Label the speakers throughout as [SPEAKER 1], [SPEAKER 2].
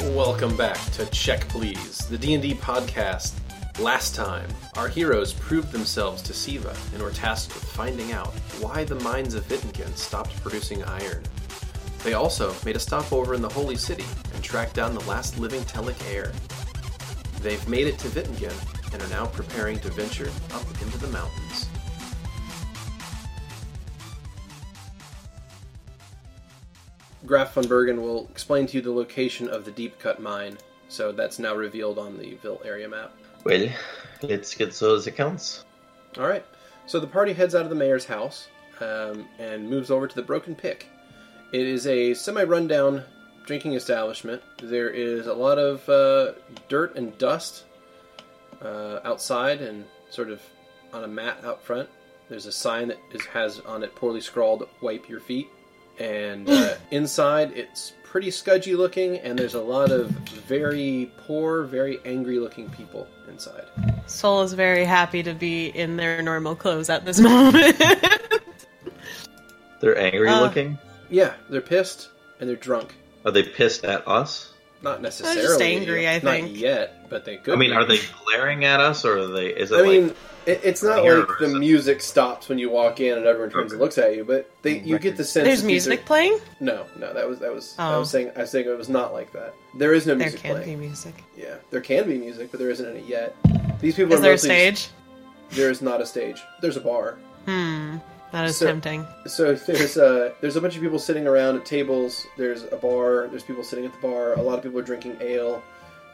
[SPEAKER 1] Welcome back to Check Please, the D&D podcast. Last time, our heroes proved themselves to Siva and were tasked with finding out why the mines of Vittenkin stopped producing iron. They also made a stopover in the Holy City and tracked down the last living Telic heir. They've made it to Vittenkin and are now preparing to venture up into the mountains. Graf von Bergen will explain to you the location of the deep cut mine, so that's now revealed on the Ville area map.
[SPEAKER 2] Well, let's get those accounts.
[SPEAKER 1] All right, so the party heads out of the mayor's house um, and moves over to the Broken Pick. It is a semi rundown drinking establishment. There is a lot of uh, dirt and dust uh, outside and sort of on a mat out front. There's a sign that is, has on it poorly scrawled, wipe your feet. And uh, inside, it's pretty scudgy looking, and there's a lot of very poor, very angry looking people inside.
[SPEAKER 3] Soul is very happy to be in their normal clothes at this moment.
[SPEAKER 2] They're angry
[SPEAKER 3] Uh.
[SPEAKER 2] looking.
[SPEAKER 1] Yeah, they're pissed and they're drunk.
[SPEAKER 2] Are they pissed at us?
[SPEAKER 1] Not necessarily.
[SPEAKER 3] angry, I
[SPEAKER 1] Not
[SPEAKER 3] think.
[SPEAKER 1] yet, but they could.
[SPEAKER 2] I mean,
[SPEAKER 1] be.
[SPEAKER 2] are they glaring at us, or are they? Is it
[SPEAKER 1] I
[SPEAKER 2] like
[SPEAKER 1] mean, it, it's not
[SPEAKER 2] Here,
[SPEAKER 1] like
[SPEAKER 2] or
[SPEAKER 1] the
[SPEAKER 2] is it-
[SPEAKER 1] music stops when you walk in and everyone turns and
[SPEAKER 2] Okay.
[SPEAKER 1] looks at you, but they you get the sense
[SPEAKER 3] There's
[SPEAKER 1] that these
[SPEAKER 3] music
[SPEAKER 1] Are,
[SPEAKER 3] playing?
[SPEAKER 1] no, no, that was that was I
[SPEAKER 3] Oh.
[SPEAKER 1] was saying I was saying it was not like that. There is no
[SPEAKER 3] There
[SPEAKER 1] music
[SPEAKER 3] can
[SPEAKER 1] playing.
[SPEAKER 3] be music.
[SPEAKER 1] Yeah, there can be music, but there isn't any yet. These people
[SPEAKER 3] Is
[SPEAKER 1] are
[SPEAKER 3] there a
[SPEAKER 1] mostly just-
[SPEAKER 3] stage?
[SPEAKER 1] there is not a stage. There's a bar.
[SPEAKER 3] Hmm. That is
[SPEAKER 1] So-
[SPEAKER 3] tempting.
[SPEAKER 1] So there's uh there's a bunch of people sitting around at tables. There's a bar. There's people sitting at the bar. A lot of people are drinking ale,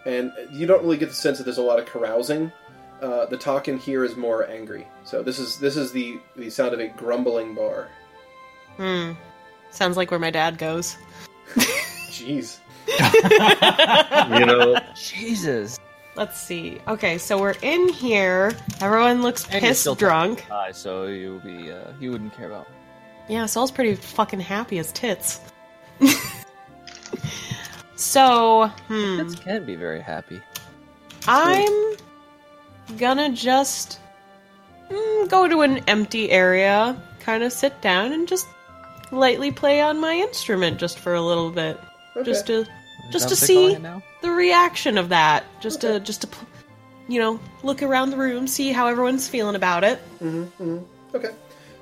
[SPEAKER 1] and you don't really get the sense that there's a lot of carousing. Uh, the talk in here is more angry. So this is this is the the sound of a grumbling bar.
[SPEAKER 3] Hmm. Sounds like where my dad goes.
[SPEAKER 1] Jeez.
[SPEAKER 2] you know?
[SPEAKER 4] Jesus.
[SPEAKER 3] Let's see. Okay, so we're in here. Everyone looks
[SPEAKER 4] And you're
[SPEAKER 3] pissed
[SPEAKER 4] still
[SPEAKER 3] drunk.
[SPEAKER 4] Uh, so you'll be, uh, you wouldn't care about.
[SPEAKER 3] Yeah, Sol's pretty fucking happy as tits. so, hmm.
[SPEAKER 4] Kids can be very happy.
[SPEAKER 3] I'm gonna just mm, go to an empty area, kind of sit down, and just lightly play on my instrument just for a little bit,
[SPEAKER 1] Okay.
[SPEAKER 3] just to
[SPEAKER 4] Is
[SPEAKER 3] Just
[SPEAKER 4] that
[SPEAKER 3] to
[SPEAKER 4] what they call
[SPEAKER 3] see-
[SPEAKER 4] it Now?
[SPEAKER 3] the reaction of that, just to just to pl- you know look around the room, see how everyone's feeling about it.
[SPEAKER 1] Okay.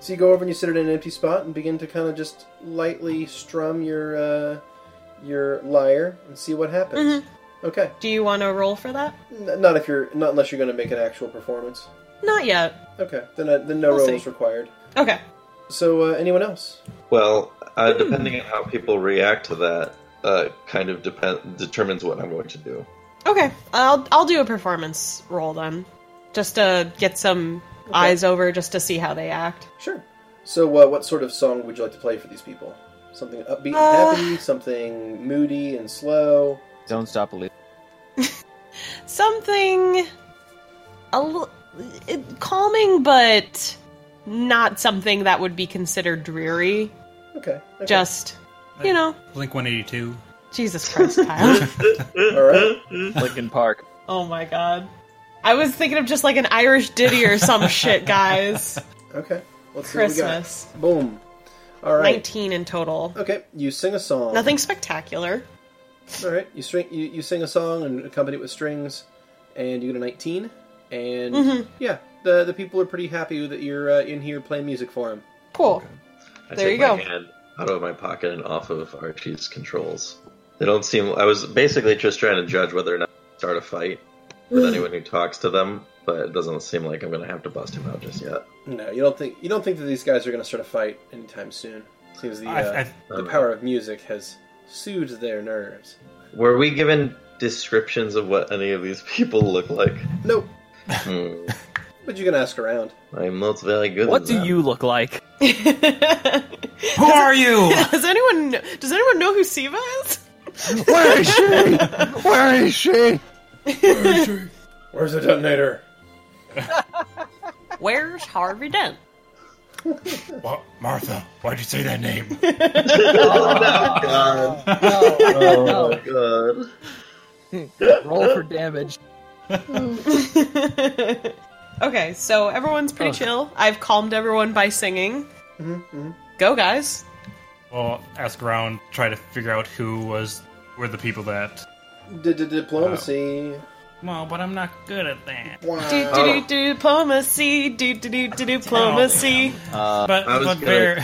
[SPEAKER 1] So you go over and you sit in an empty spot and begin to kind of just lightly strum your uh, your lyre and see what happens. Okay.
[SPEAKER 3] Do you want to roll for that?
[SPEAKER 1] N- not if you're not unless you're going to make an actual performance.
[SPEAKER 3] Not yet.
[SPEAKER 1] Okay. Then uh, then no
[SPEAKER 3] We'll
[SPEAKER 1] roll
[SPEAKER 3] see.
[SPEAKER 1] is required.
[SPEAKER 3] Okay.
[SPEAKER 1] So uh, anyone else?
[SPEAKER 2] Well, uh, depending on how people react to that, uh, kind of depend determines what I'm going to do.
[SPEAKER 3] Okay, I'll I'll do a performance roll then, just to get some eyes over, just to see how they act.
[SPEAKER 1] Sure. So, uh, what sort of song would you like to play for these people? Something upbeat and
[SPEAKER 3] Uh,
[SPEAKER 1] happy, something moody and slow.
[SPEAKER 4] Don't stop believing.
[SPEAKER 3] something a l- it- calming but not something that would be considered dreary
[SPEAKER 1] Okay. okay.
[SPEAKER 3] just you know
[SPEAKER 5] Blink 182.
[SPEAKER 3] jesus christ kyle
[SPEAKER 1] all right.
[SPEAKER 4] Lincoln Park.
[SPEAKER 3] oh my god i was thinking of just like an irish ditty or some shit guys
[SPEAKER 1] Okay. Let's see
[SPEAKER 3] christmas
[SPEAKER 1] what we got. Boom. All right.
[SPEAKER 3] 19 in total
[SPEAKER 1] Okay. You sing a song.
[SPEAKER 3] nothing spectacular
[SPEAKER 1] All right. You string. You, you sing a song and accompany it with strings, and you get a nineteen. And
[SPEAKER 3] Mm-hmm.
[SPEAKER 1] yeah, the the people are pretty happy that you're uh, in here playing music for them.
[SPEAKER 3] cool
[SPEAKER 2] I
[SPEAKER 3] There
[SPEAKER 2] take
[SPEAKER 3] you
[SPEAKER 2] my
[SPEAKER 3] go.
[SPEAKER 2] hand out of my pocket and off of Archie's controls. They don't seem. I was basically just trying to judge whether or not to start a fight with anyone who talks to them, but it doesn't seem like I'm going to have to bust him out just yet.
[SPEAKER 1] No, you don't think you don't think that these guys are going to start a fight anytime soon. Seems the uh,
[SPEAKER 5] I, I,
[SPEAKER 1] the power of music has soothed their nerves.
[SPEAKER 2] Were we given descriptions of what any of these people look like?
[SPEAKER 1] Nope.
[SPEAKER 2] Hmm,
[SPEAKER 1] But you can ask around.
[SPEAKER 2] I'm not very good.
[SPEAKER 4] What
[SPEAKER 2] at
[SPEAKER 4] do
[SPEAKER 2] that.
[SPEAKER 4] you look like?
[SPEAKER 3] does
[SPEAKER 5] who are you?
[SPEAKER 3] anyone kn- does anyone know who siva is
[SPEAKER 6] Where is she? Where is she?
[SPEAKER 1] Where's the detonator?
[SPEAKER 3] where's harvey dent
[SPEAKER 5] What, Martha, why'd you say that name?
[SPEAKER 2] Oh, God.
[SPEAKER 4] No,
[SPEAKER 2] Oh, God.
[SPEAKER 4] no. Roll for damage.
[SPEAKER 3] okay, so everyone's
[SPEAKER 1] Oh.
[SPEAKER 3] pretty chill. I've calmed everyone by singing. Go, guys.
[SPEAKER 5] Well, ask around, try to figure out who was were the people that
[SPEAKER 1] D- d- diplomacy.
[SPEAKER 7] Well, but I'm not good at that.
[SPEAKER 3] Do
[SPEAKER 1] Wow.
[SPEAKER 3] do do do diplomacy. Do do do do diplomacy.
[SPEAKER 4] Uh,
[SPEAKER 7] But
[SPEAKER 2] I was
[SPEAKER 7] but
[SPEAKER 2] gonna-
[SPEAKER 7] very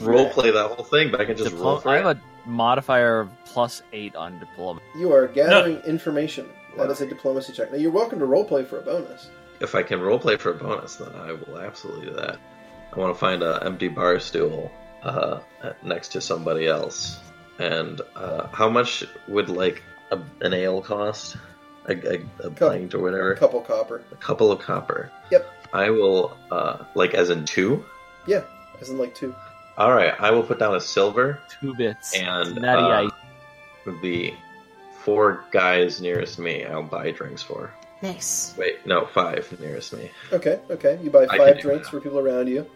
[SPEAKER 2] Role play that whole thing, but I can just roll
[SPEAKER 4] diplo-
[SPEAKER 2] for
[SPEAKER 4] I have
[SPEAKER 2] it.
[SPEAKER 4] a modifier of plus eight on diplomacy.
[SPEAKER 1] You are gathering information. That is a diplomacy check. Now you're welcome to roleplay for a bonus.
[SPEAKER 2] If I can role play for a bonus, then I will absolutely do that. I want to find an empty bar stool uh, next to somebody else. And uh, how much would like a, an ale cost? A, a, a pint or whatever.
[SPEAKER 1] Couple copper.
[SPEAKER 2] A couple of copper.
[SPEAKER 1] Yep.
[SPEAKER 2] I will uh, like as in two.
[SPEAKER 1] Yeah, as in like two.
[SPEAKER 2] All right, I will put down a silver
[SPEAKER 4] Two bits.
[SPEAKER 2] and
[SPEAKER 4] It's natty
[SPEAKER 2] uh,
[SPEAKER 4] ice.
[SPEAKER 2] the four guys nearest me. I'll buy drinks for.
[SPEAKER 3] Nice.
[SPEAKER 2] Wait, no, five nearest me.
[SPEAKER 1] Okay, okay. You buy five
[SPEAKER 2] I can do
[SPEAKER 1] drinks for people around you.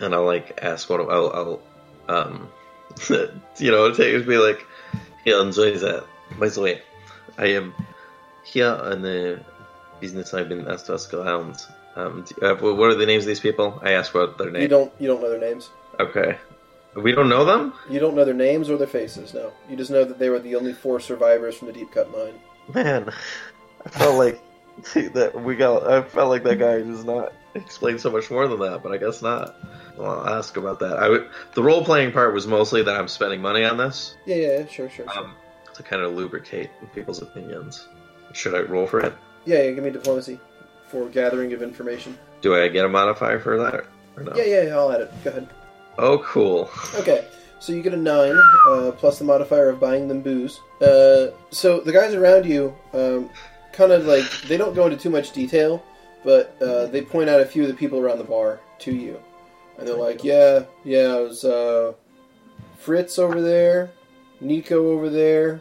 [SPEAKER 2] and I'll like ask what I'll, I'll um, you know, take be like, here, enjoy that. By the way, I am here on the business. I've been asked to ask around. Um, do- uh, what what are the names of these people? I asked what their
[SPEAKER 1] You
[SPEAKER 2] name.
[SPEAKER 1] don't you don't know their names.
[SPEAKER 2] Okay, we don't know them.
[SPEAKER 1] You don't know their names or their faces. No, you just know that they were the only four survivors from the deep cut mine.
[SPEAKER 2] Man, I felt like that we got. I felt like that guy does not explain so much more than that, but I guess not. Well, I'll ask about that. I would, the role playing part was mostly that I'm spending money on this.
[SPEAKER 1] Yeah, yeah, sure, sure, sure.
[SPEAKER 2] um, to kind of lubricate people's opinions. Should I roll for it?
[SPEAKER 1] yeah, yeah. Give me diplomacy for gathering of information.
[SPEAKER 2] Do I get a modifier for that or no?
[SPEAKER 1] Yeah, yeah, yeah. I'll add it. Go ahead.
[SPEAKER 2] Oh, cool.
[SPEAKER 1] Okay, so you get a nine uh, plus the modifier of buying them booze. Uh, so the guys around you, um, kind of like they don't go into too much detail, but uh, they point out a few of the people around the bar to you, and they're like, "Yeah, yeah, it was uh, Fritz over there, Nico over there,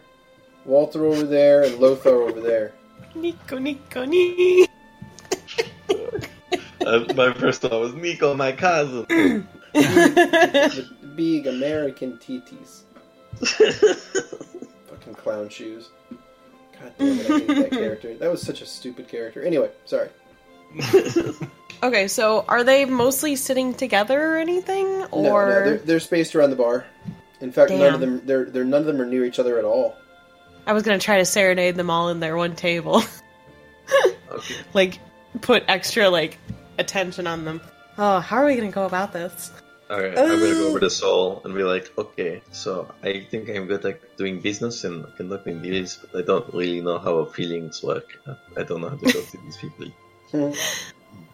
[SPEAKER 1] Walter over there, and Lothar over there."
[SPEAKER 3] Nico Nico Nico.
[SPEAKER 2] Uh, my first thought was Nico, my cousin.
[SPEAKER 1] With big American titties, fucking clown shoes. God damn it, I hate that character. That was such a stupid character. Anyway, sorry.
[SPEAKER 3] Okay, so are they mostly sitting together or anything,
[SPEAKER 1] No,
[SPEAKER 3] or
[SPEAKER 1] no, they're, they're spaced around the bar. In fact, none of
[SPEAKER 3] Damn.
[SPEAKER 1] them they're, they're none of them are near each other at all.
[SPEAKER 3] I was gonna try to serenade them all in their one table,
[SPEAKER 2] okay.
[SPEAKER 3] like put extra like attention on them. Oh, how are we gonna go about this?
[SPEAKER 2] All right, I'm gonna go over
[SPEAKER 3] Oh.
[SPEAKER 2] to Seoul and be like, okay, so I think I'm good at doing business and conducting deals, but I don't really know how feelings work. I don't know how to talk to these people.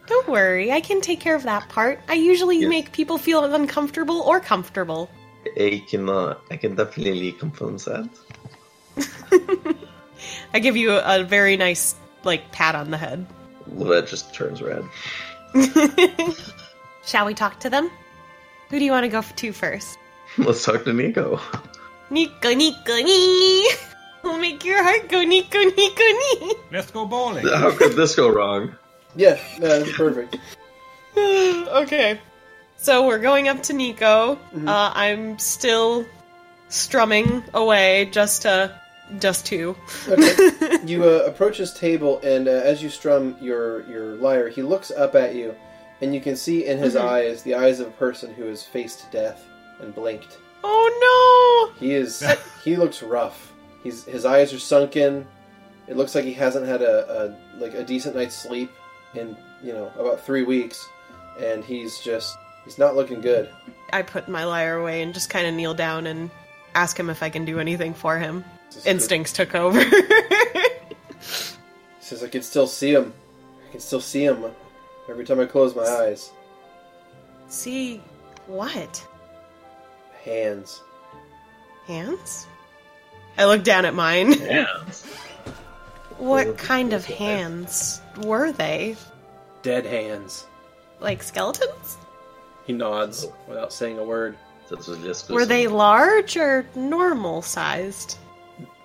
[SPEAKER 3] Don't worry, I can take care of that part. I usually
[SPEAKER 2] Yeah.
[SPEAKER 3] make people feel uncomfortable or comfortable.
[SPEAKER 2] I can, uh, I can definitely confirm that.
[SPEAKER 3] I give you a, a very nice like pat on the head.
[SPEAKER 2] Lorette just turns red.
[SPEAKER 3] Shall we talk to them? Who do you want to go f- to first?
[SPEAKER 2] Let's talk to Nico.
[SPEAKER 3] Nico, Nico, nee. We'll make your heart go Nico, Nico, nee.
[SPEAKER 7] let's go bowling.
[SPEAKER 2] How could this go wrong?
[SPEAKER 1] Yeah, no, that's perfect.
[SPEAKER 3] okay. So we're going up to Nico. Uh, I'm still strumming away just to just to.
[SPEAKER 1] Okay. You uh, approach his table, and uh, as you strum your your lyre, he looks up at you, and you can see in
[SPEAKER 3] Mm-hmm.
[SPEAKER 1] his eyes the eyes of a person who has faced death and blinked.
[SPEAKER 3] Oh no!
[SPEAKER 1] He is he looks rough. He's his eyes are sunken. It looks like he hasn't had a, a like a decent night's sleep in you know about three weeks, and he's just he's not looking good.
[SPEAKER 3] I put my lyre away and just kind of kneel down and ask him if I can do anything for him.
[SPEAKER 1] This is good.
[SPEAKER 3] Instincts took over.
[SPEAKER 1] He says, I can still see him. I can still see him every time I close my eyes.
[SPEAKER 3] See what?
[SPEAKER 1] Hands.
[SPEAKER 3] Hands? I look down at mine.
[SPEAKER 2] Yeah.
[SPEAKER 3] What kind of hands were they?
[SPEAKER 1] Dead hands.
[SPEAKER 3] Like skeletons?
[SPEAKER 1] He nods without saying a word.
[SPEAKER 2] This was just
[SPEAKER 3] Were they
[SPEAKER 2] some-
[SPEAKER 3] large or normal sized?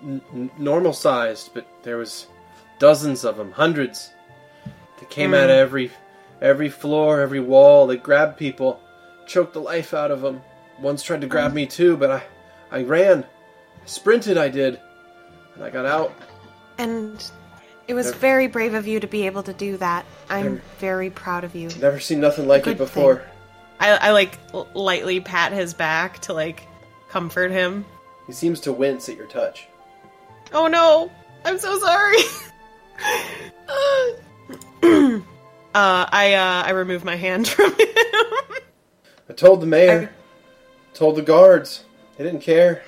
[SPEAKER 1] N- n- normal sized, but there was dozens of them, hundreds. They came out of
[SPEAKER 3] Mm.
[SPEAKER 1] every every floor, every wall. They grabbed people, choked the life out of them. Once tried to
[SPEAKER 3] Mm.
[SPEAKER 1] grab me too, but I I ran, sprinted. I did, and I got out.
[SPEAKER 3] And it was very brave of you to be able to do that. I'm very proud of you.
[SPEAKER 1] Never seen nothing like it
[SPEAKER 3] Good
[SPEAKER 1] before.
[SPEAKER 3] thing. I, I like l- lightly pat his back to like comfort him.
[SPEAKER 1] He seems to wince at your touch.
[SPEAKER 3] Oh no! I'm so sorry. uh, I uh, I remove my hand from him.
[SPEAKER 1] I told the mayor, told the guards. They didn't care.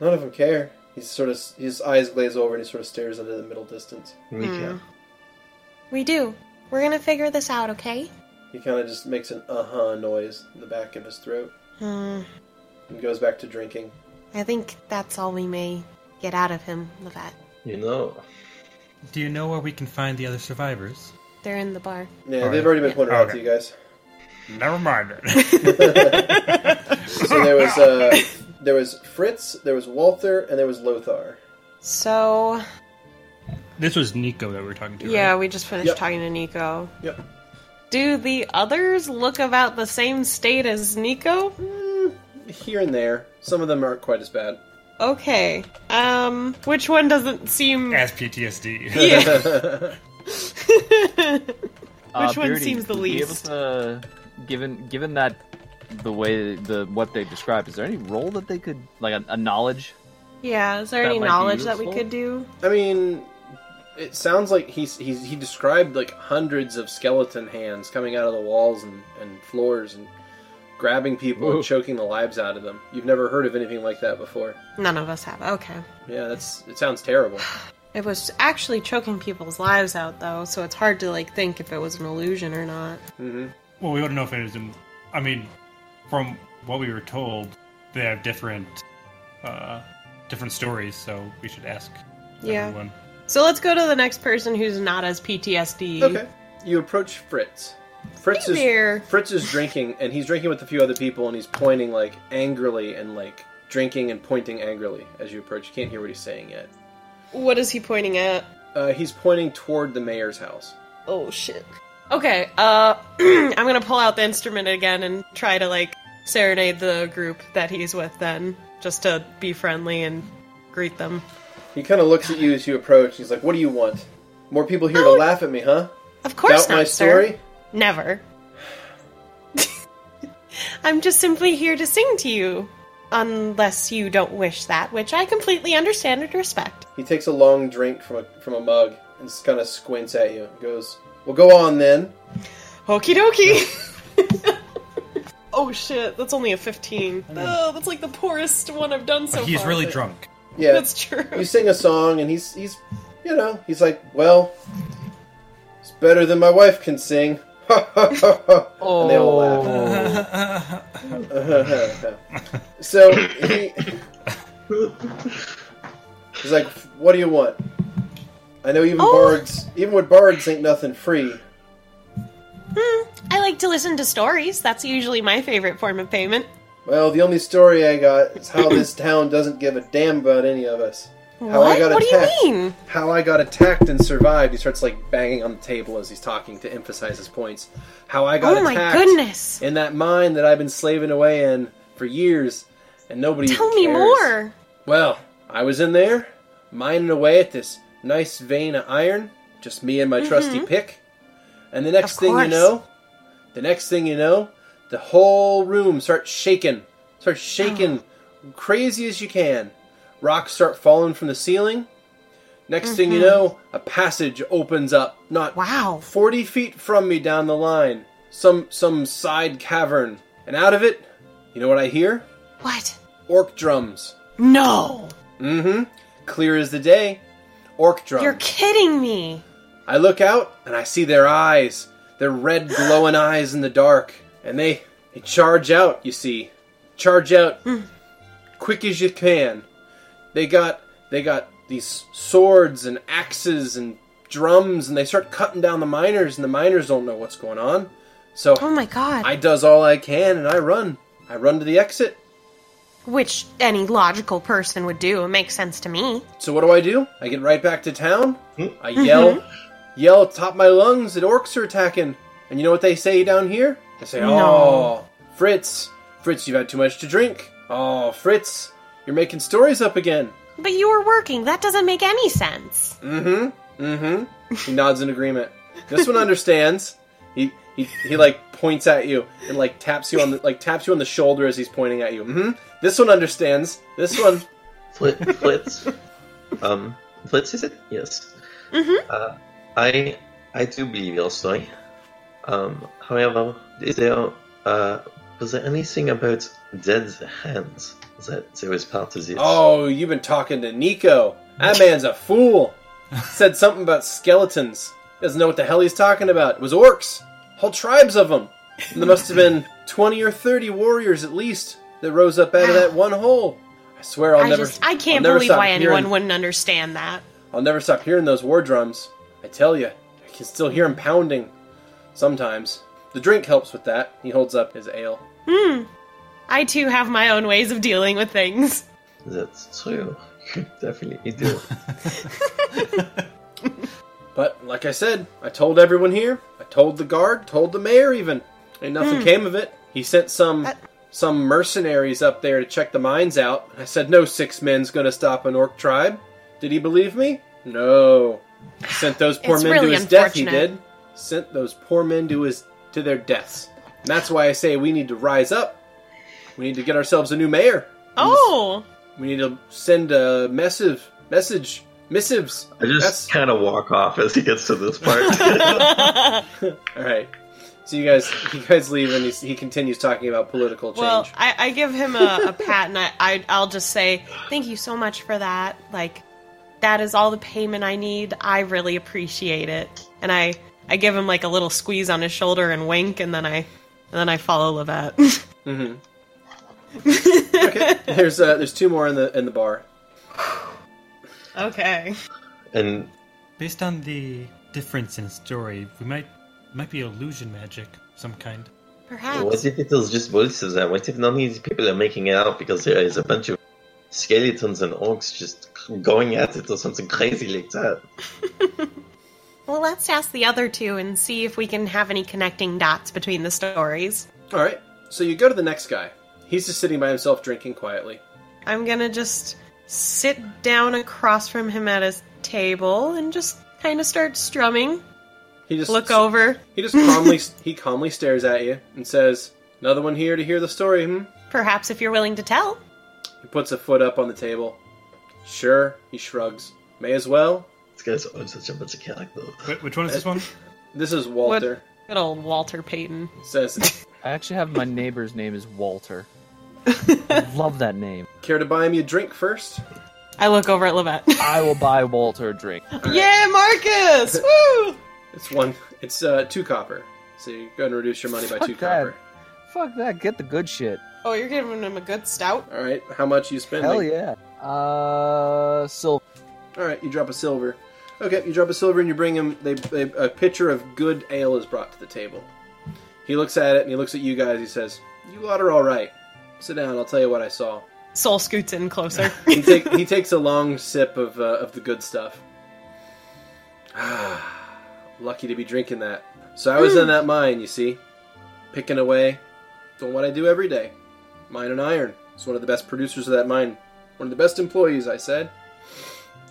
[SPEAKER 1] None of them care. He's sort of his eyes glaze over and he sort of stares into the middle distance.
[SPEAKER 3] Hmm.
[SPEAKER 2] Mika.
[SPEAKER 3] we do. We're gonna figure this out, okay?
[SPEAKER 1] He kind of just makes an uh huh noise in the back of his throat
[SPEAKER 3] Hmm.
[SPEAKER 1] and goes back to drinking.
[SPEAKER 3] I think that's all we may get out of him, Levat.
[SPEAKER 2] You know,
[SPEAKER 7] Do you know where we can find the other survivors?
[SPEAKER 3] They're in the bar.
[SPEAKER 1] Yeah,
[SPEAKER 7] Alright.
[SPEAKER 1] they've already been pointed out to
[SPEAKER 7] Okay.
[SPEAKER 1] you guys.
[SPEAKER 5] Never mind it.
[SPEAKER 1] So there was uh, there was Fritz, there was Walther, and there was Lothar.
[SPEAKER 3] So
[SPEAKER 7] This was Nico that we were talking to.
[SPEAKER 3] yeah,
[SPEAKER 7] right?
[SPEAKER 3] we just finished
[SPEAKER 1] Yep.
[SPEAKER 3] talking to Nico.
[SPEAKER 1] Yep.
[SPEAKER 3] Do the others look about the same state as Nico?
[SPEAKER 1] Here and there, some of them aren't quite as bad.
[SPEAKER 3] Okay. Um, which one doesn't seem?
[SPEAKER 4] Eh.
[SPEAKER 5] As PTSD.
[SPEAKER 3] Yeah.
[SPEAKER 4] Uh,
[SPEAKER 3] Which one
[SPEAKER 4] Beardy,
[SPEAKER 3] seems the
[SPEAKER 4] would you be able
[SPEAKER 3] least?
[SPEAKER 4] to- given given that the way the what they described, is there any role that they could like a, a knowledge?
[SPEAKER 3] yeah. Is there
[SPEAKER 4] That
[SPEAKER 3] any
[SPEAKER 4] might be
[SPEAKER 3] knowledge that we
[SPEAKER 4] useful.
[SPEAKER 3] could do?
[SPEAKER 1] I mean, it sounds like he's, he's he described like hundreds of skeleton hands coming out of the walls and, and floors and grabbing people
[SPEAKER 4] Whoa.
[SPEAKER 1] and choking the lives out of them. You've never heard of anything like that before.
[SPEAKER 3] None of us have. Okay.
[SPEAKER 1] Yeah, that's it sounds terrible.
[SPEAKER 3] It was actually choking people's lives out, though, so it's hard to like think if it was an illusion or not.
[SPEAKER 5] Well, we don't know if it is. In, I mean, from what we were told, they have different, uh, different stories. So we should ask
[SPEAKER 3] Yeah.
[SPEAKER 5] everyone.
[SPEAKER 3] So let's go to the next person who's not as PTSD.
[SPEAKER 1] Okay. You approach Fritz. Fritz
[SPEAKER 3] Hey
[SPEAKER 1] is
[SPEAKER 3] there.
[SPEAKER 1] Fritz is drinking and he's drinking with a few other people and he's pointing like angrily and like drinking and pointing angrily as you approach. You can't hear what he's saying yet.
[SPEAKER 3] What is he pointing at?
[SPEAKER 1] Uh, he's pointing toward the mayor's house.
[SPEAKER 3] Oh shit. Okay. Uh, I'm gonna pull out the instrument again and try to like serenade the group that he's with, then, just to be friendly and greet them.
[SPEAKER 1] He kind of looks at you as you approach. He's like, "What do you want? More people here
[SPEAKER 3] Oh.
[SPEAKER 1] to laugh at me, huh?
[SPEAKER 3] Of course
[SPEAKER 1] Doubt
[SPEAKER 3] not,
[SPEAKER 1] my
[SPEAKER 3] sir.
[SPEAKER 1] story?
[SPEAKER 3] Never. I'm just simply here to sing to you. Unless you don't wish that, which I completely understand and respect.
[SPEAKER 1] He takes a long drink from a from a mug and kind of squints at you. and Goes, "Well, go on then."
[SPEAKER 3] Okie dokie! oh shit, that's only a 15. Oh, that's like the poorest one I've done so
[SPEAKER 7] But
[SPEAKER 3] far.
[SPEAKER 7] he's really
[SPEAKER 3] but-
[SPEAKER 7] drunk.
[SPEAKER 1] Yeah,
[SPEAKER 3] That's true.
[SPEAKER 1] you sing a song, and he's he's, you know, he's like, "Well, it's better than my wife can sing." and they all laugh.
[SPEAKER 4] Oh.
[SPEAKER 1] so he, he's like, "What do you want?" I know even
[SPEAKER 3] Oh.
[SPEAKER 1] bards, even with bards, ain't nothing free.
[SPEAKER 3] Hmm, I like to listen to stories. That's usually my favorite form of payment.
[SPEAKER 1] Well, the only story I got is how this town doesn't give a damn about any of us. How Oh, I
[SPEAKER 3] what?
[SPEAKER 1] got
[SPEAKER 3] what do
[SPEAKER 1] attacked.
[SPEAKER 3] you mean?
[SPEAKER 1] How I got attacked and survived. He starts like banging on the table as he's talking to emphasize his points. How I got
[SPEAKER 3] Oh my
[SPEAKER 1] attacked
[SPEAKER 3] goodness.
[SPEAKER 1] in that mine that I've been slaving away in for years, and nobody
[SPEAKER 3] Tell
[SPEAKER 1] even cares.
[SPEAKER 3] me more.
[SPEAKER 1] Well, I was in there, mining away at this nice vein of iron, just me and my trusty pick. And the next
[SPEAKER 3] Mm-hmm. Of
[SPEAKER 1] thing you
[SPEAKER 3] course.
[SPEAKER 1] know, the next thing you know, the whole room starts shaking. Starts shaking
[SPEAKER 3] Oh.
[SPEAKER 1] crazy as you can. Rocks start falling from the ceiling. Next thing you know, a passage opens up, not
[SPEAKER 3] Mm-hmm. Wow.
[SPEAKER 1] 40 feet from me down the line, some some side cavern. And out of it, you know what I hear?
[SPEAKER 3] What?
[SPEAKER 1] Orc drums.
[SPEAKER 3] No.
[SPEAKER 1] Mm-hmm. Clear as the day. Orc drum.
[SPEAKER 3] You're kidding me.
[SPEAKER 1] I look out and I see their eyes. Their red glowing eyes in the dark. And they they charge out, you see. Charge out
[SPEAKER 3] Hmm.
[SPEAKER 1] quick as you can. They got they got these swords and axes and drums and they start cutting down the miners and the miners don't know what's going on. So
[SPEAKER 3] Oh my god.
[SPEAKER 1] I does all I can and I run. I run to the exit.
[SPEAKER 3] Which any logical person would do. It makes sense to me.
[SPEAKER 1] So what do I do? I get right back to town. I yell, yell top my lungs that orcs are attacking. And you know what they say down here? They say, "Oh, Fritz, Fritz, you've had too much to drink. Oh, Fritz, you're making stories up again."
[SPEAKER 3] But you were working. That doesn't make any sense.
[SPEAKER 1] Mm-hmm. He nods in agreement. This one understands. He he he like points at you and like taps you on the like taps you on the shoulder as he's pointing at you. Mm-hmm. This one understands. This one.
[SPEAKER 2] Flit, flits. Um, Blitz, is it? Yes. Uh, I I do believe your story. Um, however, is there uh, was there anything about dead hands that there was part of this?
[SPEAKER 1] Oh, you've been talking to Nico. That man's a fool. Said something about skeletons. Doesn't know what the hell he's talking about. It was orcs. Whole tribes of them. And there must have been 20 or 30 warriors at least that rose up out of that one hole. I swear I'll
[SPEAKER 3] I
[SPEAKER 1] never.
[SPEAKER 3] just I
[SPEAKER 1] I'll
[SPEAKER 3] can't
[SPEAKER 1] never
[SPEAKER 3] believe
[SPEAKER 1] stop
[SPEAKER 3] why anyone
[SPEAKER 1] hearing-
[SPEAKER 3] wouldn't understand that.
[SPEAKER 1] I'll never stop hearing those war drums. I tell you, I can still hear 'em pounding. Sometimes. The drink helps with that. He holds up his ale.
[SPEAKER 3] I too have my own ways of dealing with things.
[SPEAKER 2] That's true. Definitely do.
[SPEAKER 1] But like I said, I told everyone here. I told the guard. Told the mayor even. And
[SPEAKER 3] Hmm.
[SPEAKER 1] nothing came of it. He sent some some mercenaries up there to check the mines out. I said no six men's gonna stop an orc tribe. Did he believe me? No. Sent those poor
[SPEAKER 3] It's
[SPEAKER 1] men
[SPEAKER 3] really
[SPEAKER 1] to his death. He
[SPEAKER 3] unfortunate.
[SPEAKER 1] did. Sent those poor men to his to their deaths. And that's why I say we need to rise up. We need to get ourselves a new mayor.
[SPEAKER 3] Oh,
[SPEAKER 1] We need to send a message message missives.
[SPEAKER 2] I
[SPEAKER 1] That's-
[SPEAKER 2] just kind of walk off as he gets to this part.
[SPEAKER 1] All right. So you guys, you guys leave, and he's, he continues talking about political change.
[SPEAKER 3] well, I, I give him a, a pat, and I, I I'll just say thank you so much for that. Like, that is all the payment I need. I really appreciate it, and I I give him like a little squeeze on his shoulder and wink, and then I and then I follow Levette.
[SPEAKER 1] okay. There's uh, there's two more in the in the bar.
[SPEAKER 3] okay.
[SPEAKER 2] and
[SPEAKER 7] Based on the difference in story, we might might be illusion magic of some kind.
[SPEAKER 3] Perhaps.
[SPEAKER 2] what if it was just voices? And what if none of these people are making it out because there is a bunch of skeletons and orcs just going at it or something crazy like that?
[SPEAKER 3] Well, let's ask the other two and see if we can have any connecting dots between the stories.
[SPEAKER 1] All right. So you go to the next guy. He's just sitting by himself, drinking quietly.
[SPEAKER 3] I'm gonna just sit down across from him at his table and just kind of start strumming.
[SPEAKER 1] He just
[SPEAKER 3] Look over.
[SPEAKER 1] He just calmly he calmly stares at you and says, "Another one here to hear the story." Hmm.
[SPEAKER 3] Perhaps if you're willing to tell.
[SPEAKER 1] He puts a foot up on the table. Sure. He shrugs. May as well.
[SPEAKER 2] This guy's are such a bunch of characters.
[SPEAKER 5] Wh- Which one is this one?
[SPEAKER 1] This is Walter.
[SPEAKER 3] Good old Walter Payton.
[SPEAKER 1] Says,
[SPEAKER 4] I actually have my neighbor's name is Walter. Love that name.
[SPEAKER 1] "Care to buy me a drink first?
[SPEAKER 3] I look over at Levette.
[SPEAKER 4] I will buy Walter a drink.
[SPEAKER 3] yeah, Marcus! Woo!
[SPEAKER 1] It's one. It's uh, two copper. So you go and reduce your money by
[SPEAKER 4] Fuck
[SPEAKER 1] two
[SPEAKER 4] that.
[SPEAKER 1] copper.
[SPEAKER 4] Fuck that. Get the good shit.
[SPEAKER 3] Oh, you're giving him a good stout.
[SPEAKER 1] All right, how much you spend?
[SPEAKER 4] Hell yeah. Uh, so
[SPEAKER 1] All right, you drop a silver. Okay, you drop a silver and you bring him. They, they a pitcher of good ale is brought to the table. He looks at it and he looks at you guys. He says, "You lot are all right. Sit down. I'll tell you what I saw."
[SPEAKER 3] Soul scoots in closer.
[SPEAKER 1] He, take, he takes a long sip of uh, of the good stuff. Lucky to be drinking that. So I was in that mine, you see, picking away, doing what I do every day, mine and iron. It's one of the best producers of that mine, one of the best employees. I said.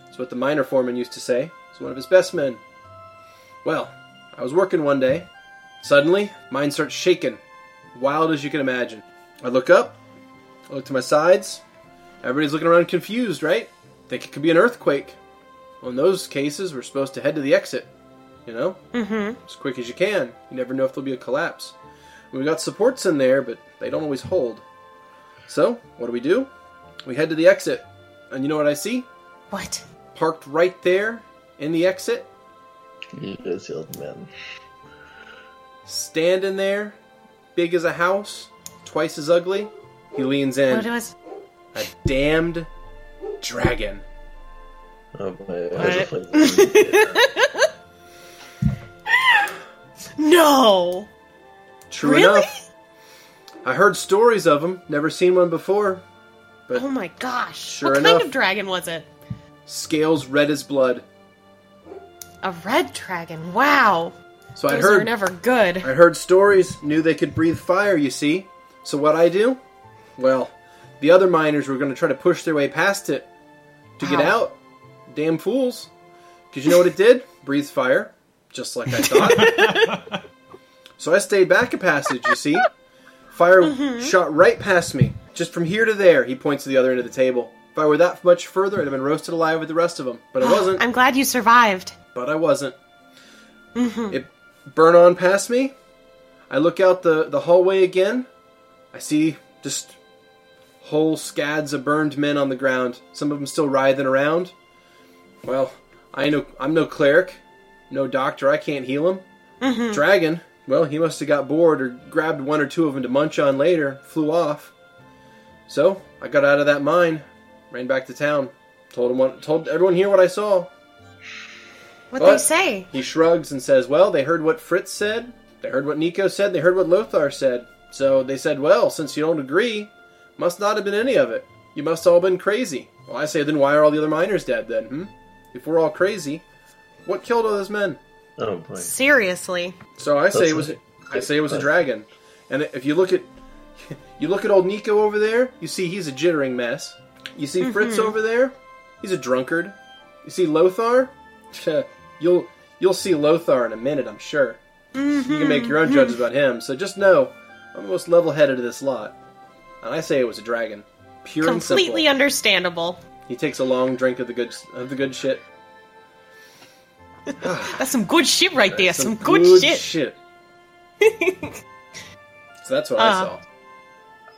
[SPEAKER 1] It's what the miner foreman used to say. He's one of his best men. Well, I was working one day. Suddenly, mine starts shaking, wild as you can imagine. I look up, I look to my sides. Everybody's looking around confused, right? Think it could be an earthquake. Well, in those cases, we're supposed to head to the exit, you know? Mm-hmm. As quick as you can. You never know if there'll be a collapse. We've got supports in there, but they don't always hold. So, what do we do? We head to the exit. And you know what I see?
[SPEAKER 3] what?
[SPEAKER 1] Parked right there in the exit,
[SPEAKER 2] Yes, old man.
[SPEAKER 1] standing there, big as a house, twice as ugly. He leans
[SPEAKER 3] What
[SPEAKER 1] in.
[SPEAKER 3] was.
[SPEAKER 1] A damned dragon.
[SPEAKER 2] Oh boy, I was afraid of him.
[SPEAKER 3] No!
[SPEAKER 1] True
[SPEAKER 3] Really?
[SPEAKER 1] enough. I heard stories of them, never seen one before.
[SPEAKER 3] Oh my gosh.
[SPEAKER 1] Sure
[SPEAKER 3] what
[SPEAKER 1] enough.
[SPEAKER 3] kind of dragon was it?
[SPEAKER 1] Scales red as blood.
[SPEAKER 3] A red dragon. Wow.
[SPEAKER 1] So I
[SPEAKER 3] Those are
[SPEAKER 1] heard
[SPEAKER 3] never good.
[SPEAKER 1] I heard stories, knew they could breathe fire, you see. So what I do? Well, the other miners were going to try to push their way past it to get
[SPEAKER 3] Wow.
[SPEAKER 1] out. Damn fools. Cuz you know what it did? Breathe fire, just like I thought. so I stayed back a passage, you see. Fire shot right past me, just from here to there. He points to the other end of the table. If I were that much further, I'd have been roasted alive with the rest of them. But I wasn't.
[SPEAKER 3] I'm glad you survived.
[SPEAKER 1] but I wasn't. It burn on past me. I look out the, the hallway again. I see just whole scads of burned men on the ground. Some of them still writhing around. Well, I know I'm no cleric, no doctor. I can't heal them. Dragon. Well, he must have got bored or grabbed one or two of them to munch on later. Flew off. So I got out of that mine, ran back to town, told him what, told everyone here what I saw.
[SPEAKER 3] What
[SPEAKER 1] What?
[SPEAKER 3] they say?
[SPEAKER 1] He shrugs and says, Well, they heard what Fritz said, they heard what Nico said, they heard what Lothar said. So they said, Well, since you don't agree, must not have been any of it. You must all been crazy. Well, I say, then why are all the other miners dead then, hmm? If we're all crazy, what killed all those men?
[SPEAKER 2] Oh boy.
[SPEAKER 3] Seriously.
[SPEAKER 1] So I say
[SPEAKER 2] That's
[SPEAKER 1] it was
[SPEAKER 2] it.
[SPEAKER 1] I say it was a dragon. And if you look at you look at old Nico over there, you see he's a jittering mess. You see Fritz over there, he's a drunkard. You see Lothar, you'll you'll see Lothar in a minute, I'm sure. You can make your own judges about him. So just know, I'm the most level-headed of this lot, and I say it was a dragon, pure
[SPEAKER 3] Completely
[SPEAKER 1] and simple.
[SPEAKER 3] understandable.
[SPEAKER 1] he takes a long drink of the good of the good shit.
[SPEAKER 3] That's some good shit right there. Some, good, shit.
[SPEAKER 1] so that's what I
[SPEAKER 3] Uh.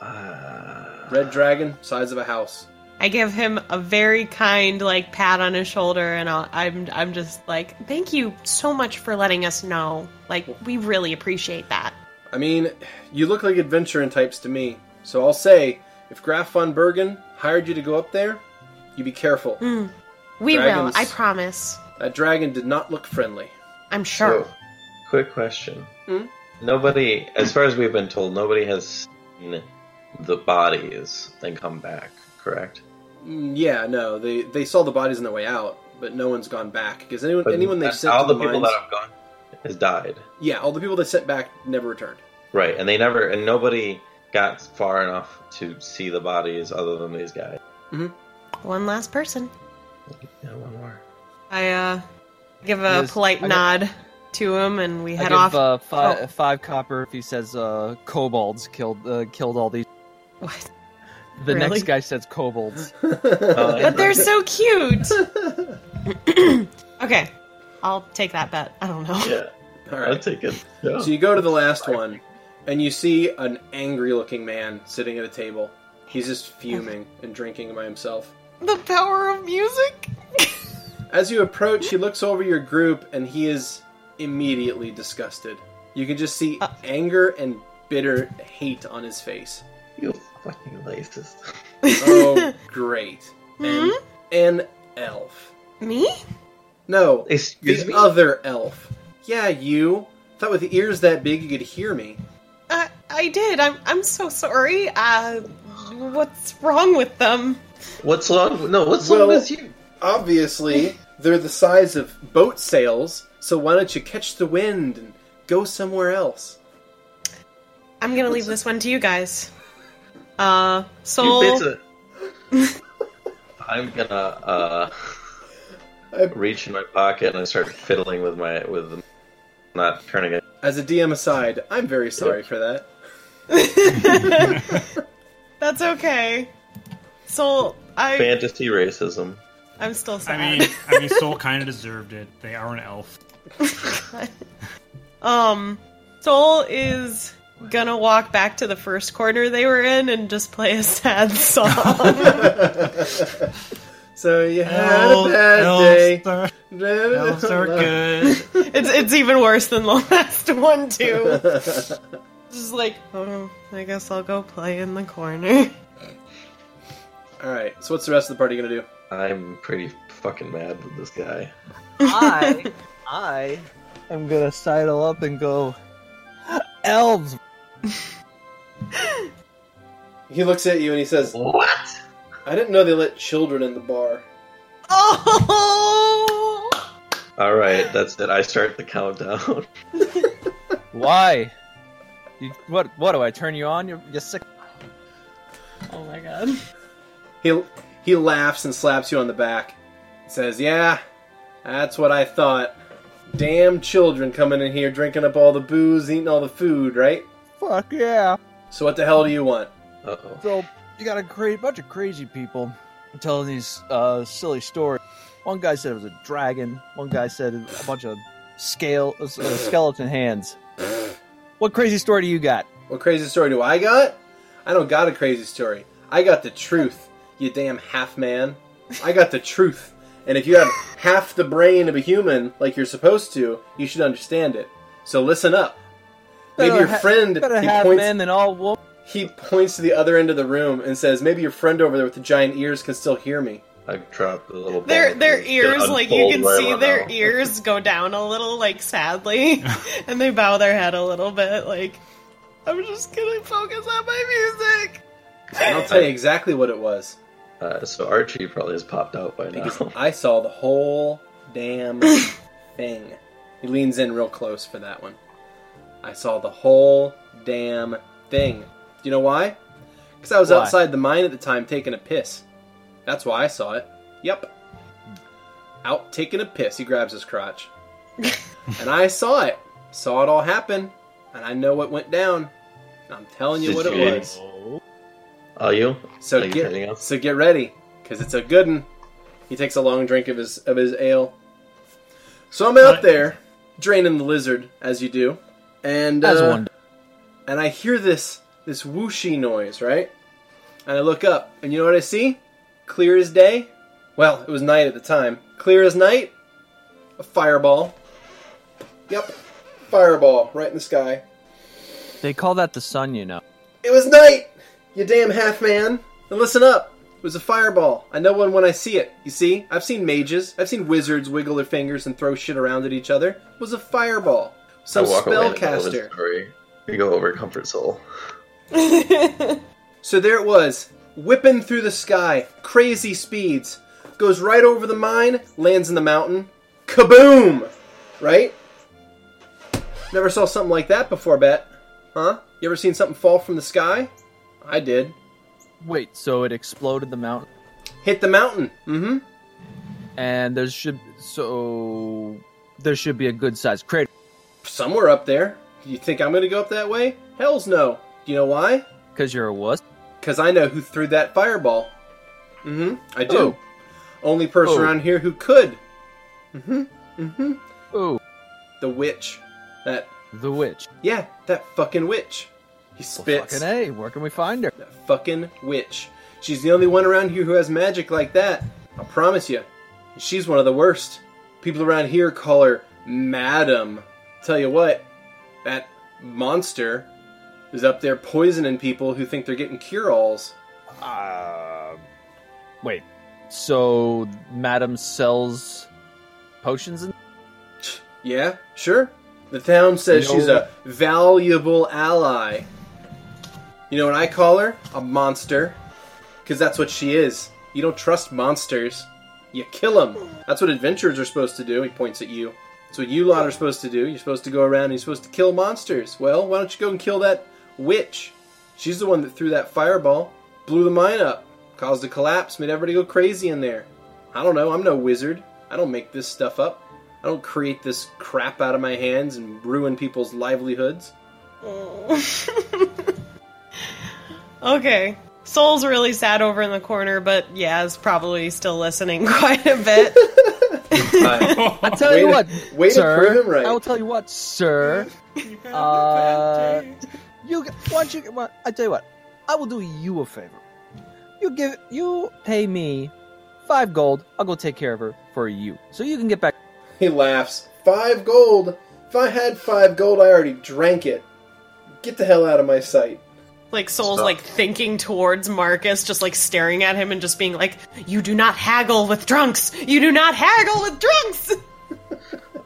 [SPEAKER 1] saw. Red dragon, size of a house.
[SPEAKER 3] I give him a very kind like pat on his shoulder, and I'll, I'm I'm just like, thank you so much for letting us know. Like, we really appreciate that.
[SPEAKER 1] I mean, you look like adventuring types to me. So I'll say, if Graf von Bergen hired you to go up there, you be careful.
[SPEAKER 3] Hmm. We
[SPEAKER 1] Dragons.
[SPEAKER 3] will. I promise.
[SPEAKER 1] That dragon did not look friendly.
[SPEAKER 3] I'm sure.
[SPEAKER 2] So, quick question. Nobody, as far as we've been told, nobody has seen the bodies and come back, correct?
[SPEAKER 1] Mm, Yeah, no, they they saw the bodies on their way out, but no one's gone back because anyone
[SPEAKER 2] But
[SPEAKER 1] anyone they sent
[SPEAKER 2] all
[SPEAKER 1] to
[SPEAKER 2] the people
[SPEAKER 1] mines-
[SPEAKER 2] that have gone has died,
[SPEAKER 1] yeah, all the people they sent back never returned.
[SPEAKER 2] right? And they never, and nobody got far enough to see the bodies other than these guys.
[SPEAKER 3] One last person.
[SPEAKER 2] Yeah, one more.
[SPEAKER 3] I uh, give a
[SPEAKER 4] Yes,
[SPEAKER 3] polite
[SPEAKER 4] I give-
[SPEAKER 3] nod to him, and we
[SPEAKER 4] I
[SPEAKER 3] head
[SPEAKER 4] give
[SPEAKER 3] off.
[SPEAKER 4] uh, fi-
[SPEAKER 3] Oh.
[SPEAKER 4] five copper if he says uh, kobolds killed uh, killed all these.
[SPEAKER 3] Oh. What?
[SPEAKER 4] The
[SPEAKER 3] Really?
[SPEAKER 4] next guy says kobolds.
[SPEAKER 2] Oh,
[SPEAKER 3] But they're so cute. okay, I'll take that bet. I don't know.
[SPEAKER 2] Yeah,
[SPEAKER 1] All
[SPEAKER 2] I'll
[SPEAKER 1] right.
[SPEAKER 2] take it. Yeah.
[SPEAKER 1] So you go to the last one, and you see an angry-looking man sitting at a table. He's just fuming and drinking by himself.
[SPEAKER 3] The power of music.
[SPEAKER 1] As you approach, he looks over your group and he is immediately disgusted. You can just see anger and bitter hate on his face.
[SPEAKER 2] You fucking racist.
[SPEAKER 1] Oh, great. And an elf.
[SPEAKER 3] Me?
[SPEAKER 1] No,
[SPEAKER 2] Excuse
[SPEAKER 1] the
[SPEAKER 2] me?
[SPEAKER 1] other elf. Yeah, you. Thought with ears that big you could hear me.
[SPEAKER 3] Uh, I did. I'm I'm so sorry. Uh, what's wrong with them?
[SPEAKER 2] What's wrong? No, what's wrong
[SPEAKER 1] Well-
[SPEAKER 2] with you?
[SPEAKER 1] Obviously, they're the size of boat sails, so why don't you catch the wind and go somewhere else?
[SPEAKER 3] I'm gonna leave this one to you guys. Uh,
[SPEAKER 2] You
[SPEAKER 3] soul.
[SPEAKER 2] bit it. I'm gonna uh,
[SPEAKER 1] I-
[SPEAKER 2] reach in my pocket and I start fiddling with my with not turning it.
[SPEAKER 1] As a DM aside, I'm very sorry for that.
[SPEAKER 3] That's okay. Soul. I
[SPEAKER 2] Fantasy racism.
[SPEAKER 3] I'm still
[SPEAKER 5] I
[SPEAKER 3] sad.
[SPEAKER 5] mean, I mean, Soul kind of deserved it. They are an elf.
[SPEAKER 3] Um, Soul is gonna walk back to the first corner they were in and just play a sad song.
[SPEAKER 1] So you had a bad
[SPEAKER 7] elves
[SPEAKER 1] day.
[SPEAKER 7] are, elves are good.
[SPEAKER 3] it's it's even worse than the last one too. Just like, oh, I guess I'll go play in the corner.
[SPEAKER 1] All right. So what's the rest of the party gonna do?
[SPEAKER 2] I'm pretty fucking mad with this guy.
[SPEAKER 4] I I am gonna sidle up and go elves.
[SPEAKER 1] He looks at you and he says,
[SPEAKER 2] What?
[SPEAKER 1] "I didn't know they let children in the bar."
[SPEAKER 3] Oh,
[SPEAKER 2] All right, that's it. I start the countdown.
[SPEAKER 4] Why? You, what what do I turn you on? You're, you're sick.
[SPEAKER 3] oh my god.
[SPEAKER 1] He he laughs and slaps you on the back. Says, "Yeah, that's what I thought. Damn children coming in here drinking up all the booze, eating all the food, right?
[SPEAKER 4] Fuck yeah.
[SPEAKER 1] So what the hell do you want?"
[SPEAKER 2] Uh oh.
[SPEAKER 4] So you got a great bunch of crazy people.
[SPEAKER 8] telling these uh, silly stories. One guy said it was a dragon. One guy said a bunch of scale uh, skeleton hands. What crazy story do you got?
[SPEAKER 1] What crazy story do I got? I don't got a crazy story. I got the truth, you damn half man. I got the truth. And if you have half the brain of a human, like you're supposed to, you should understand it. So listen up. Maybe
[SPEAKER 8] Better
[SPEAKER 1] your
[SPEAKER 8] ha-
[SPEAKER 1] friend
[SPEAKER 8] better
[SPEAKER 1] he
[SPEAKER 8] have
[SPEAKER 1] points
[SPEAKER 8] men than all women.
[SPEAKER 1] he points to the other end of the room and says, "Maybe your friend over there with the giant ears can still hear me."
[SPEAKER 2] I dropped a little.
[SPEAKER 3] Their
[SPEAKER 2] ball
[SPEAKER 3] their
[SPEAKER 2] and
[SPEAKER 3] ears,
[SPEAKER 2] it
[SPEAKER 3] like you
[SPEAKER 2] unfolded
[SPEAKER 3] can
[SPEAKER 2] right
[SPEAKER 3] see
[SPEAKER 2] around
[SPEAKER 3] their
[SPEAKER 2] now.
[SPEAKER 3] ears go down a little, like sadly, and they bow their head a little bit, like I'm just gonna focus on my music.
[SPEAKER 1] And I'll tell you exactly what it was.
[SPEAKER 2] Uh, so Archie probably has popped out by now.
[SPEAKER 1] Because I saw the whole damn thing. He leans in real close for that one. I saw the whole damn thing. Do you know why? Because I was
[SPEAKER 4] Why?
[SPEAKER 1] outside the mine at the time taking a piss. That's why I saw it. Yep. Out taking a piss, he grabs his crotch. and I saw it. Saw it all happen. And I know what went down. And I'm telling you
[SPEAKER 2] Did
[SPEAKER 1] what it
[SPEAKER 2] you-
[SPEAKER 1] was.
[SPEAKER 2] Are you?
[SPEAKER 1] So
[SPEAKER 2] Are you turning
[SPEAKER 1] get
[SPEAKER 2] us?
[SPEAKER 1] so get ready, because it's a good one. He takes a long drink of his of his ale. So I'm out
[SPEAKER 7] Right.
[SPEAKER 1] there draining the lizard as you do, and
[SPEAKER 8] As
[SPEAKER 1] uh,
[SPEAKER 8] one.
[SPEAKER 1] and I hear this this whooshy noise, right? And I look up, and you know what I see? Clear as day. Well, it was night at the time. Clear as night. A fireball. Yep, fireball right in the sky.
[SPEAKER 8] They call that the sun, you know.
[SPEAKER 1] It was night, you damn half man. And listen up. It was a fireball. I know one when I see it. You see? I've seen mages. I've seen wizards wiggle their fingers and throw shit around at each other. It was a fireball.
[SPEAKER 2] I
[SPEAKER 1] Some
[SPEAKER 2] walk away in the middle of the
[SPEAKER 1] spellcaster.
[SPEAKER 2] story. You go over comfort soul.
[SPEAKER 1] So there it was, whipping through the sky, crazy speeds. Goes right over the mine, lands in the mountain. Kaboom! Right? Never saw something like that before, Bet. Huh? You ever seen something fall from the sky? I did.
[SPEAKER 8] Wait, so it exploded the mountain,
[SPEAKER 1] Hit the mountain. Mm hmm.
[SPEAKER 8] and there should so there should be a good sized crater.
[SPEAKER 1] somewhere up there. You think I'm going to go up that way? Hell's no. You know why?
[SPEAKER 8] Because you're a wuss.
[SPEAKER 1] Because I know who threw that fireball. Mm hmm. I do.
[SPEAKER 8] Oh.
[SPEAKER 1] Only person
[SPEAKER 8] Oh.
[SPEAKER 1] around here who could.
[SPEAKER 8] Ooh,
[SPEAKER 1] The witch. That,
[SPEAKER 8] the witch.
[SPEAKER 1] yeah, that fucking witch. He
[SPEAKER 8] Well,
[SPEAKER 1] spits.
[SPEAKER 8] fucking a, where can we find her?
[SPEAKER 1] that fucking witch. She's the only one around here who has magic like that. I promise you. She's one of the worst. People around here call her Madam. Tell you what, that monster is up there poisoning people who think they're getting cure alls.
[SPEAKER 8] Uh, wait. So, Madam sells potions and
[SPEAKER 1] Yeah, sure. The town says
[SPEAKER 8] You know-
[SPEAKER 1] she's a valuable ally. You know what I call her? A monster. Because that's what she is. You don't trust monsters. You kill them. That's what adventurers are supposed to do. He points at you. That's what you lot are supposed to do. You're supposed to go around and you're supposed to kill monsters. Well, why don't you go and kill that witch? She's the one that threw that fireball, blew the mine up, caused a collapse, made everybody go crazy in there. I don't know. I'm no wizard. I don't make this stuff up. I don't create this crap out of my hands and ruin people's livelihoods.
[SPEAKER 3] okay. Soul's really sad over in the corner, but yeah, is probably still listening quite a bit.
[SPEAKER 8] I tell you
[SPEAKER 1] Way to-
[SPEAKER 8] what,
[SPEAKER 1] way to
[SPEAKER 8] sir.
[SPEAKER 1] prove him right.
[SPEAKER 8] I will tell you what, sir. uh, you g- why don't you? Why, I tell you what, I will do you a favor. You give you pay me five gold. I'll go take care of her for you, so you can get back.
[SPEAKER 1] He laughs. Five gold? If I had five gold, I already drank it. Get the hell out of my sight.
[SPEAKER 3] like Soul's like thinking towards Marcus, just like staring at him and just being like, "You do not haggle with drunks. You do not haggle with drunks."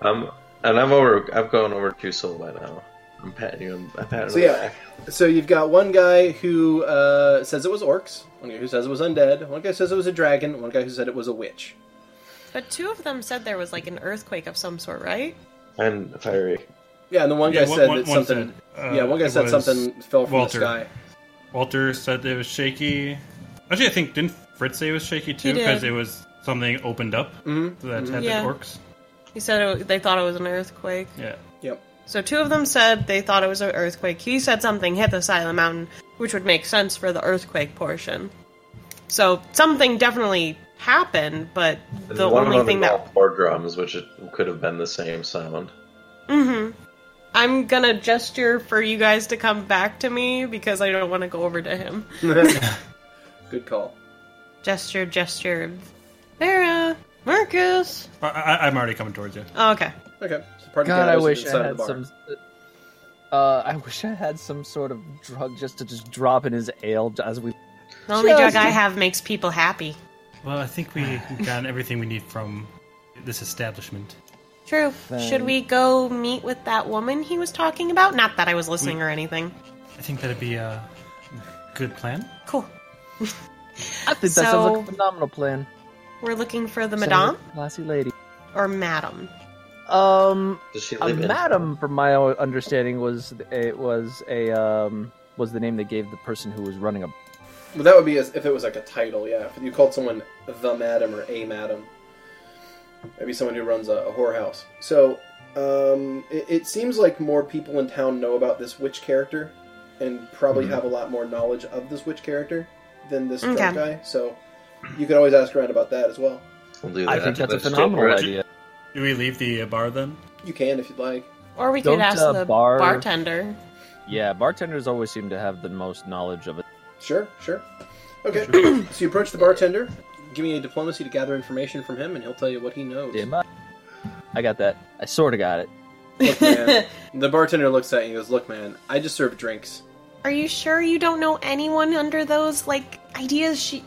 [SPEAKER 2] I'm and I'm over. I'm going over to soul by now. I'm patting you. I'm patting him
[SPEAKER 1] So yeah, so you've got one guy who uh, says it was orcs, one guy who says it was undead, one guy says it was a dragon, one guy who said it was a witch.
[SPEAKER 3] But two of them said there was like an earthquake of some sort, right?
[SPEAKER 2] and fiery.
[SPEAKER 1] Yeah, and the one
[SPEAKER 5] Yeah,
[SPEAKER 1] guy
[SPEAKER 5] one-
[SPEAKER 1] said
[SPEAKER 5] one-
[SPEAKER 1] that
[SPEAKER 5] one
[SPEAKER 1] something.
[SPEAKER 5] said, uh,
[SPEAKER 1] yeah, one guy
[SPEAKER 5] it
[SPEAKER 1] said
[SPEAKER 5] was
[SPEAKER 1] something fell from
[SPEAKER 5] Walter.
[SPEAKER 1] the sky.
[SPEAKER 5] Walter said it was shaky. Actually, I think didn't Fritz say it was shaky too
[SPEAKER 3] did.
[SPEAKER 5] because it was something opened up
[SPEAKER 1] Mm-hmm.
[SPEAKER 5] that had
[SPEAKER 3] Yeah.
[SPEAKER 5] the orcs.
[SPEAKER 3] He said it, they thought it was an earthquake.
[SPEAKER 5] Yeah,
[SPEAKER 1] Yep.
[SPEAKER 3] So two of them said they thought it was an earthquake. He said something hit the side of the mountain, which would make sense for the earthquake portion. So something definitely happened, but
[SPEAKER 2] And
[SPEAKER 3] the
[SPEAKER 2] one of
[SPEAKER 3] only
[SPEAKER 2] them
[SPEAKER 3] thing that
[SPEAKER 2] involved four drums, which it could have been the same sound.
[SPEAKER 3] I'm gonna gesture for you guys to come back to me because I don't want to go over to him.
[SPEAKER 1] Good call.
[SPEAKER 3] Gesture, gesture. Vera, Marcus.
[SPEAKER 5] I, I, I'm already coming towards you.
[SPEAKER 3] Oh, okay.
[SPEAKER 1] Okay. So the party
[SPEAKER 8] God, I
[SPEAKER 1] gathers
[SPEAKER 8] wish
[SPEAKER 1] inside
[SPEAKER 8] I
[SPEAKER 1] of
[SPEAKER 8] had
[SPEAKER 1] the bar.
[SPEAKER 8] some. Uh, I wish I had some sort of drug just to just drop in his ale as we.
[SPEAKER 3] The only
[SPEAKER 8] Just-
[SPEAKER 3] drug I have makes people happy.
[SPEAKER 5] Well, I think we got everything we need from this establishment.
[SPEAKER 3] True. Should we go meet with that woman he was talking about? Not that I was listening or anything.
[SPEAKER 5] I think that'd be a good plan.
[SPEAKER 3] Cool.
[SPEAKER 8] I think that sounds like
[SPEAKER 3] So-
[SPEAKER 8] a phenomenal plan.
[SPEAKER 3] We're looking for the
[SPEAKER 8] Sounds
[SPEAKER 3] madame
[SPEAKER 8] like a classy lady.
[SPEAKER 3] or madam.
[SPEAKER 8] Um,
[SPEAKER 2] Does she
[SPEAKER 8] a
[SPEAKER 2] live in?
[SPEAKER 8] madam, from my o- understanding, was a was a um was the name they gave the person who was running a.
[SPEAKER 1] Well, that would be as if it was like a title, yeah. If you called someone the madam or a madam, maybe someone who runs a, a whorehouse. So um, it, it seems like more people in town know about this witch character, and probably have a lot more knowledge of this witch character than this drug
[SPEAKER 3] Okay.
[SPEAKER 1] guy. So you could always ask around about that as well.
[SPEAKER 2] We'll do
[SPEAKER 8] I
[SPEAKER 2] that.
[SPEAKER 8] think that's a
[SPEAKER 2] Let's do
[SPEAKER 8] phenomenal
[SPEAKER 2] it.
[SPEAKER 8] idea.
[SPEAKER 5] Do we leave the uh, bar then?
[SPEAKER 1] You can if you'd like.
[SPEAKER 3] Or we
[SPEAKER 8] Don't,
[SPEAKER 3] could ask
[SPEAKER 8] uh,
[SPEAKER 3] the
[SPEAKER 8] bar-
[SPEAKER 3] bartender.
[SPEAKER 4] Yeah, bartenders always seem to have the most knowledge of it.
[SPEAKER 1] Sure, sure. Okay. so you approach the bartender. Give me a diplomacy to gather information from him, and he'll tell you what he knows.
[SPEAKER 4] Damn I- I got that. I sort of got it.
[SPEAKER 1] Look, man, the bartender looks at you and goes, "Look, man, I just serve drinks."
[SPEAKER 3] Are you sure you don't know anyone under those like ideas? She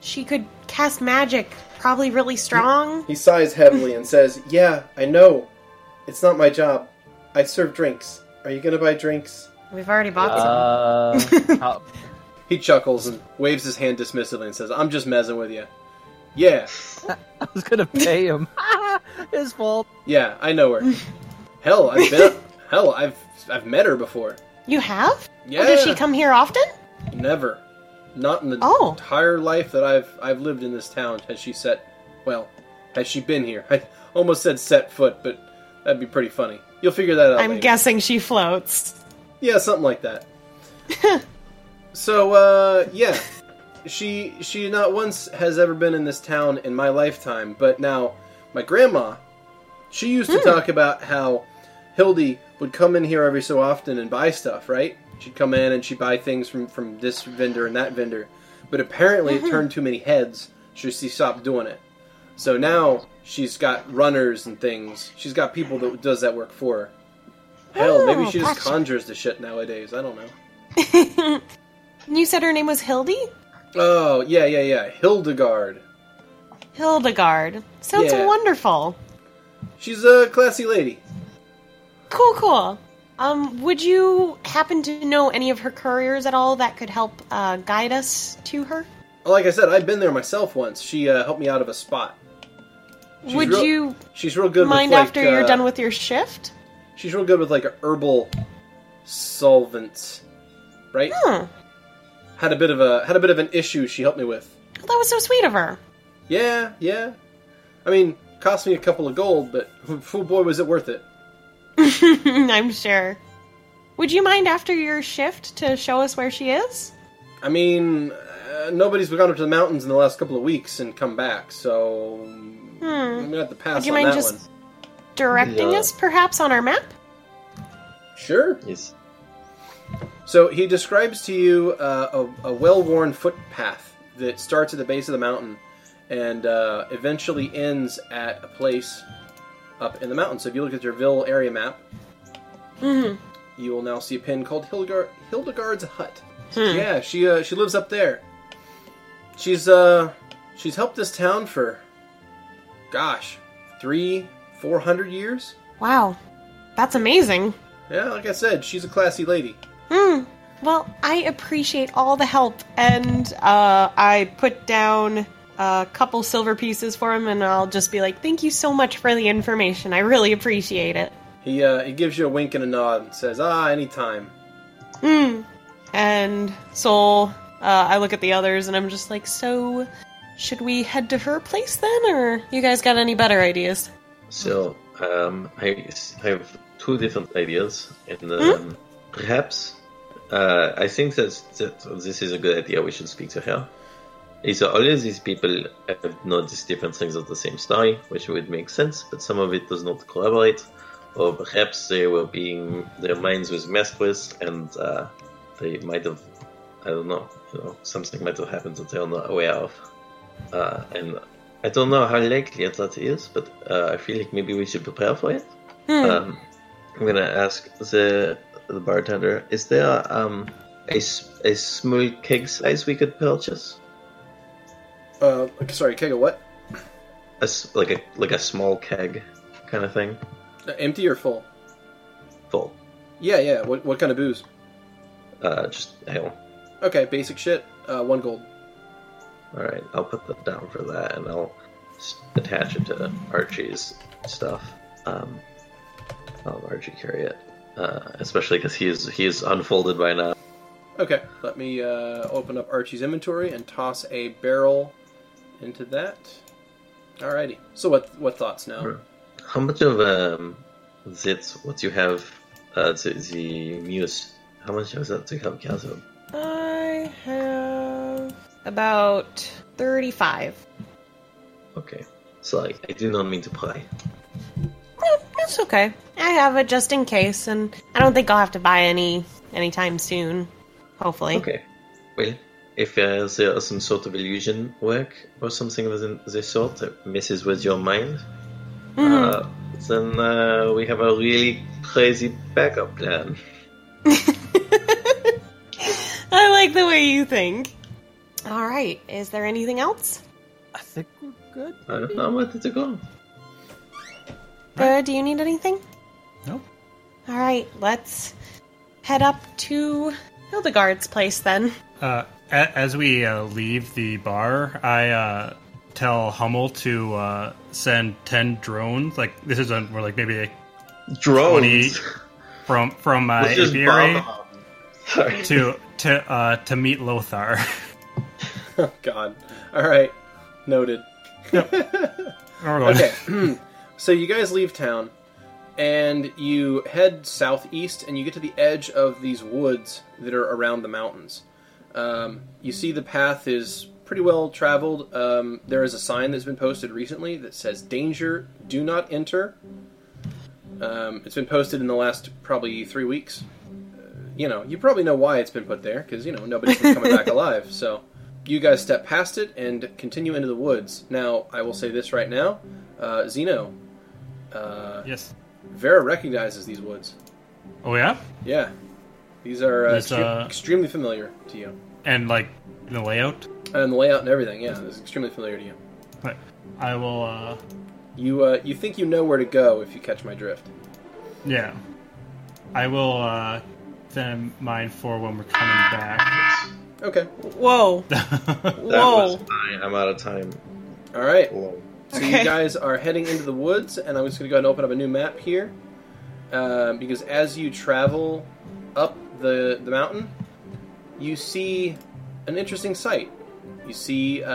[SPEAKER 3] she could cast magic, probably really strong.
[SPEAKER 1] He sighs heavily and says, "Yeah, I know. It's not my job. I serve drinks. Are you gonna buy drinks?"
[SPEAKER 3] We've already bought some.
[SPEAKER 4] Uh, how-
[SPEAKER 1] He chuckles and waves his hand dismissively and says, "I'm just messing with you." Yeah,
[SPEAKER 8] I was gonna pay him. his fault.
[SPEAKER 1] yeah, I know her. hell, I've been, hell, I've I've met her before.
[SPEAKER 3] You have?
[SPEAKER 1] Yeah,
[SPEAKER 3] Or does she come here often?
[SPEAKER 1] Never, not in the
[SPEAKER 3] Oh.
[SPEAKER 1] entire life that I've I've lived in this town has she set. Well, has she been here? I almost said set foot, but that'd be pretty funny. You'll figure that out.
[SPEAKER 3] I'm
[SPEAKER 1] later.
[SPEAKER 3] guessing she floats.
[SPEAKER 1] Yeah, something like that. so, uh, yeah, she she not once has ever been in this town in my lifetime, but now my grandma, she used
[SPEAKER 3] Hmm.
[SPEAKER 1] to talk about how Hildy would come in here every so often and buy stuff. Right? She'd come in and she'd buy things from from this vendor and that vendor, but apparently
[SPEAKER 3] Mm-hmm.
[SPEAKER 1] it turned too many heads, so she stopped doing it. So now she's got runners and things. She's got people that does that work for her. Hell, maybe
[SPEAKER 3] Oh,
[SPEAKER 1] she just
[SPEAKER 3] gotcha.
[SPEAKER 1] conjures the shit nowadays. I don't know.
[SPEAKER 3] You said her name was Hildy?
[SPEAKER 1] Oh yeah, yeah, yeah. Hildegard.
[SPEAKER 3] Hildegard. Sounds
[SPEAKER 1] Yeah.
[SPEAKER 3] wonderful.
[SPEAKER 1] She's a classy lady.
[SPEAKER 3] Cool, cool. Um, would you happen to know any of her couriers at all that could help uh, guide us to her?
[SPEAKER 1] Like I said, I've been there myself once. She uh, helped me out of a spot. She's
[SPEAKER 3] would
[SPEAKER 1] real-
[SPEAKER 3] you
[SPEAKER 1] She's real good.
[SPEAKER 3] mind
[SPEAKER 1] with, like,
[SPEAKER 3] after you're
[SPEAKER 1] uh,
[SPEAKER 3] done with your shift?
[SPEAKER 1] She's real good with like herbal solvents, right?
[SPEAKER 3] Hmm.
[SPEAKER 1] Had a bit of a had a bit of an issue. She helped me with.
[SPEAKER 3] That was so sweet of her.
[SPEAKER 1] Yeah, yeah. I mean, cost me a couple of gold, but fool boy, was it worth it?
[SPEAKER 3] I'm sure. Would you mind after your shift to show us where she is?
[SPEAKER 1] I mean, uh, nobody's gone up to the mountains in the last couple of weeks and come back, so I'm gonna have to pass
[SPEAKER 3] Hmm. Would you
[SPEAKER 1] on
[SPEAKER 3] mind
[SPEAKER 1] that
[SPEAKER 3] just
[SPEAKER 1] one.
[SPEAKER 3] directing
[SPEAKER 2] Yeah.
[SPEAKER 3] us perhaps on our map?
[SPEAKER 1] Sure.
[SPEAKER 2] Yes.
[SPEAKER 1] So he describes to you uh, a, a well-worn footpath that starts at the base of the mountain and uh, eventually ends at a place up in the mountain. So if you look at your Ville area map, you will now see a pin called Hildegard, Hildegard's Hut. Yeah, she uh, she lives up there. She's uh she's helped this town for gosh three four hundred years.
[SPEAKER 3] Wow. That's amazing.
[SPEAKER 1] Yeah, like I said, she's a classy lady.
[SPEAKER 3] Hmm. Well, I appreciate all the help, and uh, I put down a couple silver pieces for him, and I'll just be like, "Thank you so much for the information. I really appreciate it."
[SPEAKER 1] He uh, he gives you a wink and a nod and says, "Ah, anytime."
[SPEAKER 3] Mm. And Soul, uh, I look at the others, and I'm just like, "So, should we head to her place then, or you guys got any better ideas?"
[SPEAKER 2] So um, I s- have two different ideas, and um, perhaps uh, I think that that this is a good idea. We should speak to her. He said all of these people have noticed different things of the same story, which would make sense, but some of it does not correlate, or perhaps they were being their minds was messed with, and uh, they might have, I don't know, you know, something might have happened that they are not aware of, uh, and I don't know how likely that is, but uh, I feel like maybe we should prepare for it. Um, I'm gonna ask the the bartender: Is there um, a s- a small keg size we could purchase?
[SPEAKER 1] Uh, sorry, keg of what?
[SPEAKER 2] A s like a like a small keg kind of thing,
[SPEAKER 1] Uh, empty or full?
[SPEAKER 2] full,
[SPEAKER 1] Yeah, yeah. What, what kind of booze?
[SPEAKER 2] uh, just ale.
[SPEAKER 1] Okay, basic shit. Uh, one gold.
[SPEAKER 2] All right, I'll put that down for that, and I'll s- attach it to Archie's stuff. Um, I'll have Archie carry it, uh, especially because he is he is unfolded by now.
[SPEAKER 1] Okay, let me uh, open up Archie's inventory and toss a barrel into that. Alrighty. So what what thoughts now?
[SPEAKER 2] Sure. Um, How much of um, that what you have uh, the, the muse? How much of that do you have, Kazo?
[SPEAKER 3] I have about 35.
[SPEAKER 2] Okay, sorry, I do not mean to pry.
[SPEAKER 3] Eh, That's okay. I have it just in case, and I don't think I'll have to buy any anytime soon. Hopefully.
[SPEAKER 2] Okay, well, if uh, there is some sort of illusion work or something of this sort that messes with your mind, uh, then uh, we have a really crazy backup plan.
[SPEAKER 3] I like the way you think. All right. Is there anything else?
[SPEAKER 8] I think we're good.
[SPEAKER 2] I don't know where to go.
[SPEAKER 3] Uh, do you need anything?
[SPEAKER 7] Nope.
[SPEAKER 3] All right. Let's head up to Hildegard's place then.
[SPEAKER 5] Uh, a- as we uh, leave the bar, I uh, tell Hummel to uh, send ten drones. Like this is on, we're like maybe like,
[SPEAKER 2] Drones.
[SPEAKER 5] from from my
[SPEAKER 2] Let's just
[SPEAKER 5] aviary
[SPEAKER 2] bomb 'em. Sorry.
[SPEAKER 5] to to uh, to meet Lothar.
[SPEAKER 1] Oh, God. Alright. Noted.
[SPEAKER 5] We're going-
[SPEAKER 1] Okay. hmm. so you guys leave town and you head southeast and you get to the edge of these woods that are around the mountains. Um, you see the path is pretty well traveled. Um, there is a sign that's been posted recently that says "Danger, do not enter." Um, it's been posted in the last probably three weeks. Uh, you know, you probably know why it's been put there because you know nobody's been coming back alive. So you guys step past it and continue into the woods. Now, I will say this right now, uh, Zeno. Uh,
[SPEAKER 5] Yes.
[SPEAKER 1] Vera recognizes these woods.
[SPEAKER 5] Oh yeah.
[SPEAKER 1] Yeah, these are uh,
[SPEAKER 5] This,
[SPEAKER 1] extre-
[SPEAKER 5] uh,
[SPEAKER 1] extremely familiar to you,
[SPEAKER 5] And like the layout,
[SPEAKER 1] and the layout and everything. Yeah, is extremely familiar to you.
[SPEAKER 5] but I will. Uh,
[SPEAKER 1] You uh, you think you know where to go if you catch my drift.
[SPEAKER 5] yeah. I will uh, send mine for when we're coming back.
[SPEAKER 1] Okay,
[SPEAKER 3] Whoa.
[SPEAKER 2] That was
[SPEAKER 3] Whoa.
[SPEAKER 2] fine. I'm out of time.
[SPEAKER 1] all right.
[SPEAKER 2] Lol.
[SPEAKER 1] So you
[SPEAKER 3] Okay.
[SPEAKER 1] guys are heading into the woods, and I'm just going to go ahead and open up a new map here, uh, because as you travel up the the mountain, you see an interesting sight. You see uh,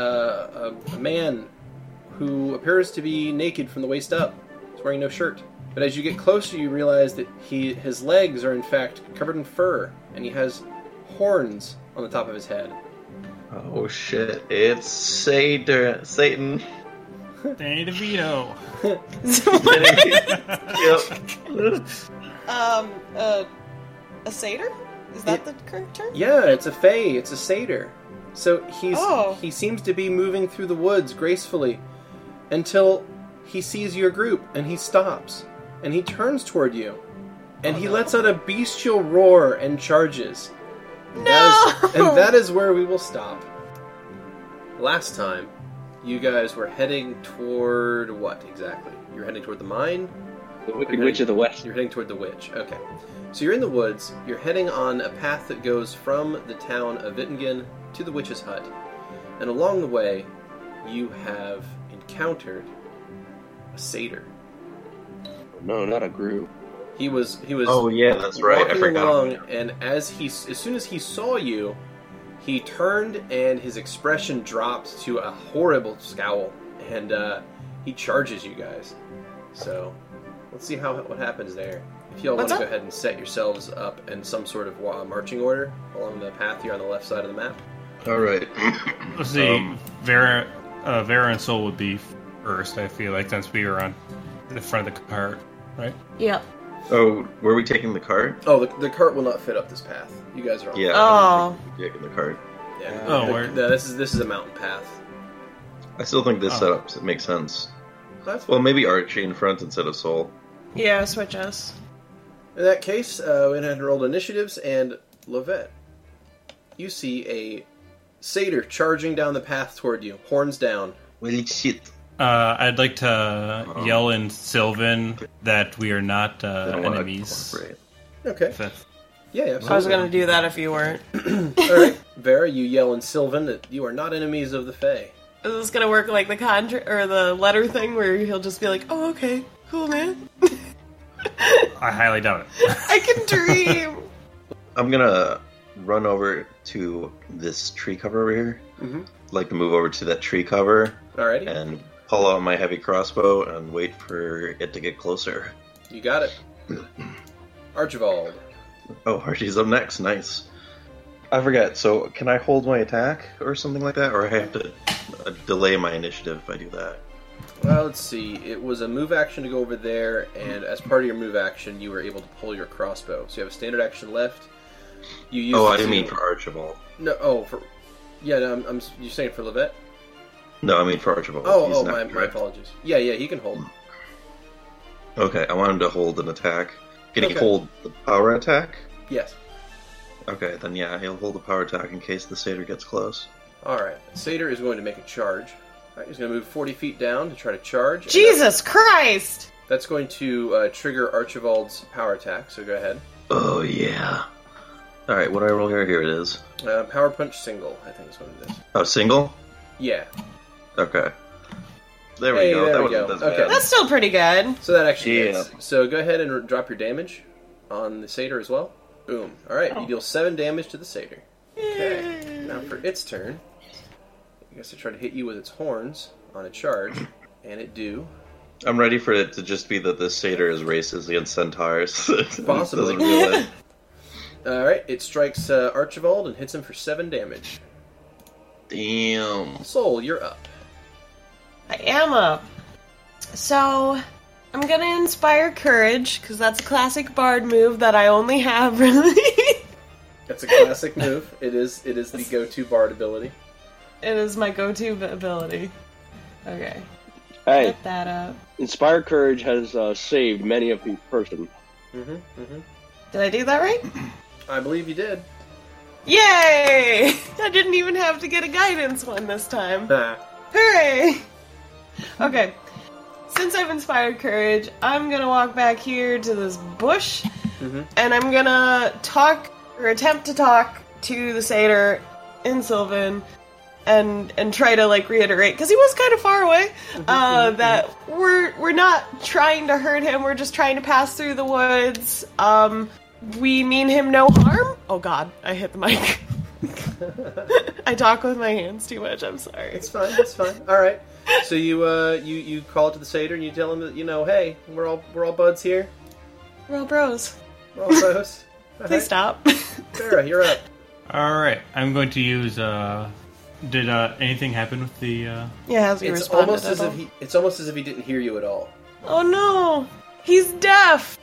[SPEAKER 1] a, a man who appears to be naked from the waist up. He's wearing no shirt. But as you get closer, you realize that he his legs are in fact covered in fur, and he has horns on the top of his head.
[SPEAKER 2] Oh shit! It's Satan. Satan.
[SPEAKER 5] Danny DeVito.
[SPEAKER 2] yep.
[SPEAKER 3] um, uh, a satyr? Is that the correct term?
[SPEAKER 1] Yeah, it's a fae. It's a satyr. So he's
[SPEAKER 3] Oh.
[SPEAKER 1] he seems to be moving through the woods gracefully until he sees your group and he stops and he turns toward you and he lets out a bestial roar and charges. No!
[SPEAKER 3] No!
[SPEAKER 1] and that is where we will stop. Last time, you guys were heading toward what exactly? You're heading toward the mine.
[SPEAKER 9] The Wicked Witch of the West.
[SPEAKER 1] You're heading toward the witch. Okay. So you're in the woods. You're heading on a path that goes from the town of Wittingen to the witch's hut. And along the way, you have encountered a satyr.
[SPEAKER 9] No, not a Gru.
[SPEAKER 1] He was he was
[SPEAKER 2] Oh yeah, that's right. I
[SPEAKER 1] walking
[SPEAKER 2] forgot.
[SPEAKER 1] along, and as he as soon as he saw you, he turned and his expression dropped to a horrible scowl, and uh, he charges you guys. So let's see how what happens there. If y'all want
[SPEAKER 3] What's
[SPEAKER 1] to go
[SPEAKER 3] up?
[SPEAKER 1] ahead and set yourselves up in some sort of uh, marching order along the path here on the left side of the map,
[SPEAKER 2] All right.
[SPEAKER 5] Let's see.
[SPEAKER 2] Um,
[SPEAKER 5] Vera, uh, Vera and Soul would be first. I feel like since we were on the front of the cart, right?
[SPEAKER 3] Yep.
[SPEAKER 2] Oh, were we taking the cart?
[SPEAKER 1] Oh, the, the cart will not fit up this path. You guys are on.
[SPEAKER 2] Yeah.
[SPEAKER 3] Oh.
[SPEAKER 2] Yeah, in the cart.
[SPEAKER 1] yeah.
[SPEAKER 5] Oh,
[SPEAKER 1] The-
[SPEAKER 5] where-
[SPEAKER 1] the- this is this is a mountain path.
[SPEAKER 2] I still think this
[SPEAKER 5] Oh.
[SPEAKER 2] setup makes sense.
[SPEAKER 1] That's
[SPEAKER 2] Well, maybe Archie in front instead of Soul.
[SPEAKER 3] Yeah, switch us.
[SPEAKER 1] In that case, uh, we had rolled initiatives and Levette. You see a satyr charging down the path toward you, horns down.
[SPEAKER 2] Well, shit.
[SPEAKER 5] Uh, I'd like to yell in Sylvan that we are not uh, enemies.
[SPEAKER 1] Okay.
[SPEAKER 5] If that's-
[SPEAKER 1] Yeah, yeah.
[SPEAKER 3] I was
[SPEAKER 1] Absolutely.
[SPEAKER 3] gonna do that if you weren't.
[SPEAKER 1] All right, Vera, you yell in Sylvan that you are not enemies of the Fae.
[SPEAKER 3] Is this gonna work like the contra- or the letter thing where he'll just be like, "Oh, okay, cool, man.
[SPEAKER 5] I highly doubt it.
[SPEAKER 3] I can dream."
[SPEAKER 2] I'm gonna run over to this tree cover over here.
[SPEAKER 1] Mhm.
[SPEAKER 2] Like to move over to that tree cover
[SPEAKER 1] Alrighty,
[SPEAKER 2] and pull out my heavy crossbow and wait for it to get closer.
[SPEAKER 1] you got it. Archibald.
[SPEAKER 2] Oh, Archie's up next. Nice. I forget. So, can I hold my attack or something like that, or I have to uh, delay my initiative if I do that?
[SPEAKER 1] Well, let's see. It was a move action to go over there, and as part of your move action, you were able to pull your crossbow. So you have a standard action left. You use
[SPEAKER 2] oh,
[SPEAKER 1] the
[SPEAKER 2] I didn't
[SPEAKER 1] two-
[SPEAKER 2] mean for Archibald.
[SPEAKER 1] no. Oh, for yeah. No, I'm, I'm. You're saying for Levette?
[SPEAKER 2] No, I mean for Archibald.
[SPEAKER 1] Oh,
[SPEAKER 2] He's
[SPEAKER 1] oh,
[SPEAKER 2] not
[SPEAKER 1] my, my
[SPEAKER 2] correct.
[SPEAKER 1] apologies. Yeah, yeah. He can hold.
[SPEAKER 2] Okay, I want him to hold an attack. Can he
[SPEAKER 1] Okay.
[SPEAKER 2] hold the power attack?
[SPEAKER 1] Yes.
[SPEAKER 2] Okay, then yeah, he'll hold the power attack in case the satyr gets close.
[SPEAKER 1] All right. Seder is going to make a charge. All right, he's going to move 40 feet down to try to charge. and
[SPEAKER 3] Jesus Christ!
[SPEAKER 1] that- That's going to uh, trigger Archibald's power attack. So go ahead.
[SPEAKER 2] Oh yeah. All right, what do I roll here? Here it is.
[SPEAKER 1] Uh, power punch single. I think is what it is.
[SPEAKER 2] Oh, single.
[SPEAKER 1] Yeah.
[SPEAKER 2] Okay. There we
[SPEAKER 1] Hey,
[SPEAKER 2] go.
[SPEAKER 1] there
[SPEAKER 2] that
[SPEAKER 1] we
[SPEAKER 2] wasn't
[SPEAKER 1] go.
[SPEAKER 2] as
[SPEAKER 1] Okay.
[SPEAKER 2] bad.
[SPEAKER 3] That's still pretty good.
[SPEAKER 1] So that actually
[SPEAKER 2] Yeah.
[SPEAKER 1] hits. So go ahead and r- drop your damage on the satyr as well. Boom. All right, you deal seven damage to the satyr. Okay. Now for its turn, I guess I try to hit you with its horns on a charge, and it do.
[SPEAKER 2] I'm ready for it to just be that this satyr is racist against centaurs. It
[SPEAKER 1] Possibly.
[SPEAKER 2] doesn't realize-
[SPEAKER 1] All right, it strikes uh, Archibald and hits him for seven damage.
[SPEAKER 2] Damn.
[SPEAKER 1] Soul, you're up.
[SPEAKER 3] I am up. So, I'm gonna inspire courage because that's a classic bard move that I only have really.
[SPEAKER 1] That's a classic move. It is. It is the go-to bard ability.
[SPEAKER 3] it is my go-to b- ability. Okay,
[SPEAKER 9] Hey,
[SPEAKER 3] get that up.
[SPEAKER 9] Inspire Courage has uh, saved many a pe- person.
[SPEAKER 1] Mm-hmm. Mm-hmm.
[SPEAKER 3] Did I do that right?
[SPEAKER 1] I believe you did.
[SPEAKER 3] Yay! I didn't even have to get a guidance one this time.
[SPEAKER 1] Ah,
[SPEAKER 3] Hooray! Okay. Since I've inspired courage, I'm gonna walk back here to this bush,
[SPEAKER 1] Mhm.
[SPEAKER 3] and I'm gonna talk or attempt to talk to the satyr in Sylvan, and and try to like reiterate because he was kind of far away uh, that we're we're not trying to hurt him. We're just trying to pass through the woods. Um, we mean him no harm. Oh God, I hit the mic. I talk with my hands too much. I'm sorry.
[SPEAKER 1] it's fine. It's fine. All right. So you uh you you call to the satyr and you tell him that you know hey we're all we're all buds here.
[SPEAKER 3] Well, bros,
[SPEAKER 1] We're all bros. All
[SPEAKER 3] please
[SPEAKER 1] right.
[SPEAKER 3] stop.
[SPEAKER 1] Sarah, you're up.
[SPEAKER 5] All right, I'm going to use. Uh, did uh, anything happen with the? Uh...
[SPEAKER 3] yeah, has he
[SPEAKER 1] It's
[SPEAKER 3] responded
[SPEAKER 1] almost
[SPEAKER 3] at
[SPEAKER 1] as
[SPEAKER 3] all?
[SPEAKER 1] if he it's almost as if he didn't hear you at all.
[SPEAKER 3] Oh no, he's deaf.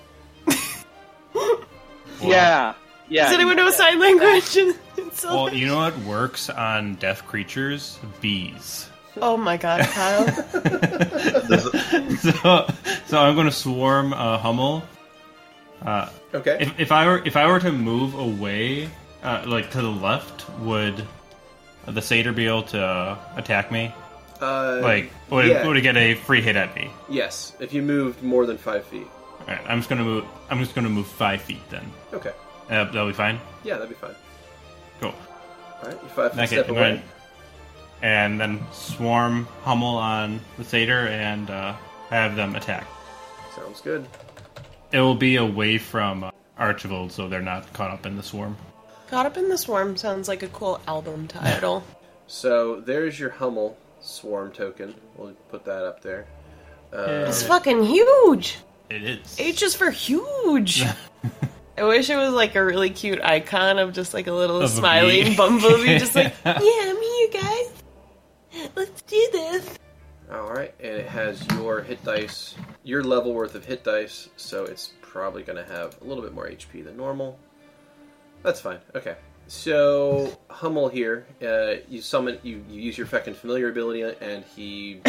[SPEAKER 9] Yeah, yeah.
[SPEAKER 3] Does anyone know sign language? in- in
[SPEAKER 5] Well,
[SPEAKER 3] Sylvan?
[SPEAKER 5] you know what works on deaf creatures? Bees.
[SPEAKER 3] Oh my god, Kyle.
[SPEAKER 5] so, so I'm going to swarm uh, Hummel. Uh,
[SPEAKER 1] Okay.
[SPEAKER 5] if, if I were if I were to move away, uh, like to the left, would the satyr be able to uh, attack me?
[SPEAKER 1] uh,
[SPEAKER 5] Like, would,
[SPEAKER 1] yeah.
[SPEAKER 5] would it get a free hit at me?
[SPEAKER 1] yes, if you moved more than five feet.
[SPEAKER 5] All right, I'm just gonna move. I'm just gonna move five feet then.
[SPEAKER 1] Okay.
[SPEAKER 5] Uh, that'll be fine.
[SPEAKER 1] Yeah, that'd be fine.
[SPEAKER 5] Cool.
[SPEAKER 1] All right, you five feet
[SPEAKER 5] Okay,
[SPEAKER 1] step
[SPEAKER 5] I'm
[SPEAKER 1] away.
[SPEAKER 5] going and then swarm Hummel on the satyr and uh, have them attack.
[SPEAKER 1] Sounds good.
[SPEAKER 5] It will be away from uh, Archibald, so they're not caught up in the swarm.
[SPEAKER 3] Caught up in the swarm sounds like a cool album title.
[SPEAKER 1] So there's your Hummel swarm token. We'll put that up there.
[SPEAKER 3] It's fucking huge.
[SPEAKER 5] It is.
[SPEAKER 3] H is for huge. I wish it was like a really cute icon of just like a little
[SPEAKER 5] Of a
[SPEAKER 3] smiling
[SPEAKER 5] bee.
[SPEAKER 3] bumblebee, just like, yeah, I'm here, guys. Let's do this.
[SPEAKER 1] All right, and it has your hit dice, your level worth of hit dice, so it's probably going to have a little bit more HP than normal. That's fine. Okay. So Hummel here, uh, you summon, you, you use your feckin' familiar ability, and he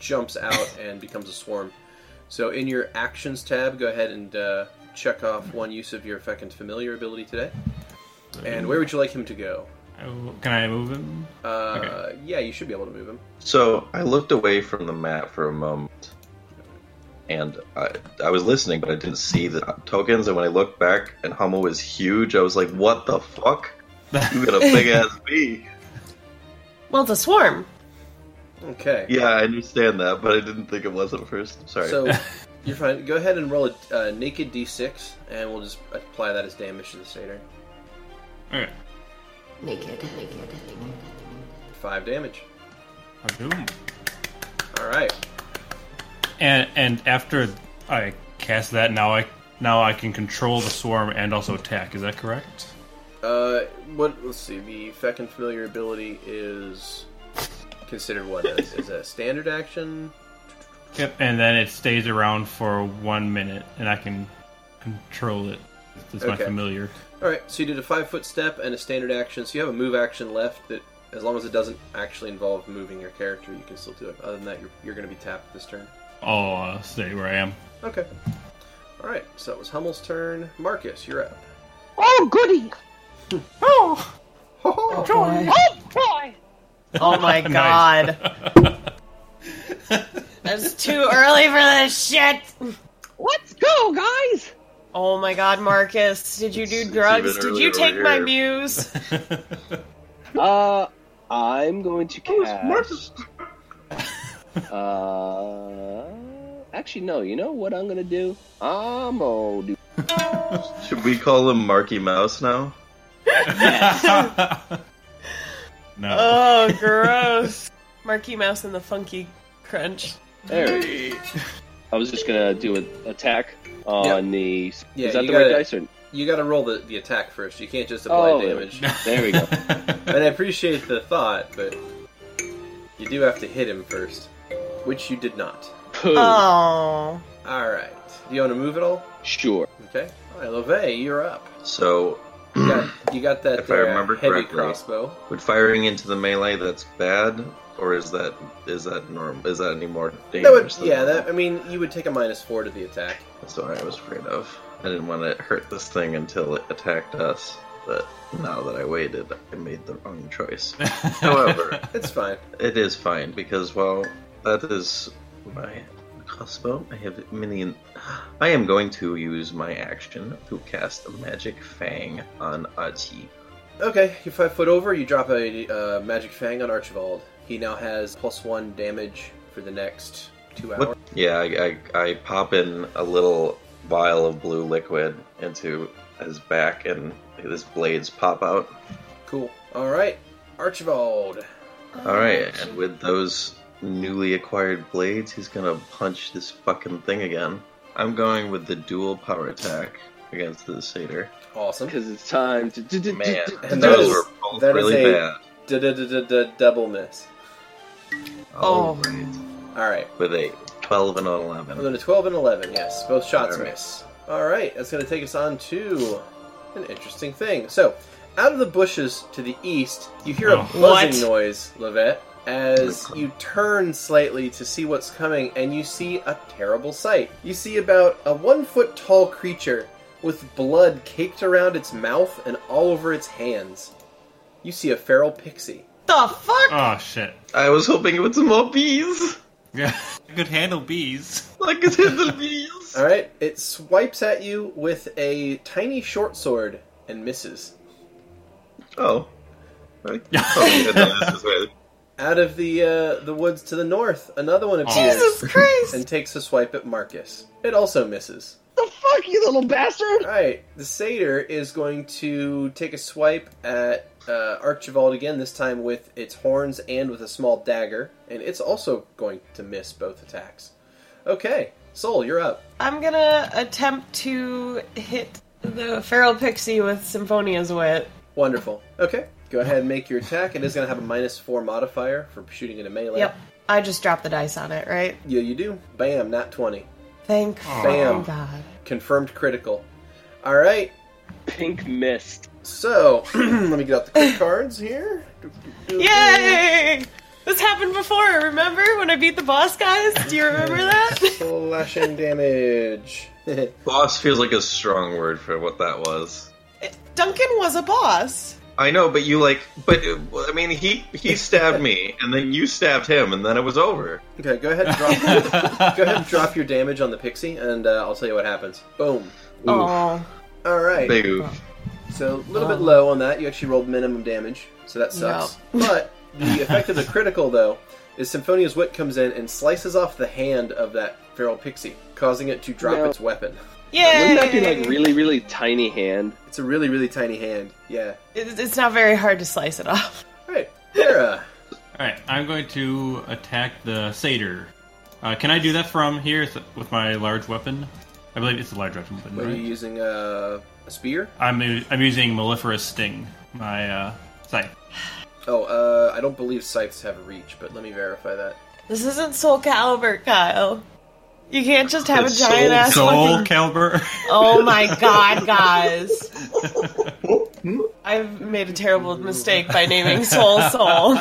[SPEAKER 1] jumps out and becomes a swarm. So in your actions tab, go ahead and uh, check off one use of your feckin' familiar ability today. And where would you like him to go?
[SPEAKER 5] Oh, Can I move him?
[SPEAKER 1] Uh, Yeah, you should be able to move him.
[SPEAKER 2] So I looked away from the map for a moment, and I, I was listening, but I didn't see the tokens. And when I looked back, and Hummel was huge, I was like, "What the fuck? You got a big ass bee."
[SPEAKER 3] Well, it's a swarm.
[SPEAKER 1] Okay.
[SPEAKER 2] Yeah, I understand that, but I didn't think it was at first. I'm sorry.
[SPEAKER 1] So you're fine. Go ahead and roll a uh, naked d6, and we'll just apply that as damage to the satyr.
[SPEAKER 5] Okay.
[SPEAKER 10] Naked, naked, naked.
[SPEAKER 1] Five damage.
[SPEAKER 5] I'll do him.
[SPEAKER 1] All right.
[SPEAKER 5] And and after I cast that, now I now I can control the swarm and also attack. Is that correct?
[SPEAKER 1] Uh, what? Let's see. The feckin' familiar ability is considered what is, is a standard action.
[SPEAKER 5] Yep. And then it stays around for one minute, and I can control it. That's my
[SPEAKER 1] Okay.
[SPEAKER 5] familiar.
[SPEAKER 1] All right. So you did a five foot step and a standard action. So you have a move action left that, as long as it doesn't actually involve moving your character, you can still do it. Other than that, you're, you're going to be tapped this turn.
[SPEAKER 5] I'll uh, stay where I am.
[SPEAKER 1] Okay. All right. So that was Hummel's turn. Marcus, you're up.
[SPEAKER 10] Oh, goody! Oh, oh, joy! Oh, joy!
[SPEAKER 3] Oh my
[SPEAKER 5] Nice.
[SPEAKER 3] god. It's too early for this shit.
[SPEAKER 10] Let's go, guys!
[SPEAKER 3] Oh my god, Marcus. Did you do
[SPEAKER 2] It's
[SPEAKER 3] drugs?
[SPEAKER 2] even
[SPEAKER 3] Did
[SPEAKER 2] earlier
[SPEAKER 3] you take my
[SPEAKER 2] here.
[SPEAKER 3] muse?
[SPEAKER 9] Uh, I'm going to
[SPEAKER 2] Marcus.
[SPEAKER 9] cast. Uh, actually, no. You know what I'm gonna do? I'm gonna do.
[SPEAKER 2] Should we call him Marky Mouse now?
[SPEAKER 5] No.
[SPEAKER 3] Oh, gross. Marky Mouse and the Funky Crunch.
[SPEAKER 9] There. it is. I was just gonna do an attack on the.
[SPEAKER 1] Yeah,
[SPEAKER 9] is that
[SPEAKER 1] you
[SPEAKER 9] the right
[SPEAKER 1] gotta-
[SPEAKER 9] dice? Or...
[SPEAKER 1] You got to roll the, the attack first. You can't just apply
[SPEAKER 9] Oh,
[SPEAKER 1] damage.
[SPEAKER 9] there we go.
[SPEAKER 5] Uh.
[SPEAKER 1] And I appreciate the thought, but you do have to hit him first, which you did not.
[SPEAKER 9] Poo.
[SPEAKER 3] Oh.
[SPEAKER 1] All right. Do you want to move at all?
[SPEAKER 9] Sure.
[SPEAKER 1] Okay. All right, Leve, you're up.
[SPEAKER 2] So,
[SPEAKER 1] You got, you got that
[SPEAKER 2] If I
[SPEAKER 1] there,
[SPEAKER 2] remember
[SPEAKER 1] heavy
[SPEAKER 2] correctly.
[SPEAKER 1] crossbow.
[SPEAKER 2] would firing into the melee that's bad, or is that is that norm? Is that any more
[SPEAKER 1] That would,
[SPEAKER 2] dangerous? than
[SPEAKER 1] yeah, that. I mean, you would take a minus four to the attack.
[SPEAKER 2] That's what I was afraid of. I didn't want to hurt this thing until it attacked us, but now that I waited, I made the wrong choice. However,
[SPEAKER 1] It's fine.
[SPEAKER 2] it is fine because, well, that is my crossbow. I have minion. I am going to use my action to cast a magic fang on Ati.
[SPEAKER 1] Okay, you five foot over. You drop a uh, magic fang on Archibald. He now has plus one damage for the next two hours.
[SPEAKER 2] What? Yeah, I, I, I pop in a little vial of blue liquid into his back, and his blades pop out.
[SPEAKER 1] Cool. All right, Archibald.
[SPEAKER 2] All right, and with those newly acquired blades, he's gonna punch this fucking thing again. I'm going with the dual power attack against the satyr.
[SPEAKER 1] Awesome.
[SPEAKER 9] Because it's time to. d- d- d-
[SPEAKER 2] Man,
[SPEAKER 9] d-
[SPEAKER 1] And that
[SPEAKER 2] those
[SPEAKER 1] is-
[SPEAKER 2] were both
[SPEAKER 1] that is
[SPEAKER 2] really
[SPEAKER 1] a-
[SPEAKER 2] bad.
[SPEAKER 1] Da-da-da-da-da, Double miss.
[SPEAKER 2] All
[SPEAKER 3] Oh.
[SPEAKER 2] right.
[SPEAKER 1] All right.
[SPEAKER 2] with a 12 and an
[SPEAKER 1] I'm
[SPEAKER 2] 11.
[SPEAKER 1] going to 12 and 11, yes. Both shots
[SPEAKER 2] All right.
[SPEAKER 1] miss. All right, that's going to take us on to an interesting thing. So, out of the bushes to the east, you hear a buzzing
[SPEAKER 5] Oh.
[SPEAKER 3] What?
[SPEAKER 1] noise, Levette, as you turn slightly to see what's coming, and you see a terrible sight. You see about a one foot tall creature with blood caked around its mouth and all over its hands. You see a feral pixie.
[SPEAKER 3] The fuck?
[SPEAKER 5] oh shit.
[SPEAKER 2] I was hoping it would some more bees.
[SPEAKER 5] Yeah. I could handle bees.
[SPEAKER 2] Like it's hit the bees.
[SPEAKER 1] All right, it swipes at you with a tiny short sword and misses.
[SPEAKER 2] Oh. Right. Oh, good, then this is weird.
[SPEAKER 1] out of the uh, the woods to the north, another one appears
[SPEAKER 3] Jesus Christ.
[SPEAKER 1] and takes a swipe at Marcus. It also misses.
[SPEAKER 9] The fuck, you little bastard!
[SPEAKER 1] All right, the satyr is going to take a swipe at uh, Archibald again. This time with its horns and with a small dagger, and it's also going to miss both attacks. Okay, Soul, you're up.
[SPEAKER 3] I'm gonna attempt to hit The feral pixie with Symphonia's wit.
[SPEAKER 1] Wonderful. Okay, go ahead and make your attack. It is going to have a minus four modifier for shooting in a melee.
[SPEAKER 3] Yep. I just dropped the dice on it, right?
[SPEAKER 1] Yeah, you do. Bam, not 20.
[SPEAKER 3] Thank
[SPEAKER 2] Oh.
[SPEAKER 1] Bam.
[SPEAKER 3] fucking God.
[SPEAKER 1] Confirmed critical. All right.
[SPEAKER 9] Pink mist.
[SPEAKER 1] So, let me get out the quick cards here.
[SPEAKER 3] Yay! This happened before, remember? When I beat the boss guys? Do you remember that?
[SPEAKER 1] Slashing damage.
[SPEAKER 2] Boss feels like a strong word for what that was.
[SPEAKER 3] Duncan was a boss.
[SPEAKER 2] I know, but you like, but uh, I mean, he he stabbed me, and then you stabbed him, and then it was over.
[SPEAKER 1] Okay, go ahead. And drop, go ahead and drop your damage on the pixie, and uh, I'll tell you what happens. Boom.
[SPEAKER 3] Oh.
[SPEAKER 1] All right.
[SPEAKER 2] Big oof.
[SPEAKER 1] So a little bit low on that. You actually rolled minimum damage, so that
[SPEAKER 3] Yeah.
[SPEAKER 1] sucks. But the effect of the critical, though, is Symphonia's Wit comes in and slices off the hand of that feral pixie, causing it to drop
[SPEAKER 9] No.
[SPEAKER 1] its weapon.
[SPEAKER 3] Yay!
[SPEAKER 9] Wouldn't that be like really, really tiny hand?
[SPEAKER 1] It's a really, really tiny hand. Yeah.
[SPEAKER 3] It- It's not very hard to slice it off.
[SPEAKER 1] All right, Vera.
[SPEAKER 5] Alright, I'm going to attack the satyr. Uh, can I do that from here th- with my large weapon? I believe it's a large weapon, but
[SPEAKER 1] What are you
[SPEAKER 5] right?
[SPEAKER 1] using? Uh, a spear?
[SPEAKER 5] I'm, u- I'm using Maleferous Sting, my uh, scythe.
[SPEAKER 1] Oh, uh, I don't believe scythes have reach, but let me verify that.
[SPEAKER 3] This isn't Soul Calibur, Kyle. You can't just have a
[SPEAKER 2] It's
[SPEAKER 3] giant ass
[SPEAKER 5] Soul
[SPEAKER 3] fucking.
[SPEAKER 5] Calibur.
[SPEAKER 3] Oh my god, guys. I've made a terrible mistake by naming Soul Soul.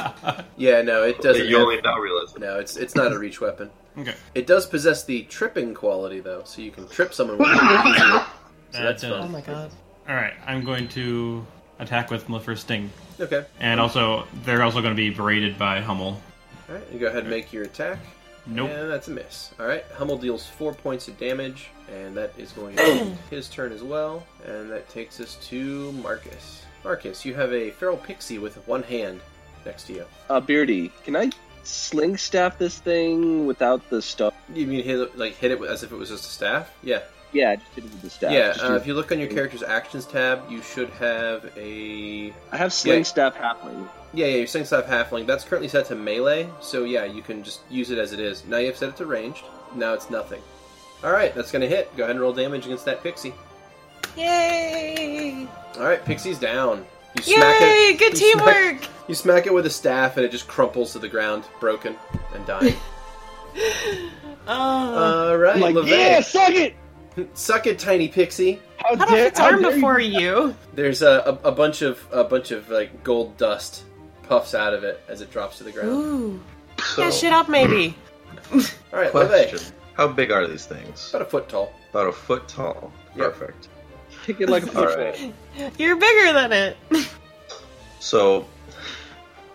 [SPEAKER 1] Yeah, no, it doesn't.
[SPEAKER 2] You
[SPEAKER 1] have-
[SPEAKER 2] only now realize it.
[SPEAKER 1] No, it's it's not a reach weapon.
[SPEAKER 5] okay.
[SPEAKER 1] It does possess the tripping quality though, so you can trip someone with it. So that's
[SPEAKER 5] That does.
[SPEAKER 3] Oh
[SPEAKER 1] fun.
[SPEAKER 3] my god.
[SPEAKER 5] Alright, I'm going to attack with Maleferous Sting.
[SPEAKER 1] Okay.
[SPEAKER 5] And also, they're also going to be berated by Hummel.
[SPEAKER 1] All right, you go ahead and make your attack.
[SPEAKER 5] Nope.
[SPEAKER 1] And that's a miss. All right, Hummel deals four points of damage, and that is going to be his turn as well. And that takes us to Marcus. Marcus, you have a feral pixie with one hand next to you.
[SPEAKER 9] Uh, Beardy, can I sling staff this thing without the stuff?
[SPEAKER 1] You mean hit it, like hit it as if it was just a staff? Yeah.
[SPEAKER 9] Yeah, I just did it with the staff.
[SPEAKER 1] yeah.
[SPEAKER 9] Just
[SPEAKER 1] Uh,
[SPEAKER 9] use-
[SPEAKER 1] if you look on your character's actions tab, you should have a
[SPEAKER 9] I have sling
[SPEAKER 1] yeah.
[SPEAKER 9] staff halfling.
[SPEAKER 1] Yeah, yeah, your Sing Staff Halfling. That's currently set to melee, so yeah, you can just use it as it is. Now you have set it to ranged. Now it's nothing. Alright, that's gonna hit. Go ahead and roll damage against that Pixie.
[SPEAKER 3] Yay!
[SPEAKER 1] Alright, Pixie's down. You
[SPEAKER 3] Yay! Good
[SPEAKER 1] you smack-
[SPEAKER 3] teamwork!
[SPEAKER 1] you smack it with a staff and it just crumples to the ground, broken and dying.
[SPEAKER 3] Oh.
[SPEAKER 1] Alright,
[SPEAKER 9] like,
[SPEAKER 1] LeVay.
[SPEAKER 9] yeah, suck it!
[SPEAKER 1] Suck it, tiny Pixie.
[SPEAKER 9] How
[SPEAKER 3] Cut off
[SPEAKER 9] dare,
[SPEAKER 3] its
[SPEAKER 9] how
[SPEAKER 3] arm
[SPEAKER 9] dare you
[SPEAKER 3] before you.
[SPEAKER 1] There's a, a, a bunch of a bunch of like gold dust puffs out of it as it drops to the ground.
[SPEAKER 3] Ooh.
[SPEAKER 2] So,
[SPEAKER 3] Yeah, shit up, maybe.
[SPEAKER 1] Alright,
[SPEAKER 2] question:
[SPEAKER 1] LeVay.
[SPEAKER 2] How big are these things?
[SPEAKER 1] About a foot tall.
[SPEAKER 2] About a foot tall.
[SPEAKER 1] Yep.
[SPEAKER 2] Perfect.
[SPEAKER 9] Kick it like a
[SPEAKER 2] All
[SPEAKER 9] football.
[SPEAKER 2] right.
[SPEAKER 3] You're bigger than it.
[SPEAKER 2] So,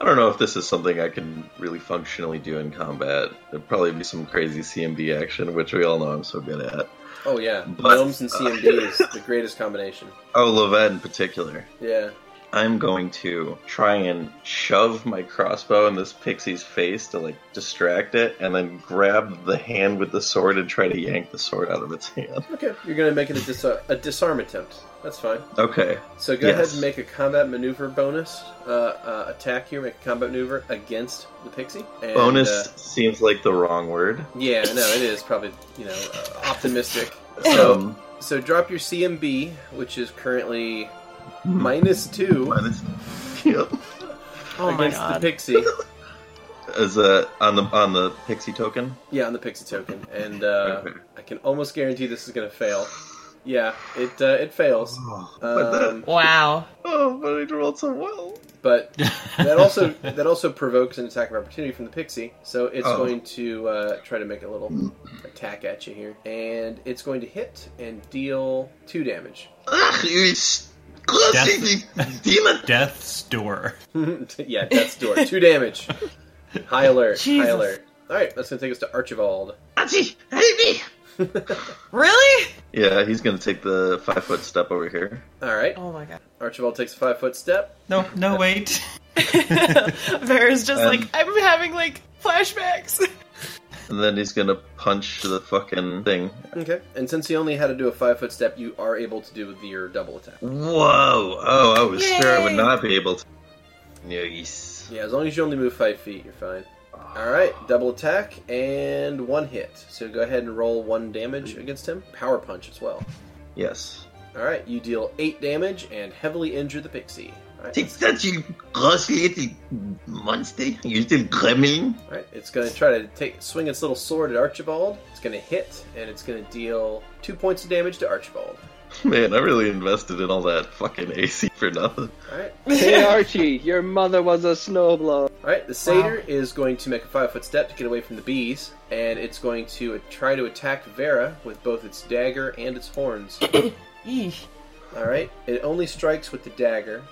[SPEAKER 2] I don't know if this is something I can really functionally do in combat. It'd probably be some crazy CMD action, which we all know I'm so good at.
[SPEAKER 1] Oh yeah.
[SPEAKER 2] But- uh,
[SPEAKER 1] Gnomes and CMD is the greatest combination.
[SPEAKER 2] Oh, Levette in particular.
[SPEAKER 1] Yeah.
[SPEAKER 2] I'm going to try and shove my crossbow in this pixie's face to like distract it, and then grab the hand with the sword and try to yank the sword out of its hand.
[SPEAKER 1] Okay, you're gonna make it a, dis- a disarm attempt. That's fine.
[SPEAKER 2] Okay.
[SPEAKER 1] So go ahead
[SPEAKER 2] Yes.
[SPEAKER 1] and make a combat maneuver bonus uh, uh, attack here. Make a combat maneuver against the pixie. And,
[SPEAKER 2] Bonus
[SPEAKER 1] uh,
[SPEAKER 2] seems like the wrong word.
[SPEAKER 1] yeah, no, it is probably you know uh, optimistic. So
[SPEAKER 2] Um,
[SPEAKER 1] so drop your CMB, which is currently minus two
[SPEAKER 2] minus- yep.
[SPEAKER 3] Oh my
[SPEAKER 1] against the
[SPEAKER 3] god.
[SPEAKER 1] pixie.
[SPEAKER 2] As a on the on the pixie token.
[SPEAKER 1] Yeah, on the pixie token, and uh,
[SPEAKER 2] Okay.
[SPEAKER 1] I can almost guarantee this is gonna fail. Yeah, it uh, it fails.
[SPEAKER 2] but that-
[SPEAKER 1] Um,
[SPEAKER 3] Wow.
[SPEAKER 2] Oh, but I rolled so well.
[SPEAKER 1] but that also that also provokes an attack of opportunity from the pixie. So it's
[SPEAKER 2] Oh.
[SPEAKER 1] going to uh, try to make a little attack at you here, and it's going to hit and deal two damage.
[SPEAKER 2] Ugh, you classy demon.
[SPEAKER 5] Death's Door.
[SPEAKER 1] yeah, that's door two damage. High alert, high
[SPEAKER 3] Jesus.
[SPEAKER 1] alert. All right, that's going to take us to Archibald.
[SPEAKER 2] Achi, help me.
[SPEAKER 3] Really?
[SPEAKER 2] Yeah, he's gonna take the five foot step over here.
[SPEAKER 1] All right,
[SPEAKER 3] Oh my god.
[SPEAKER 1] Archibald takes a five foot step.
[SPEAKER 5] No, no, wait.
[SPEAKER 3] Vera's just
[SPEAKER 2] Um,
[SPEAKER 3] like, I'm having like flashbacks.
[SPEAKER 2] And then he's gonna punch the fucking thing.
[SPEAKER 1] Okay, and since he only had to do a five foot step, you are able to do your double attack.
[SPEAKER 2] Whoa! Oh, I was sure I would
[SPEAKER 3] Yay.
[SPEAKER 2] not be able to. Yes.
[SPEAKER 1] Yeah, as long as you only move five feet, you're fine. All right, double attack and one hit. So go ahead and roll one damage against him. Power punch as well.
[SPEAKER 2] Yes.
[SPEAKER 1] All right, you deal eight damage and heavily injure the pixie. All right,
[SPEAKER 11] Take that, you gross little monster. You little gremlin.
[SPEAKER 1] All right, it's going to try to take swing its little sword at Archibald. It's going to hit, and it's going to deal two points of damage to Archibald.
[SPEAKER 2] Man, I really invested in all that fucking AC for nothing.
[SPEAKER 1] All right.
[SPEAKER 9] Hey Archie, your mother was a snowblower.
[SPEAKER 1] All right, the satyr is going to make a five foot step to get away from the bees, and it's going to try to attack Vera with both its dagger and its horns. All right, it only strikes with the dagger.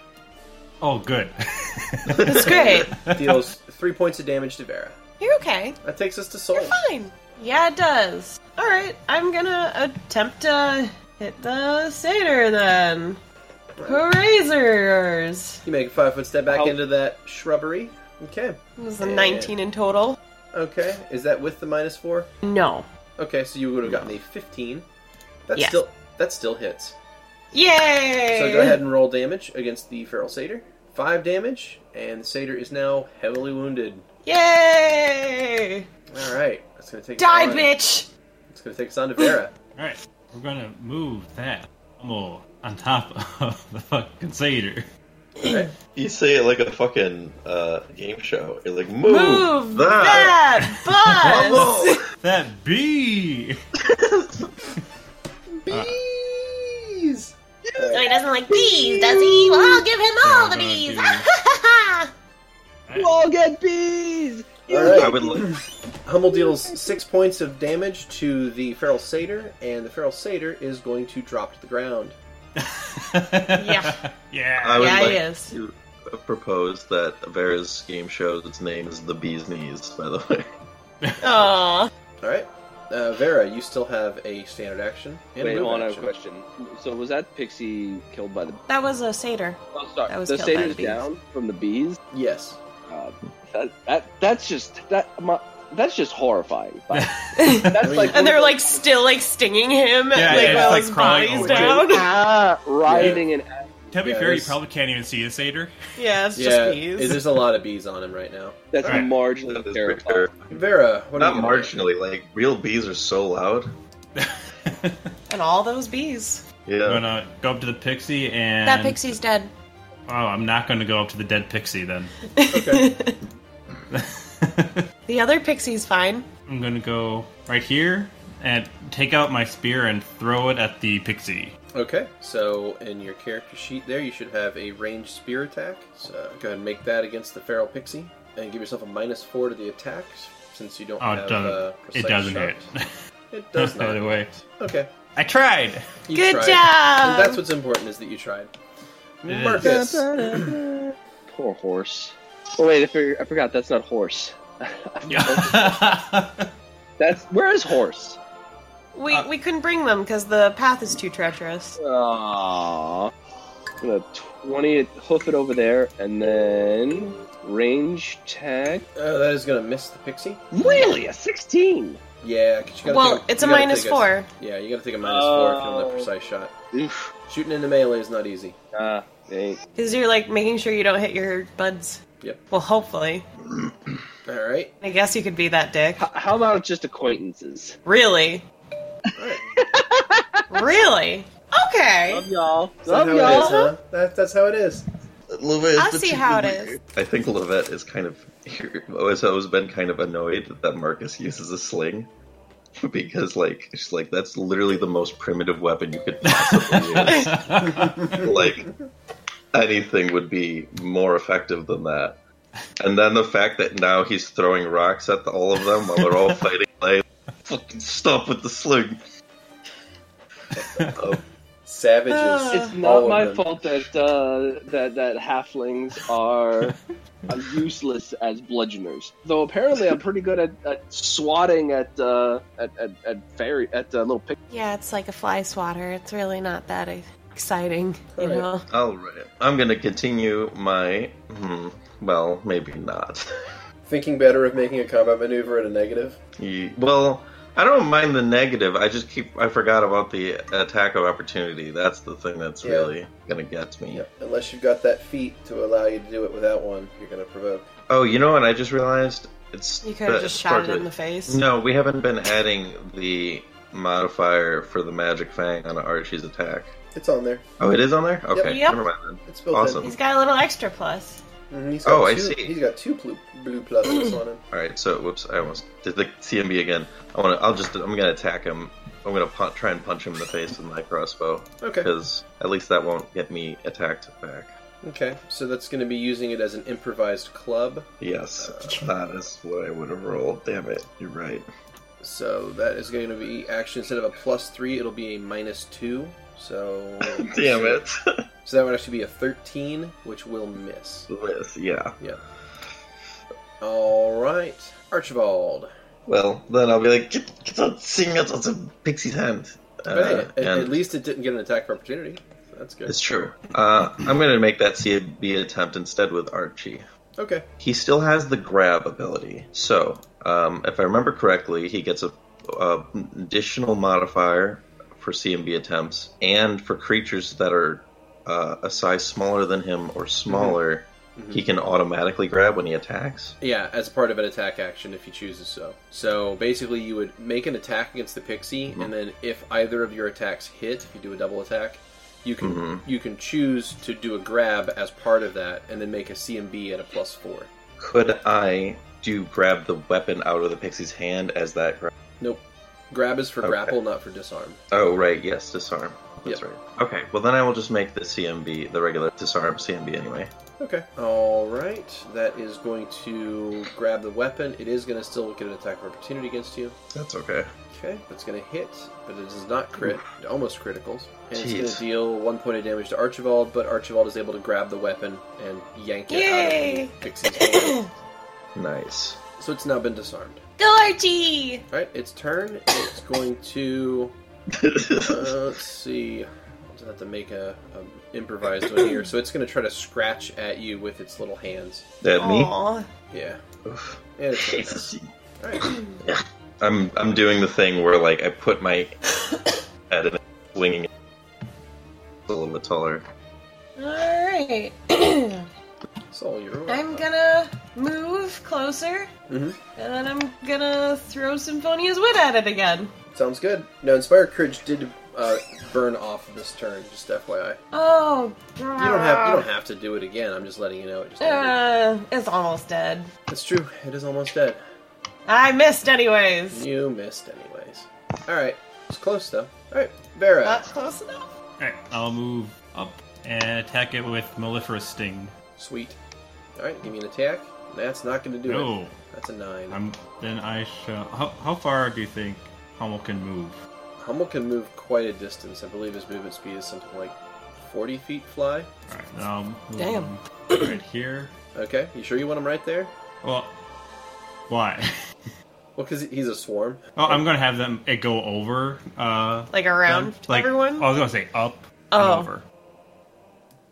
[SPEAKER 5] Oh, good.
[SPEAKER 3] That's great.
[SPEAKER 1] Deals three points of damage to Vera.
[SPEAKER 3] You're okay.
[SPEAKER 1] That takes us to Soul.
[SPEAKER 3] You're fine. Yeah, it does. All right, I'm gonna attempt to hit the satyr then. Razors.
[SPEAKER 1] You make a five foot step back into that shrubbery. Okay.
[SPEAKER 3] It was a
[SPEAKER 1] And-
[SPEAKER 3] 19 in total.
[SPEAKER 1] Okay, is that with the minus four?
[SPEAKER 3] No.
[SPEAKER 1] Okay, so you would have gotten a fifteen. That
[SPEAKER 3] Yes.
[SPEAKER 1] still that still hits.
[SPEAKER 3] Yay!
[SPEAKER 1] So go ahead and roll damage against the feral satyr. Five damage, and the satyr is now heavily wounded.
[SPEAKER 3] Yay!
[SPEAKER 1] All right, that's gonna take us
[SPEAKER 3] Die,
[SPEAKER 1] on-
[SPEAKER 3] bitch!
[SPEAKER 1] It's gonna take us on to Vera.
[SPEAKER 5] All right, we're gonna move that animal on top of the fucking satyr.
[SPEAKER 2] You say it like a fucking uh, game show. You're like, move,
[SPEAKER 3] Move
[SPEAKER 2] that.
[SPEAKER 3] that bus!
[SPEAKER 5] That bee.
[SPEAKER 1] Bees!
[SPEAKER 3] so he doesn't like bees, does he? Well, I'll give him all the bees!
[SPEAKER 9] You all get bees!
[SPEAKER 1] All right.
[SPEAKER 2] I would like.
[SPEAKER 1] Hummel deals six points of damage to the feral satyr, and the feral satyr is going to drop to the ground.
[SPEAKER 3] yeah.
[SPEAKER 5] Yeah.
[SPEAKER 2] I would
[SPEAKER 3] Yeah, he
[SPEAKER 2] like
[SPEAKER 3] is.
[SPEAKER 2] to propose that Vera's game show. Its name is The Bee's Knees. By the way,
[SPEAKER 3] Aww.
[SPEAKER 1] All right, uh, Vera, you still have a standard action and
[SPEAKER 9] Wait,
[SPEAKER 1] a move
[SPEAKER 9] hold on, I have a
[SPEAKER 1] action.
[SPEAKER 9] question. So was that pixie killed by the?
[SPEAKER 3] That was a satyr.
[SPEAKER 9] Oh, sorry.
[SPEAKER 3] That was
[SPEAKER 9] the
[SPEAKER 3] killed by
[SPEAKER 9] satyr's
[SPEAKER 3] bees.
[SPEAKER 9] down from the bees.
[SPEAKER 1] Yes.
[SPEAKER 9] Uh, that, that that's just that my, that's just horrifying. that's like
[SPEAKER 3] And they're like still like stinging him
[SPEAKER 5] Yeah,
[SPEAKER 3] like
[SPEAKER 5] yeah,
[SPEAKER 3] while
[SPEAKER 5] it's, like,
[SPEAKER 3] his
[SPEAKER 5] crawling
[SPEAKER 3] body's
[SPEAKER 5] over.
[SPEAKER 3] down.
[SPEAKER 9] ah, riding an ass.
[SPEAKER 5] To be
[SPEAKER 1] Yeah,
[SPEAKER 5] fair, you
[SPEAKER 1] it's-
[SPEAKER 5] probably can't even see the satyr.
[SPEAKER 3] Yeah, it's just
[SPEAKER 1] Yeah,
[SPEAKER 3] bees.
[SPEAKER 1] there's a lot of bees on him right now.
[SPEAKER 9] That's
[SPEAKER 5] Alright.
[SPEAKER 2] That
[SPEAKER 9] marginally
[SPEAKER 2] is
[SPEAKER 9] terrifying.
[SPEAKER 2] pretty-
[SPEAKER 1] Vera, what
[SPEAKER 2] not
[SPEAKER 1] are you gonna do?
[SPEAKER 2] marginally. Like real bees are so loud.
[SPEAKER 3] And all those bees.
[SPEAKER 2] Yeah.
[SPEAKER 5] I'm gonna go up to the pixie and
[SPEAKER 3] That pixie's dead.
[SPEAKER 5] Oh, I'm not gonna go up to the dead pixie then.
[SPEAKER 3] The other pixie's fine.
[SPEAKER 5] I'm gonna go right here and take out my spear and throw it at the pixie.
[SPEAKER 1] Okay, so in your character sheet there, you should have a ranged spear attack. So go ahead and make that against the feral pixie, and give yourself a minus four to the attack since you don't
[SPEAKER 5] Oh,
[SPEAKER 1] have.
[SPEAKER 5] it doesn't.
[SPEAKER 1] uh,
[SPEAKER 5] it
[SPEAKER 1] precise
[SPEAKER 5] doesn't
[SPEAKER 1] shot.
[SPEAKER 5] hit.
[SPEAKER 1] It does
[SPEAKER 5] By the
[SPEAKER 1] not.
[SPEAKER 5] way,
[SPEAKER 1] Okay.
[SPEAKER 5] I tried.
[SPEAKER 1] You
[SPEAKER 3] Good
[SPEAKER 1] tried.
[SPEAKER 3] job!
[SPEAKER 1] And that's what's important is that you tried.
[SPEAKER 5] is.
[SPEAKER 1] Marcus.
[SPEAKER 9] Poor horse. Oh wait, I, figured, I forgot. That's not horse. That's where is horse?
[SPEAKER 3] We we couldn't bring them because the path is too treacherous.
[SPEAKER 9] Aww. I'm gonna twenty hoof it over there, and then range tag.
[SPEAKER 1] Uh, that is gonna miss the pixie.
[SPEAKER 9] Really, a sixteen.
[SPEAKER 1] Yeah, 'cause you gotta
[SPEAKER 3] Well,
[SPEAKER 1] take
[SPEAKER 3] it's a
[SPEAKER 1] you gotta
[SPEAKER 3] minus
[SPEAKER 1] take
[SPEAKER 3] four.
[SPEAKER 1] yeah, you gotta take a minus four if you want
[SPEAKER 9] Oh.
[SPEAKER 1] that precise shot.
[SPEAKER 9] Oof.
[SPEAKER 1] Shooting into melee is not easy.
[SPEAKER 9] Ah, eight.
[SPEAKER 3] Because you're like making sure you don't hit your buds.
[SPEAKER 1] Yep.
[SPEAKER 3] Well, hopefully.
[SPEAKER 1] All right.
[SPEAKER 3] I guess you could be that dick.
[SPEAKER 9] H- how about just acquaintances?
[SPEAKER 3] Really?
[SPEAKER 1] All right.
[SPEAKER 3] Really? Okay.
[SPEAKER 9] Love y'all.
[SPEAKER 1] Is that
[SPEAKER 9] Love
[SPEAKER 1] how it is,
[SPEAKER 9] y'all.
[SPEAKER 1] huh? That, that's how it is.
[SPEAKER 2] Levet
[SPEAKER 3] I'll
[SPEAKER 2] is
[SPEAKER 3] see how it
[SPEAKER 2] particularly-
[SPEAKER 3] is.
[SPEAKER 2] I think Levet is kind of has always been kind of annoyed that Marcus uses a sling because like she's like that's literally the most primitive weapon you could possibly use. like anything would be more effective than that. And then the fact that now he's throwing rocks at the, all of them while they're all fighting, like fucking stop with the sling.
[SPEAKER 1] Savages.
[SPEAKER 3] Uh.
[SPEAKER 9] It's
[SPEAKER 1] All
[SPEAKER 9] not
[SPEAKER 1] of
[SPEAKER 9] my
[SPEAKER 1] them.
[SPEAKER 9] fault that uh, that that halflings are are useless as bludgeoners. Though apparently I'm pretty good at, at swatting at, uh, at at at fairy at uh, little pick.
[SPEAKER 3] Yeah, it's like a fly swatter. It's really not that e- exciting, you
[SPEAKER 1] Alright.
[SPEAKER 3] know.
[SPEAKER 2] All right, I'm gonna continue my. Hmm, well, maybe not.
[SPEAKER 1] Thinking better of making a combat maneuver at a negative.
[SPEAKER 2] Ye- Well, I don't mind the negative. I just keep I forgot about the attack of opportunity. That's the thing that's
[SPEAKER 1] Yeah.
[SPEAKER 2] really gonna get me.
[SPEAKER 1] Unless you've got that feat to allow you to do it without one, you're gonna provoke.
[SPEAKER 2] Oh, you know what? I just realized it's
[SPEAKER 3] You could have
[SPEAKER 2] the-
[SPEAKER 3] just
[SPEAKER 2] it's part
[SPEAKER 3] shot it
[SPEAKER 2] of
[SPEAKER 3] in the face.
[SPEAKER 2] No, we haven't been adding the modifier for the magic fang on Archie's attack.
[SPEAKER 1] It's on there.
[SPEAKER 2] Oh, it is on there.
[SPEAKER 1] Yep.
[SPEAKER 2] Okay,
[SPEAKER 3] Yep.
[SPEAKER 2] never mind. Then.
[SPEAKER 1] It's built in.
[SPEAKER 2] awesome.
[SPEAKER 3] He's got a little extra plus.
[SPEAKER 1] Mhm, he's
[SPEAKER 2] Oh,
[SPEAKER 1] got
[SPEAKER 2] I
[SPEAKER 1] two-
[SPEAKER 2] see.
[SPEAKER 1] He's got two blue, blue pluses on him.
[SPEAKER 2] All right, so whoops, I almost did the CMB again. I want to. I'll just. I'm gonna attack him. I'm gonna pun- try and punch him in the face with my crossbow.
[SPEAKER 1] Okay.
[SPEAKER 2] Because at least that won't get me attacked back.
[SPEAKER 1] Okay, so that's going to be using it as an improvised club.
[SPEAKER 2] Yes, that is what I would have rolled. Damn it, you're right.
[SPEAKER 1] So that is going to be actually instead of a plus three, it'll be a minus two. So
[SPEAKER 2] Damn it.
[SPEAKER 1] So that would actually be a thirteen, which will miss.
[SPEAKER 2] Yes, yeah.
[SPEAKER 1] Yeah. All right, Archibald.
[SPEAKER 2] Well, then I'll be like, get, get that thing out of the pixie's hand.
[SPEAKER 1] Hey,
[SPEAKER 2] Uh,
[SPEAKER 1] at,
[SPEAKER 2] and
[SPEAKER 1] at least it didn't get an attack of opportunity. So that's good.
[SPEAKER 2] it's true. Uh, I'm gonna make that CMB attempt instead with Archie.
[SPEAKER 1] Okay.
[SPEAKER 2] He still has the grab ability. So, um, if I remember correctly, he gets a, a additional modifier for CMB attempts and for creatures that are uh, a size smaller than him or smaller.
[SPEAKER 1] Mhm.
[SPEAKER 2] He can automatically grab when he attacks.
[SPEAKER 1] Yeah, as part of an attack action if he chooses so. So basically, you would make an attack against the pixie,
[SPEAKER 2] Mm-hmm.
[SPEAKER 1] and then if either of your attacks hit, if you do a double attack, you can
[SPEAKER 2] Mhm.
[SPEAKER 1] you can choose to do a grab as part of that, and then make a CMB at a plus four.
[SPEAKER 2] Could I do grab the weapon out of the pixie's hand as that grab?
[SPEAKER 1] Nope, grab is for
[SPEAKER 2] Okay.
[SPEAKER 1] grapple, not for disarm.
[SPEAKER 2] Oh, right, yes, disarm. That's right. Okay, well then I will just make the CMB, the regular disarm CMB anyway.
[SPEAKER 1] Okay. All right, that is going to grab the weapon. It is going to still get an attack of opportunity against you.
[SPEAKER 2] That's okay.
[SPEAKER 1] Okay, that's going to hit, but it is not crit, almost criticals. And it's
[SPEAKER 2] Jeez.
[SPEAKER 1] going to deal one point of damage to Archibald, but Archibald is able to grab the weapon and yank it out
[SPEAKER 3] Yay!
[SPEAKER 1] of the Pixie's hand.
[SPEAKER 2] Nice.
[SPEAKER 1] so it's now been disarmed.
[SPEAKER 3] Go Archie!
[SPEAKER 1] All right, its turn. It's going to. uh, let's see. I'll just have to make a, a improvised one here. So it's going to try to scratch at you with its little hands.
[SPEAKER 2] That me?
[SPEAKER 3] Aw.
[SPEAKER 1] Yeah. And it's gonna miss. All right.
[SPEAKER 2] I'm I'm doing the thing where like I put my head and swinging it a little bit taller.
[SPEAKER 3] Alright.
[SPEAKER 1] So you're.
[SPEAKER 3] I'm gonna move closer,
[SPEAKER 1] Mhm.
[SPEAKER 3] and then I'm gonna throw Symphonia's Wit at it again.
[SPEAKER 1] Sounds good. Now, Inspire Courage did uh, burn off this turn. Just FYI,
[SPEAKER 3] Oh, you
[SPEAKER 1] you don't have you don't have to do it again. I'm just letting you know. It just
[SPEAKER 3] Uh, it's almost dead.
[SPEAKER 1] it's true. It is almost dead.
[SPEAKER 3] I missed anyways.
[SPEAKER 1] You missed, anyways. All right, it's close though. All right, Vera.
[SPEAKER 3] Not close enough.
[SPEAKER 5] Alright, I'll move up and attack it with Maleferous Sting.
[SPEAKER 1] Sweet. All right, give me an attack. That's not going to do
[SPEAKER 5] No.
[SPEAKER 1] it. That's a 9
[SPEAKER 5] Oh, I'm, then I shall. How, how far do you think Hummel can move?
[SPEAKER 1] Hummel can move quite a distance. I believe his movement speed is something like 40 feet fly.
[SPEAKER 5] Alright, I'll move
[SPEAKER 1] Damn.
[SPEAKER 5] him Right here.
[SPEAKER 1] Okay, you sure you want him right there?
[SPEAKER 5] Well, why?
[SPEAKER 1] Well, because he's a swarm.
[SPEAKER 5] Oh, I'm gonna have them it go over. Uh,
[SPEAKER 3] Like around
[SPEAKER 5] them. like,
[SPEAKER 3] everyone?
[SPEAKER 5] I was gonna say up
[SPEAKER 3] Oh.
[SPEAKER 5] and over.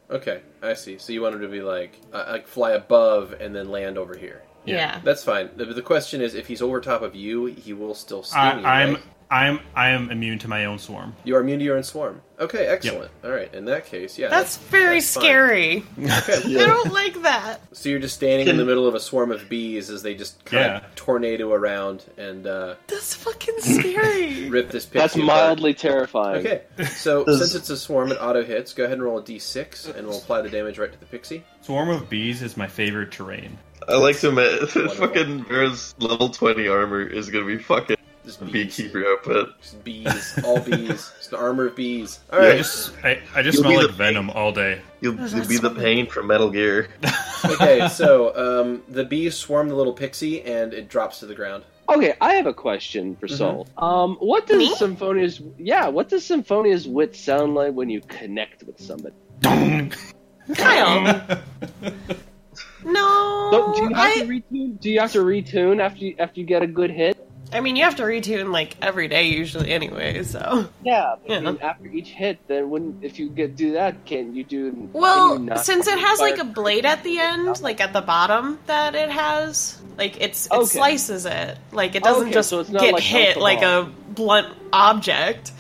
[SPEAKER 1] Okay, I see. So you want him to be like, uh, like fly above and then land over here.
[SPEAKER 5] Yeah. Yeah.
[SPEAKER 1] that's fine. The, the question is, if he's over top of you, he will still sting
[SPEAKER 5] I,
[SPEAKER 1] you.
[SPEAKER 5] I'm
[SPEAKER 1] right?
[SPEAKER 5] I'm I am immune to my own swarm.
[SPEAKER 1] You are immune to your own swarm. Okay, excellent. All right, in that case, yeah.
[SPEAKER 3] that's, very
[SPEAKER 1] that's fine.
[SPEAKER 3] scary.
[SPEAKER 1] Okay.
[SPEAKER 3] I don't like that.
[SPEAKER 1] So you're just standing in the middle of a swarm of bees as they just kind
[SPEAKER 5] Yeah.
[SPEAKER 1] of tornado around and uh,
[SPEAKER 3] That's fucking scary.
[SPEAKER 1] rip this pixie.
[SPEAKER 9] That's
[SPEAKER 1] apart.
[SPEAKER 9] mildly terrifying.
[SPEAKER 1] Okay, so
[SPEAKER 9] This-
[SPEAKER 1] since it's a swarm, it auto hits. Go ahead and roll a d6, and we'll apply the damage right to the pixie.
[SPEAKER 5] Swarm of bees is my favorite terrain.
[SPEAKER 2] I like to admit that fucking Vera's level twenty armor is gonna be fucking beekeeper outfit.
[SPEAKER 1] Just bees, all bees. It's an armor of bees. All
[SPEAKER 5] Yeah,
[SPEAKER 1] right.
[SPEAKER 5] I just I, I just
[SPEAKER 2] You'll
[SPEAKER 5] smell
[SPEAKER 2] be
[SPEAKER 5] like
[SPEAKER 2] the-
[SPEAKER 5] venom all day.
[SPEAKER 2] You'll,
[SPEAKER 1] Oh,
[SPEAKER 2] you'll be
[SPEAKER 1] that's
[SPEAKER 2] the pain from Metal Gear.
[SPEAKER 1] okay, so um, the bees swarm the little pixie, and it drops to the ground.
[SPEAKER 9] Okay, I have a question
[SPEAKER 1] Mm-hmm.
[SPEAKER 9] for Soul. Um, what does Symphonia's yeah, what does Symphonia's wit sound like when you connect with somebody?
[SPEAKER 3] Kyle. no.
[SPEAKER 9] So, do you have
[SPEAKER 3] I,
[SPEAKER 9] to retune? Do you have to retune after you, after you get a good hit?
[SPEAKER 3] I mean, you have to retune like every day usually anyway, so.
[SPEAKER 9] Yeah, but
[SPEAKER 3] Yeah.
[SPEAKER 9] I mean, after each hit, then when if you get do that, can you do? can you
[SPEAKER 3] Well,
[SPEAKER 9] not
[SPEAKER 3] since it has like a
[SPEAKER 9] fire-
[SPEAKER 3] blade at the end, like at the bottom that it has, like it's it
[SPEAKER 9] Okay.
[SPEAKER 3] slices it. Like it doesn't
[SPEAKER 9] Okay,
[SPEAKER 3] just
[SPEAKER 9] so it's not
[SPEAKER 3] get
[SPEAKER 9] like
[SPEAKER 3] hit
[SPEAKER 9] alcohol.
[SPEAKER 3] like a blunt object.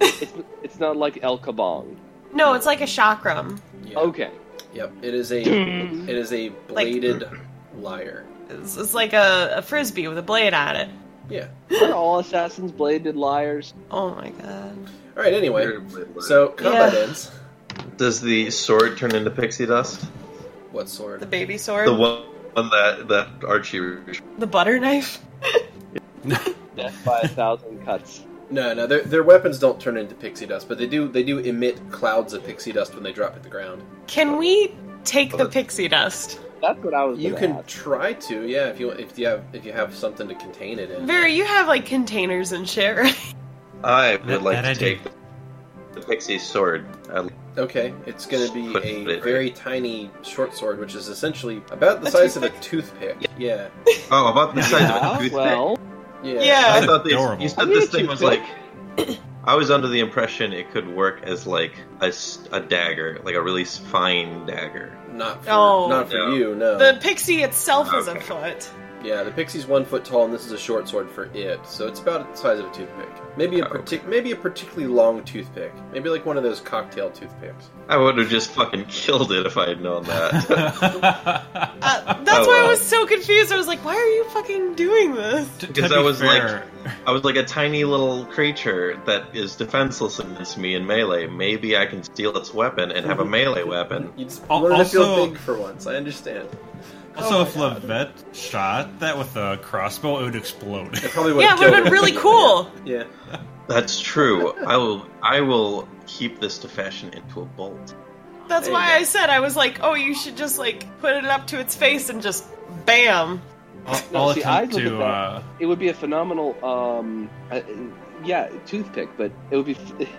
[SPEAKER 9] it's, it's not like El Kabong.
[SPEAKER 3] No, it's like a chakram.
[SPEAKER 9] Okay,
[SPEAKER 1] Yep, it is a
[SPEAKER 3] Ding.
[SPEAKER 1] it is a bladed liar.
[SPEAKER 3] It's, it's like a, a frisbee with a blade at it.
[SPEAKER 1] Yeah.
[SPEAKER 9] are all assassins bladed liars?
[SPEAKER 3] Oh my god.
[SPEAKER 1] All right. Anyway, so combat
[SPEAKER 2] Yeah.
[SPEAKER 1] ends.
[SPEAKER 2] Does the sword turn into pixie dust?
[SPEAKER 1] What sword?
[SPEAKER 3] The baby sword.
[SPEAKER 2] The one one that that Archie.
[SPEAKER 3] The butter knife.
[SPEAKER 9] Death by a thousand cuts.
[SPEAKER 1] No, no, their, their weapons don't turn into pixie dust, but they do they do emit clouds of pixie dust when they drop at the ground.
[SPEAKER 3] Can we take the pixie dust?
[SPEAKER 9] That's what I was.
[SPEAKER 1] You can try to, yeah, if you if you have if you have something to contain it in.
[SPEAKER 3] Vera, you have like containers and shit, right?
[SPEAKER 2] I would like
[SPEAKER 1] that
[SPEAKER 2] to
[SPEAKER 1] I do.
[SPEAKER 2] take the pixie sword. I-
[SPEAKER 1] Okay, it's going to be
[SPEAKER 2] Put it
[SPEAKER 1] a
[SPEAKER 2] right.
[SPEAKER 1] very tiny short sword, which is essentially about the size of a toothpick. Yeah.
[SPEAKER 2] Oh, about the size of a toothpick.
[SPEAKER 9] well.
[SPEAKER 1] Yeah.
[SPEAKER 2] I thought these, you said
[SPEAKER 9] need
[SPEAKER 2] this
[SPEAKER 9] a
[SPEAKER 2] thing was
[SPEAKER 9] toothpick.
[SPEAKER 2] like. I was under the impression it could work as like a, s- a dagger, like a really fine dagger.
[SPEAKER 1] Not for,
[SPEAKER 3] Oh.
[SPEAKER 1] not for
[SPEAKER 2] No.
[SPEAKER 1] you, no.
[SPEAKER 3] The pixie itself is a foot.
[SPEAKER 1] yeah, the pixie's one foot tall, and this is a short sword for it, so it's about the size of a toothpick. Maybe a partic- maybe a particularly long toothpick. Maybe like one of those cocktail toothpicks.
[SPEAKER 2] I would have just fucking killed it if I had known that.
[SPEAKER 3] Uh, That's
[SPEAKER 2] Oh,
[SPEAKER 3] why I
[SPEAKER 2] wow.
[SPEAKER 3] was so confused. I was like, why are you fucking doing this?
[SPEAKER 2] Because I was like, I was like a tiny little creature that is defenseless against me in melee. Maybe I can steal its weapon and have a melee weapon.
[SPEAKER 1] You just
[SPEAKER 5] Al-
[SPEAKER 1] wanted to feel
[SPEAKER 5] also-
[SPEAKER 1] big for once. I understand. oh
[SPEAKER 3] Oh.
[SPEAKER 5] Also, if Levette shot that with a crossbow, it would explode. It
[SPEAKER 1] probably
[SPEAKER 3] yeah, it would have been really cool.
[SPEAKER 1] Yeah.
[SPEAKER 2] That's true. I will. I will keep this to fashion into a bolt.
[SPEAKER 3] That's
[SPEAKER 2] There you
[SPEAKER 3] why I said I was like, oh, you should just like put it up to its face and just bam.
[SPEAKER 9] No,
[SPEAKER 5] I'll
[SPEAKER 9] see, I'd
[SPEAKER 5] attempt
[SPEAKER 9] look
[SPEAKER 5] to,
[SPEAKER 9] at that.
[SPEAKER 5] uh,
[SPEAKER 9] It would be a phenomenal, um, uh, yeah, toothpick, but it would be.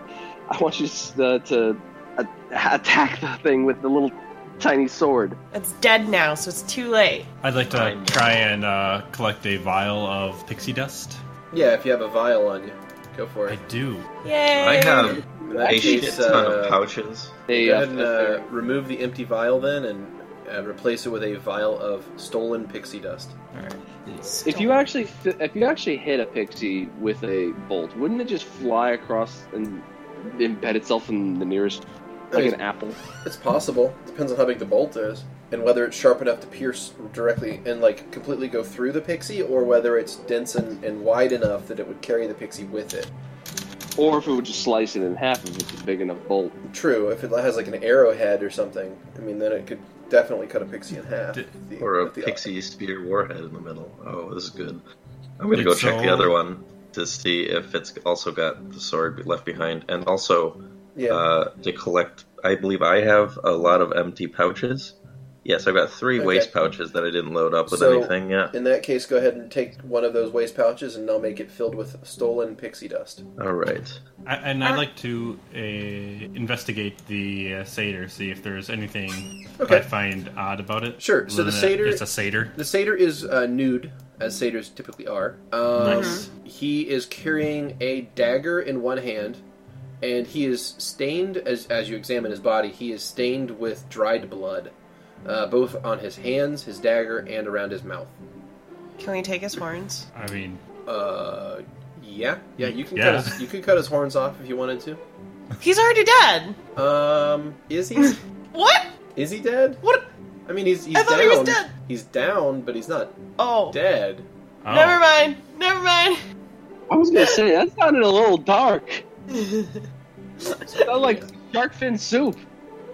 [SPEAKER 9] I want you s- uh, to uh, attack the thing with the little tiny sword.
[SPEAKER 3] It's dead now, so it's too late.
[SPEAKER 5] I'd like to try and uh, collect a vial of pixie dust.
[SPEAKER 1] Yeah, if you have a vial on you, go for it.
[SPEAKER 5] I do.
[SPEAKER 3] Yay!
[SPEAKER 2] I have
[SPEAKER 1] In that
[SPEAKER 2] a shit
[SPEAKER 1] case,
[SPEAKER 2] ton
[SPEAKER 1] uh,
[SPEAKER 2] of pouches.
[SPEAKER 9] Hey,
[SPEAKER 1] go
[SPEAKER 9] uh,
[SPEAKER 1] ahead and uh, remove the empty vial then, and uh, replace it with a vial of stolen pixie dust.
[SPEAKER 9] If you actually, fi- if you actually hit a pixie with a bolt, wouldn't it just fly across and embed itself in the nearest, like an apple?
[SPEAKER 1] It's possible. Depends on how big the bolt is and whether it's sharp enough to pierce directly and like completely go through the pixie, or whether it's dense and, and wide enough that it would carry the pixie with it.
[SPEAKER 9] Or if it would just slice it in half if it's a big enough bolt.
[SPEAKER 1] True, if it has like an arrowhead or something, I mean, then it could definitely cut a pixie in half. The-
[SPEAKER 2] Or a
[SPEAKER 1] with the-
[SPEAKER 2] pixie spear warhead in the middle. Oh, this is good. I'm gonna go
[SPEAKER 5] It's
[SPEAKER 2] check the
[SPEAKER 5] all-
[SPEAKER 2] other one to see if it's also got the sword left behind, and also
[SPEAKER 1] Yeah.
[SPEAKER 2] uh, to collect. I believe I have a lot of empty pouches. Yes, I've got three
[SPEAKER 1] Okay.
[SPEAKER 2] waist pouches that I didn't load up with
[SPEAKER 1] So,
[SPEAKER 2] anything yet.
[SPEAKER 1] In that case, go ahead and take one of those waste pouches, and I'll make it filled with stolen pixie dust.
[SPEAKER 2] All right.
[SPEAKER 5] I, and I'd like to uh, investigate the uh, satyr, see if there's anything
[SPEAKER 1] Okay.
[SPEAKER 5] I find odd about it.
[SPEAKER 1] Sure. So the
[SPEAKER 5] Other than
[SPEAKER 1] satyr,
[SPEAKER 5] it's a satyr.
[SPEAKER 1] The satyr is uh, nude, as satyrs typically are. Um,
[SPEAKER 5] Nice.
[SPEAKER 1] He is carrying a dagger in one hand, and he is stained. As as you examine his body, he is stained with dried blood, uh, both on his hands, his dagger, and around his mouth.
[SPEAKER 3] Can we take his horns?
[SPEAKER 5] I mean,
[SPEAKER 1] Uh, yeah, yeah. You can
[SPEAKER 5] Yeah.
[SPEAKER 1] cut his, you could cut his horns off if you wanted to.
[SPEAKER 3] He's already dead.
[SPEAKER 1] Um, is he?
[SPEAKER 3] What?
[SPEAKER 1] Is he dead?
[SPEAKER 3] What?
[SPEAKER 1] I mean, he's he's
[SPEAKER 3] I thought
[SPEAKER 1] down.
[SPEAKER 3] he was dead.
[SPEAKER 1] He's down, but he's not
[SPEAKER 3] Oh.
[SPEAKER 1] dead.
[SPEAKER 5] oh.
[SPEAKER 1] Oh.
[SPEAKER 3] Never mind. Never mind.
[SPEAKER 9] I was gonna say that sounded a little dark. Sounded like shark fin soup.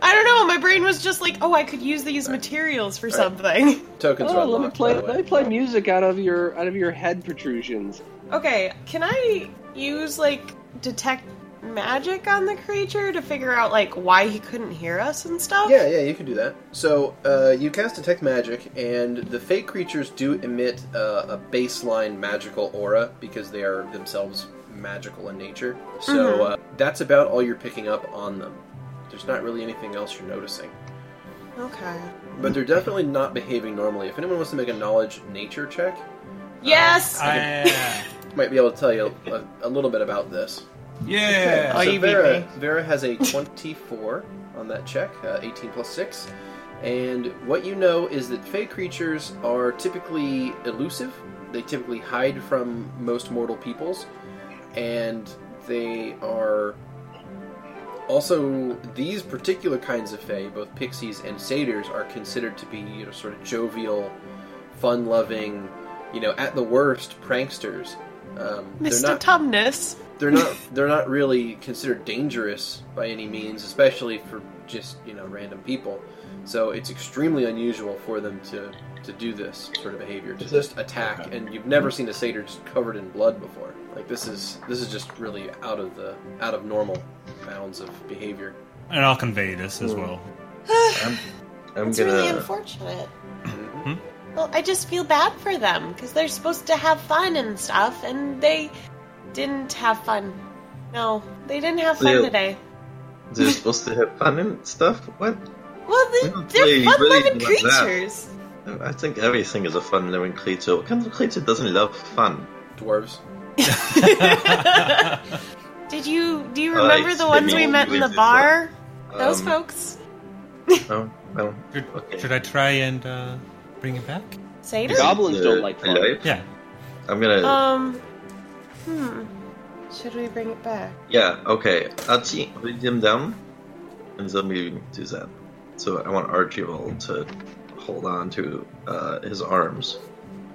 [SPEAKER 3] I don't know. My brain was just like, oh, I could use these materials for something.
[SPEAKER 1] Tokens are
[SPEAKER 9] Oh, let me
[SPEAKER 1] unlocked.
[SPEAKER 9] play.
[SPEAKER 1] by the way.
[SPEAKER 9] Let me play music out of your out of your head protrusions.
[SPEAKER 3] Okay, can I use like detect magic on the creature to figure out like why he couldn't hear us and stuff?
[SPEAKER 1] Yeah, yeah, you can do that. So uh, you cast detect magic, and the fake creatures do emit uh, a baseline magical aura because they are themselves magical in nature. So
[SPEAKER 3] Mhm.
[SPEAKER 9] Mm-hmm.
[SPEAKER 1] uh, that's about all you're picking up on them. There's not really anything else you're noticing,
[SPEAKER 3] Okay.
[SPEAKER 1] but they're definitely not behaving normally. If anyone wants to make a knowledge nature check,
[SPEAKER 3] Yes.
[SPEAKER 5] I,
[SPEAKER 1] might be able to tell you a, a little bit about this.
[SPEAKER 5] Yeah. Oh,
[SPEAKER 1] so
[SPEAKER 5] you beat
[SPEAKER 1] Vera,
[SPEAKER 5] me.
[SPEAKER 1] Vera has a 24 on that check, uh, 18 plus 6. And what you know is that fey creatures are typically elusive. They typically hide from most mortal peoples. And they are also, these particular kinds of fae, both pixies and satyrs, are considered to be you know, sort of jovial, fun-loving, you know, at the worst, pranksters. Um, they're
[SPEAKER 3] Mr.
[SPEAKER 1] not
[SPEAKER 3] Tumnus.
[SPEAKER 1] they're not they're not really considered dangerous by any means, especially for just you know random people. So it's extremely unusual for them to to do this sort of behavior, to just attack. And you've never seen a satyr just covered in blood before. Like this is this is just really out of the out of normal bounds of behavior.
[SPEAKER 5] And I'll convey this as well.
[SPEAKER 2] I'm
[SPEAKER 3] It's
[SPEAKER 2] gonna.
[SPEAKER 3] really unfortunate. Well, I just feel bad for them because they're supposed to have fun and stuff, and they didn't have fun. No, they didn't have fun
[SPEAKER 2] Yeah.
[SPEAKER 3] today.
[SPEAKER 2] They're supposed to have fun and stuff. What?
[SPEAKER 3] Well, they, they're
[SPEAKER 2] really
[SPEAKER 3] fun-loving
[SPEAKER 2] about that.
[SPEAKER 3] creatures.
[SPEAKER 2] I think everything is a fun-loving creature. What kind of creature doesn't love fun?
[SPEAKER 1] Dwarves.
[SPEAKER 3] Did you do you
[SPEAKER 2] Uh,
[SPEAKER 3] remember
[SPEAKER 2] it's
[SPEAKER 3] the ones we
[SPEAKER 2] maybe
[SPEAKER 3] met in the
[SPEAKER 2] wizards,
[SPEAKER 3] bar?
[SPEAKER 2] but,
[SPEAKER 3] Those
[SPEAKER 2] um,
[SPEAKER 3] folks,
[SPEAKER 2] Oh, well.
[SPEAKER 5] Should,
[SPEAKER 2] okay.
[SPEAKER 5] should I try and uh, bring it back?
[SPEAKER 3] Seder.
[SPEAKER 9] Goblins don't like fun.
[SPEAKER 2] Alive?
[SPEAKER 5] Yeah.
[SPEAKER 2] I'm gonna.
[SPEAKER 3] Um, hmm. Should we bring it back?
[SPEAKER 2] Yeah, okay. Archie, read them down, and then we do that. So I want Archibald to hold on to uh, his arms.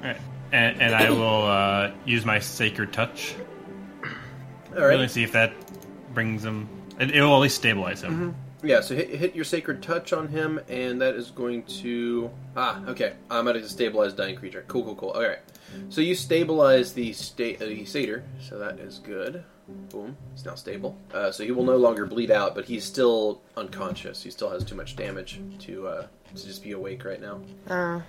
[SPEAKER 5] Alright. And, and I will uh, use my sacred touch.
[SPEAKER 1] All right.
[SPEAKER 5] Really see if that brings him. It, it will at least stabilize him.
[SPEAKER 1] Yeah, so hit, hit your sacred touch on him, and that is going to ah okay. I'm at a stabilized dying creature. Cool, cool, cool. All right, so you stabilize the state uh, the satyr, so that is good. Boom, he's now stable. Uh, so he will no longer bleed out, but he's still unconscious. He still has too much damage to uh, to just be awake right now.
[SPEAKER 3] Uh,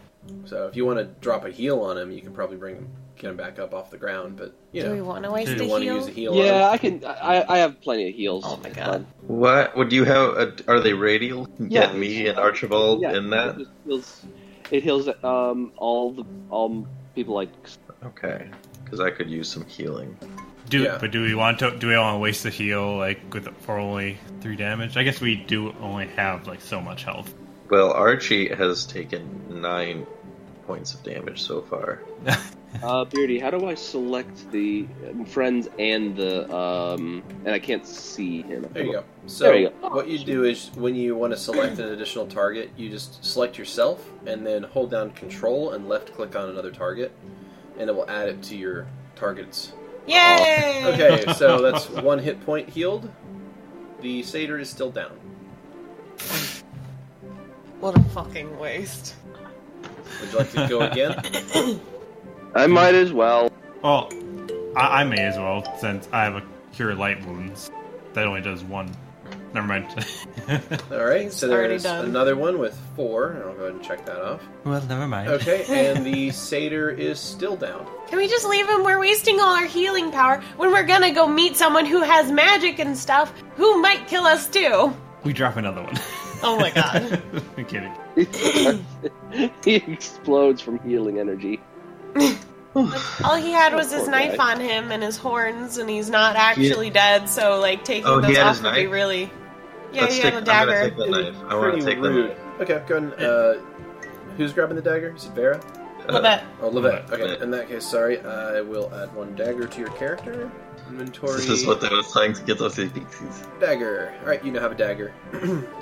[SPEAKER 1] So if you want to drop a heal on him, you can probably bring him get him back up off the ground. But you
[SPEAKER 3] Do
[SPEAKER 1] know,
[SPEAKER 3] we wanna waste
[SPEAKER 1] do you
[SPEAKER 3] a
[SPEAKER 1] wanna
[SPEAKER 3] heal?
[SPEAKER 1] use a heal? on
[SPEAKER 9] Yeah,
[SPEAKER 1] him?
[SPEAKER 9] I can. I, I have plenty of heals. Oh my god!
[SPEAKER 2] What? Would you have? A, are they radial?
[SPEAKER 9] Yeah.
[SPEAKER 2] Get me and Archibald
[SPEAKER 9] Yeah,
[SPEAKER 2] in
[SPEAKER 9] It
[SPEAKER 2] that?
[SPEAKER 9] just heals, it heals um, all the all people like.
[SPEAKER 2] Okay. Because I could use some healing.
[SPEAKER 5] Do
[SPEAKER 1] Yeah.
[SPEAKER 5] but do we want to? Do we want to waste the heal like with for only three damage? I guess we do only have like so much health.
[SPEAKER 2] Well, Archie has taken nine points of damage so far.
[SPEAKER 9] Uh, Beardy, how do I select the um, friends and the um? And I can't see him.
[SPEAKER 1] There you go. So
[SPEAKER 9] There you go.
[SPEAKER 1] what you do is when you want to select an additional target, you just select yourself and then hold down Control and left click on another target, and it will add it to your targets.
[SPEAKER 3] Yay!
[SPEAKER 1] Oh, Okay, so that's one hit point healed. The satyr is still down.
[SPEAKER 3] What a fucking waste.
[SPEAKER 1] Would you like to go again?
[SPEAKER 9] I might as well.
[SPEAKER 5] Well, I, I may as well since I have a cure light wounds. That only does one. Never mind.
[SPEAKER 1] All right. So
[SPEAKER 3] already
[SPEAKER 1] there's
[SPEAKER 3] done.
[SPEAKER 1] another one with four, and I'll go ahead and check that off.
[SPEAKER 7] Well, never mind.
[SPEAKER 1] Okay, and the satyr is still down.
[SPEAKER 3] Can we just leave him? We're wasting all our healing power when we're gonna go meet someone who has magic and stuff who might kill us too.
[SPEAKER 5] we drop another one.
[SPEAKER 3] Oh my god.
[SPEAKER 5] I'm kidding.
[SPEAKER 9] he explodes from healing energy.
[SPEAKER 3] all he had was his
[SPEAKER 9] Poor
[SPEAKER 3] knife
[SPEAKER 9] guy.
[SPEAKER 3] on him and his horns, and he's not actually dead, so like taking
[SPEAKER 2] Oh, he
[SPEAKER 3] those
[SPEAKER 2] had
[SPEAKER 3] off
[SPEAKER 2] his
[SPEAKER 3] would be
[SPEAKER 2] knife?
[SPEAKER 3] really. Yeah,
[SPEAKER 2] Let's
[SPEAKER 3] he
[SPEAKER 2] take,
[SPEAKER 3] had a
[SPEAKER 2] I'm gonna
[SPEAKER 3] dagger.
[SPEAKER 2] take the knife. I want
[SPEAKER 1] Pretty
[SPEAKER 2] to take the
[SPEAKER 1] rude.
[SPEAKER 2] knife.
[SPEAKER 1] Okay, go ahead. And, uh, who's grabbing the dagger? Is it Vera?
[SPEAKER 3] Levette.
[SPEAKER 1] Oh, Levette. Okay,
[SPEAKER 2] Levette.
[SPEAKER 1] in that case, sorry. I will add one dagger to your character. Inventory.
[SPEAKER 2] This is what I was trying to get off the pixies.
[SPEAKER 1] Dagger. Alright, you now have a dagger.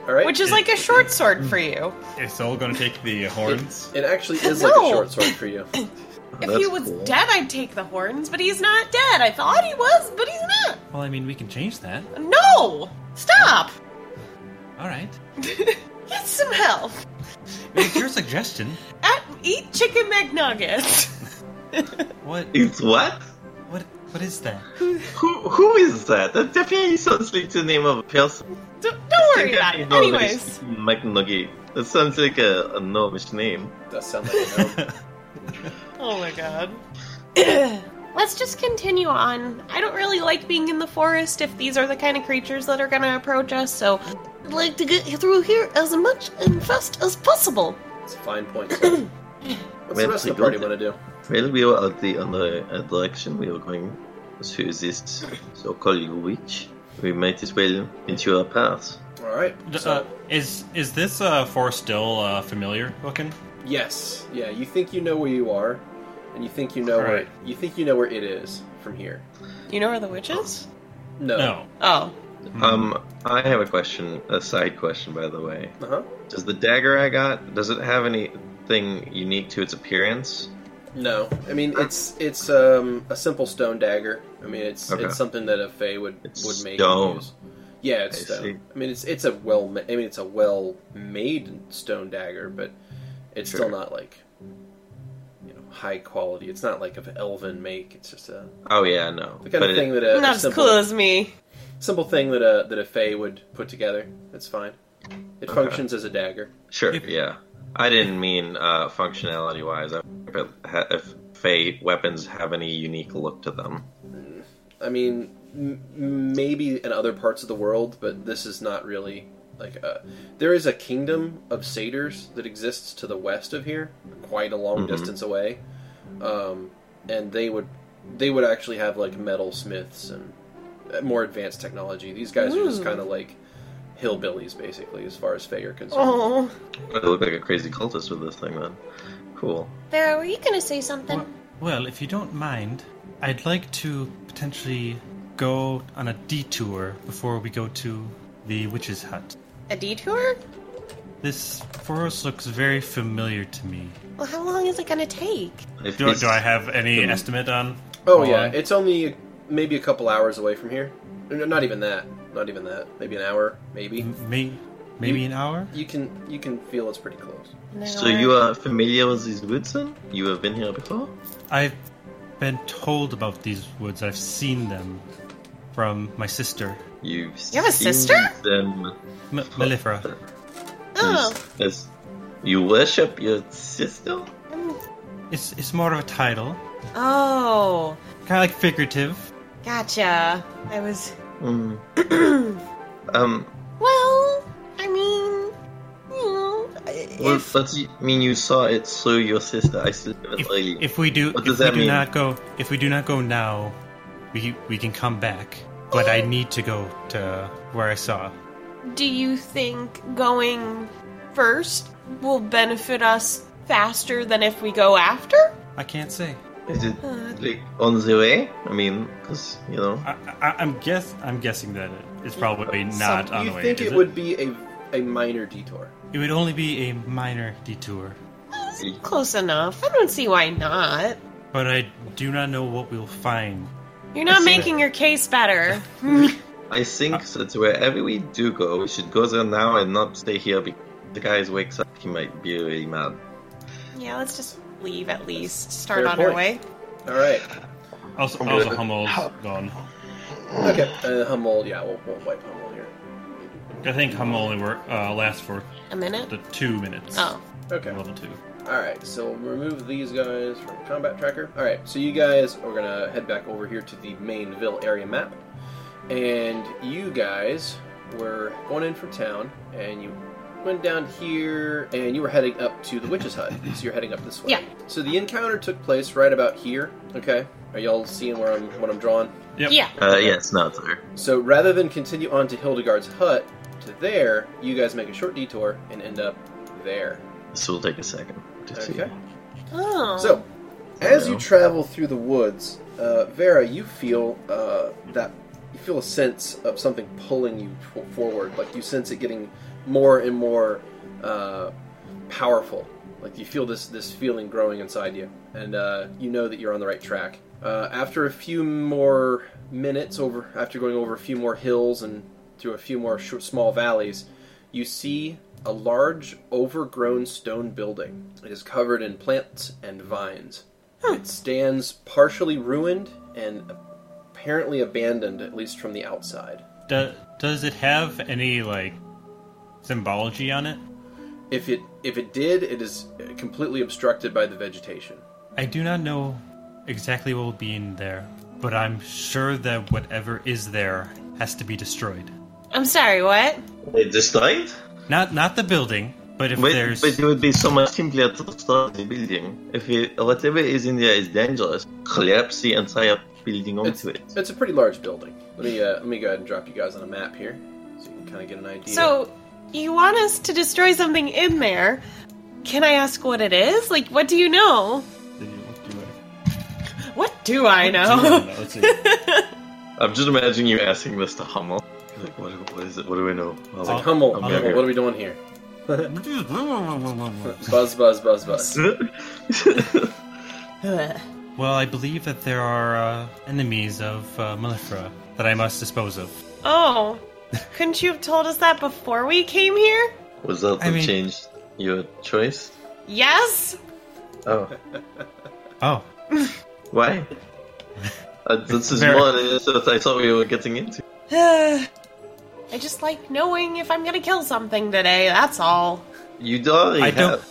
[SPEAKER 1] Alright?
[SPEAKER 3] Which is like a short sword for
[SPEAKER 2] Mm.
[SPEAKER 3] you.
[SPEAKER 5] It's all gonna take the horns.
[SPEAKER 1] It actually is like
[SPEAKER 3] No!
[SPEAKER 1] a short sword for you.
[SPEAKER 3] If
[SPEAKER 2] That's
[SPEAKER 3] he was
[SPEAKER 2] cool.
[SPEAKER 3] dead, I'd take the horns, but he's not dead. I thought he was, but he's not.
[SPEAKER 7] Well, I mean, we can change that.
[SPEAKER 3] No! Stop!
[SPEAKER 7] All right.
[SPEAKER 3] Get some help.
[SPEAKER 7] It's your suggestion.
[SPEAKER 3] At, eat chicken McNuggets.
[SPEAKER 7] What?
[SPEAKER 2] It's what?
[SPEAKER 7] What? What is that?
[SPEAKER 2] Who who is that? That definitely sounds like the name of a person.
[SPEAKER 3] don't, don't worry about it.
[SPEAKER 2] No, like,
[SPEAKER 3] Anyways,
[SPEAKER 2] Mike Nugget. That sounds like a, a gnomish name.
[SPEAKER 1] Does sound like a gnome.
[SPEAKER 3] oh my god. Let's just continue on. I don't really like being in the forest if these are the kind of creatures that are gonna approach us, so I'd like to get through here as much and fast as possible.
[SPEAKER 1] It's a fine point. sir. What's the
[SPEAKER 2] Well,
[SPEAKER 1] rest
[SPEAKER 2] we
[SPEAKER 1] of the party
[SPEAKER 2] got
[SPEAKER 1] want to do?
[SPEAKER 2] Well, we were at the other uh, direction. We were going to this so-called witch. We might as well into our path.
[SPEAKER 1] Alright.
[SPEAKER 5] D-
[SPEAKER 1] So,
[SPEAKER 5] uh, is is this uh, forest still uh, familiar looking?
[SPEAKER 1] yes. Yeah, you think you know where you are, and you think you know where
[SPEAKER 5] Alright.
[SPEAKER 1] you think you know where it is from here.
[SPEAKER 3] You know where the witch is?
[SPEAKER 1] No.
[SPEAKER 5] No.
[SPEAKER 3] Oh.
[SPEAKER 7] Mm-hmm. Hmm.
[SPEAKER 2] Um, I have a question, a side question, by the way.
[SPEAKER 1] Uh huh.
[SPEAKER 2] Does the dagger I got does it have anything unique to its appearance?
[SPEAKER 1] No, I mean it's it's um, a simple stone dagger. I mean it's
[SPEAKER 2] Okay.
[SPEAKER 1] it's something that a fae would would make. and
[SPEAKER 2] stone.
[SPEAKER 1] use. Yeah, it's
[SPEAKER 2] I
[SPEAKER 1] stone.
[SPEAKER 2] see.
[SPEAKER 1] I mean it's it's a well. ma- I mean it's a well made stone dagger, but it's still
[SPEAKER 2] Sure.
[SPEAKER 1] not like you know high quality. It's not like of elven make. It's just a
[SPEAKER 2] Oh yeah, no.
[SPEAKER 1] the kind
[SPEAKER 2] But
[SPEAKER 1] of
[SPEAKER 2] it-
[SPEAKER 1] thing that a a
[SPEAKER 3] Not as
[SPEAKER 1] simple-
[SPEAKER 3] cool as me.
[SPEAKER 1] Simple thing that a that a fae would put together. That's fine. It
[SPEAKER 2] Okay.
[SPEAKER 1] functions as a dagger.
[SPEAKER 2] Sure, yeah. I didn't mean uh, functionality wise. If, if Fey weapons have any unique look to them,
[SPEAKER 1] I mean, m- maybe in other parts of the world, but this is not really like a. There is a kingdom of satyrs that exists to the west of here, quite a long
[SPEAKER 2] Mhm.
[SPEAKER 1] distance away, um, and they would they would actually have like metal smiths and uh, more advanced technology. These guys are just
[SPEAKER 3] Ooh.
[SPEAKER 1] kind of like hillbillies, basically, as far as Fae are concerned.
[SPEAKER 3] Oh,
[SPEAKER 2] I look like a crazy cultist with this thing. Then, cool.
[SPEAKER 12] Vera, were you gonna say something?
[SPEAKER 5] Well, if you don't mind, I'd like to potentially go on a detour before we go to the witch's hut.
[SPEAKER 3] a detour?
[SPEAKER 5] This forest looks very familiar to me.
[SPEAKER 3] Well, how long is it gonna take?
[SPEAKER 2] If
[SPEAKER 5] Do,
[SPEAKER 2] it's-
[SPEAKER 5] do I have any estimate on?
[SPEAKER 1] Oh
[SPEAKER 5] how
[SPEAKER 1] yeah,
[SPEAKER 5] long?
[SPEAKER 1] it's only maybe a couple hours away from here. No, Not even that. Not even that. Maybe an hour. Maybe.
[SPEAKER 5] May- maybe an hour.
[SPEAKER 1] You can you can feel it's pretty close.
[SPEAKER 2] So you are familiar with these woods? Then you have been here before.
[SPEAKER 5] I've been told about these woods. I've seen them from my sister,
[SPEAKER 2] You've
[SPEAKER 3] You have a
[SPEAKER 2] seen
[SPEAKER 3] sister?
[SPEAKER 2] Them
[SPEAKER 5] M- Melifra.
[SPEAKER 3] Oh,
[SPEAKER 2] as you worship your sister.
[SPEAKER 5] It's it's more of a title,
[SPEAKER 3] oh,
[SPEAKER 5] kind of like figurative.
[SPEAKER 3] gotcha. I was.
[SPEAKER 2] Hmm. um.
[SPEAKER 3] Well, I mean, you know,
[SPEAKER 2] Well,
[SPEAKER 3] if
[SPEAKER 2] that's I mean you saw it through your sister. I still haven't really.
[SPEAKER 5] If we do,
[SPEAKER 2] What
[SPEAKER 5] if
[SPEAKER 2] does
[SPEAKER 5] we
[SPEAKER 2] that
[SPEAKER 5] do
[SPEAKER 2] mean?
[SPEAKER 5] not go, if we do not go now, we we can come back. But I need to go to where I saw.
[SPEAKER 3] Do you think going first will benefit us faster than if we go after?
[SPEAKER 5] I can't say.
[SPEAKER 2] Is it like on the way? I mean, because you know.
[SPEAKER 5] I, I, I'm guess I'm guessing that it's probably not
[SPEAKER 1] Some-
[SPEAKER 5] on
[SPEAKER 1] you
[SPEAKER 5] the way.
[SPEAKER 1] think
[SPEAKER 5] is
[SPEAKER 1] it would be a a minor detour?
[SPEAKER 5] It would only be a minor detour,
[SPEAKER 3] Eh, Close enough. I don't see why not.
[SPEAKER 5] but I do not know what we'll find.
[SPEAKER 3] You're not
[SPEAKER 2] I see
[SPEAKER 3] making your case better.
[SPEAKER 2] I think
[SPEAKER 1] Uh,
[SPEAKER 2] that wherever we do go, we should go there now and not stay here because the guys wakes up, he might be really mad.
[SPEAKER 3] yeah, let's just leave at least. Start
[SPEAKER 1] fair
[SPEAKER 3] on our
[SPEAKER 1] point.
[SPEAKER 3] way.
[SPEAKER 1] All right.
[SPEAKER 5] Also,
[SPEAKER 2] I'm
[SPEAKER 5] also
[SPEAKER 2] good.
[SPEAKER 5] Hummel's gone.
[SPEAKER 1] Okay. Uh, Hummel. Yeah, we'll, we'll wipe Hummel here.
[SPEAKER 5] I think Hummel only work, uh, lasts for
[SPEAKER 3] A minute?
[SPEAKER 5] the two minutes.
[SPEAKER 3] Oh.
[SPEAKER 1] Okay.
[SPEAKER 5] level two.
[SPEAKER 1] All right. So we'll remove these guys from combat tracker. All right. So you guys are gonna head back over here to the main Ville area map, and you guys were going in for town, and you went down here, and you were heading up to the witch's hut. So you're heading up this way.
[SPEAKER 3] Yeah.
[SPEAKER 1] So the encounter took place right about here. Okay. Are y'all seeing where I'm what I'm drawing?
[SPEAKER 5] Yep.
[SPEAKER 3] Yeah.
[SPEAKER 2] Uh, yeah, it's not there.
[SPEAKER 1] So rather than continue on to Hildegard's hut, to there, you guys make a short detour and end up there.
[SPEAKER 2] This will take a second to
[SPEAKER 1] Okay.
[SPEAKER 3] Oh.
[SPEAKER 1] So, as you
[SPEAKER 2] Hello.
[SPEAKER 1] travel through the woods, uh, Vera, you feel uh, that you feel a sense of something pulling you f- forward. Like you sense it getting more and more uh, powerful. Like you feel this this feeling growing inside you, and uh, you know that you're on the right track. Uh, after a few more minutes over, after going over a few more hills and through a few more short, small valleys, you see a large overgrown stone building. It is covered in plants and vines. It stands partially ruined and apparently abandoned, at least from the outside.
[SPEAKER 5] Do, does it have any like symbology on it?
[SPEAKER 1] If it if it did, it is completely obstructed by the vegetation.
[SPEAKER 5] I do not know exactly what will be in there, but I'm sure that whatever is there has to be destroyed.
[SPEAKER 3] I'm sorry, what?
[SPEAKER 2] They destroyed?
[SPEAKER 5] Not not the building, but if
[SPEAKER 2] But,
[SPEAKER 5] there's
[SPEAKER 2] but it would be so much simpler to destroy the building. If it, whatever is in there is dangerous, collapse the entire building onto it.
[SPEAKER 1] It's a pretty large building. Let me uh, let me go ahead and drop you guys on a map here, so you can kind of get an idea.
[SPEAKER 3] So, you want us to destroy something in there? Can I ask what it is? Like, what do you know? What do I know?
[SPEAKER 2] I'm just imagining you asking this to Hummel. You're Like, what, what is it? What do I know?
[SPEAKER 1] it's like Hummel,
[SPEAKER 2] I'm
[SPEAKER 1] Hummel,
[SPEAKER 2] here.
[SPEAKER 1] what are we doing here? buzz, buzz, buzz, buzz.
[SPEAKER 13] Ugh.
[SPEAKER 7] Well, I believe that there are uh, enemies of uh, Malifra that I must dispose of.
[SPEAKER 3] Oh, couldn't you have told us that before we came here?
[SPEAKER 2] Was that the
[SPEAKER 7] I mean-
[SPEAKER 2] change your choice?
[SPEAKER 3] Yes.
[SPEAKER 2] Oh.
[SPEAKER 7] Oh.
[SPEAKER 2] Why? uh, this is
[SPEAKER 7] Very-
[SPEAKER 2] one is that I thought we were getting into.
[SPEAKER 3] I just like knowing if I'm gonna kill something today. That's all.
[SPEAKER 2] You already
[SPEAKER 7] I don't-
[SPEAKER 2] have.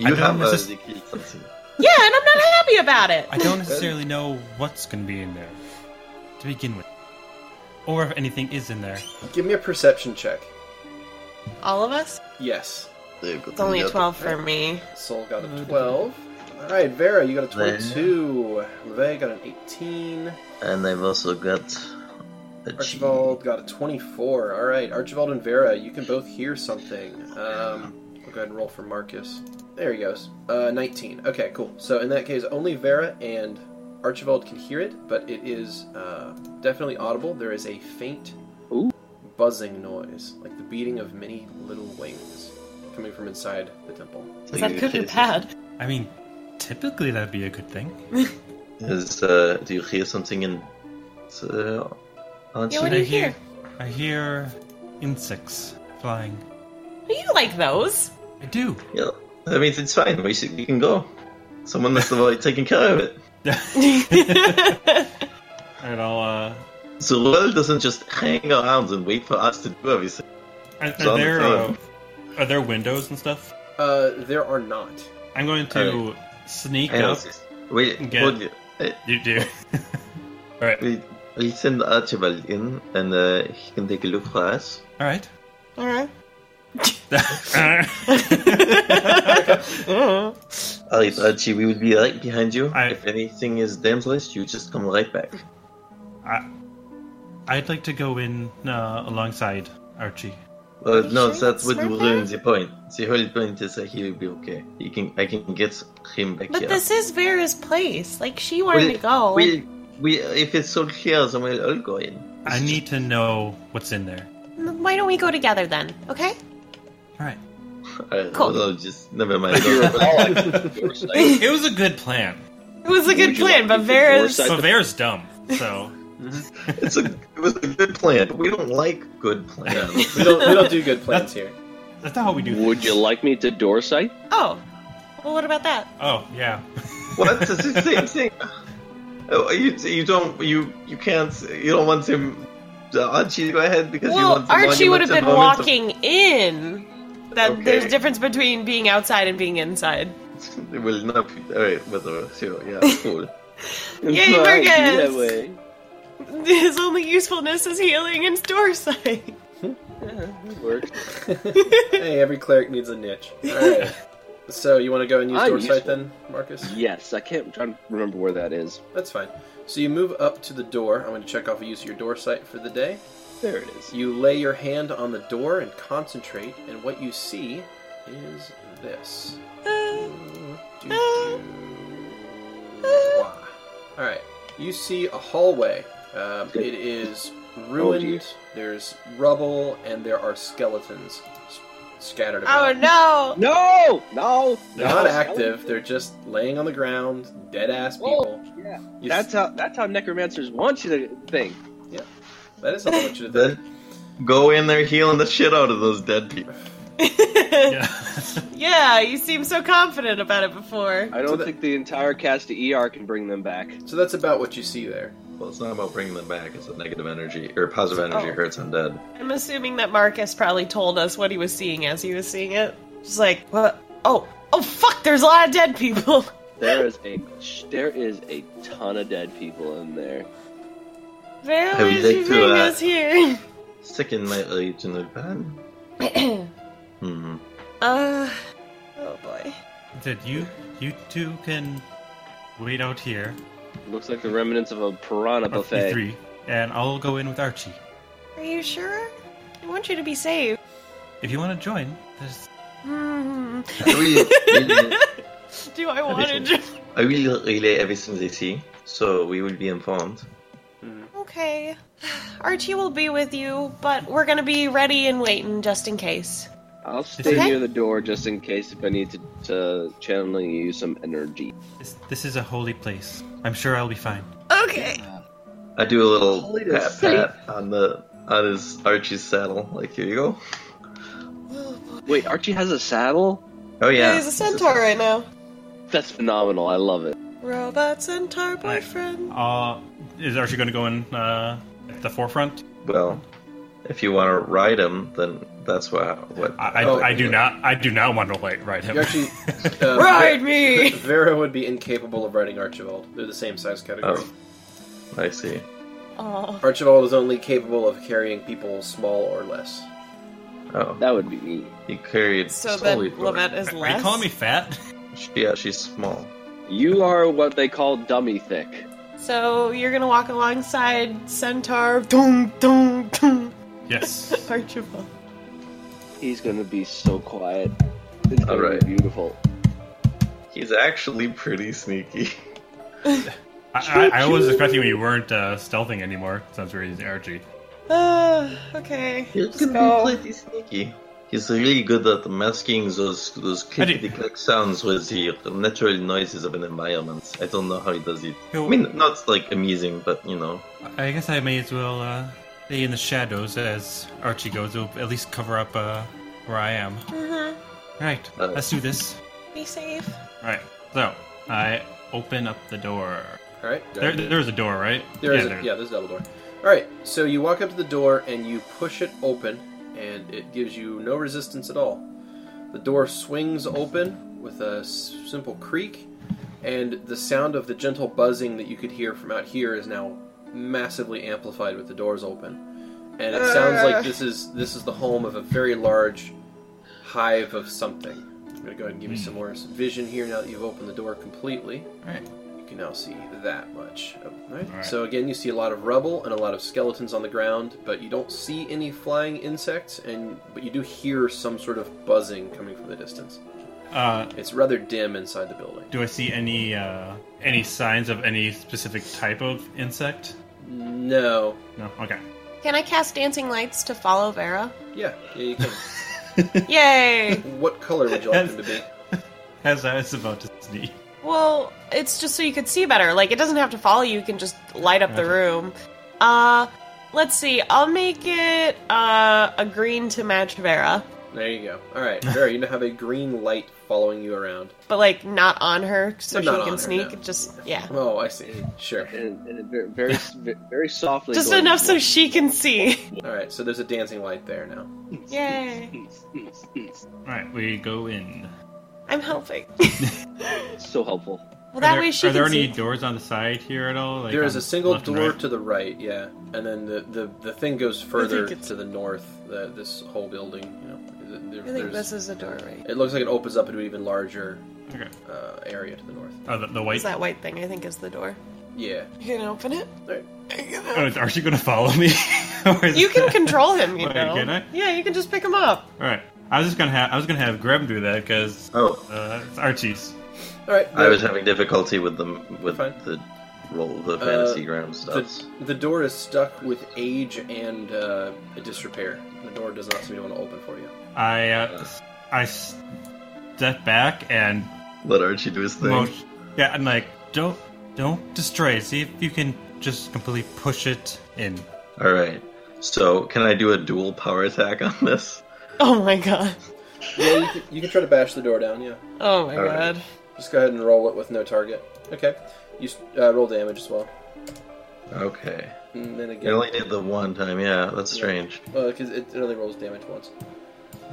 [SPEAKER 2] You
[SPEAKER 7] don't
[SPEAKER 2] have uh, a
[SPEAKER 7] necess-
[SPEAKER 2] decreased sensitivity.
[SPEAKER 3] Yeah, and I'm not happy about it.
[SPEAKER 7] I don't necessarily know what's going to be in there to begin with, or if anything is in there.
[SPEAKER 1] Give me a perception check.
[SPEAKER 3] All of us.
[SPEAKER 1] Yes.
[SPEAKER 3] It's only a twelve for me.
[SPEAKER 1] Soul got a 12. Alright, Vera, you got a 22. Leve got an 18.
[SPEAKER 2] And I've also got. A G.
[SPEAKER 1] Archibald got a 24. Alright, Archibald and Vera, you can both hear something. Um, I'll go ahead and roll for Marcus. There he goes. Uh, 19. Okay, cool. So in that case, only Vera and Archibald can hear it, but it is uh, definitely audible. There is a faint buzzing noise, like the beating of many little wings coming from inside the temple.
[SPEAKER 3] Is that good or bad?
[SPEAKER 7] I mean, typically that'd be a good thing.
[SPEAKER 2] Is, uh, do you hear something in. Uh,
[SPEAKER 3] Yeah, what do you
[SPEAKER 7] I hear,
[SPEAKER 3] hear?
[SPEAKER 7] I hear insects flying.
[SPEAKER 3] You like those?
[SPEAKER 7] I do.
[SPEAKER 2] Yeah, that means it's fine. We, should, we can go. Someone that's already taking care of it.
[SPEAKER 7] Alright, I'll, uh.
[SPEAKER 2] So Lil doesn't just hang around and wait for us to do everything.
[SPEAKER 7] Are,
[SPEAKER 2] It's on
[SPEAKER 7] are
[SPEAKER 2] the
[SPEAKER 7] there uh,
[SPEAKER 2] phone.
[SPEAKER 7] are there windows and stuff?
[SPEAKER 1] Uh, there are not.
[SPEAKER 7] I'm going to sneak
[SPEAKER 2] Hang on,
[SPEAKER 7] up.
[SPEAKER 2] sis. Wait,
[SPEAKER 7] and get-
[SPEAKER 2] hold you. Hey,
[SPEAKER 7] you do. Alright.
[SPEAKER 2] eh, we, we send Archibald in and uh, he can take a look for us.
[SPEAKER 7] Alright.
[SPEAKER 3] All right.
[SPEAKER 7] Mm-hmm.
[SPEAKER 2] Alright, Uh, Archie, we will be right behind you. If anything is dangerous, you just come right back.
[SPEAKER 7] I, I'd like to go in uh, alongside Archie.
[SPEAKER 2] Well,
[SPEAKER 7] you
[SPEAKER 2] no,
[SPEAKER 7] sure
[SPEAKER 2] that
[SPEAKER 7] it's
[SPEAKER 2] would
[SPEAKER 7] right
[SPEAKER 2] ruin the point. The whole point is that he will be okay. He can, I can get him back
[SPEAKER 3] But
[SPEAKER 2] here.
[SPEAKER 3] this is Vera's place. Like she wanted to go.
[SPEAKER 2] We, we, if it's so clear, then we'll all go in.
[SPEAKER 7] I need to know what's in there.
[SPEAKER 3] Why don't we go together then? Okay.
[SPEAKER 2] I
[SPEAKER 3] Cool.
[SPEAKER 2] cool. Uh, just never mind.
[SPEAKER 7] it was a good plan.
[SPEAKER 3] It was a good
[SPEAKER 7] you like
[SPEAKER 3] plan, but Vera's.
[SPEAKER 7] But Vera's dumb, so.
[SPEAKER 2] it's a, it was a good plan, but we don't like good plans.
[SPEAKER 1] we, don't, we don't do good plans here.
[SPEAKER 7] That's not how we do
[SPEAKER 9] Would you like me to door sight?
[SPEAKER 3] Oh. Well, what about that?
[SPEAKER 7] Oh yeah.
[SPEAKER 2] What? It's the same thing. Oh, You, you don't you you can't you don't want him. uh, Archie, go ahead because you
[SPEAKER 3] Well,
[SPEAKER 2] want. the
[SPEAKER 3] Archie would
[SPEAKER 2] monuments
[SPEAKER 3] have been
[SPEAKER 2] and moments of-
[SPEAKER 3] walking in. That
[SPEAKER 2] Okay.
[SPEAKER 3] there's a difference between being outside and being inside.
[SPEAKER 2] It will not. Be, all right, whatever. Sure, yeah, cool.
[SPEAKER 3] Yay, Right, Marcus! His only usefulness is healing and store sight.
[SPEAKER 9] Work.
[SPEAKER 1] hey, every cleric needs a niche. Alright. so you want to go and use
[SPEAKER 9] I'm
[SPEAKER 1] door sight
[SPEAKER 9] useful.
[SPEAKER 1] then, Marcus?
[SPEAKER 9] Yes, I can't. I'm trying to remember where that is.
[SPEAKER 1] That's fine. So you move up to the door. I'm going to check off a use of your door sight for the day.
[SPEAKER 9] There it is.
[SPEAKER 1] You lay your hand on the door and concentrate, and what you see is this.
[SPEAKER 3] Oh,
[SPEAKER 1] All right, you see a hallway. Um, it is ruined. There's rubble, and there are skeletons s- scattered
[SPEAKER 3] Oh
[SPEAKER 1] about.
[SPEAKER 3] no!
[SPEAKER 9] No, no,
[SPEAKER 1] They're not active. They're just laying on the ground, dead ass
[SPEAKER 3] Oh,
[SPEAKER 1] people.
[SPEAKER 9] yeah,
[SPEAKER 1] You
[SPEAKER 9] that's how that's how necromancers want you to think.
[SPEAKER 1] Yeah, that is how I want you to think.
[SPEAKER 2] Then go in there healing the shit out of those dead people.
[SPEAKER 3] Yeah, you seemed so confident about it before.
[SPEAKER 9] I don't think the entire cast of ER can bring them back.
[SPEAKER 1] So that's about what you see there.
[SPEAKER 2] Well, it's not about bringing them back. It's that negative energy or positive energy
[SPEAKER 3] Oh.
[SPEAKER 2] hurts undead.
[SPEAKER 3] I'm assuming that Marcus probably told us what he was seeing as he was seeing it. Just like, what? Oh, oh, fuck! There's a lot of dead people.
[SPEAKER 9] There is a there is a ton of dead people in there.
[SPEAKER 3] Vera,
[SPEAKER 2] I
[SPEAKER 3] why
[SPEAKER 2] would
[SPEAKER 3] did
[SPEAKER 2] like
[SPEAKER 3] you
[SPEAKER 2] to,
[SPEAKER 3] bring
[SPEAKER 2] uh,
[SPEAKER 3] us here?
[SPEAKER 2] Second my legion of ban. Hmm.
[SPEAKER 3] uh, oh boy.
[SPEAKER 7] That you you two can wait out here.
[SPEAKER 9] Looks like the remnants of a piranha
[SPEAKER 7] Or you
[SPEAKER 9] buffet.
[SPEAKER 7] three, and I'll go in with Archie.
[SPEAKER 3] Are you sure? I want you to be safe.
[SPEAKER 7] If you want to join, there's
[SPEAKER 3] Hmm.
[SPEAKER 5] Mm-hmm.
[SPEAKER 2] I will, will-
[SPEAKER 3] Do I want to?
[SPEAKER 2] Everything.
[SPEAKER 3] ju-
[SPEAKER 2] I will relay everything they see, so we will be informed.
[SPEAKER 3] Okay. Archie will be with you, but we're gonna be ready and waiting just in case.
[SPEAKER 9] I'll stay
[SPEAKER 13] Okay.
[SPEAKER 9] near the door just in case if I need to, to channel you some energy.
[SPEAKER 7] This, this is a holy place. I'm sure I'll be fine.
[SPEAKER 13] Okay.
[SPEAKER 2] I do a little
[SPEAKER 9] Holy
[SPEAKER 2] pat
[SPEAKER 9] shit.
[SPEAKER 2] pat on the on his Archie's saddle. Like here you go.
[SPEAKER 9] Wait, Archie has a saddle?
[SPEAKER 2] Oh yeah.
[SPEAKER 3] He's a centaur right now.
[SPEAKER 9] That's phenomenal. I love it.
[SPEAKER 3] Robot centaur boyfriend.
[SPEAKER 5] Uh, is Archie going to go in uh, at the forefront?
[SPEAKER 2] Well, if you want to ride him, then that's what what
[SPEAKER 5] I, I, I do not. I do not want to like ride him.
[SPEAKER 1] You actually, uh,
[SPEAKER 3] Ride
[SPEAKER 1] Ve-
[SPEAKER 3] me!
[SPEAKER 1] Vera would be incapable of riding Archibald. They're the same size category.
[SPEAKER 2] Oh. I see.
[SPEAKER 3] Oh.
[SPEAKER 1] Archibald is only capable of carrying people small or less.
[SPEAKER 2] Oh,
[SPEAKER 9] that would be me.
[SPEAKER 2] He carried.
[SPEAKER 3] So then
[SPEAKER 2] solely for-
[SPEAKER 3] Lavette is
[SPEAKER 5] Are you
[SPEAKER 3] less.
[SPEAKER 5] calling me fat?
[SPEAKER 2] Yeah, she's small.
[SPEAKER 9] You are what they call dummy thick.
[SPEAKER 3] So you're gonna walk alongside centaur. Dum dum dum.
[SPEAKER 5] Yes.
[SPEAKER 3] Archibald.
[SPEAKER 9] He's gonna be so quiet. It's gonna
[SPEAKER 2] Alright.
[SPEAKER 9] be beautiful.
[SPEAKER 2] He's actually pretty sneaky.
[SPEAKER 5] I, I, I was expecting when you weren't uh, stealthing anymore. Sounds very easy, Archie.
[SPEAKER 3] Uh, okay.
[SPEAKER 2] He's
[SPEAKER 3] Let's go.
[SPEAKER 2] sneaky. He's really good at masking those those clickety click sounds with the natural noises of an environment. I don't know how he does it.
[SPEAKER 7] Yo.
[SPEAKER 5] Oh.
[SPEAKER 2] I mean, not like amazing, but you know.
[SPEAKER 7] I guess I may as well uh, stay in the shadows as Archie goes. It'll at least cover up uh, where I am.
[SPEAKER 3] Mhm.
[SPEAKER 7] Right,
[SPEAKER 2] Uh,
[SPEAKER 7] let's do this.
[SPEAKER 3] Be safe.
[SPEAKER 7] All right, so I open up the door.
[SPEAKER 1] All right.
[SPEAKER 7] There, there's a door, right?
[SPEAKER 1] There is a- yeah,
[SPEAKER 7] there-
[SPEAKER 1] there's a double door. All right, so you walk up to the door and you push it open, and it gives you no resistance at all. The door swings open with a s- simple creak, and the sound of the gentle buzzing that you could hear from out here is now massively amplified with the doors open, and it sounds like this is this is the home of a very large hive of something. I'm gonna go ahead and give you some more vision here now that you've opened the door completely.
[SPEAKER 7] Alright.
[SPEAKER 1] You can now see that much. Oh, all right.
[SPEAKER 7] Alright.
[SPEAKER 1] So again, you see a lot of rubble and a lot of skeletons on the ground, but you don't see any flying insects, and but you do hear some sort of buzzing coming from the distance.
[SPEAKER 5] Uh,
[SPEAKER 1] It's rather dim inside the building.
[SPEAKER 5] do I see any uh, any signs of any specific type of insect?
[SPEAKER 1] No.
[SPEAKER 5] No. Okay.
[SPEAKER 3] Can I cast dancing lights to follow Vera?
[SPEAKER 1] Yeah. Yeah, you can.
[SPEAKER 3] Yay!
[SPEAKER 1] what color would you like them to be?
[SPEAKER 7] As I was about to sneeze.
[SPEAKER 3] Well, it's just so you could see better. Like it doesn't have to follow you. You can just light up the room. Uh, let's see. I'll make it uh a green to match Vera,
[SPEAKER 1] There you go. All right, Vera, you now have a green light following you around.
[SPEAKER 3] but like not on her, so
[SPEAKER 1] Not
[SPEAKER 3] she
[SPEAKER 1] on
[SPEAKER 3] can
[SPEAKER 1] her,
[SPEAKER 3] sneak.
[SPEAKER 1] no.
[SPEAKER 3] Just yeah.
[SPEAKER 1] Oh, I see. Sure.
[SPEAKER 9] And, and very, very, very softly.
[SPEAKER 3] Just
[SPEAKER 9] going,
[SPEAKER 3] enough so she can see.
[SPEAKER 1] All right, so there's a dancing light there now.
[SPEAKER 3] Yay!
[SPEAKER 7] All right, we go in.
[SPEAKER 3] I'm helping.
[SPEAKER 9] So helpful.
[SPEAKER 3] Well,
[SPEAKER 7] are
[SPEAKER 3] that
[SPEAKER 7] there,
[SPEAKER 3] way she
[SPEAKER 7] Are there
[SPEAKER 3] can
[SPEAKER 7] any
[SPEAKER 3] see.
[SPEAKER 7] doors on the side here at all? Like
[SPEAKER 1] there is
[SPEAKER 7] on
[SPEAKER 1] a single
[SPEAKER 7] left and
[SPEAKER 1] door
[SPEAKER 7] right?
[SPEAKER 1] to the right, yeah, and then the the, the thing goes further
[SPEAKER 3] it's-
[SPEAKER 1] to the north. The, this whole building, you know, th- there-
[SPEAKER 3] I think
[SPEAKER 1] there's-
[SPEAKER 3] this is a door, right?
[SPEAKER 1] it looks like it opens up into an even larger
[SPEAKER 7] Okay.
[SPEAKER 1] uh, area to the north.
[SPEAKER 7] Oh, the, the
[SPEAKER 3] Is
[SPEAKER 7] white.
[SPEAKER 3] that white thing? I think is the door.
[SPEAKER 1] Yeah,
[SPEAKER 3] You can open it.
[SPEAKER 1] Right.
[SPEAKER 7] Oh, is Archie gonna follow me? Or is
[SPEAKER 3] You can
[SPEAKER 7] that-
[SPEAKER 3] control him. You
[SPEAKER 7] Wait,
[SPEAKER 3] know.
[SPEAKER 7] can I?
[SPEAKER 3] Yeah, you can just pick him up.
[SPEAKER 7] All right. I was just gonna have I was gonna have Grem do that because
[SPEAKER 2] Oh,
[SPEAKER 7] uh, it's Archie's.
[SPEAKER 1] all right.
[SPEAKER 2] I was having difficulty with them with
[SPEAKER 1] Fine.
[SPEAKER 2] the roll Uh, the fantasy gram stuff.
[SPEAKER 1] the, the door is stuck with age and uh, disrepair. The door does not seem to want to open for you.
[SPEAKER 7] I uh, I step back and
[SPEAKER 2] Let Archie do his thing.
[SPEAKER 7] motion. Yeah, I'm like, don't don't destroy it. See if you can just completely push it in.
[SPEAKER 2] All right. So can I do a dual power attack on this?
[SPEAKER 3] Oh my god.
[SPEAKER 1] Yeah, you can, you can try to bash the door down. Yeah,
[SPEAKER 3] Oh my
[SPEAKER 2] All right.
[SPEAKER 3] god.
[SPEAKER 1] just go ahead and roll it with no target. Okay, you s- uh, roll damage as well,
[SPEAKER 2] Okay.
[SPEAKER 1] and then
[SPEAKER 2] I
[SPEAKER 1] again,
[SPEAKER 2] only did the one time. Yeah, that's strange.
[SPEAKER 1] because it, it only rolls damage once.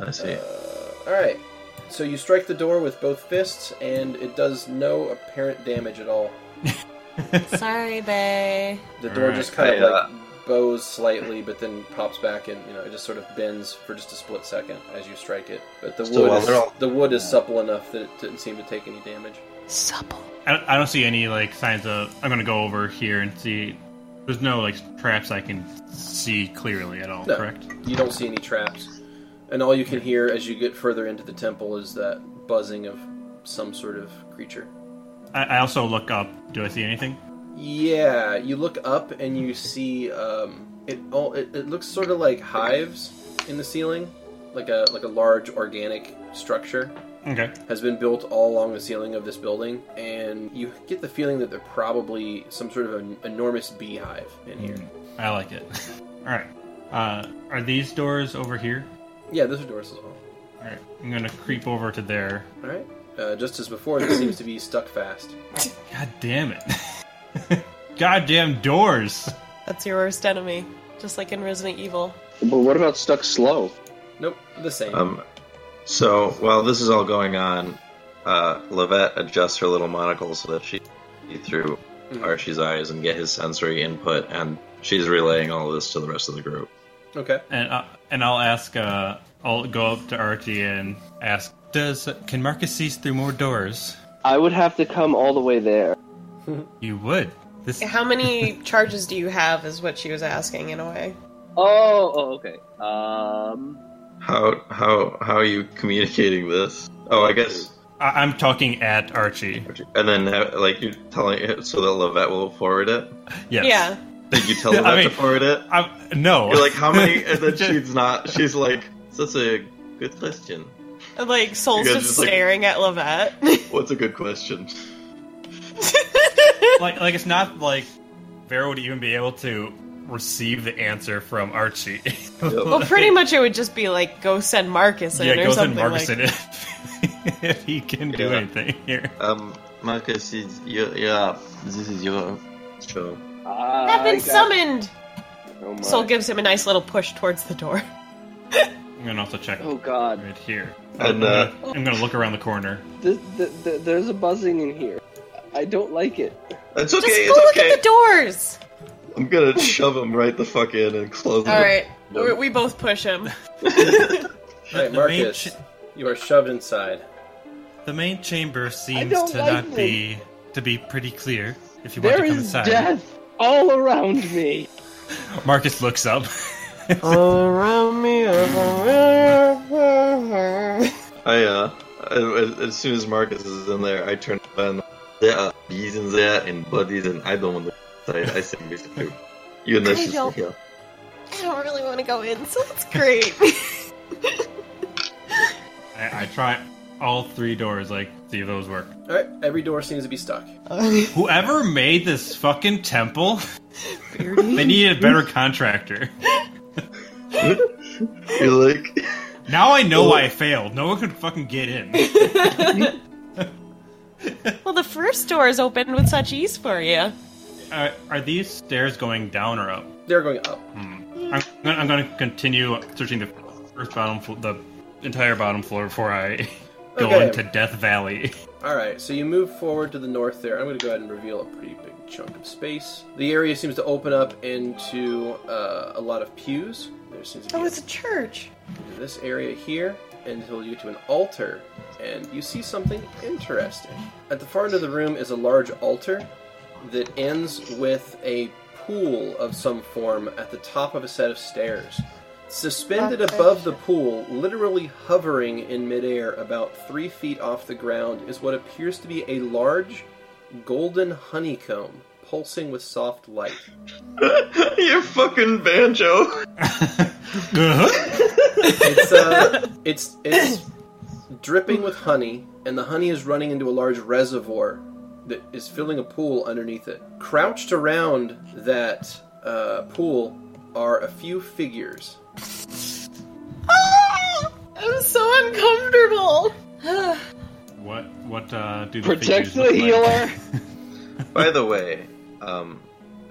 [SPEAKER 2] I see.
[SPEAKER 1] All right. So you strike the door with both fists, and it does no apparent damage at all.
[SPEAKER 3] Sorry, Bay.
[SPEAKER 1] The door
[SPEAKER 7] Alright.
[SPEAKER 1] just kind of
[SPEAKER 2] I, uh,
[SPEAKER 1] like bows slightly, but then pops back, and you know it just sort of bends for just a split second as you strike it. But the
[SPEAKER 2] So
[SPEAKER 1] wood,
[SPEAKER 2] while
[SPEAKER 1] is,
[SPEAKER 2] they're all-
[SPEAKER 1] the wood is supple enough that it didn't seem to take any damage.
[SPEAKER 3] Supple.
[SPEAKER 7] I don't, I don't see any like signs of. I'm gonna go over here and see. There's no like traps I can see clearly at all.
[SPEAKER 1] No.
[SPEAKER 7] Correct.
[SPEAKER 1] You don't see any traps, and all you can hear as you get further into the temple is that buzzing of some sort of creature.
[SPEAKER 7] I, I also look up. Do I see anything?
[SPEAKER 1] Yeah, you look up and you see um, it all. It, it looks sort of like hives in the ceiling, like a like a large organic structure
[SPEAKER 5] Okay.
[SPEAKER 1] has been built all along the ceiling of this building, and you get the feeling that they're probably some sort of an enormous beehive in here.
[SPEAKER 5] I like it. All right. Uh, are these doors over here?
[SPEAKER 1] Yeah, those are doors as well.
[SPEAKER 5] All right. I'm gonna creep over to there.
[SPEAKER 1] All right. Uh, just as before, this seems to be stuck fast.
[SPEAKER 5] God damn it! Goddamn doors.
[SPEAKER 3] That's your worst enemy, just like in Resident Evil.
[SPEAKER 9] But what about stuck slow?
[SPEAKER 1] Nope, the same.
[SPEAKER 2] Um, so while this is all going on, uh, Levette adjusts her little monocle so that she can see through Archie's eyes and get his sensory input, and she's relaying all this to the rest of the group.
[SPEAKER 1] Okay.
[SPEAKER 5] And uh, and I'll ask. Uh, I'll go up to Archie and ask. Does can Marcus see through more doors?
[SPEAKER 9] I would have to come all the way there.
[SPEAKER 5] You would. This.
[SPEAKER 3] How many charges do you have? Is what she was asking in a way.
[SPEAKER 9] Oh, oh okay. Um,
[SPEAKER 2] How how how are you communicating this? Oh, I guess,
[SPEAKER 5] I- I'm talking at Archie.
[SPEAKER 2] and then uh, like you're telling it so that Levette will forward it.
[SPEAKER 5] Yes.
[SPEAKER 3] Yeah.
[SPEAKER 2] Did you tell
[SPEAKER 5] I
[SPEAKER 2] Levette to
[SPEAKER 5] mean,
[SPEAKER 2] forward it?
[SPEAKER 5] i no.
[SPEAKER 2] You're like how many? And then she's not. She's like that's a good question.
[SPEAKER 3] Like Soul's
[SPEAKER 2] You guys
[SPEAKER 3] just,
[SPEAKER 2] just, like-
[SPEAKER 3] staring at Levette.
[SPEAKER 2] What's a good question?
[SPEAKER 5] like like it's not like Vera would even be able to receive the answer from Archie.
[SPEAKER 3] well, pretty much it would just be like go send Marcus in
[SPEAKER 5] yeah,
[SPEAKER 3] or
[SPEAKER 5] go send
[SPEAKER 3] something
[SPEAKER 5] Marcus
[SPEAKER 3] like.
[SPEAKER 5] in if, if he can do
[SPEAKER 2] Yeah.
[SPEAKER 5] anything here.
[SPEAKER 2] Um, Marcus, is your you're up. This is your show.
[SPEAKER 3] I've
[SPEAKER 9] I've
[SPEAKER 3] been summoned.
[SPEAKER 9] Oh, my.
[SPEAKER 3] Soul gives him a nice little push towards the door.
[SPEAKER 5] I'm gonna also check
[SPEAKER 9] oh God!
[SPEAKER 5] right here.
[SPEAKER 2] And, uh,
[SPEAKER 5] I'm, gonna, I'm gonna look around the corner.
[SPEAKER 9] Th- th- th- there's a buzzing in here. I don't like it.
[SPEAKER 2] It's okay.
[SPEAKER 3] Just go
[SPEAKER 2] it's
[SPEAKER 3] look
[SPEAKER 2] okay.
[SPEAKER 3] at the doors.
[SPEAKER 2] I'm gonna shove him right the fuck in and close.
[SPEAKER 3] All
[SPEAKER 2] the-
[SPEAKER 3] right, We're, we both push him.
[SPEAKER 1] All right,
[SPEAKER 7] the main
[SPEAKER 1] Marcus,
[SPEAKER 7] ch-
[SPEAKER 1] you are shoved inside.
[SPEAKER 7] The main chamber seems
[SPEAKER 9] don't
[SPEAKER 7] to
[SPEAKER 9] like
[SPEAKER 7] not be to be pretty clear. If you want
[SPEAKER 9] There
[SPEAKER 7] to come
[SPEAKER 9] is
[SPEAKER 7] inside,
[SPEAKER 9] death all around me.
[SPEAKER 5] Marcus looks up. Uh,
[SPEAKER 3] Around me, everywhere.
[SPEAKER 2] I uh, I- as soon as Marcus is in there, I turn and there are bees in there and buddies, and I don't want to. I, I say this too. Even though
[SPEAKER 3] I
[SPEAKER 2] she's
[SPEAKER 3] don't-
[SPEAKER 2] here.
[SPEAKER 3] I don't really want to go in, so that's great.
[SPEAKER 5] I, I try all three doors. Like, see if those work.
[SPEAKER 1] All right, every door seems to be stuck.
[SPEAKER 5] Whoever made this fucking temple,
[SPEAKER 3] Beardy.
[SPEAKER 5] they needed a better contractor.
[SPEAKER 2] You're like,
[SPEAKER 5] Now I know why I failed. No one could fucking get in.
[SPEAKER 3] well, the first door is open with such ease for you.
[SPEAKER 5] Uh, are these stairs going down or up?
[SPEAKER 1] They're going up.
[SPEAKER 5] I'm gonna, I'm gonna continue searching the first bottom, fl- the entire bottom floor before I go
[SPEAKER 1] Okay.
[SPEAKER 5] into Death Valley.
[SPEAKER 1] All right, so you move forward to the north there. I'm going to go ahead and reveal a pretty big chunk of space. The area seems to open up into uh, a lot of pews. There seems to be
[SPEAKER 3] Oh, it's a church.
[SPEAKER 1] this area here until you get to an altar, and you see something interesting. At the far end of the room is a large altar that ends with a pool of some form at the top of a set of stairs. Suspended above the pool, literally hovering in midair about three feet off the ground, is what appears to be a large golden honeycomb pulsing with soft light.
[SPEAKER 2] you're fucking banjo.
[SPEAKER 5] Uh-huh.
[SPEAKER 1] It's uh, it's it's dripping with honey, and the honey is running into a large reservoir that is filling a pool underneath it. Crouched around that uh, pool are a few figures.
[SPEAKER 3] I'm Ah! so uncomfortable.
[SPEAKER 5] What what uh, do the
[SPEAKER 9] Protect
[SPEAKER 5] figures
[SPEAKER 9] the
[SPEAKER 5] look like?
[SPEAKER 9] healer.
[SPEAKER 2] By the way, um,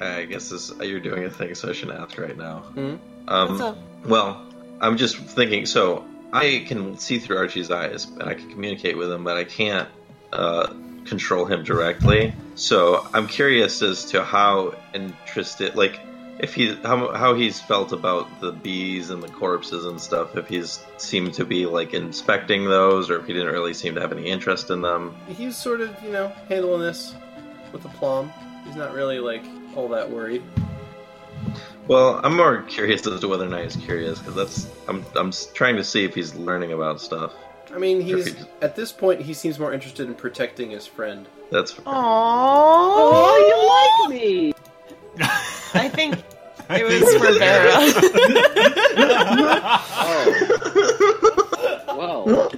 [SPEAKER 2] I guess this, you're doing a thing, so I should ask right now.
[SPEAKER 1] Mhm.
[SPEAKER 2] Um,
[SPEAKER 3] What's up?
[SPEAKER 2] Well, I'm just thinking. So I can see through Archie's eyes, and I can communicate with him, but I can't uh, control him directly. So I'm curious as to how interested, like, if he how how he's felt about the bees and the corpses and stuff. If he's seemed to be like inspecting those, or if he didn't really seem to have any interest in them.
[SPEAKER 1] He's sort of you know handling this with aplomb. He's not really like all that worried.
[SPEAKER 2] Well, I'm more curious as to whether or not he's curious because that's I'm I'm s- trying to see if he's learning about stuff.
[SPEAKER 1] I mean, he's
[SPEAKER 2] Perfect.
[SPEAKER 1] at this point he seems more interested in protecting his friend.
[SPEAKER 2] That's
[SPEAKER 3] Oh,
[SPEAKER 9] Oh, you like me?
[SPEAKER 3] you like? I think it was for Vera.
[SPEAKER 9] Oh,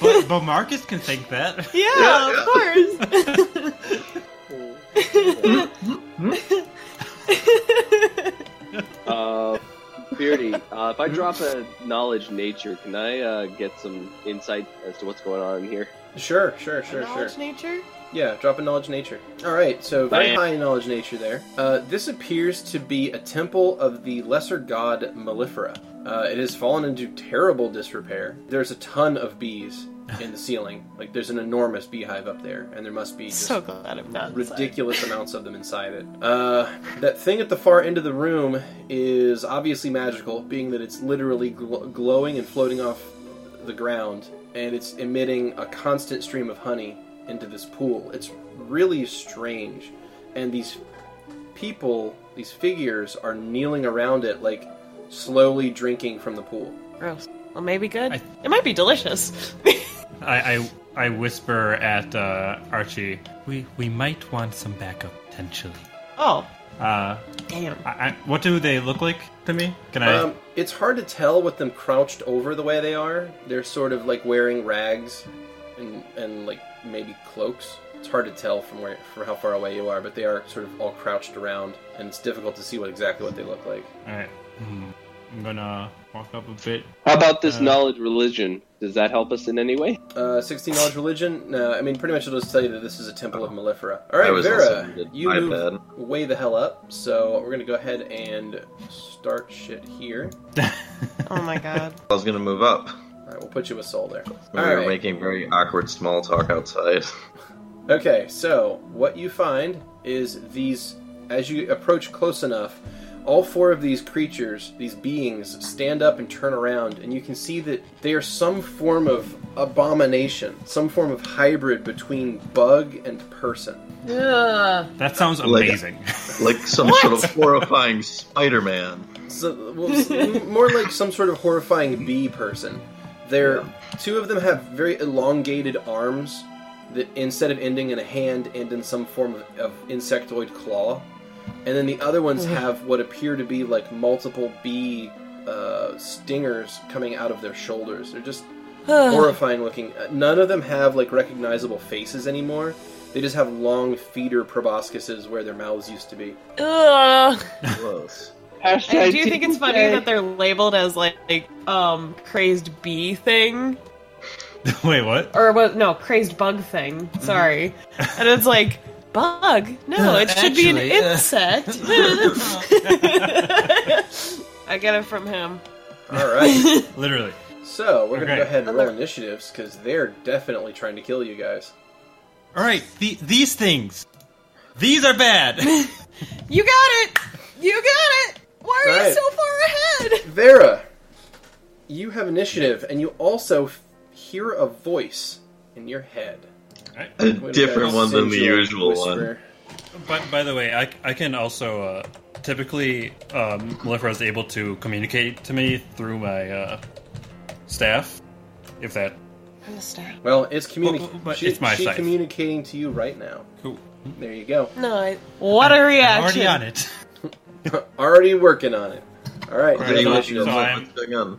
[SPEAKER 5] but, but Marcus can think that.
[SPEAKER 3] Yeah, of course.
[SPEAKER 8] Uh, Beardy, uh, if I drop a knowledge nature, can I uh, get some insight as to what's going on here?
[SPEAKER 1] Sure, sure, sure, sure.
[SPEAKER 3] Knowledge nature?
[SPEAKER 1] Yeah, drop a knowledge nature. All right, so very
[SPEAKER 8] Bam.
[SPEAKER 1] high knowledge nature there. Uh, this appears to be a temple of the lesser god Mellifera. Uh, it has fallen into terrible disrepair. There's a ton of bees in the ceiling. Like there's an enormous beehive up there, and there must be just
[SPEAKER 3] So glad I'm not inside.
[SPEAKER 1] ridiculous amounts of them inside it. Uh, that thing at the far end of the room is obviously magical, being that it's literally gl- glowing and floating off the ground, and it's emitting a constant stream of honey into this pool. It's really strange, and these people, these figures, are kneeling around it, like slowly drinking from the pool.
[SPEAKER 3] Gross. Well, maybe good. It might be delicious.
[SPEAKER 5] I, I I whisper at uh, Archie. We we might want some backup potentially.
[SPEAKER 3] Oh,
[SPEAKER 5] Uh,
[SPEAKER 3] damn.
[SPEAKER 5] I, I, what do they look like to me? Can I?
[SPEAKER 1] Um, it's hard to tell with them crouched over the way they are. They're sort of like wearing rags and and like maybe cloaks. It's hard to tell from where from how far away you are, but they are sort of all crouched around, and it's difficult to see what exactly what they look like.
[SPEAKER 5] All right. Hmm. I'm gonna walk up a bit.
[SPEAKER 8] How about this
[SPEAKER 5] Uh,
[SPEAKER 8] knowledge religion? Does that help us in any way?
[SPEAKER 1] Uh, Sixteen knowledge religion. No, I mean pretty much it'll just tell you that this is a temple of Mellifera. All
[SPEAKER 2] I
[SPEAKER 1] right,
[SPEAKER 2] was also
[SPEAKER 1] Vera,
[SPEAKER 2] muted.
[SPEAKER 1] you
[SPEAKER 2] My
[SPEAKER 1] move way the hell up. So we're gonna go ahead and start shit here.
[SPEAKER 3] Oh my god.
[SPEAKER 2] I was gonna move up.
[SPEAKER 1] All right, we'll put you with Sol there.
[SPEAKER 2] We
[SPEAKER 1] All
[SPEAKER 2] were
[SPEAKER 1] right.
[SPEAKER 2] making very awkward small talk outside.
[SPEAKER 1] Okay, so what you find is these, as you approach close enough, all four of these creatures, these beings, stand up and turn around, and you can see that they are some form of abomination, some form of hybrid between bug and person.
[SPEAKER 3] Ugh.
[SPEAKER 5] That sounds
[SPEAKER 2] Like-
[SPEAKER 5] amazing.
[SPEAKER 2] like some sort of horrifying Spider-Man.
[SPEAKER 1] So, well, s- m- more like some sort of horrifying bee person. They're two of them have very elongated arms that instead of ending in a hand, end in some form of, of insectoid claw, and then the other ones
[SPEAKER 14] Ugh.
[SPEAKER 1] have what appear to be like multiple bee uh, stingers coming out of their shoulders. They're just
[SPEAKER 14] Ugh.
[SPEAKER 1] horrifying looking. Uh, None of them have like recognizable faces anymore. They just have long feeder proboscises where their mouths used to be.
[SPEAKER 3] Ugh.
[SPEAKER 2] Close.
[SPEAKER 3] I do think it's funny that they're labeled as like, like, um crazed bee thing
[SPEAKER 5] Wait, what?
[SPEAKER 3] or what? No, crazed bug thing.
[SPEAKER 5] Mm-hmm.
[SPEAKER 3] Sorry, and it's like bug. No, it should be an
[SPEAKER 15] Actually, uh,
[SPEAKER 3] insect. I get it from him.
[SPEAKER 1] All right.
[SPEAKER 5] Literally.
[SPEAKER 1] So we're gonna
[SPEAKER 5] Okay.
[SPEAKER 1] go ahead and roll initiatives because they're definitely trying to kill you guys.
[SPEAKER 5] All right. The, these things. These are bad.
[SPEAKER 3] You got it. You got it. Why are you
[SPEAKER 1] Right.
[SPEAKER 3] so far ahead?
[SPEAKER 1] Vera, you have initiative, and you also f- hear a voice in your head.
[SPEAKER 2] A
[SPEAKER 1] Wait a
[SPEAKER 2] different
[SPEAKER 1] minute,
[SPEAKER 2] one than the
[SPEAKER 1] Sigil
[SPEAKER 2] usual one.
[SPEAKER 1] whisper.
[SPEAKER 5] By, by the way, I, I can also uh, typically um, Malifera is able to communicate to me through my uh, staff, if that.
[SPEAKER 1] Well, it's communicating.
[SPEAKER 5] Well, but it's my
[SPEAKER 1] she's
[SPEAKER 5] scythe.
[SPEAKER 1] communicating to you right now.
[SPEAKER 5] Cool.
[SPEAKER 1] There you go.
[SPEAKER 3] No, I, what a
[SPEAKER 5] I'm
[SPEAKER 3] reaction!
[SPEAKER 5] already on it.
[SPEAKER 1] already working on it. All right.
[SPEAKER 5] Alright,
[SPEAKER 1] you have
[SPEAKER 5] so-
[SPEAKER 1] initiative.
[SPEAKER 5] so I'm-
[SPEAKER 2] What's going on?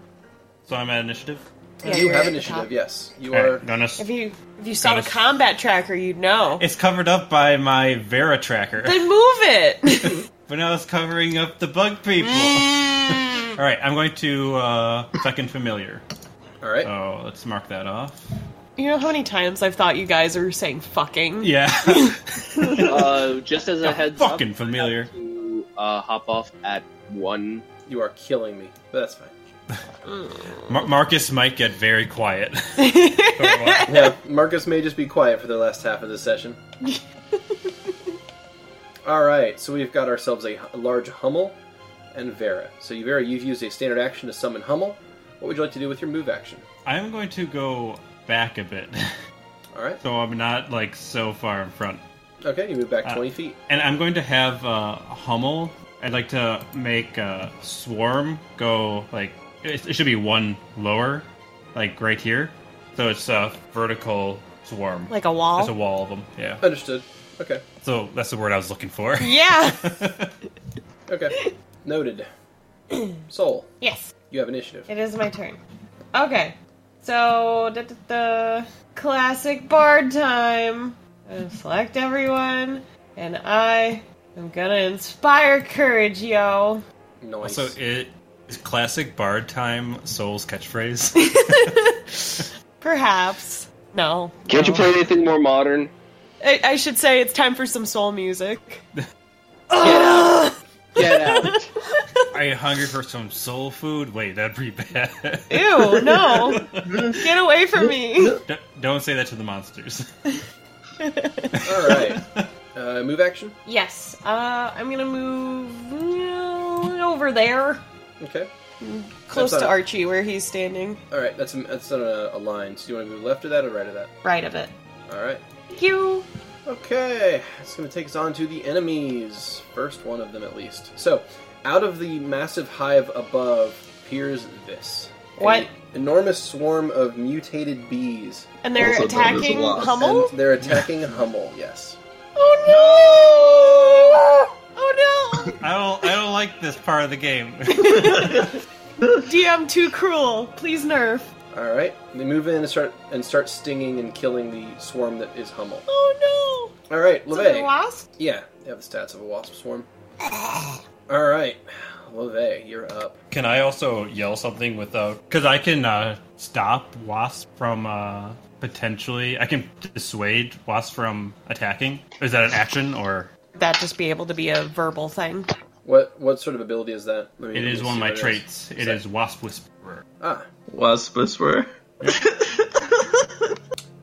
[SPEAKER 5] So I'm at initiative.
[SPEAKER 3] Yeah,
[SPEAKER 1] you
[SPEAKER 3] you're
[SPEAKER 1] have
[SPEAKER 3] at the
[SPEAKER 1] initiative.
[SPEAKER 3] top.
[SPEAKER 1] Yes, you
[SPEAKER 5] Alright,
[SPEAKER 1] are.
[SPEAKER 5] gonna s-
[SPEAKER 3] If you if you saw the combat tracker, you'd know.
[SPEAKER 5] It's covered up by my Vera tracker,
[SPEAKER 3] Then move it.
[SPEAKER 5] but now it's covering up the bug people.
[SPEAKER 3] Mm.
[SPEAKER 5] All right, I'm going to uh, second familiar.
[SPEAKER 1] All right.
[SPEAKER 5] Oh, let's mark that off.
[SPEAKER 3] You know how many times I've thought you guys are saying fucking?
[SPEAKER 5] Yeah,
[SPEAKER 8] uh, just as a heads up,
[SPEAKER 5] fucking familiar.
[SPEAKER 8] you, uh, hop off at one.
[SPEAKER 1] You are killing me, but that's fine.
[SPEAKER 5] Mar- Marcus might get very quiet.
[SPEAKER 1] yeah, Marcus may just be quiet for the last half of the session. All right, so we've got ourselves a, a large Hummel and Vera. So, you, Vera, you've used a standard action to summon Hummel. What would you like to do with your move action?
[SPEAKER 5] I'm going to go back a bit,
[SPEAKER 1] All right,
[SPEAKER 5] so I'm not like so far in front.
[SPEAKER 1] okay, you move back
[SPEAKER 5] Uh,
[SPEAKER 1] 20 feet.
[SPEAKER 5] And I'm going to have uh, Hummel. I'd like to make uh, Swarm go like it, it should be one lower, like right here. So it's a vertical swarm.
[SPEAKER 3] Like a wall?
[SPEAKER 5] It's a wall of them. Yeah.
[SPEAKER 1] Understood. Okay,
[SPEAKER 5] So that's the word I was looking for.
[SPEAKER 3] Yeah.
[SPEAKER 1] okay. Noted. Soul.
[SPEAKER 3] yes.
[SPEAKER 1] You have initiative.
[SPEAKER 3] It is my turn. Okay. So, the, the, the classic bard time. Uh, Select everyone, and I am gonna inspire courage, yo.
[SPEAKER 1] Nice.
[SPEAKER 5] Also, it is classic bard time Soul's catchphrase.
[SPEAKER 3] Perhaps. No.
[SPEAKER 9] Can't you
[SPEAKER 3] no.
[SPEAKER 9] play anything more modern?
[SPEAKER 3] I, I should say it's time for some soul music.
[SPEAKER 9] Get out.
[SPEAKER 5] Are you hungry for some soul food? Wait, that'd be bad.
[SPEAKER 3] Ew, no. Get away from me.
[SPEAKER 5] D- don't say that to the monsters.
[SPEAKER 1] All right. Uh, move action.
[SPEAKER 3] Yes, uh, I'm gonna move uh, over there,
[SPEAKER 1] Okay.
[SPEAKER 3] close
[SPEAKER 1] That's
[SPEAKER 3] to
[SPEAKER 1] a-
[SPEAKER 3] Archie, where he's standing,
[SPEAKER 1] All right. That's a, that's on a, a line. So you want to move left of that or right of that?
[SPEAKER 3] right of it.
[SPEAKER 1] All right.
[SPEAKER 3] Thank you.
[SPEAKER 1] Okay, it's going to take us on to the enemies. First one of them, at least. So, out of the massive hive above peers this.
[SPEAKER 3] What?
[SPEAKER 1] An enormous swarm of mutated bees.
[SPEAKER 3] And they're
[SPEAKER 2] Also known as
[SPEAKER 3] attacking
[SPEAKER 2] wasps.
[SPEAKER 3] Hummel.
[SPEAKER 1] And they're attacking Hummel, yes.
[SPEAKER 3] Oh no! Oh no!
[SPEAKER 5] I don't. I don't like this part of the game.
[SPEAKER 3] DM too cruel. Please nerf.
[SPEAKER 1] All right, they move in and start and start stinging and killing the swarm that is Hummel.
[SPEAKER 3] Oh
[SPEAKER 1] All right,
[SPEAKER 3] no! Is it a
[SPEAKER 1] LeVay.
[SPEAKER 3] wasp?
[SPEAKER 1] Yeah, they have the stats of a wasp swarm. All right, LeVay, you're up.
[SPEAKER 5] Can I also yell something without? Because I can uh, stop wasp from uh, potentially. I can dissuade wasp from attacking. Is that an action or?
[SPEAKER 3] That just be able to be a verbal thing.
[SPEAKER 1] What what sort of ability is that? Let me-
[SPEAKER 5] It
[SPEAKER 1] let
[SPEAKER 5] is
[SPEAKER 1] me
[SPEAKER 5] one of
[SPEAKER 1] see
[SPEAKER 5] my
[SPEAKER 1] what it is.
[SPEAKER 5] traits. It is wasp whisperer.
[SPEAKER 1] Ah,
[SPEAKER 2] Wasp whisperer.
[SPEAKER 1] uh,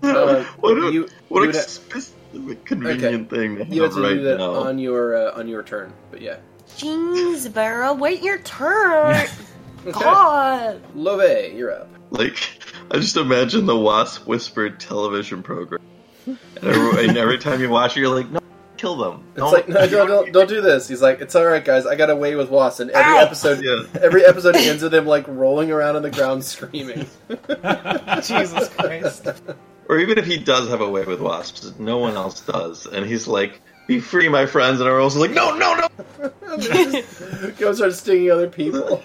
[SPEAKER 2] What
[SPEAKER 1] you-
[SPEAKER 2] a, what
[SPEAKER 1] you
[SPEAKER 2] a
[SPEAKER 1] would ha-
[SPEAKER 2] specific convenient thing to have,
[SPEAKER 1] You have to
[SPEAKER 2] right
[SPEAKER 1] do that
[SPEAKER 2] now.
[SPEAKER 1] on your uh, on your turn, but yeah.
[SPEAKER 3] Jeansborough, wait your turn.
[SPEAKER 1] Okay.
[SPEAKER 3] God.
[SPEAKER 1] Love, you're up.
[SPEAKER 2] Like, I just imagine the Wasp Whispered television program. And every, and every time you watch it, you're like, no, kill them.
[SPEAKER 1] It's like no, no, don't, don't do this. He's like, it's all right, guys. I got away with Wasp, and every episode,
[SPEAKER 2] Yeah.
[SPEAKER 1] every episode ends with him like rolling around on the ground screaming.
[SPEAKER 3] Jesus Christ.
[SPEAKER 2] Or even if he does have a way with wasps, no one else does. And he's like, be free, my friends. And everyone's like, no, no, no.
[SPEAKER 1] Go and start stinging other people.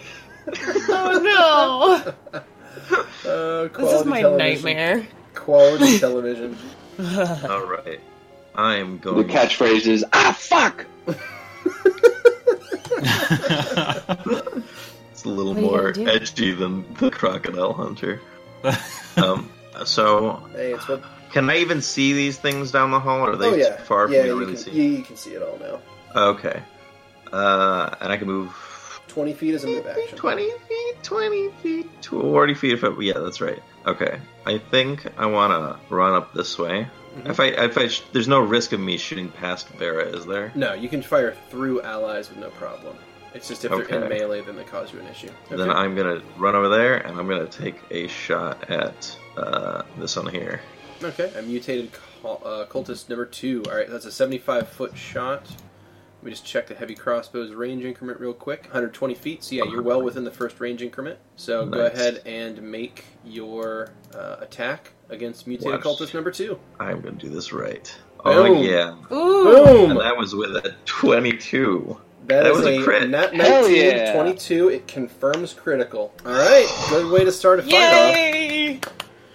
[SPEAKER 3] Oh no!
[SPEAKER 1] Uh, quality
[SPEAKER 3] This is my
[SPEAKER 1] television.
[SPEAKER 3] nightmare.
[SPEAKER 1] Quality television.
[SPEAKER 2] All right. I am
[SPEAKER 9] The
[SPEAKER 2] going.
[SPEAKER 9] catchphrase is "Ah, fuck."
[SPEAKER 2] It's a little
[SPEAKER 3] What are you
[SPEAKER 2] more
[SPEAKER 3] gonna do?
[SPEAKER 2] edgy than the crocodile hunter. um, so,
[SPEAKER 1] Hey, it's what.
[SPEAKER 2] can I even see these things down the hall? Or are they
[SPEAKER 1] oh yeah,
[SPEAKER 2] too far
[SPEAKER 1] yeah,
[SPEAKER 2] for me to
[SPEAKER 1] you
[SPEAKER 2] really
[SPEAKER 1] can,
[SPEAKER 2] see?
[SPEAKER 1] yeah, you can see it all now.
[SPEAKER 2] Okay. Uh, and I can move
[SPEAKER 1] Twenty feet is a move action.
[SPEAKER 2] 20 feet, 20 feet, 40 feet. If I, yeah, that's right. Okay. I think I want to run up this way. If I, if I, sh- there's no risk of me shooting past Vera, is there?
[SPEAKER 1] No, you can fire through allies with no problem. It's just if they're in
[SPEAKER 2] Okay.
[SPEAKER 1] melee, then they cause you an issue.
[SPEAKER 2] Then I'm gonna run over there and I'm gonna take a shot at uh, this one here.
[SPEAKER 1] Okay, a mutated cul- uh, cultist number two. All right, that's a 75 foot shot. Let me just check the heavy crossbow's range increment real quick. 120 feet. So yeah, you're well within the first range increment. So go
[SPEAKER 2] Nice.
[SPEAKER 1] ahead and make your uh, attack against mutated
[SPEAKER 2] Watch.
[SPEAKER 1] cultist number two.
[SPEAKER 2] I'm gonna do this right. Oh
[SPEAKER 1] Boom.
[SPEAKER 2] yeah,
[SPEAKER 3] Ooh.
[SPEAKER 2] and
[SPEAKER 1] Boom!
[SPEAKER 2] that was with a 22.
[SPEAKER 1] that
[SPEAKER 2] that
[SPEAKER 1] is
[SPEAKER 2] was a crit.
[SPEAKER 1] nat
[SPEAKER 9] Hell
[SPEAKER 1] 19
[SPEAKER 9] yeah.
[SPEAKER 1] 22. It confirms critical. All right, good way to start a fight off.
[SPEAKER 3] Yay!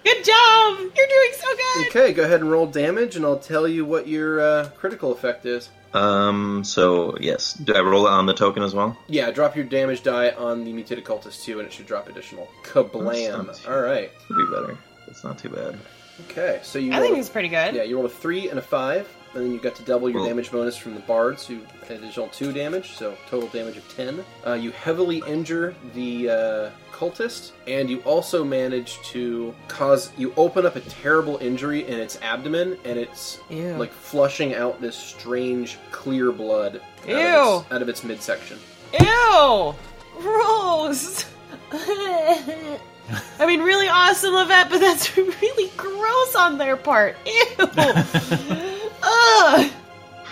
[SPEAKER 3] Good job! You're doing so good.
[SPEAKER 1] Okay, go ahead and roll damage, and I'll tell you what your uh, critical effect is.
[SPEAKER 2] Um. So yes, do I roll on the token as well?
[SPEAKER 1] Yeah, drop your damage die on the mutated cultist too, and it should drop additional.
[SPEAKER 2] That
[SPEAKER 1] Kablam!
[SPEAKER 2] sounds-
[SPEAKER 1] All right.
[SPEAKER 2] Could be better. It's not too bad.
[SPEAKER 1] Okay, so you.
[SPEAKER 3] I think
[SPEAKER 1] rolled-
[SPEAKER 3] it's pretty good.
[SPEAKER 1] yeah, you rolled a three and a five, and then you got to double your
[SPEAKER 2] Well-
[SPEAKER 1] damage bonus from the bard, so you an additional two damage, so total damage of ten. Uh, you heavily injure the uh, cultist, and you also manage to cause you open up a terrible injury in its abdomen, and it's
[SPEAKER 3] Ew.
[SPEAKER 1] like flushing out this strange clear blood out,
[SPEAKER 3] Ew.
[SPEAKER 1] Of, its, out of its midsection.
[SPEAKER 3] Ew! Gross! I mean, really awesome, Levette, but that's really gross on their part. Ew! Ugh!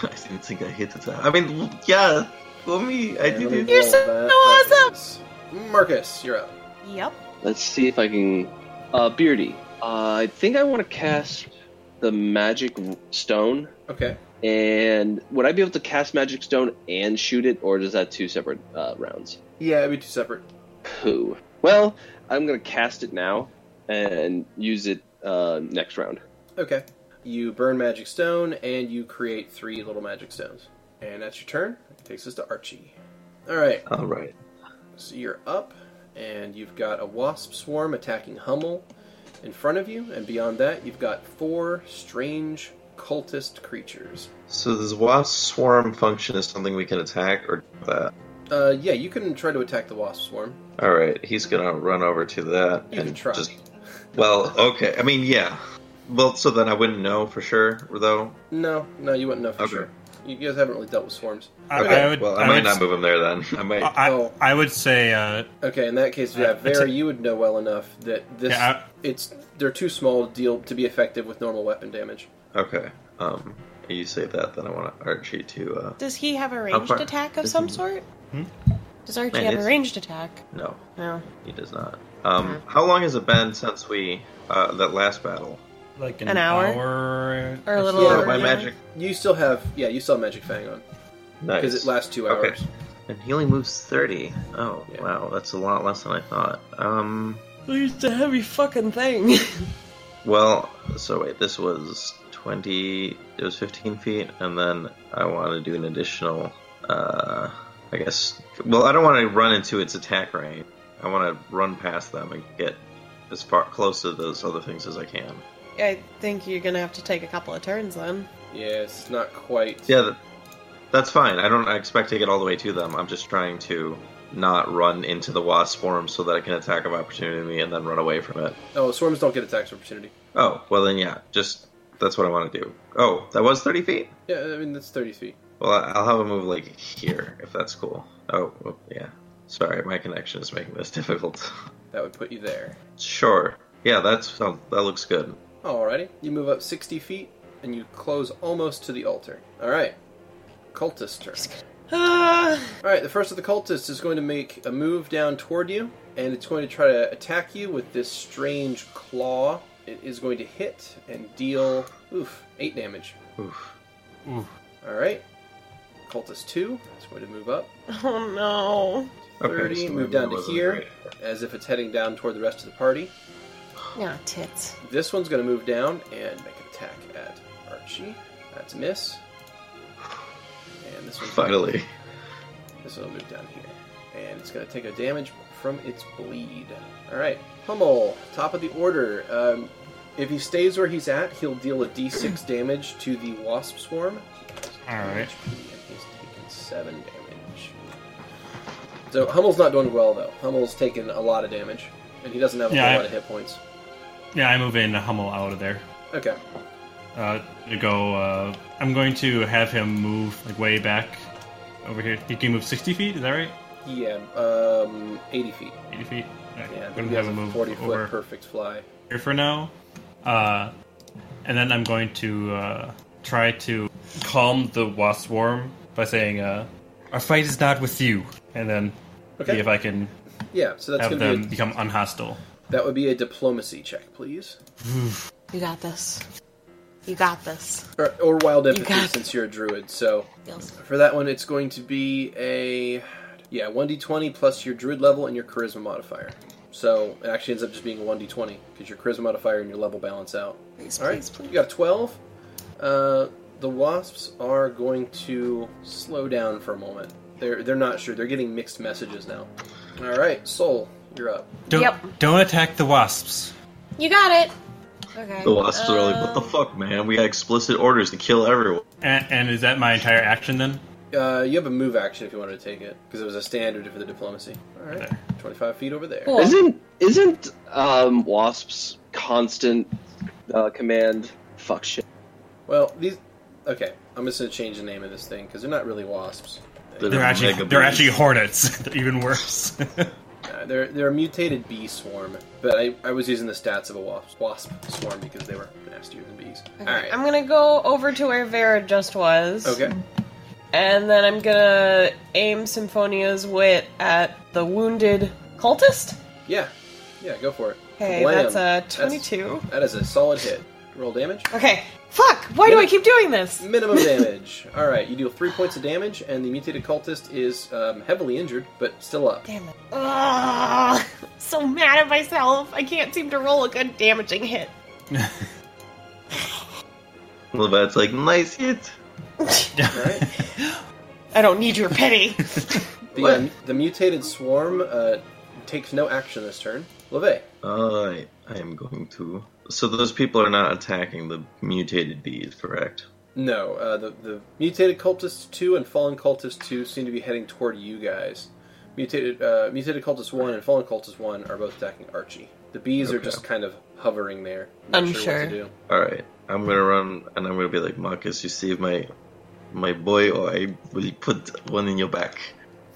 [SPEAKER 2] I didn't think I hit it. I mean, yeah, for me, I
[SPEAKER 1] And let
[SPEAKER 2] did
[SPEAKER 1] me
[SPEAKER 2] it.
[SPEAKER 3] You're
[SPEAKER 1] roll
[SPEAKER 3] so
[SPEAKER 1] that. Marcus, you're up.
[SPEAKER 3] Yep.
[SPEAKER 9] Let's see if I can. Uh, Beardy. Uh, I think I want to cast the magic stone.
[SPEAKER 1] Okay.
[SPEAKER 9] And would I be able to cast magic stone and shoot it, or is that two separate uh, rounds?
[SPEAKER 1] Yeah, it'd be two separate.
[SPEAKER 9] Cool. Well, I'm gonna cast it now and use it uh, next round.
[SPEAKER 1] Okay. You burn magic stone and you create three little magic stones. And that's your turn. It takes us to Archie. All right.
[SPEAKER 2] All right.
[SPEAKER 1] So you're up, and you've got a wasp swarm attacking Hummel in front of you, and beyond that, you've got four strange cultist creatures.
[SPEAKER 2] So this wasp swarm function is something we can attack or that.
[SPEAKER 1] Uh, yeah, you can try to attack the wasp swarm.
[SPEAKER 2] All right, he's gonna run over to that
[SPEAKER 1] You can
[SPEAKER 2] and
[SPEAKER 1] try.
[SPEAKER 2] just. Well, okay. I mean, yeah. Well, so then I wouldn't know for sure, though.
[SPEAKER 1] No, no, you wouldn't know for
[SPEAKER 2] Okay.
[SPEAKER 1] sure. You guys haven't really dealt with swarms.
[SPEAKER 5] I,
[SPEAKER 2] Okay,
[SPEAKER 5] I would.
[SPEAKER 2] well, I,
[SPEAKER 5] I,
[SPEAKER 2] might
[SPEAKER 5] would, Uh,
[SPEAKER 2] not move him there then. I might.
[SPEAKER 5] I,
[SPEAKER 3] Oh.
[SPEAKER 5] I would say. Uh,
[SPEAKER 1] Okay, in that case, yeah,
[SPEAKER 5] Uh, it's
[SPEAKER 1] Vera,
[SPEAKER 5] a-
[SPEAKER 1] you would know well enough that this
[SPEAKER 5] Yeah,
[SPEAKER 1] it's they're too small to deal to be effective with normal weapon damage.
[SPEAKER 2] Okay. Um, you say that, then I want Archie to. Uh,
[SPEAKER 3] Does he have a
[SPEAKER 2] How
[SPEAKER 3] ranged
[SPEAKER 2] far-
[SPEAKER 3] attack of some sort?
[SPEAKER 2] Hmm?
[SPEAKER 3] Does Archie
[SPEAKER 2] Man,
[SPEAKER 3] have a
[SPEAKER 2] it's-
[SPEAKER 3] ranged attack?
[SPEAKER 2] no,
[SPEAKER 3] No.
[SPEAKER 2] he does not. Um, how long has it been since we uh, that last battle?
[SPEAKER 5] like
[SPEAKER 3] An hour?
[SPEAKER 5] hour
[SPEAKER 3] Or a little
[SPEAKER 2] Yeah,
[SPEAKER 3] over
[SPEAKER 2] my
[SPEAKER 3] an hour?
[SPEAKER 2] magic.
[SPEAKER 1] You still have yeah, you still have magic fang on
[SPEAKER 2] Nice.
[SPEAKER 1] because it lasts two
[SPEAKER 2] Okay.
[SPEAKER 1] hours.
[SPEAKER 2] And healing moves thirty. Oh
[SPEAKER 1] Yeah.
[SPEAKER 2] wow, that's a lot less than I thought. Um,
[SPEAKER 3] It's a heavy fucking thing.
[SPEAKER 2] well, so wait, this was twenty. It was fifteen feet, and then I want to do an additional. Uh, I guess. Well, I don't want to run into its attack range. I want to run past them and get as far close to those other things as I can.
[SPEAKER 3] I think you're gonna have to take a couple of turns then.
[SPEAKER 1] Yeah, it's not quite.
[SPEAKER 2] Yeah, that, that's fine. I don't expect to get all the way to them. I'm just trying to not run into the wasp swarm so that I can attack of opportunity and then run away from it.
[SPEAKER 1] Oh, swarms don't get attacks of opportunity.
[SPEAKER 2] Oh, well then, yeah, just that's what I want to do. Oh, that was 30 feet?
[SPEAKER 1] Yeah, I mean that's thirty feet.
[SPEAKER 2] Well, I- I'll have a move like here, if that's cool. Oh, well, yeah. Sorry, my connection is making this difficult.
[SPEAKER 1] That would put you there.
[SPEAKER 2] sure. Yeah, that's sound- that looks good.
[SPEAKER 1] Alrighty, you move up sixty feet and you close almost to the altar. All right, cultist turn.
[SPEAKER 3] Ah,
[SPEAKER 1] All right, the first of the cultists is going to make a move down toward you, and it's going to try to attack you with this strange claw. It is going to hit and deal, oof, eight damage.
[SPEAKER 2] Oof.
[SPEAKER 1] All right, cultist two is going to move up
[SPEAKER 3] oh no.
[SPEAKER 2] Okay,
[SPEAKER 1] thirty,
[SPEAKER 2] so
[SPEAKER 1] move
[SPEAKER 2] maybe
[SPEAKER 1] down
[SPEAKER 2] that
[SPEAKER 1] to
[SPEAKER 2] wasn't
[SPEAKER 1] here,
[SPEAKER 2] great.
[SPEAKER 1] as if it's heading down toward the rest of the party.
[SPEAKER 3] Yeah, Ah, tits.
[SPEAKER 1] This one's going to move down and make an attack at Archie. That's a miss. And this one's
[SPEAKER 2] Finally.
[SPEAKER 1] This will move down here. And it's going to take a damage from its bleed. Alright, Hummel, top of the order. Um, if he stays where he's at, he'll deal a d6 damage to the wasp swarm.
[SPEAKER 5] Alright.
[SPEAKER 1] And He's taken 7 damage. So Hummel's not doing well, though. Hummel's taken a lot of damage, and he doesn't have a
[SPEAKER 5] Yeah,
[SPEAKER 1] whole
[SPEAKER 5] I-
[SPEAKER 1] lot of hit points.
[SPEAKER 5] yeah, I move in to Hummel out of there.
[SPEAKER 1] Okay.
[SPEAKER 5] Uh, to go. Uh, I'm going to have him move like way back over here. He can move 60 feet. Is that right?
[SPEAKER 1] Yeah, um, 80 feet.
[SPEAKER 5] 80 feet. Alright,
[SPEAKER 1] Yeah,
[SPEAKER 5] I'm
[SPEAKER 1] he
[SPEAKER 5] gonna have
[SPEAKER 1] has
[SPEAKER 5] him
[SPEAKER 1] a
[SPEAKER 5] move
[SPEAKER 1] 40 foot
[SPEAKER 5] over
[SPEAKER 1] perfect fly.
[SPEAKER 5] here for now. Uh, and then I'm going to uh, try to calm the wasp swarm by saying, uh, "Our fight is not with you," and then
[SPEAKER 1] Okay.
[SPEAKER 5] see if I can
[SPEAKER 1] Yeah, so that's going
[SPEAKER 5] have
[SPEAKER 1] to
[SPEAKER 5] them
[SPEAKER 1] be a
[SPEAKER 5] become unhostile.
[SPEAKER 1] That would be a diplomacy check, please.
[SPEAKER 3] You got this. You got this.
[SPEAKER 1] Or, or wild empathy,
[SPEAKER 3] got it.
[SPEAKER 1] since you're a druid. So
[SPEAKER 3] Yes.
[SPEAKER 1] for that one, it's going to be a yeah one d20 plus your druid level and your charisma modifier. So it actually ends up just being a one d20 because your charisma modifier and your level balance out.
[SPEAKER 3] Please,
[SPEAKER 1] All right,
[SPEAKER 3] please, please.
[SPEAKER 1] you got a twelve. Uh, the wasps are going to slow down for a moment. They're they're not sure. They're getting mixed messages now. All right, Soul, you're up.
[SPEAKER 5] Don't
[SPEAKER 3] Yep.
[SPEAKER 5] don't attack the wasps.
[SPEAKER 13] You got it. Okay.
[SPEAKER 2] The
[SPEAKER 3] uh,
[SPEAKER 2] wasps are like, what the
[SPEAKER 1] Uh,
[SPEAKER 2] fuck, man? We got explicit orders to kill everyone.
[SPEAKER 5] And, and is that my entire action then?
[SPEAKER 1] Uh, you have a move action if you wanted to take it because it was a standard for the diplomacy. All right,
[SPEAKER 5] There.
[SPEAKER 1] twenty-five feet over there.
[SPEAKER 13] Cool.
[SPEAKER 9] Isn't isn't um, wasps constant uh, command fuck shit?
[SPEAKER 1] Well, these. Okay, I'm just gonna change the name of this thing because they're not really wasps.
[SPEAKER 5] They're actually
[SPEAKER 2] mega
[SPEAKER 5] they're
[SPEAKER 2] bees.
[SPEAKER 5] actually hornets. they're even worse.
[SPEAKER 1] Uh, they're they're a mutated bee swarm, but I, I was using the stats of a wasp wasp swarm because they were nastier than bees. All right.
[SPEAKER 3] I'm gonna go over to where Vera just was.
[SPEAKER 1] Okay.
[SPEAKER 3] And then I'm gonna aim Symphonia's wit at the wounded cultist.
[SPEAKER 1] Yeah. Yeah. Go for it.
[SPEAKER 3] Okay,
[SPEAKER 1] Blam.
[SPEAKER 3] that's a 22.
[SPEAKER 1] That is a solid hit. Roll damage.
[SPEAKER 3] Okay. Fuck! Why do I keep doing this?
[SPEAKER 1] Minimum damage. All right. You deal three points of damage, and the mutated cultist is um, heavily injured but still up.
[SPEAKER 3] Damn it. Ugh. so mad at myself. I can't seem to roll a good damaging hit.
[SPEAKER 2] Levette's like, nice hit.
[SPEAKER 3] I don't need your pity.
[SPEAKER 1] The, uh, the mutated swarm uh, takes no action this turn. Leve.
[SPEAKER 2] Alright, I am going to. So those people are not attacking the mutated bees, correct?
[SPEAKER 1] No, uh, the, the mutated cultist 2 and fallen cultist 2 seem to be heading toward you guys. Mutated, uh, mutated cultist 1 and fallen cultist 1 are both attacking Archie. The bees are
[SPEAKER 2] Okay.
[SPEAKER 1] just kind of hovering there. Not sure. What to
[SPEAKER 3] Unsure.
[SPEAKER 1] do.
[SPEAKER 2] Alright, I'm gonna run and I'm gonna be like, Marcus, you save my my boy or I will put one in your back.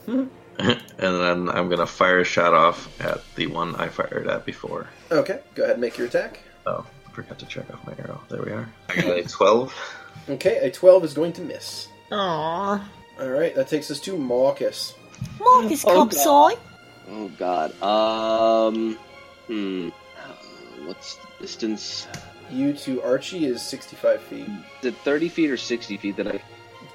[SPEAKER 1] Hmm.
[SPEAKER 2] and then I'm gonna fire a shot off at the one I fired at before.
[SPEAKER 1] Okay, go ahead and make your attack.
[SPEAKER 2] Oh, I forgot to check off my arrow. There we are. I got a 12.
[SPEAKER 1] Okay, a 12 is going to miss.
[SPEAKER 3] Aww.
[SPEAKER 1] Alright, that takes us to Marcus.
[SPEAKER 3] Marcus
[SPEAKER 9] Oh,
[SPEAKER 3] comes on.
[SPEAKER 9] Oh god. Um. Hmm. What's the distance?
[SPEAKER 1] You to Archie is 65 feet.
[SPEAKER 9] Is it 30 feet or 60 feet that I.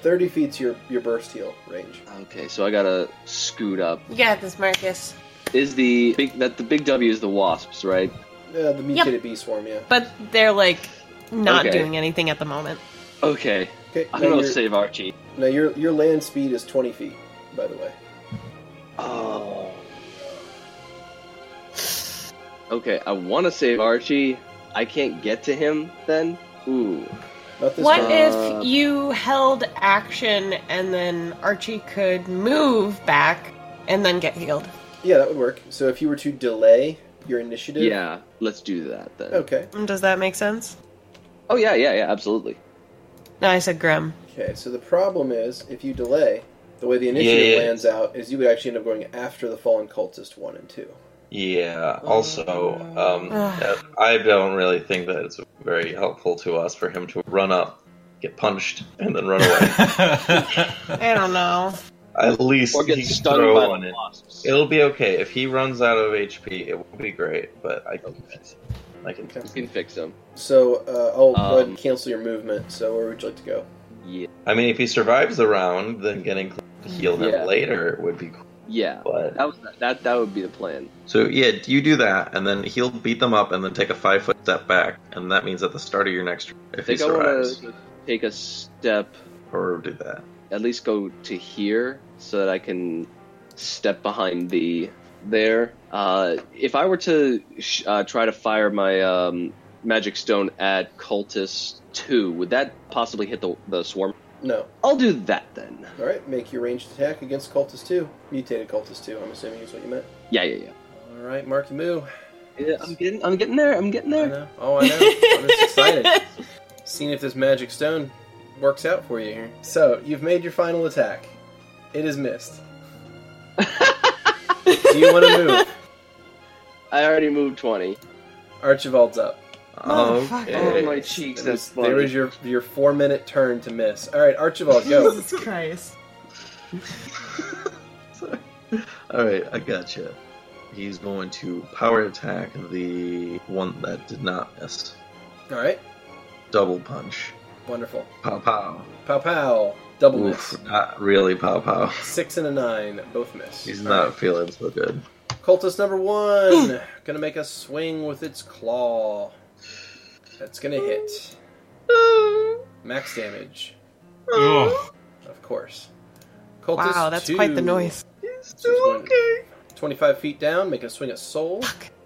[SPEAKER 1] 30 feet to your, your burst heal range.
[SPEAKER 9] Okay, so I gotta scoot up.
[SPEAKER 13] You got this, Marcus.
[SPEAKER 9] Is the big that the big W is the wasps, right?
[SPEAKER 1] Uh, the mutated bee swarm, yeah.
[SPEAKER 3] But they're like not
[SPEAKER 9] Okay.
[SPEAKER 3] doing anything at the moment.
[SPEAKER 9] Okay.
[SPEAKER 1] Okay,
[SPEAKER 9] I'm
[SPEAKER 1] now,
[SPEAKER 9] gonna
[SPEAKER 1] your,
[SPEAKER 9] save Archie.
[SPEAKER 1] now your, your land speed is 20 feet, by the way.
[SPEAKER 9] Oh. Okay, I want to save Archie. I can't get to him then. Ooh.
[SPEAKER 1] Not this
[SPEAKER 3] What
[SPEAKER 1] time.
[SPEAKER 9] Uh,
[SPEAKER 3] if you held action and then Archie could move back and then get healed?
[SPEAKER 1] Yeah, that would work. So if you were to delay your initiative.
[SPEAKER 9] Yeah, let's do that then.
[SPEAKER 1] Okay.
[SPEAKER 3] Mm, Does that make sense?
[SPEAKER 9] Oh yeah, yeah, yeah, absolutely.
[SPEAKER 3] No, I said Grim.
[SPEAKER 1] Okay, so the problem is if you delay, the way the initiative
[SPEAKER 2] Yeah, yeah.
[SPEAKER 1] lands out is you would actually end up going after the fallen cultist one and two.
[SPEAKER 2] Yeah, also, um,
[SPEAKER 9] Uh.
[SPEAKER 2] that- I don't really think that it's very helpful to us for him to run up, get punched, and then run away.
[SPEAKER 3] I don't know.
[SPEAKER 2] At least
[SPEAKER 9] Or get
[SPEAKER 2] he can
[SPEAKER 9] stung
[SPEAKER 2] throw
[SPEAKER 9] by
[SPEAKER 2] one
[SPEAKER 9] the
[SPEAKER 2] in.
[SPEAKER 9] wasps.
[SPEAKER 2] It'll be okay. If he runs out of HP, it will be great, but I can fix it. I can
[SPEAKER 1] Okay.
[SPEAKER 2] fix
[SPEAKER 9] You can fix him.
[SPEAKER 1] So uh, I'll go ahead and
[SPEAKER 9] Um,
[SPEAKER 1] cancel your movement. So where would you like to go?
[SPEAKER 9] Yeah.
[SPEAKER 2] I mean, if he survives the round, then getting to heal him
[SPEAKER 9] Yeah.
[SPEAKER 2] later would be cool.
[SPEAKER 9] Yeah.
[SPEAKER 2] But
[SPEAKER 9] That was that. That would be the plan.
[SPEAKER 2] so yeah, you do that, and then he'll beat them up, and then take a five foot step back, and that means at the start of your next,
[SPEAKER 9] I
[SPEAKER 2] if he
[SPEAKER 9] think I want
[SPEAKER 2] survives,
[SPEAKER 9] to take a step,
[SPEAKER 2] or do that.
[SPEAKER 9] at least go to here, so that I can step behind the there. Uh, if I were to sh- uh, try to fire my um, magic stone at cultist two, would that possibly hit the the swarm?
[SPEAKER 1] No.
[SPEAKER 9] I'll do that then.
[SPEAKER 1] All right, make your ranged attack against cultist two, mutated cultist two. I'm assuming is what you meant.
[SPEAKER 9] Yeah, yeah, yeah.
[SPEAKER 1] All right, Marky Moo.
[SPEAKER 9] Yeah, I'm getting, I'm getting there. I'm getting
[SPEAKER 1] I
[SPEAKER 9] there.
[SPEAKER 1] know. Oh, I know. I'm just excited. Seeing if this magic stone works out for you here. So you've made your final attack. It is missed. Do you want to move?
[SPEAKER 9] I already moved twenty.
[SPEAKER 1] Archibald's up.
[SPEAKER 9] Oh
[SPEAKER 2] Okay.
[SPEAKER 9] my cheeks,
[SPEAKER 1] There
[SPEAKER 9] that's
[SPEAKER 1] was,
[SPEAKER 9] funny.
[SPEAKER 1] there was your your four minute turn to miss. All right, Archibald, go.
[SPEAKER 3] Jesus Christ.
[SPEAKER 2] All right, I gotcha. He's going to power attack the one that did not miss.
[SPEAKER 1] All right,
[SPEAKER 2] Double punch.
[SPEAKER 1] wonderful.
[SPEAKER 2] Pow pow.
[SPEAKER 1] Pow pow, double miss.
[SPEAKER 2] Oof, not really pow pow.
[SPEAKER 1] Six and a nine, both miss.
[SPEAKER 2] He's not feeling so good.
[SPEAKER 1] Cultist number one, gonna make a swing with its claw. That's gonna hit. Max damage,
[SPEAKER 7] Ugh.
[SPEAKER 1] of course. Cultist
[SPEAKER 3] Wow, that's
[SPEAKER 1] two,
[SPEAKER 3] quite the noise.
[SPEAKER 1] so he's going Twenty-five feet down, make a swing at soul.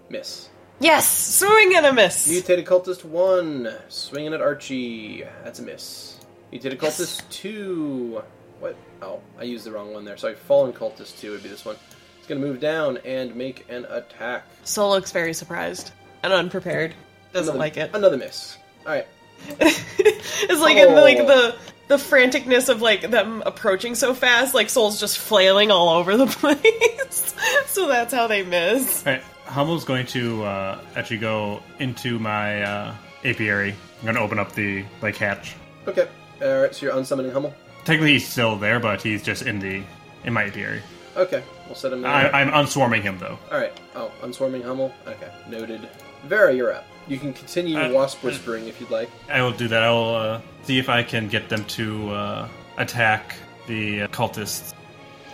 [SPEAKER 1] Miss.
[SPEAKER 3] Yes, swing and a miss.
[SPEAKER 1] Mutated cultist one, swinging at Archie. That's a miss. Mutated cultist two. What? Oh, I used the wrong one there. Sorry, fallen cultist two would be this one. It's gonna move down and make an attack.
[SPEAKER 3] Sol looks very surprised and unprepared. Doesn't
[SPEAKER 1] Another-
[SPEAKER 3] like it.
[SPEAKER 1] Another miss. All right.
[SPEAKER 3] it's like in, like the the franticness of like them approaching so fast. Like Sol's just flailing all over the place. so that's how they miss.
[SPEAKER 7] All right, Hummel's going to uh, actually go into my uh, apiary. I'm going to open up the like hatch.
[SPEAKER 1] Okay. All right. So you're unsummoning Hummel.
[SPEAKER 7] Technically, he's still there, but he's just in the in my apiary.
[SPEAKER 1] Okay. We'll set him there.
[SPEAKER 7] I, I'm unswarming him though.
[SPEAKER 1] All right. Oh, unswarming Hummel. Okay. Noted. Vera, you're up. You can continue
[SPEAKER 7] Uh,
[SPEAKER 1] wasp whispering if you'd like.
[SPEAKER 7] I will do that. I will uh, see if I can get them to uh, attack the uh, cultists.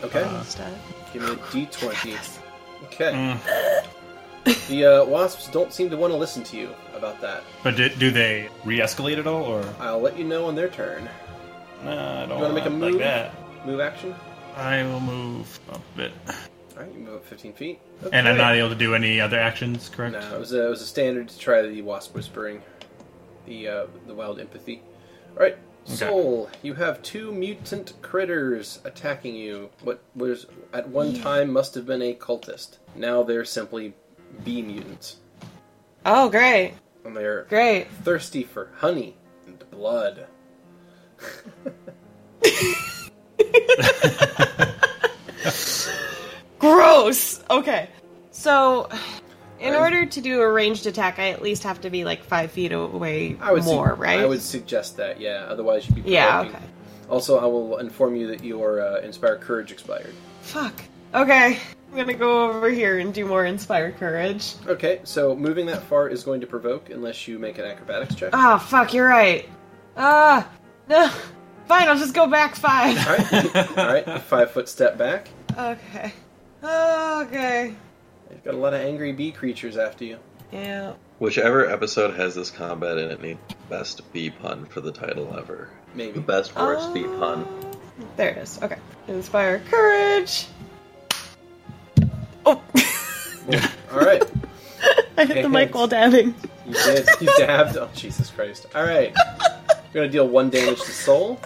[SPEAKER 1] Okay.
[SPEAKER 7] Uh,
[SPEAKER 1] Give me a d20. Okay.
[SPEAKER 7] Mm.
[SPEAKER 1] the uh, wasps don't seem to want to listen to you about that.
[SPEAKER 7] But do, do they re-escalate at all, or
[SPEAKER 1] I'll let you know on their turn.
[SPEAKER 7] nah, I
[SPEAKER 1] You
[SPEAKER 7] don't
[SPEAKER 1] want to make a
[SPEAKER 7] like
[SPEAKER 1] move?
[SPEAKER 7] that.
[SPEAKER 1] Move action.
[SPEAKER 7] I will move a bit,
[SPEAKER 1] All right, you move up 15 feet.
[SPEAKER 7] and I'm
[SPEAKER 1] Okay.
[SPEAKER 7] not able to do any other actions. Correct?
[SPEAKER 1] No, it was a, it was a standard to try the wasp whispering, the uh, the wild empathy. All right,
[SPEAKER 7] Okay.
[SPEAKER 1] Soul, you have two mutant critters attacking you. What was at one
[SPEAKER 3] Yeah.
[SPEAKER 1] time must have been a cultist. Now they're simply bee mutants,
[SPEAKER 3] Oh, great.
[SPEAKER 1] and they're
[SPEAKER 3] Great.
[SPEAKER 1] thirsty for honey and blood.
[SPEAKER 3] Gross. Okay. So, in order to do a ranged attack, I at least have to be like five feet away
[SPEAKER 1] I would sug-
[SPEAKER 3] more, right?
[SPEAKER 1] I would suggest that. Yeah, otherwise you'd be
[SPEAKER 3] Yeah,
[SPEAKER 1] provoking. Also, I will inform you that your uh, inspire courage expired.
[SPEAKER 3] Fuck. Okay. I'm gonna go over here and do more inspired courage.
[SPEAKER 1] Okay, so moving that far is going to provoke unless you make an acrobatics check.
[SPEAKER 3] Ah, fuck. You're right. Ah, no. Fine. I'll just go back five.
[SPEAKER 1] All right, all right. Five foot step back.
[SPEAKER 3] Okay. Okay.
[SPEAKER 1] You've got a lot of angry bee creatures after you.
[SPEAKER 3] Yeah.
[SPEAKER 2] Whichever episode has this combat in it needs the best bee pun for the title ever.
[SPEAKER 1] Maybe.
[SPEAKER 2] The best worst bee
[SPEAKER 3] Oh.
[SPEAKER 2] pun.
[SPEAKER 3] Um, There it is. Okay. Inspire courage. Oh.
[SPEAKER 1] All right,
[SPEAKER 3] I hit
[SPEAKER 1] Okay,
[SPEAKER 3] the mic
[SPEAKER 1] thanks.
[SPEAKER 3] while dabbing.
[SPEAKER 1] you did. You dabbed. Oh Jesus Christ! All right, you're gonna deal one damage to soul.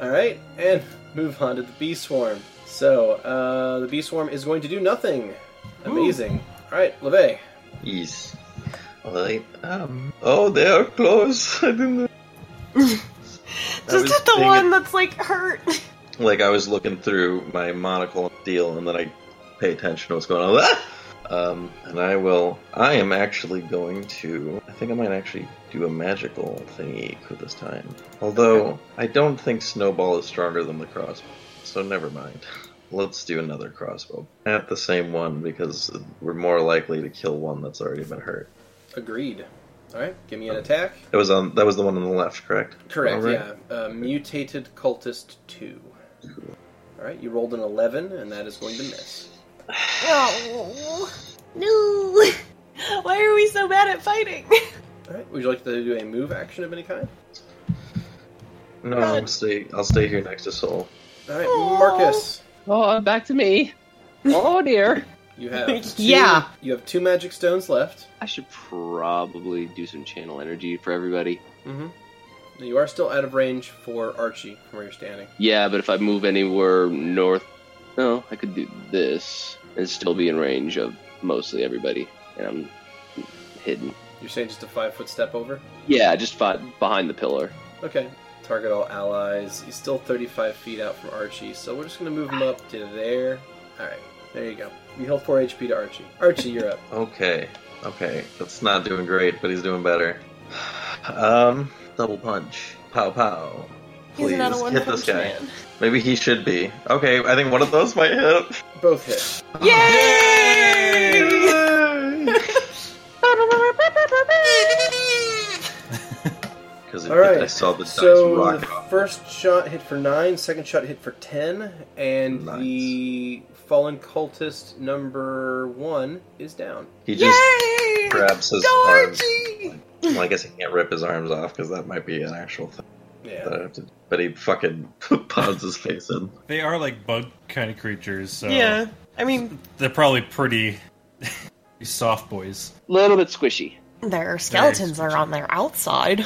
[SPEAKER 1] All right, and move on to the bee swarm. So uh, the bee swarm is going to do nothing. Amazing. All right, Leve.
[SPEAKER 2] Yes. Alright. Um, oh, they are close. I didn't know. I
[SPEAKER 3] Just
[SPEAKER 2] was
[SPEAKER 3] hit the
[SPEAKER 2] being a-
[SPEAKER 3] one that's like hurt.
[SPEAKER 2] like I was looking through my monocle deal, and then I pay attention to what's going on. Ah! Um, and I will. I am actually going to. I think I might actually do a magical thingy this time. Although I don't think snowball is stronger than the crossbow, so never mind. Let's do another crossbow at the same one because we're more likely to kill one that's already been hurt.
[SPEAKER 1] Agreed. All right, give me an attack.
[SPEAKER 2] It was on. That was the one on the left, correct?
[SPEAKER 1] Correct.
[SPEAKER 2] Alright.
[SPEAKER 1] Yeah. Uh, mutated cultist two. All right, you rolled an eleven, and that is going to miss.
[SPEAKER 3] Oh, no. Why are we so bad at fighting?
[SPEAKER 1] All right, would you like to do a move action of any kind?
[SPEAKER 2] No, I'll stay. I'll stay here next to Soul.
[SPEAKER 1] All right, Marcus,
[SPEAKER 9] Oh, back to me. Oh dear.
[SPEAKER 1] you have two,
[SPEAKER 3] Yeah.
[SPEAKER 1] You have two magic stones left.
[SPEAKER 9] I should probably do some channel energy for everybody.
[SPEAKER 1] Mm-hmm. You are still out of range for Archie from where you're standing.
[SPEAKER 9] Yeah, but if I move anywhere north, no, I could do this and still be in range of mostly everybody, and I'm hidden.
[SPEAKER 1] You're saying just a five foot step over.
[SPEAKER 9] Yeah, just fi- behind the pillar.
[SPEAKER 1] Okay. Target all allies. He's still 35 feet out from Archie, so we're just gonna move him up to there. All right, there you go. You heal four HP to Archie. Archie, you're up.
[SPEAKER 2] Okay, okay. That's not doing great, but he's doing better. Um, double punch. Pow pow.
[SPEAKER 3] He's
[SPEAKER 2] Please
[SPEAKER 3] not a one
[SPEAKER 2] hit
[SPEAKER 3] punch
[SPEAKER 2] this guy.
[SPEAKER 3] man.
[SPEAKER 2] Maybe he should be. Okay, I think one of those might hit.
[SPEAKER 1] Both hit.
[SPEAKER 3] Yay!
[SPEAKER 2] Because
[SPEAKER 1] All right.
[SPEAKER 2] I saw the dice
[SPEAKER 1] so
[SPEAKER 2] rock
[SPEAKER 1] the
[SPEAKER 2] off.
[SPEAKER 1] first shot hit for nine, second shot hit for ten, and
[SPEAKER 2] Nice.
[SPEAKER 1] the fallen cultist number one is down.
[SPEAKER 2] He just
[SPEAKER 3] Yay!
[SPEAKER 2] grabs his
[SPEAKER 3] Go,
[SPEAKER 2] arms.
[SPEAKER 3] Archie!
[SPEAKER 2] Well, I guess he can't rip his arms off because that might be an actual thing.
[SPEAKER 1] Yeah.
[SPEAKER 2] That I have to, but he fucking pods his face in.
[SPEAKER 7] They are like bug kind of creatures, so
[SPEAKER 3] Yeah. I mean,
[SPEAKER 7] they're probably pretty soft boys.
[SPEAKER 9] A little bit squishy.
[SPEAKER 3] their skeletons are on their outside.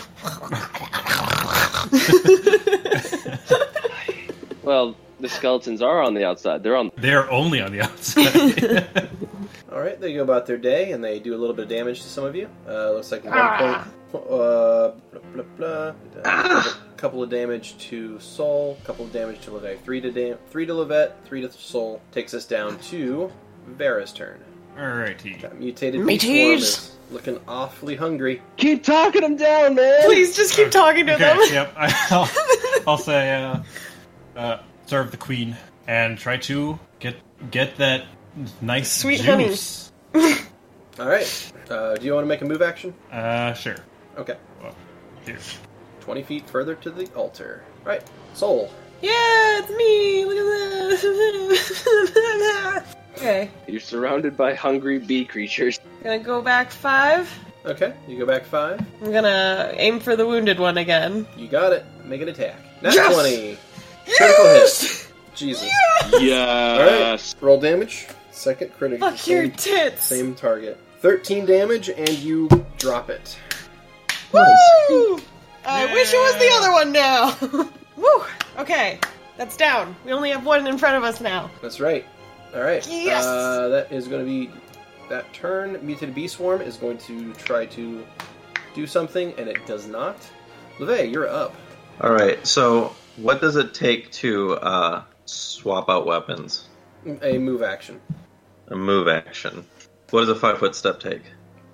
[SPEAKER 9] Well, the skeletons are on the outside. They're on.
[SPEAKER 7] They are only on the outside.
[SPEAKER 1] All right, they go about their day, and they do a little bit of damage to some of you. Uh, looks like one
[SPEAKER 3] Ah.
[SPEAKER 1] point, uh, blah, blah, blah.
[SPEAKER 2] Ah.
[SPEAKER 1] Uh, a couple of damage to Soul, a couple of damage to Levet, three to dam- three to Levet, three to Soul. Takes us down to Vera's turn.
[SPEAKER 7] Alrighty.
[SPEAKER 1] That mutated
[SPEAKER 3] My
[SPEAKER 1] beast swarm
[SPEAKER 3] tears.
[SPEAKER 1] is looking awfully hungry.
[SPEAKER 9] Keep talking them down, man.
[SPEAKER 3] Please just keep talking to them.
[SPEAKER 7] Okay, yep. I'll, I'll say, uh, uh, serve the queen and try to get get that nice
[SPEAKER 3] Sweet
[SPEAKER 7] juice.
[SPEAKER 1] All right, uh, do you want to make a move action?
[SPEAKER 7] Uh, sure.
[SPEAKER 1] Okay,
[SPEAKER 7] Here.
[SPEAKER 1] twenty feet further to the altar. All right, Soul.
[SPEAKER 3] Yeah, it's me. Look at that. Okay.
[SPEAKER 9] You're surrounded by hungry bee creatures.
[SPEAKER 3] Gonna go back five.
[SPEAKER 1] Okay, you go back five.
[SPEAKER 3] I'm gonna aim for the wounded one again.
[SPEAKER 1] You got it. Make an attack. Not 20. Critical hit. Jesus. Uh,
[SPEAKER 9] Yes.
[SPEAKER 1] All right. Roll damage. Second critical.
[SPEAKER 3] Fuck your tits.
[SPEAKER 1] Same target. 13 damage, and you drop it.
[SPEAKER 3] Woo! I wish it was the other one now. Woo! Okay, that's down. We only have one in front of us now.
[SPEAKER 1] That's right. All right.
[SPEAKER 3] Yes!
[SPEAKER 1] Uh, that is going to be that turn. Mutated Bee Swarm is going to try to do something, and it does not. Leve, you're up.
[SPEAKER 2] All right. So, what does it take to uh, swap out weapons?
[SPEAKER 1] A move action.
[SPEAKER 2] A move action. What does a five foot step take?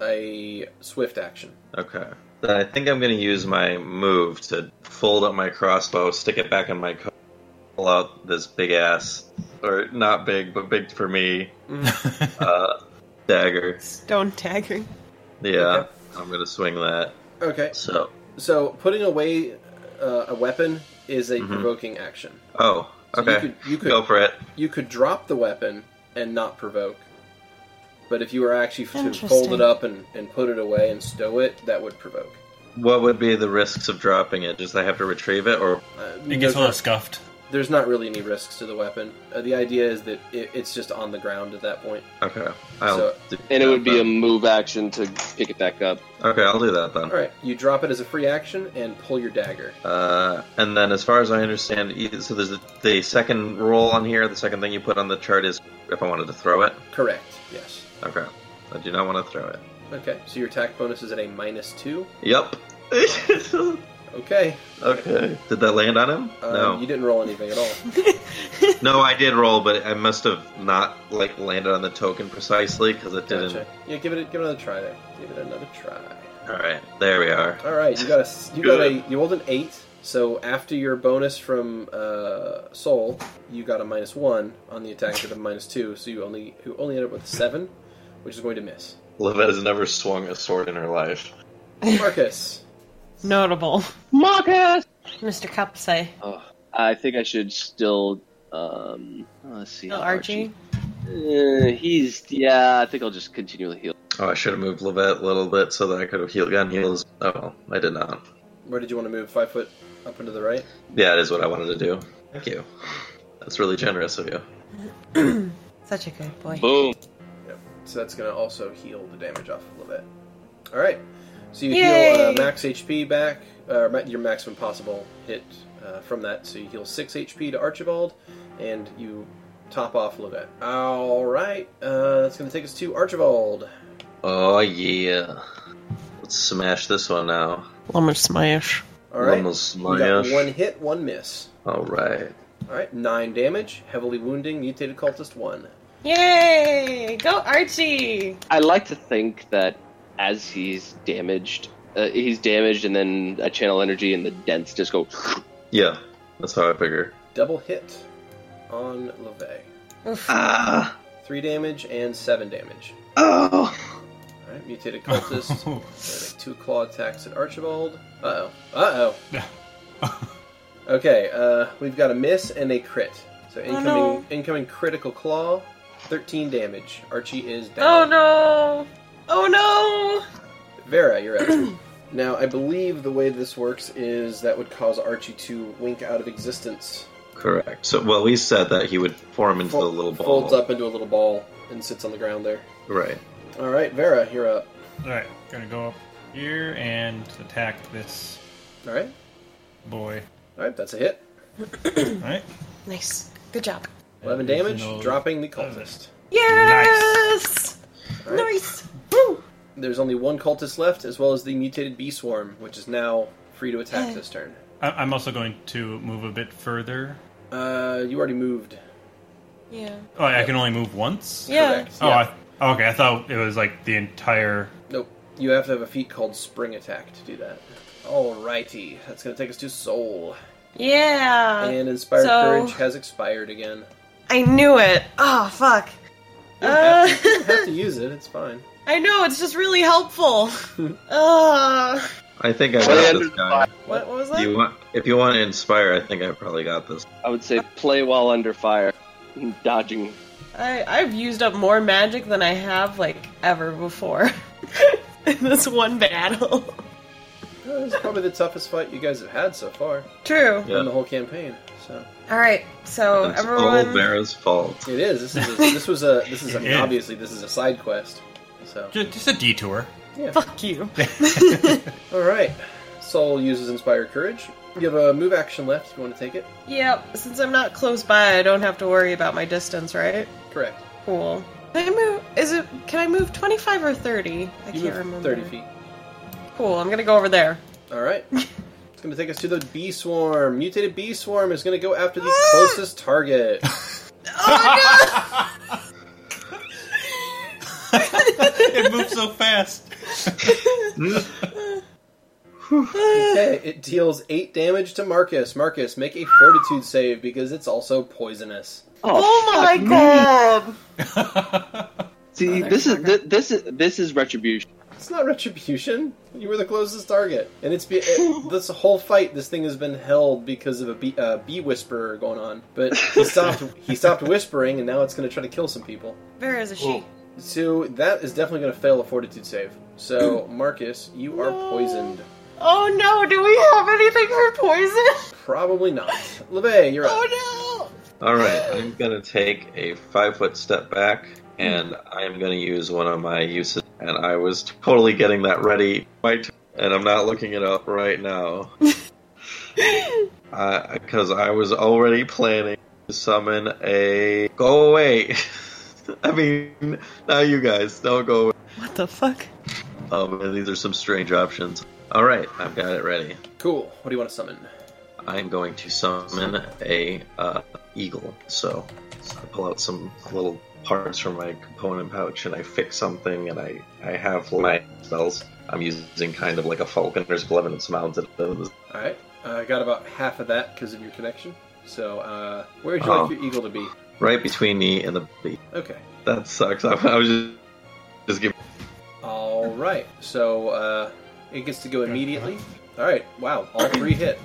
[SPEAKER 1] A swift action.
[SPEAKER 2] Okay. Then I think I'm going to use my move to fold up my crossbow, stick it back in my coat, pull out this big ass, or not big, but big for me, uh, dagger.
[SPEAKER 3] Stone dagger.
[SPEAKER 2] Yeah, I'm going to swing that.
[SPEAKER 1] Okay.
[SPEAKER 2] So,
[SPEAKER 1] So putting away uh, a weapon is a provoking action.
[SPEAKER 2] oh,
[SPEAKER 1] So
[SPEAKER 2] Mm-hmm. okay.
[SPEAKER 1] you could- you could-
[SPEAKER 2] go for it.
[SPEAKER 1] You could drop the weapon and not provoke. But if you were actually to fold
[SPEAKER 3] Interesting.
[SPEAKER 1] it up and, and put it away and stow it, that would provoke.
[SPEAKER 2] What would be the risks of dropping it? Just I have to retrieve it, or
[SPEAKER 1] Uh,
[SPEAKER 5] It
[SPEAKER 1] there's
[SPEAKER 5] gets a little
[SPEAKER 1] not-
[SPEAKER 5] scuffed.
[SPEAKER 1] there's not really any risks to the weapon. Uh, the idea is that it, it's just on the ground at that point.
[SPEAKER 2] okay, I'll
[SPEAKER 1] So-
[SPEAKER 2] do
[SPEAKER 9] And it
[SPEAKER 2] that
[SPEAKER 9] would be a
[SPEAKER 2] then.
[SPEAKER 9] move action to pick it back up.
[SPEAKER 2] okay. I'll do that then.
[SPEAKER 1] All right, you drop it as a free action and pull your dagger.
[SPEAKER 2] Uh, and then, as far as I understand, e- so there's the, the second roll on here. The second thing you put on the chart is if I wanted to throw it.
[SPEAKER 1] Correct. Yes.
[SPEAKER 2] Okay, I do not want to throw it.
[SPEAKER 1] Okay. So your attack bonus is at a minus two.
[SPEAKER 2] Yep.
[SPEAKER 1] Okay.
[SPEAKER 2] okay. Did that land on him?
[SPEAKER 9] Uh,
[SPEAKER 1] Um,
[SPEAKER 2] no.
[SPEAKER 1] You didn't roll anything at all.
[SPEAKER 2] No, I did roll, but I must have not like landed on the token precisely because it didn't.
[SPEAKER 1] Gotcha. Yeah, give it a, give it another try there. Give it another try.
[SPEAKER 2] All right, there we are.
[SPEAKER 1] All right, you got a you got a you rolled an eight. So after your bonus from uh, Soul, you got a minus one on the attack instead of minus two. So you only you only end up with a seven, which is going to miss.
[SPEAKER 2] Levette has never swung a sword in her life.
[SPEAKER 1] Marcus,
[SPEAKER 3] Notable.
[SPEAKER 10] Marcus!
[SPEAKER 3] Mr. Capsay.
[SPEAKER 9] Oh, I think I should still. Um, let's see.
[SPEAKER 3] Oh, Archie.
[SPEAKER 9] Uh, he's yeah. I think I'll just continually heal.
[SPEAKER 2] Oh, I should have moved Levette a little bit so that I could have healed, gotten heals. Oh, well, I did not.
[SPEAKER 1] where did you want to move? Five foot up into the right.
[SPEAKER 2] Yeah, it is what I wanted to do. Thank you. That's really generous of you.
[SPEAKER 3] Such a good boy.
[SPEAKER 9] Boom.
[SPEAKER 1] Yep. So that's going to also heal the damage off a little bit. All right. So you heal
[SPEAKER 3] Yay!
[SPEAKER 1] uh, max HP back, uh, ma- your maximum possible hit uh, from that. So you heal six HP to Archibald, and you top off Levette. All right. Uh, that's going to take us to Archibald.
[SPEAKER 2] Oh yeah. Let's smash this one now.
[SPEAKER 3] Lumber smash.
[SPEAKER 1] All right.
[SPEAKER 2] Lumber
[SPEAKER 1] You got
[SPEAKER 2] smash.
[SPEAKER 1] one hit, one miss.
[SPEAKER 2] All right.
[SPEAKER 1] All right. Nine damage, heavily wounding mutated cultist one.
[SPEAKER 3] Yay! Go Archie!
[SPEAKER 9] I like to think that as he's damaged, uh, he's damaged, and then I channel energy, and the dents just go.
[SPEAKER 2] Yeah, that's how I figure.
[SPEAKER 1] Double hit on Levette.
[SPEAKER 3] Oof.
[SPEAKER 2] Ah.
[SPEAKER 1] Three damage and seven damage.
[SPEAKER 2] Oh.
[SPEAKER 1] All right, mutated cultist. Gonna make two claw attacks at Archibald. Uh oh. Uh oh. okay, uh, we've got a miss and a crit. So incoming,
[SPEAKER 3] Oh, no.
[SPEAKER 1] incoming critical claw, thirteen damage. Archie is
[SPEAKER 3] Oh
[SPEAKER 1] down.
[SPEAKER 3] no! Oh no!
[SPEAKER 1] Vera, you're up. now, I believe the way this works is that would cause Archie to wink out of existence.
[SPEAKER 2] Correct. So, well, we said that he would form into the little ball.
[SPEAKER 1] Folds up into a little ball and sits on the ground there.
[SPEAKER 2] Right.
[SPEAKER 1] All right, Vera, you're up.
[SPEAKER 7] All right, gonna go up here and attack this
[SPEAKER 1] All right,
[SPEAKER 7] boy.
[SPEAKER 1] all right, that's a hit.
[SPEAKER 7] All right,
[SPEAKER 3] Nice. Good job.
[SPEAKER 1] Eleven
[SPEAKER 7] There's
[SPEAKER 1] damage,
[SPEAKER 7] no-
[SPEAKER 1] dropping the cultist.
[SPEAKER 3] Yes!
[SPEAKER 1] All right.
[SPEAKER 3] Nice! Woo!
[SPEAKER 1] There's only one cultist left, as well as the mutated bee swarm, which is now free to attack this turn.
[SPEAKER 7] I- I'm also going to move a bit further.
[SPEAKER 1] Uh, you already moved.
[SPEAKER 3] Yeah.
[SPEAKER 7] Oh, I can only move once.
[SPEAKER 3] Yeah.
[SPEAKER 1] Correct.
[SPEAKER 7] Oh,
[SPEAKER 1] Yeah.
[SPEAKER 7] I, oh, okay. I thought it was like the entire.
[SPEAKER 1] Nope. You have to have a feat called spring attack to do that. Alrighty, that's gonna take us to soul.
[SPEAKER 3] Yeah!
[SPEAKER 1] and inspired
[SPEAKER 3] Uh, so-
[SPEAKER 1] courage has expired again.
[SPEAKER 3] I knew it! Oh, fuck.
[SPEAKER 1] You don't, have to,
[SPEAKER 3] Uh,
[SPEAKER 1] you don't have to use it. It's fine.
[SPEAKER 3] I know, it's just really helpful. uh,
[SPEAKER 2] I think I
[SPEAKER 9] Play
[SPEAKER 2] got
[SPEAKER 9] under
[SPEAKER 2] this
[SPEAKER 9] the
[SPEAKER 2] guy.
[SPEAKER 3] what, what was
[SPEAKER 2] Do
[SPEAKER 3] that?
[SPEAKER 2] you want? If you want to inspire, I think I probably got this.
[SPEAKER 9] I would say play while under fire, dodging.
[SPEAKER 3] I, I've used up more magic than I have like ever before in this one battle.
[SPEAKER 1] Uh, this is probably the toughest fight you guys have had so far
[SPEAKER 3] True.
[SPEAKER 1] in the whole campaign. So
[SPEAKER 3] All right, so
[SPEAKER 2] It's all
[SPEAKER 3] Oh, everyone.
[SPEAKER 2] Vera's fault.
[SPEAKER 1] it is. This is a, this was a this is a,
[SPEAKER 5] Yeah.
[SPEAKER 1] obviously this is a side quest. So
[SPEAKER 5] Just, just a detour.
[SPEAKER 1] yeah.
[SPEAKER 3] Fuck you.
[SPEAKER 1] All right. Soul uses Inspire Courage. You have a move action left if you want to take it.
[SPEAKER 3] Yep. Since I'm not close by, I don't have to worry about my distance, right?
[SPEAKER 1] Correct.
[SPEAKER 3] Cool. Can I move? Is it? Can I move 25 or 30? I
[SPEAKER 1] You
[SPEAKER 3] can't
[SPEAKER 1] move
[SPEAKER 3] remember.
[SPEAKER 1] 30 feet.
[SPEAKER 3] Cool. I'm gonna go over there.
[SPEAKER 1] All right. It's going to take us to the bee swarm. Mutated bee swarm is going to go after the
[SPEAKER 3] Ah!
[SPEAKER 1] closest target.
[SPEAKER 3] Oh,
[SPEAKER 5] it moves so fast.
[SPEAKER 1] Okay, it deals eight damage to Marcus. Marcus, make a fortitude save because it's also poisonous.
[SPEAKER 3] Oh, my god!
[SPEAKER 9] See, this is thi- this is this is retribution.
[SPEAKER 1] It's not retribution. You were the closest target, and it's be- it, this whole fight. This thing has been held because of a bee, uh, bee whisperer going on. But he stopped. he stopped whispering, and now it's going to try to kill some people.
[SPEAKER 3] Vera is a she.
[SPEAKER 1] So that is definitely going to fail a fortitude save. So Marcus, you are poisoned.
[SPEAKER 3] Oh no! Do we have anything for poison?
[SPEAKER 1] Probably not. Leve, you're up.
[SPEAKER 3] Oh
[SPEAKER 2] All right, I'm gonna take a five foot step back, and I'm gonna use one of my uses. And I was totally getting that ready, my t- and I'm not looking it up right now because I was already planning to summon a go away. I mean, now you guys don't go. Away.
[SPEAKER 3] no! What the fuck?
[SPEAKER 2] Oh man, these are some strange options. All right, I've got it ready.
[SPEAKER 1] Cool. What do you want to summon?
[SPEAKER 2] I'm going to summon a uh, eagle. So I pull out some little parts from my component pouch and I fix something, and I I have my spells. I'm using kind of like a falconer's glove, and it's mounted. on
[SPEAKER 1] All right, uh, I got about half of that because of your connection. So uh, where would you
[SPEAKER 2] Oh.
[SPEAKER 9] Uh-huh.
[SPEAKER 1] like your eagle to be?
[SPEAKER 2] Right between me and the bee.
[SPEAKER 1] Okay.
[SPEAKER 2] That sucks. I, I was just just giving.
[SPEAKER 1] All right. So uh, it gets to go immediately. All right. Wow. All three hit.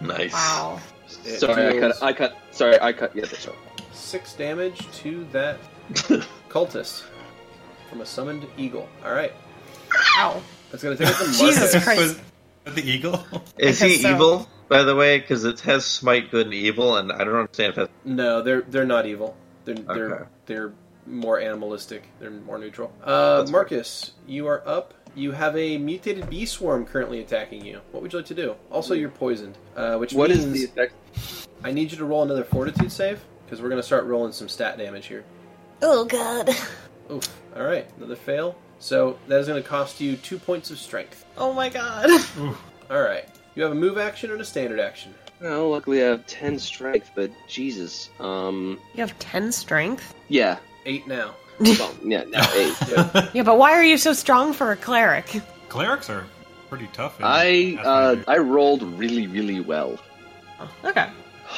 [SPEAKER 2] Nice.
[SPEAKER 3] Wow.
[SPEAKER 1] It
[SPEAKER 9] Sorry, I
[SPEAKER 1] deals
[SPEAKER 9] cut. I cut. Sorry, I cut. Yeah, that's right.
[SPEAKER 1] Six damage to that cultist from a summoned eagle. All right.
[SPEAKER 3] Ow.
[SPEAKER 1] That's gonna take us to
[SPEAKER 3] Jesus
[SPEAKER 1] Marcus.
[SPEAKER 3] Christ.
[SPEAKER 5] Was that the eagle?
[SPEAKER 2] Is
[SPEAKER 3] I
[SPEAKER 2] he
[SPEAKER 3] guess so.
[SPEAKER 2] evil? By the way, because it has smite good and evil, and I don't understand if that's
[SPEAKER 1] No, they're they're not evil. They're
[SPEAKER 2] Okay.
[SPEAKER 1] they're they're more animalistic. They're more neutral. Uh,
[SPEAKER 2] That's
[SPEAKER 1] Marcus, you are up. You have a mutated bee swarm currently attacking you. What would you like to do? Also, you're poisoned, uh, which
[SPEAKER 9] What
[SPEAKER 1] means
[SPEAKER 9] is the effect?
[SPEAKER 1] I need you to roll another fortitude save because we're gonna start rolling some stat damage here.
[SPEAKER 13] Oh god.
[SPEAKER 1] Oof. All right, another fail. So that is going to cost you two points of strength.
[SPEAKER 3] Oh my god.
[SPEAKER 1] All right, you have a move action and a standard action.
[SPEAKER 9] Well, luckily I have ten strength, but Jesus. Um.
[SPEAKER 3] You have 10 strength?
[SPEAKER 9] Yeah.
[SPEAKER 1] Eight now.
[SPEAKER 9] Well, yeah. Now eight.
[SPEAKER 3] Yeah, but why are you so strong for a cleric?
[SPEAKER 5] Clerics are pretty tough. eh? in
[SPEAKER 9] I uh,
[SPEAKER 5] Pathfinder.
[SPEAKER 9] I rolled really really well.
[SPEAKER 3] Okay.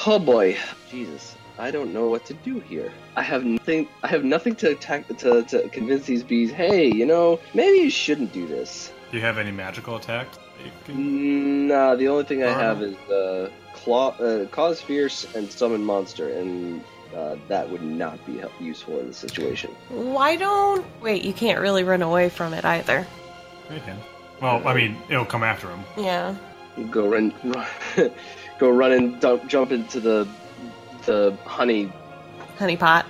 [SPEAKER 9] Oh boy, Jesus! I don't know what to do here. I have nothing. I have nothing to attack to, to convince these bees. Hey, you know, maybe you shouldn't do this. Mm,
[SPEAKER 5] Do you have any magical attacks? that you can-
[SPEAKER 9] Nah, the only thing I
[SPEAKER 5] Armor.
[SPEAKER 9] have is uh, claw, uh, cause fierce and summon monster, and uh, that would not be help- useful in this situation.
[SPEAKER 3] Why don't. Wait, you can't really run away from it either.
[SPEAKER 5] You can. Well, I mean, it'll come after him.
[SPEAKER 3] Yeah.
[SPEAKER 9] Go run, run go run and dump, jump into the the honey.
[SPEAKER 3] Honeypot.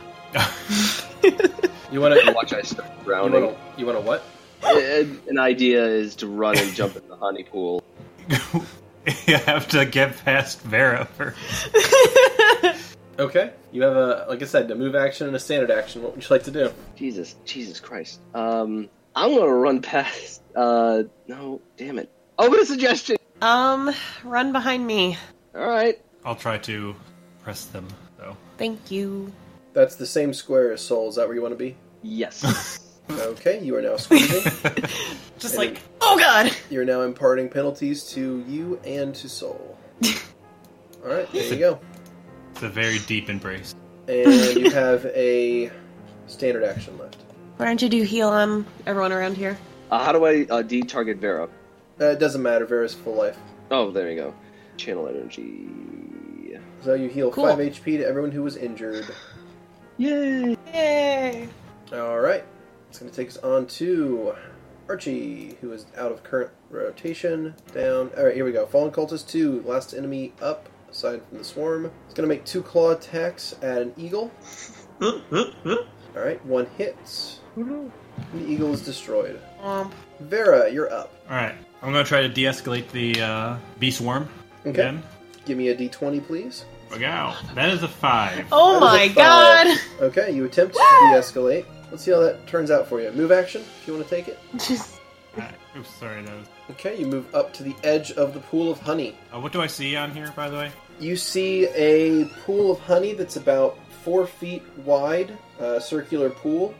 [SPEAKER 1] You want to
[SPEAKER 9] Watch, I start
[SPEAKER 1] you
[SPEAKER 9] drowning.
[SPEAKER 1] want to you want to what?
[SPEAKER 9] An an idea is to run and jump in the honey pool.
[SPEAKER 5] you have to get past Vera first.
[SPEAKER 1] Okay, you have a like I said, a move action and a standard action. What would you like to do?
[SPEAKER 9] Jesus, Jesus Christ. Um, I'm gonna run past. Uh, no, damn it. Oh, but a suggestion.
[SPEAKER 3] Um, run behind me.
[SPEAKER 9] All right.
[SPEAKER 5] I'll try to press them, though.
[SPEAKER 3] Thank you.
[SPEAKER 1] That's the same square as Soul. Is that where you want to be?
[SPEAKER 9] Yes.
[SPEAKER 1] Okay, you are now squeezing.
[SPEAKER 3] Just like, oh god!
[SPEAKER 1] You're now imparting penalties to you and to Soul. All right, there you go.
[SPEAKER 5] It's a very deep embrace.
[SPEAKER 1] And you have a standard action left.
[SPEAKER 3] Why don't you do heal on everyone around here?
[SPEAKER 9] uh, how do I uh, de-target Vera?
[SPEAKER 1] Uh, it doesn't matter. Vera's full life.
[SPEAKER 9] Oh, there we go. Channel energy.
[SPEAKER 1] So you heal
[SPEAKER 3] Cool.
[SPEAKER 1] five HP to everyone who was injured.
[SPEAKER 9] Yay!
[SPEAKER 3] Yay!
[SPEAKER 1] All right. It's going to take us on to Archie, who is out of current rotation. Down. All right, here we go. Fallen Cultist 2, last enemy up, aside from the swarm. It's going to make two claw attacks at an eagle. All right, one hits. The eagle is destroyed.
[SPEAKER 3] Womp.
[SPEAKER 1] Vera, you're up.
[SPEAKER 7] All right, I'm gonna try to de-escalate the uh, beast worm.
[SPEAKER 1] Okay.
[SPEAKER 7] Again.
[SPEAKER 1] Give me a d20, please.
[SPEAKER 7] Look out! That is a five.
[SPEAKER 3] Oh
[SPEAKER 1] That
[SPEAKER 3] my
[SPEAKER 1] is a five.
[SPEAKER 3] god!
[SPEAKER 1] Okay, you attempt to de-escalate. Let's see how that turns out for you. Move action, if you want to take it.
[SPEAKER 3] Just
[SPEAKER 1] Oh.
[SPEAKER 7] Alright, Uh, Oops, sorry. That was.
[SPEAKER 1] Okay, you move up to the edge of the pool of honey.
[SPEAKER 7] Uh, what do I see on here, by the way?
[SPEAKER 1] You see a pool of honey that's about four feet wide, uh, circular pool.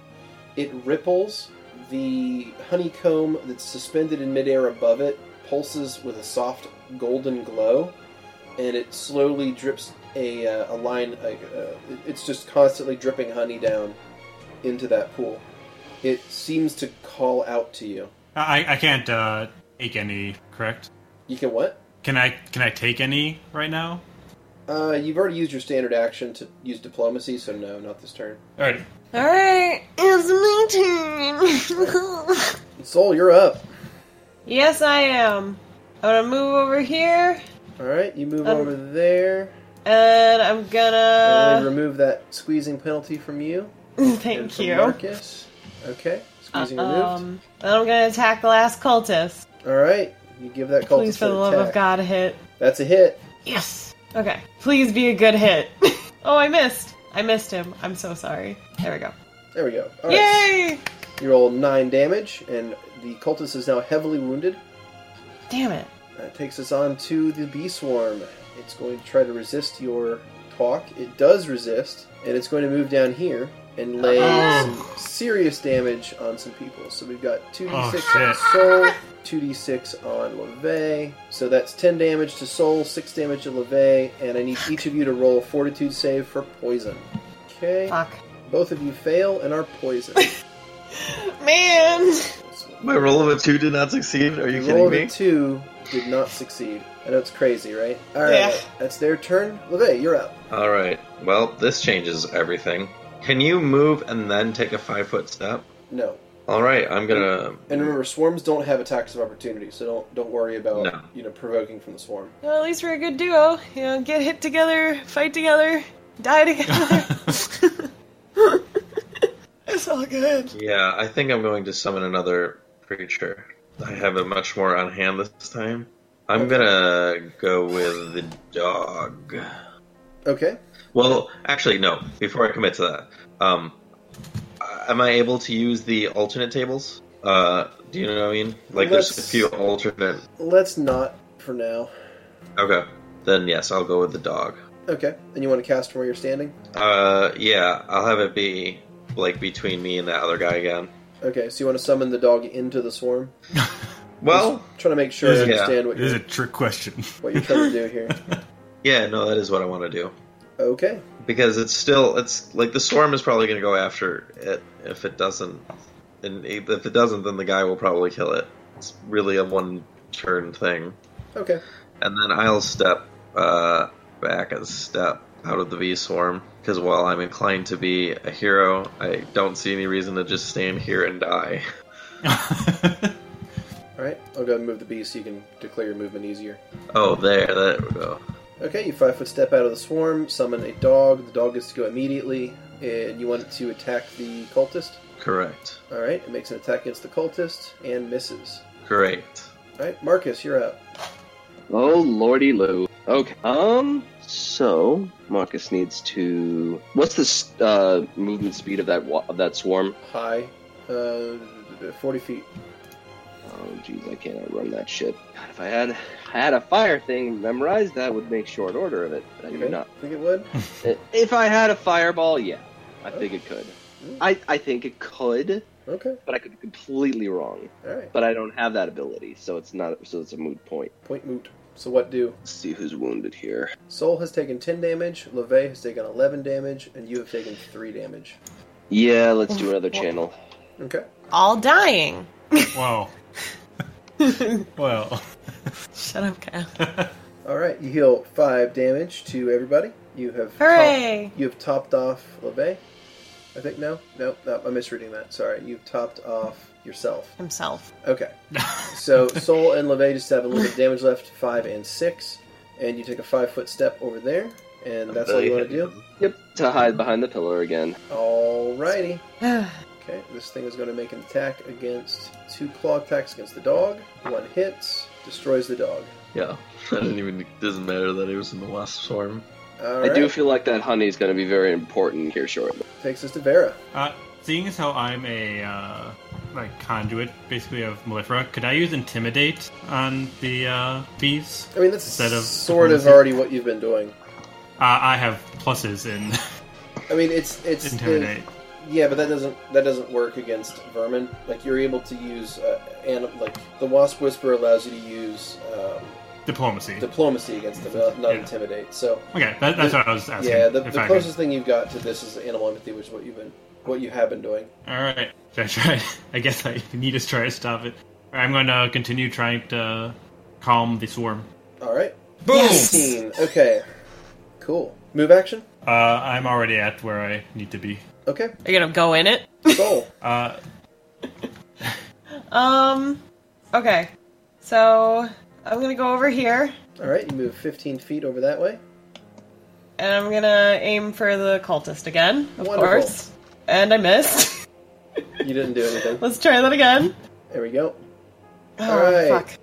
[SPEAKER 1] It ripples. The honeycomb that's suspended in midair above it pulses with a soft golden glow, and it slowly drips a, uh, a line. Uh, uh, it's just constantly dripping honey down into that pool. It seems to call out to you.
[SPEAKER 7] I I can't uh, take any. Correct?
[SPEAKER 1] You can what?
[SPEAKER 7] Can I can I take any right now?
[SPEAKER 1] Uh, you've already used your standard action to use diplomacy, so no, not this turn.
[SPEAKER 7] All right.
[SPEAKER 3] Alright, it's my turn!
[SPEAKER 1] Soul, you're up.
[SPEAKER 3] yes, I am. I'm gonna move over here,
[SPEAKER 1] All right, you move
[SPEAKER 3] Um,
[SPEAKER 1] over there.
[SPEAKER 3] and I'm
[SPEAKER 1] and
[SPEAKER 3] gonna.
[SPEAKER 1] we remove that squeezing penalty from you. and
[SPEAKER 3] Thank
[SPEAKER 1] from
[SPEAKER 3] you.
[SPEAKER 1] Marcus. Okay, squeezing removed.
[SPEAKER 3] Um, and I'm gonna attack the last cultist.
[SPEAKER 1] All right, you give that cult
[SPEAKER 3] um, Please, for the love of God, hit.
[SPEAKER 1] That's a hit.
[SPEAKER 3] Yes. Okay. Please be a good hit. oh, I missed. I missed him. I'm so sorry. There we go.
[SPEAKER 1] There we go. All right,
[SPEAKER 3] Yay!
[SPEAKER 1] you roll nine damage, and the cultist is now heavily wounded.
[SPEAKER 3] Damn it.
[SPEAKER 1] That takes us on to the bee swarm. It's going to try to resist your talk. It does resist, and it's going to move down here and lay some serious damage on some people. So we've got 2d6 on Soul, 2d6 on LeVay. So that's 10 damage to Soul, 6 damage to LeVay, and I need each of you to roll Fortitude save for poison. Okay.
[SPEAKER 3] Fuck.
[SPEAKER 1] Both of you fail and are poisoned.
[SPEAKER 3] Man!
[SPEAKER 2] My roll of a two did not succeed. Are you
[SPEAKER 1] The roll
[SPEAKER 2] kidding
[SPEAKER 1] of a
[SPEAKER 2] me?
[SPEAKER 1] two did not succeed. I know it's crazy, right? All right,
[SPEAKER 3] Yeah.
[SPEAKER 1] that's their turn. Levay, you're up.
[SPEAKER 2] All right. Well, this changes everything. Can you move and then take a five foot step?
[SPEAKER 1] No,
[SPEAKER 2] All right. I'm gonna.
[SPEAKER 1] and remember, swarms don't have attacks of opportunity, so don't don't worry about
[SPEAKER 2] No.
[SPEAKER 1] you know provoking from the swarm.
[SPEAKER 3] Well, at least we're a good duo. You know, get hit together, fight together, die together. it's all good.
[SPEAKER 2] Yeah, I think I'm going to summon another creature. I have it much more on hand this time. I'm gonna go with the dog.
[SPEAKER 1] Okay,
[SPEAKER 2] Well, actually, no. Before I commit to that, um, uh, am I able to use the alternate tables? Uh, do you know what I mean? Like, there's
[SPEAKER 1] Let's-
[SPEAKER 2] a few alternate.
[SPEAKER 1] let's not for now.
[SPEAKER 2] Okay, then yes, I'll go with the dog.
[SPEAKER 1] Okay, and you want to cast from where you're standing?
[SPEAKER 2] Uh, yeah, I'll have it be like between me and that other guy again.
[SPEAKER 1] Okay, so you want to summon the dog into the swarm?
[SPEAKER 2] Well,
[SPEAKER 1] Trying to make sure I
[SPEAKER 2] Yeah.
[SPEAKER 1] understand what
[SPEAKER 7] This is
[SPEAKER 1] you're
[SPEAKER 7] a trick question.
[SPEAKER 1] what you're trying to do here.
[SPEAKER 2] yeah, no, that is what I want to do.
[SPEAKER 1] Okay,
[SPEAKER 2] because it's still it's like the swarm is probably going to go after it if it doesn't and if it doesn't then the guy will probably kill it it's really a one turn thing
[SPEAKER 1] okay,
[SPEAKER 2] and then i'll step uh, back a step out of the v swarm because while i'm inclined to be a hero i don't see any reason to just stand here and die
[SPEAKER 1] all right. I'll go ahead and move the beast so you can declare your movement easier.
[SPEAKER 2] oh there there we go
[SPEAKER 1] Okay, you five foot step out of the swarm, summon a dog. The dog gets to go immediately, and you want it to attack the cultist.
[SPEAKER 2] correct
[SPEAKER 1] All right, it makes an attack against the cultist and misses.
[SPEAKER 2] great
[SPEAKER 1] All right, Marcus, you're up.
[SPEAKER 9] Oh lordy loo. Okay. Um. So Marcus needs to. What's this uh, movement speed of that wa- of that swarm?
[SPEAKER 1] High, uh, forty feet.
[SPEAKER 9] Oh jeez, I can't outrun that shit. God, if I had I had a fire thing memorized, that would make short order of it. But I do
[SPEAKER 1] Okay.
[SPEAKER 9] not.
[SPEAKER 1] Think it would?
[SPEAKER 9] If I had a fireball, yeah, I think it could. I I think it could,
[SPEAKER 1] Okay.
[SPEAKER 9] but I could be completely wrong.
[SPEAKER 1] All right.
[SPEAKER 9] But I don't have that ability, so it's not. So it's a moot point.
[SPEAKER 1] Point moot. So what do?
[SPEAKER 9] Let's see who's wounded here.
[SPEAKER 1] Soul has taken ten damage. Levay has taken eleven damage, and you have taken three damage.
[SPEAKER 9] Yeah, let's do another channel.
[SPEAKER 1] Okay.
[SPEAKER 3] All dying.
[SPEAKER 7] Whoa. well,
[SPEAKER 3] Shut up, Kyle.
[SPEAKER 1] All right, you heal five damage to everybody. You have top-
[SPEAKER 3] Hooray!
[SPEAKER 1] you have topped off Levay. I think no, no, no. I'm misreading that. Sorry, you've topped off yourself.
[SPEAKER 3] Himself.
[SPEAKER 1] Okay. so Soul and Leve just have a little bit of damage left, five and six, and you take a five foot step over there, and that's all you want to do.
[SPEAKER 9] Yep, to hide behind the pillar again.
[SPEAKER 1] Alrighty. okay, this thing is going to make an attack against two claw attacks against the dog. One hits, destroys the dog.
[SPEAKER 2] Yeah, I didn't even. Doesn't matter that it was in the wasp swarm.
[SPEAKER 1] All
[SPEAKER 9] I do
[SPEAKER 1] right.
[SPEAKER 9] feel like that honey is going to be very important here shortly.
[SPEAKER 1] Takes us to Vera.
[SPEAKER 7] Uh, seeing as how I'm a uh, like conduit, basically of Malifera, could I use intimidate on the uh, bees?
[SPEAKER 1] I mean, that's
[SPEAKER 7] instead of
[SPEAKER 1] sort of
[SPEAKER 7] diplomacy?
[SPEAKER 1] already what you've been doing.
[SPEAKER 7] Uh, I have pluses in
[SPEAKER 1] I mean, it's it's
[SPEAKER 7] intimidate.
[SPEAKER 1] yeah, but that doesn't that doesn't work against vermin. Like you're able to use uh, and like the wasp whisper allows you to use um,
[SPEAKER 7] Diplomacy.
[SPEAKER 1] diplomacy against them, not, not
[SPEAKER 7] Yeah.
[SPEAKER 1] intimidate. So
[SPEAKER 7] Okay, that- that's
[SPEAKER 1] the-
[SPEAKER 7] what I was asking,
[SPEAKER 1] Yeah, the,
[SPEAKER 7] if
[SPEAKER 1] the
[SPEAKER 7] I could-
[SPEAKER 1] closest thing you've got to this is animal empathy, which is what you've been what you have been doing.
[SPEAKER 7] All right, should I try? I guess I need to try to stop it. All right, I'm going to continue trying to calm the swarm.
[SPEAKER 1] All right,
[SPEAKER 7] Boom!
[SPEAKER 1] Fifteen. Okay, cool. Move action.
[SPEAKER 7] Uh, I'm already at where I need to be.
[SPEAKER 1] Okay,
[SPEAKER 3] Are you gonna go in it?
[SPEAKER 1] Soul.
[SPEAKER 7] Uh,
[SPEAKER 3] Um. Okay. So I'm gonna go over here
[SPEAKER 1] All right, you move fifteen feet over that way.
[SPEAKER 3] and I'm gonna aim for the cultist again, of
[SPEAKER 1] Wonderful.
[SPEAKER 3] course. And I missed.
[SPEAKER 1] You didn't do anything.
[SPEAKER 3] Let's try that again.
[SPEAKER 1] There we go.
[SPEAKER 3] Oh,
[SPEAKER 1] All right,
[SPEAKER 3] fuck.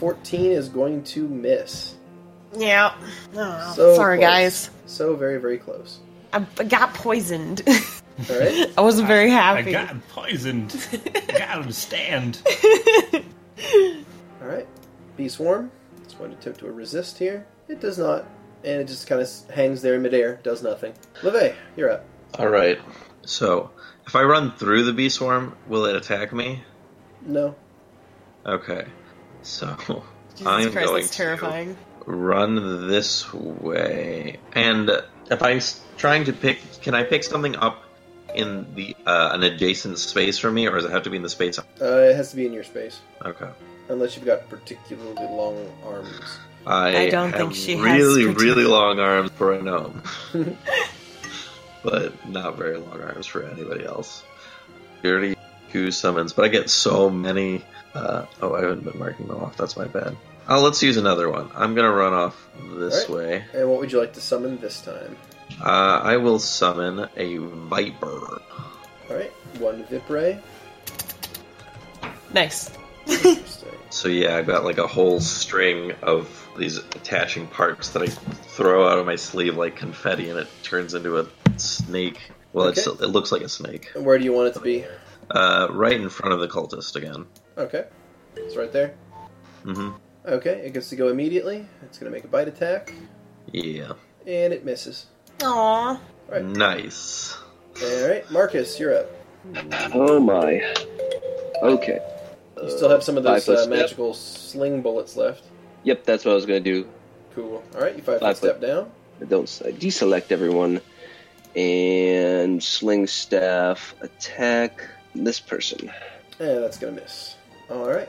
[SPEAKER 1] fourteen is going to miss.
[SPEAKER 3] Yeah. Oh,
[SPEAKER 1] So
[SPEAKER 3] sorry,
[SPEAKER 1] close.
[SPEAKER 3] guys.
[SPEAKER 1] So very very close.
[SPEAKER 3] I I got poisoned.
[SPEAKER 1] All right.
[SPEAKER 3] I wasn't very
[SPEAKER 7] I
[SPEAKER 3] happy.
[SPEAKER 7] got poisoned. I got him stand.
[SPEAKER 1] All right. Bee swarm. It's going to attempt to resist here. It does not, and it just kind of hangs there in midair, does nothing. Leve, you're up.
[SPEAKER 2] All right. So if I run through the bee swarm, will it attack me?
[SPEAKER 1] No.
[SPEAKER 2] Okay. So
[SPEAKER 3] Jesus
[SPEAKER 2] I'm
[SPEAKER 3] Christ,
[SPEAKER 2] going
[SPEAKER 3] that's terrifying.
[SPEAKER 2] to run this way, and if I'm s- trying to pick, can I pick something up in the uh, an adjacent space for me, or does it have to be in the space?
[SPEAKER 1] Uh, it has to be in your space,
[SPEAKER 2] Okay.
[SPEAKER 1] unless you've got particularly long arms.
[SPEAKER 2] I,
[SPEAKER 3] I don't
[SPEAKER 2] have
[SPEAKER 3] think she has
[SPEAKER 2] really,
[SPEAKER 3] particular-
[SPEAKER 2] really long arms for a gnome, but not very long arms for anybody else. Thirty two summons, but I get so many. Uh, oh, I haven't been marking them off. That's my bad. Oh, let's use another one. I'm gonna run off this
[SPEAKER 1] All
[SPEAKER 2] way.
[SPEAKER 1] And what would you like to summon this time?
[SPEAKER 2] Uh, I will summon a viper.
[SPEAKER 1] All right, one Vipray.
[SPEAKER 3] Nice.
[SPEAKER 1] Interesting.
[SPEAKER 2] So yeah, I've got like a whole string of these attaching parts that I throw out of my sleeve like confetti, and it turns into a snake. Well, it's,
[SPEAKER 1] Okay.
[SPEAKER 2] it looks like a snake.
[SPEAKER 1] And where do you want it to be?
[SPEAKER 2] Uh, right in front of the cultist again.
[SPEAKER 1] Okay, it's right there.
[SPEAKER 2] hmm
[SPEAKER 1] Okay, it gets to go immediately. It's going to make a bite attack,
[SPEAKER 2] Yeah.
[SPEAKER 1] and it misses.
[SPEAKER 3] Aww.
[SPEAKER 1] Right.
[SPEAKER 2] Nice.
[SPEAKER 1] All right, Marcus, you're up.
[SPEAKER 9] Oh my. Okay.
[SPEAKER 1] You still have some of those
[SPEAKER 9] Five foot
[SPEAKER 1] uh,
[SPEAKER 9] step.
[SPEAKER 1] magical sling bullets left.
[SPEAKER 9] Yep, that's what I was going to do.
[SPEAKER 1] Cool. All right, you five,
[SPEAKER 9] Five
[SPEAKER 1] foot step
[SPEAKER 9] foot.
[SPEAKER 1] down.
[SPEAKER 9] I don't I deselect everyone and sling staff attack this person.
[SPEAKER 1] Yeah, that's gonna miss. All right,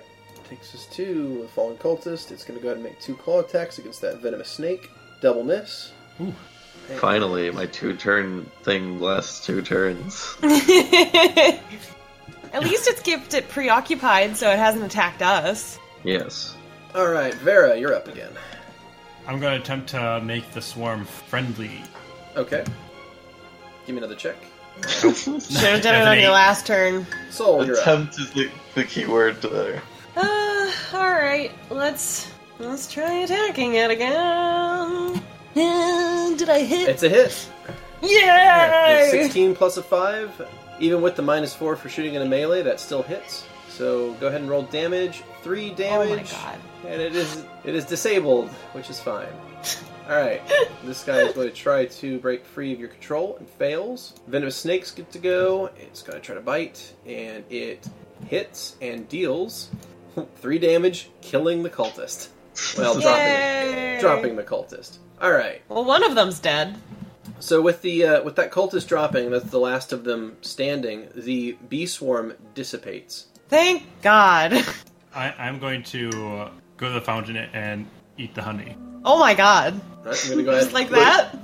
[SPEAKER 1] takes us to the fallen cultist. It's gonna go ahead and make two claw attacks against that venomous snake. Double miss.
[SPEAKER 7] Ooh.
[SPEAKER 1] And-
[SPEAKER 2] Finally, my two turn thing lasts two turns.
[SPEAKER 3] At least it's kept it preoccupied, so it hasn't attacked us.
[SPEAKER 2] yes.
[SPEAKER 1] All right, Vera, you're up again.
[SPEAKER 7] I'm going to attempt to make the swarm friendly.
[SPEAKER 1] Okay. Give me another check.
[SPEAKER 3] Should have done it on your last turn.
[SPEAKER 1] Soul, you're up.
[SPEAKER 2] is the, the key word there.
[SPEAKER 3] Uh, all right. Let's let's try attacking it again. Uh, did I hit?
[SPEAKER 1] It's a hit. That's
[SPEAKER 3] Yay!
[SPEAKER 1] 16 plus a five. Even with the minus four for shooting in a melee, that still hits. So go ahead and roll damage. Three
[SPEAKER 3] oh my
[SPEAKER 1] damage.
[SPEAKER 3] god.
[SPEAKER 1] And it is it is disabled, which is fine. All right, this guy is going to try to break free of your control and fails. Venomous snakes get to go. It's going to try to bite, and it hits and deals three damage, killing the cultist. Well, dropping
[SPEAKER 3] Yay!
[SPEAKER 1] dropping the cultist. All right.
[SPEAKER 3] Well, one of them's dead.
[SPEAKER 1] So with the uh, with that cultist dropping, that's the last of them standing. The bee swarm dissipates.
[SPEAKER 3] Thank God.
[SPEAKER 7] I, I'm going to uh, go to the fountain and eat the honey.
[SPEAKER 3] Oh my God.
[SPEAKER 1] All right, I'm going to go ahead.
[SPEAKER 3] Just like that.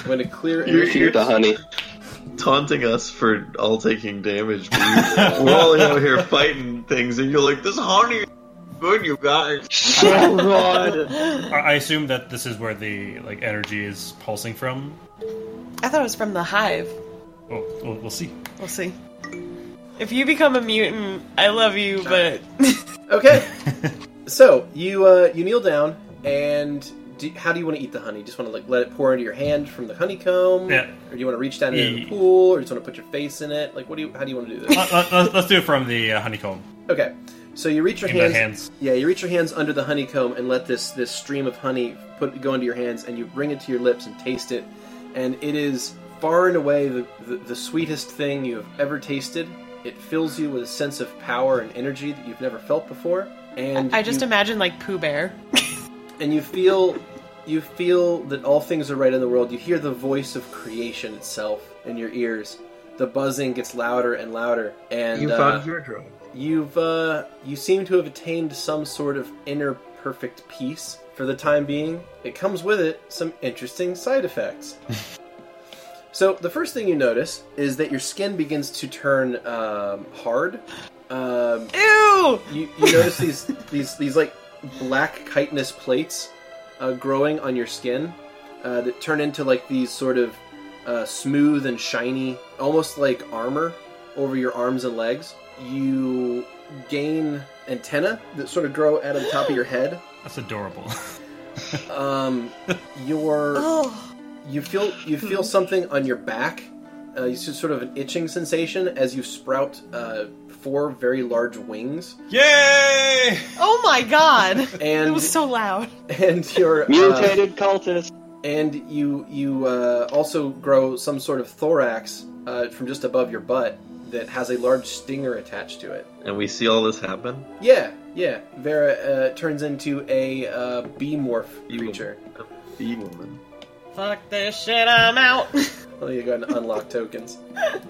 [SPEAKER 1] I'm going to clear
[SPEAKER 9] You eat the honey.
[SPEAKER 2] taunting us for all taking damage. We're we're all out here fighting things, and you're like, "This honey, is good, you guys."
[SPEAKER 7] oh god! I I assume that this is where the like energy is pulsing from.
[SPEAKER 3] I thought it was from the hive.
[SPEAKER 7] Oh, we'll, we'll see.
[SPEAKER 3] We'll see. If you become a mutant, I love you, but
[SPEAKER 1] Okay. so you uh, you kneel down, and do, how do you want to eat the honey? Just want to like let it pour into your hand from the honeycomb,
[SPEAKER 7] Yeah.
[SPEAKER 1] or do you want to reach down into the
[SPEAKER 7] Yeah. Uh,
[SPEAKER 1] pool, or just want to put your face in it? Like, what do you? How do you want to do this?
[SPEAKER 7] let, let, let's, let's do it from the uh, honeycomb.
[SPEAKER 1] Okay, so you reach your
[SPEAKER 7] In my
[SPEAKER 1] hands,
[SPEAKER 7] hands.
[SPEAKER 1] Yeah, you reach your hands under the honeycomb and let this this stream of honey put go into your hands, and you bring it to your lips and taste it, and it is far and away the, the, the sweetest thing you have ever tasted. It fills you with a sense of power and energy that you've never felt before, and
[SPEAKER 3] I just
[SPEAKER 1] you,
[SPEAKER 3] imagine like Pooh Bear.
[SPEAKER 1] and you feel you feel that all things are right in the world. You hear the voice of creation itself in your ears. The buzzing gets louder and louder, and
[SPEAKER 2] you
[SPEAKER 1] uh,
[SPEAKER 2] found your drug.
[SPEAKER 1] You've uh, you seem to have attained some sort of inner perfect peace for the time being. It comes with it some interesting side effects. so the first thing you notice is that your skin begins to turn um, hard. Um,
[SPEAKER 3] Ew!
[SPEAKER 1] You, you notice these these these like black chitinous plates uh, growing on your skin uh, that turn into like these sort of uh, smooth and shiny, almost like armor over your arms and legs. You gain antenna that sort of grow out of the top of your head.
[SPEAKER 7] That's adorable.
[SPEAKER 1] Um, your
[SPEAKER 3] Oh,
[SPEAKER 1] you feel you feel something on your back. Uh, you see sort of an itching sensation as you sprout uh, four very large wings,
[SPEAKER 7] Yay!
[SPEAKER 3] oh my god! It
[SPEAKER 1] and
[SPEAKER 3] was so loud.
[SPEAKER 1] and your uh,
[SPEAKER 9] Mutated cultist.
[SPEAKER 1] and you you uh, also grow some sort of thorax uh, from just above your butt that has a large stinger attached to it.
[SPEAKER 2] And we see all this happen.
[SPEAKER 1] Yeah, yeah. Vera uh, turns into a uh, bee morph creature.
[SPEAKER 2] Bee woman.
[SPEAKER 3] Fuck this shit, I'm out.
[SPEAKER 1] Well, Oh, you go ahead and unlock tokens.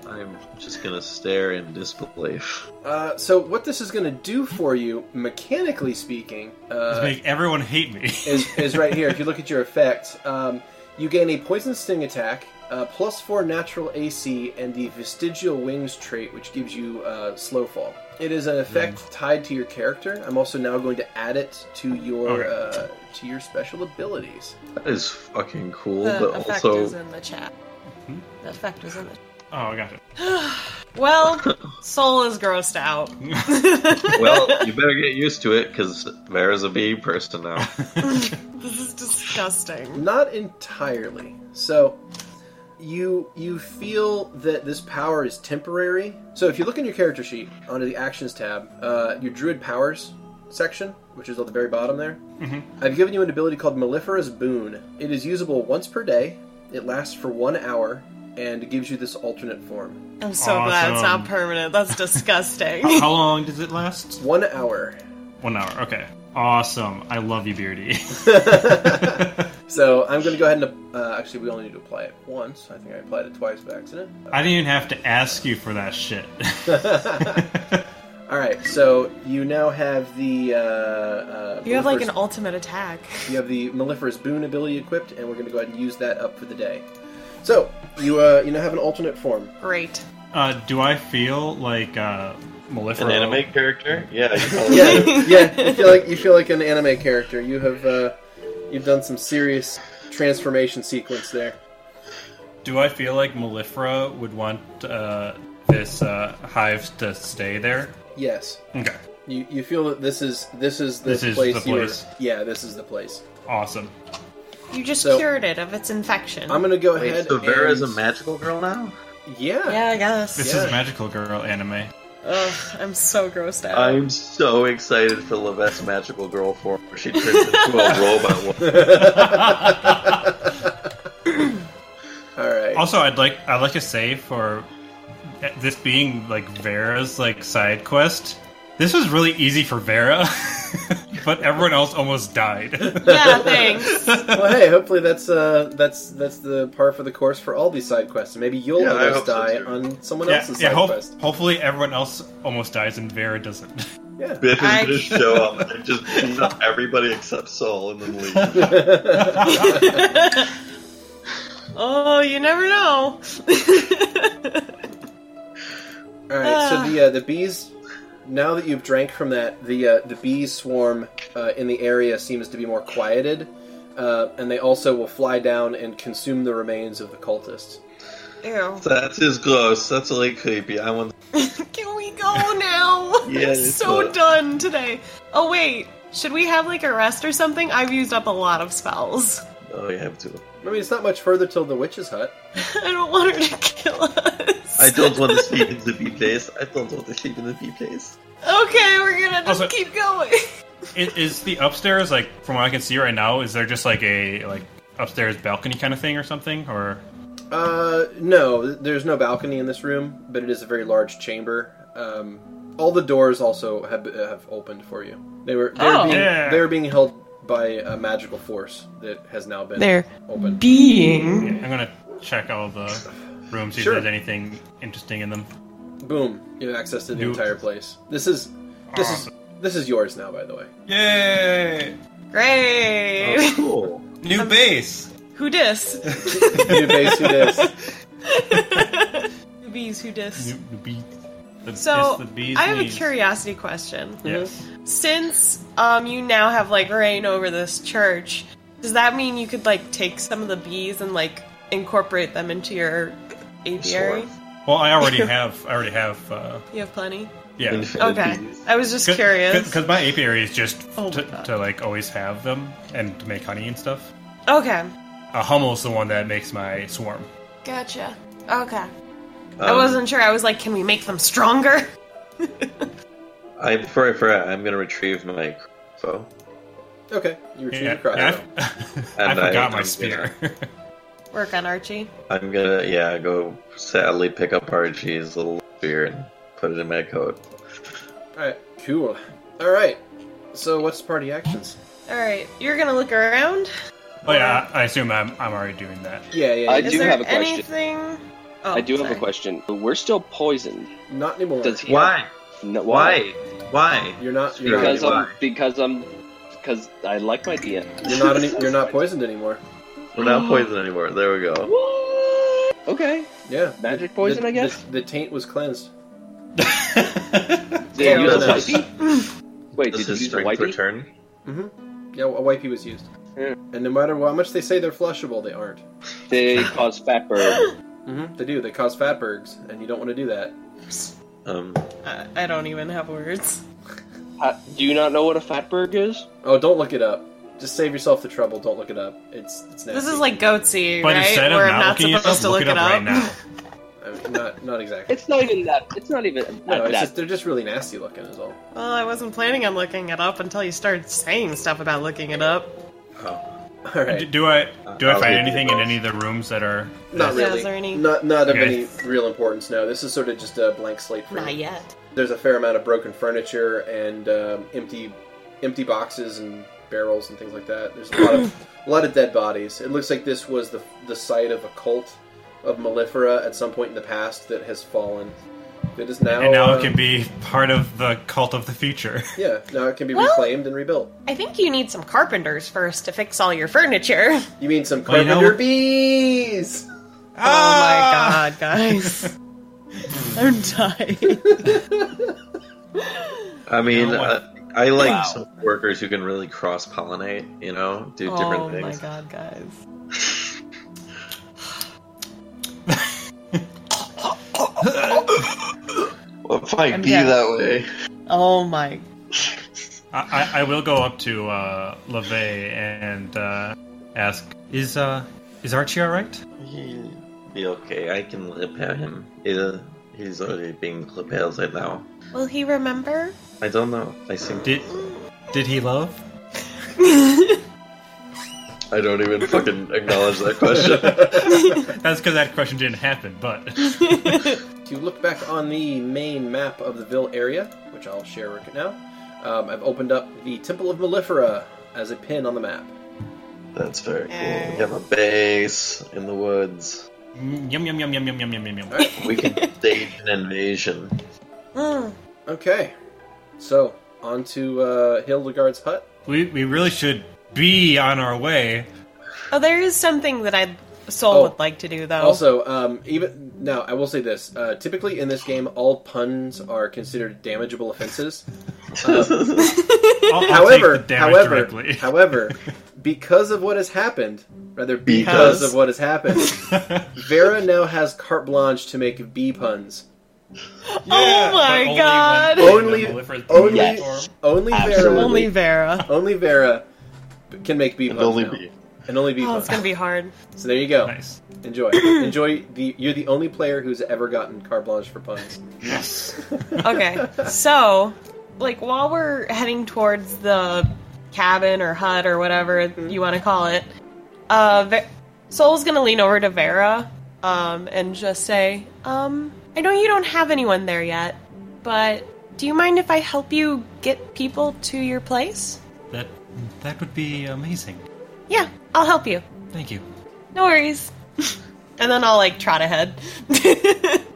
[SPEAKER 2] I'm just gonna stare in disbelief.
[SPEAKER 1] Uh, so what this is going to do for you, mechanically speaking,
[SPEAKER 7] Just
[SPEAKER 1] uh,
[SPEAKER 7] make everyone hate me.
[SPEAKER 1] is, is right here. If you look at your effects, um, you gain a poison sting attack, uh, plus four natural AC, and the vestigial wings trait, which gives you uh, slow fall. It is an effect tied to your character. I'm also now going to add it to your
[SPEAKER 7] Okay.
[SPEAKER 1] uh, to your special abilities.
[SPEAKER 2] That is fucking cool,
[SPEAKER 3] The
[SPEAKER 2] but
[SPEAKER 3] effect
[SPEAKER 2] also
[SPEAKER 3] is in the chat. The effect is in the
[SPEAKER 7] oh, I got it.
[SPEAKER 3] Well, Soul is grossed out.
[SPEAKER 2] well, you better get used to it because Vera's a bee person now.
[SPEAKER 3] this is disgusting.
[SPEAKER 1] Not entirely. So you you feel that this power is temporary. So if you look in your character sheet under the actions tab, uh, your druid powers section, which is at the very bottom there, I've given you an ability called Maleferous Boon. It is usable once per day. It lasts for one hour and it gives you this alternate form.
[SPEAKER 3] I'm so glad it's
[SPEAKER 7] Awesome.
[SPEAKER 3] not permanent. That's disgusting.
[SPEAKER 7] How, how long does it last?
[SPEAKER 1] One hour.
[SPEAKER 7] One hour. Okay. Awesome. I love you, Beardy.
[SPEAKER 1] So I'm going to go ahead and uh, actually we only need to apply it once. I think I applied it twice by accident.
[SPEAKER 7] I didn't even have to ask you for that shit.
[SPEAKER 1] All right, so you now have the. Uh, uh,
[SPEAKER 3] you have like an
[SPEAKER 1] Maleferous-
[SPEAKER 3] ultimate attack.
[SPEAKER 1] You have the Maleferous Boon ability equipped, and we're going to go ahead and use that up for the day. So you uh, you now have an alternate form.
[SPEAKER 3] Great.
[SPEAKER 7] uh, do I feel like uh, Malifero?
[SPEAKER 2] An anime character? Yeah. You know,
[SPEAKER 1] Yeah, yeah. You feel like you feel like an anime character. You have uh, you've done some serious transformation sequence there.
[SPEAKER 7] Do I feel like Malifera would want uh, this uh, hive to stay there?
[SPEAKER 1] Yes,
[SPEAKER 7] Okay.
[SPEAKER 1] you, you feel that this is this is the
[SPEAKER 7] This is
[SPEAKER 1] place.
[SPEAKER 7] the
[SPEAKER 1] you were-
[SPEAKER 7] place.
[SPEAKER 1] yeah, this is the place.
[SPEAKER 7] Awesome.
[SPEAKER 3] You just
[SPEAKER 1] So-
[SPEAKER 3] cured it of its infection.
[SPEAKER 1] I'm going to go
[SPEAKER 2] Wait,
[SPEAKER 1] ahead.
[SPEAKER 2] so Vera's a
[SPEAKER 1] and-
[SPEAKER 2] magical girl now?
[SPEAKER 1] Yeah.
[SPEAKER 3] yeah, I guess.
[SPEAKER 7] This
[SPEAKER 1] Yeah.
[SPEAKER 7] is magical girl anime.
[SPEAKER 3] Ugh, I'm so grossed out.
[SPEAKER 2] I'm so excited for Levesque's magical girl form where she turns into a robot woman.
[SPEAKER 1] All right.
[SPEAKER 7] Also, I'd like I'd like to say for this being like Vera's like side quest, this was really easy for Vera, but everyone else almost died.
[SPEAKER 3] yeah, thanks.
[SPEAKER 1] well, hey, hopefully that's uh, that's that's the par for the course for all these side quests. Maybe you'll
[SPEAKER 2] Yeah, I
[SPEAKER 1] almost
[SPEAKER 2] hope so,
[SPEAKER 1] die
[SPEAKER 2] too.
[SPEAKER 1] on someone
[SPEAKER 7] yeah,
[SPEAKER 1] else's
[SPEAKER 7] yeah
[SPEAKER 1] side
[SPEAKER 7] hope-
[SPEAKER 1] quest.
[SPEAKER 7] hopefully everyone else almost dies and Vera doesn't.
[SPEAKER 1] Yeah.
[SPEAKER 2] Biff is
[SPEAKER 3] I-
[SPEAKER 2] gonna show up and just beat up everybody except Soul and then leave.
[SPEAKER 3] oh Oh, you never know.
[SPEAKER 1] All right. so the uh, the bees, now that you've drank from that, the uh, the bee swarm uh, in the area seems to be more quieted, uh, and they also will fly down and consume the remains of the cultists.
[SPEAKER 3] Ew.
[SPEAKER 2] That is gross. That's really creepy. I want.
[SPEAKER 3] Can we go now?
[SPEAKER 2] Yeah,
[SPEAKER 3] I'm
[SPEAKER 2] it's
[SPEAKER 3] so
[SPEAKER 2] fine.
[SPEAKER 3] done today. Oh wait, should we have like a rest or something? I've used up a lot of spells.
[SPEAKER 2] Oh, you have to.
[SPEAKER 1] I mean, it's not much further till the witch's hut.
[SPEAKER 3] I don't want her to kill us.
[SPEAKER 2] I don't want to sleep in the bee place. I don't want to sleep in the bee place.
[SPEAKER 3] Okay, we're gonna just
[SPEAKER 5] Also-
[SPEAKER 3] keep going.
[SPEAKER 5] Is, is the upstairs like from what I can see right now? Is there just like a like upstairs balcony kind of thing or something? Or
[SPEAKER 1] Uh, no, there's no balcony in this room, but it is a very large chamber. Um, all the doors also have have opened for you. They were they were
[SPEAKER 3] Oh.
[SPEAKER 1] being,
[SPEAKER 3] Yeah.
[SPEAKER 1] they were being held by a magical force that has now been
[SPEAKER 3] They're
[SPEAKER 1] open.
[SPEAKER 3] being-
[SPEAKER 5] Yeah, I'm gonna check all the rooms see
[SPEAKER 1] Sure.
[SPEAKER 5] if there's anything interesting in them.
[SPEAKER 1] Boom! You have access to the
[SPEAKER 5] New-
[SPEAKER 1] entire place. This is this is this is yours now. By the way,
[SPEAKER 7] Yay!
[SPEAKER 3] Great.
[SPEAKER 2] cool.
[SPEAKER 7] New
[SPEAKER 3] Um,
[SPEAKER 7] base.
[SPEAKER 3] Who dis?
[SPEAKER 1] new base. Who dis?
[SPEAKER 3] The bees who dis.
[SPEAKER 5] New, new bee. The,
[SPEAKER 3] So
[SPEAKER 5] it's the bee's
[SPEAKER 3] I have a
[SPEAKER 5] knees.
[SPEAKER 3] curiosity question.
[SPEAKER 5] Yes.
[SPEAKER 3] Since um, you now have like reign over this church, does that mean you could like take some of the bees and like incorporate them into your aviary?
[SPEAKER 5] Well, I already have. I already have. Uh,
[SPEAKER 3] You have plenty.
[SPEAKER 5] yeah.
[SPEAKER 3] Okay, I was just curious.
[SPEAKER 5] Because my apiary is just
[SPEAKER 3] Oh
[SPEAKER 5] to,
[SPEAKER 3] my God.
[SPEAKER 5] to like always have them and to make honey and stuff.
[SPEAKER 3] Okay,
[SPEAKER 5] Uh, Hummel's the one that makes my swarm.
[SPEAKER 3] gotcha. Okay, I
[SPEAKER 2] Um,
[SPEAKER 3] wasn't sure. I was like, can we make them stronger?
[SPEAKER 2] I before I forget, I'm gonna retrieve my crossbow.
[SPEAKER 1] Okay, you retrieve
[SPEAKER 5] Yeah,
[SPEAKER 1] the crossbow.
[SPEAKER 5] yeah, I
[SPEAKER 2] And I-
[SPEAKER 5] forgot my
[SPEAKER 2] I'm
[SPEAKER 5] spear.
[SPEAKER 3] Work on Archie.
[SPEAKER 2] I'm gonna yeah go sadly pick up Archie's little spear and put it in my coat.
[SPEAKER 1] All right, cool. All right. So what's party actions?
[SPEAKER 3] All right, you're gonna look around.
[SPEAKER 5] oh yeah, I assume I'm, I'm already doing that.
[SPEAKER 1] Yeah, yeah.
[SPEAKER 9] I
[SPEAKER 1] yeah.
[SPEAKER 3] Is
[SPEAKER 9] do
[SPEAKER 3] there
[SPEAKER 9] have a question.
[SPEAKER 3] anything? Oh,
[SPEAKER 9] I do have
[SPEAKER 3] sorry.
[SPEAKER 9] a question. We're still poisoned.
[SPEAKER 1] Not anymore.
[SPEAKER 9] Does he?
[SPEAKER 2] Why?
[SPEAKER 9] No,
[SPEAKER 2] Why? Why?
[SPEAKER 1] You're not. You're
[SPEAKER 9] Because
[SPEAKER 1] not,
[SPEAKER 2] Why?
[SPEAKER 9] I'm because I'm because I like my DM.
[SPEAKER 1] you're not. Any, you're not poisoned anymore.
[SPEAKER 2] We're not poisoned anymore. There we go.
[SPEAKER 9] Okay.
[SPEAKER 1] Yeah.
[SPEAKER 9] Magic
[SPEAKER 1] The-
[SPEAKER 9] poison,
[SPEAKER 1] the-
[SPEAKER 9] I guess?
[SPEAKER 1] The, the taint was cleansed.
[SPEAKER 9] Did you use a
[SPEAKER 1] Does-
[SPEAKER 9] wipey? Wait,
[SPEAKER 2] Does
[SPEAKER 9] did you
[SPEAKER 2] his
[SPEAKER 9] use a
[SPEAKER 2] strength
[SPEAKER 9] wipey?
[SPEAKER 2] return?
[SPEAKER 1] Yeah, a wipey was used.
[SPEAKER 9] Yeah.
[SPEAKER 1] And no matter how much they say they're flushable, they aren't.
[SPEAKER 9] They cause fat burn.
[SPEAKER 1] Mm-hmm. They do. They cause fatbergs, and you don't want to do that.
[SPEAKER 2] Um,
[SPEAKER 3] Uh, I, I don't even have words.
[SPEAKER 9] Ha- Do you not know what a fatberg is?
[SPEAKER 1] Oh, don't look it up. Just save yourself the trouble. Don't look it up. It's it's nasty.
[SPEAKER 3] This is like Goatsy,
[SPEAKER 5] But
[SPEAKER 3] right?
[SPEAKER 5] instead of
[SPEAKER 3] Where
[SPEAKER 5] not
[SPEAKER 3] I'm not
[SPEAKER 5] looking it up,
[SPEAKER 3] supposed to
[SPEAKER 5] look
[SPEAKER 3] look
[SPEAKER 5] it up right now.
[SPEAKER 1] I mean, not not exactly.
[SPEAKER 9] It's not even that. It's not even
[SPEAKER 1] no,
[SPEAKER 9] that.
[SPEAKER 1] it's just, they're just really nasty looking, is all.
[SPEAKER 3] Well, I wasn't planning on looking it up until you started saying stuff about looking it up.
[SPEAKER 1] All
[SPEAKER 5] Do,
[SPEAKER 1] right.
[SPEAKER 5] do I do I
[SPEAKER 2] I'll
[SPEAKER 5] find
[SPEAKER 2] leave
[SPEAKER 5] anything
[SPEAKER 2] you
[SPEAKER 5] in
[SPEAKER 2] both.
[SPEAKER 5] any of the rooms that are?
[SPEAKER 1] Not
[SPEAKER 3] Yeah, is
[SPEAKER 1] really.
[SPEAKER 3] there any-
[SPEAKER 1] Not not of
[SPEAKER 5] Okay.
[SPEAKER 1] any real importance. No, this is sort of just a blank slate for you.
[SPEAKER 13] yet.
[SPEAKER 1] There's a fair amount of broken furniture and um, empty empty boxes and barrels and things like that. There's a lot of a lot of dead bodies. It looks like this was the the site of a cult of mellifera at some point in the past that has fallen. It is now
[SPEAKER 5] And now
[SPEAKER 1] uh,
[SPEAKER 5] it can be part of the cult of the future.
[SPEAKER 1] yeah now it can be
[SPEAKER 3] Well-
[SPEAKER 1] reclaimed and rebuilt.
[SPEAKER 3] I think you need some carpenters first to fix all your furniture.
[SPEAKER 1] You mean some
[SPEAKER 5] Well, you
[SPEAKER 1] carpenter
[SPEAKER 5] know-
[SPEAKER 1] bees?
[SPEAKER 5] Ah!
[SPEAKER 3] Oh my Oh god, guys. I'm dying.
[SPEAKER 2] I mean,
[SPEAKER 5] No, I-
[SPEAKER 2] uh, I like
[SPEAKER 5] Wow.
[SPEAKER 2] some workers who can really cross pollinate. You know, do different
[SPEAKER 3] oh my
[SPEAKER 2] things.
[SPEAKER 3] god, guys.
[SPEAKER 2] Well, fine,
[SPEAKER 3] I'm
[SPEAKER 2] be
[SPEAKER 3] dead.
[SPEAKER 2] that way.
[SPEAKER 3] Oh my.
[SPEAKER 5] I, I, I will go up to uh, LeVay and uh, ask, is uh, is Archie all right?
[SPEAKER 2] He'll be okay. I can repair him. He'll, he's already being repaired right now.
[SPEAKER 3] Will he remember?
[SPEAKER 2] I don't know. I think
[SPEAKER 5] Did did he love?
[SPEAKER 2] I don't even fucking acknowledge that question.
[SPEAKER 5] That's because that question didn't happen. But
[SPEAKER 1] If you look back on the main map of the Ville area, which I'll share right now, um, I've opened up the Temple of Mellifera as a pin on the map.
[SPEAKER 2] That's very cool. We have a base in the woods.
[SPEAKER 5] Mm, yum yum yum yum yum yum yum yum yum.
[SPEAKER 2] We can stage an invasion.
[SPEAKER 3] Mm.
[SPEAKER 1] Okay, so on to uh, Hildegard's hut.
[SPEAKER 5] We we really should be on our way.
[SPEAKER 3] Oh, there is something that I'd Soul
[SPEAKER 1] Oh.
[SPEAKER 3] would like to do though.
[SPEAKER 1] Also, um, even now, I will say this: uh, typically in this game, all puns are considered damageable offenses. Um,
[SPEAKER 5] I'll- I'll take the
[SPEAKER 1] however,
[SPEAKER 5] damage
[SPEAKER 1] however,
[SPEAKER 5] directly.
[SPEAKER 1] however, because of what has happened, rather because,
[SPEAKER 5] Because.
[SPEAKER 1] of what has happened, Vera now has carte blanche to make B puns.
[SPEAKER 3] oh my god!
[SPEAKER 1] Only, only,
[SPEAKER 3] Yes.
[SPEAKER 1] only Vera,
[SPEAKER 3] Absolutely. Only Vera,
[SPEAKER 1] only Vera can make B puns.
[SPEAKER 2] only
[SPEAKER 1] now.
[SPEAKER 2] B.
[SPEAKER 1] and only B
[SPEAKER 3] Oh,
[SPEAKER 1] puns.
[SPEAKER 3] it's gonna be hard.
[SPEAKER 1] So there you go. Nice. Enjoy. Enjoy the. You're the only player who's ever gotten carte blanche for puns. Yes.
[SPEAKER 3] Okay, so like while we're heading towards the cabin or hut or whatever you want to call it, uh, Ve- Soul's gonna lean over to Vera, um, and just say, um, I know you don't have anyone there yet, but do you mind if I help you get people to your place?
[SPEAKER 5] That that would be amazing.
[SPEAKER 3] Yeah, I'll help you.
[SPEAKER 5] Thank you.
[SPEAKER 3] No worries. and then I'll like trot ahead.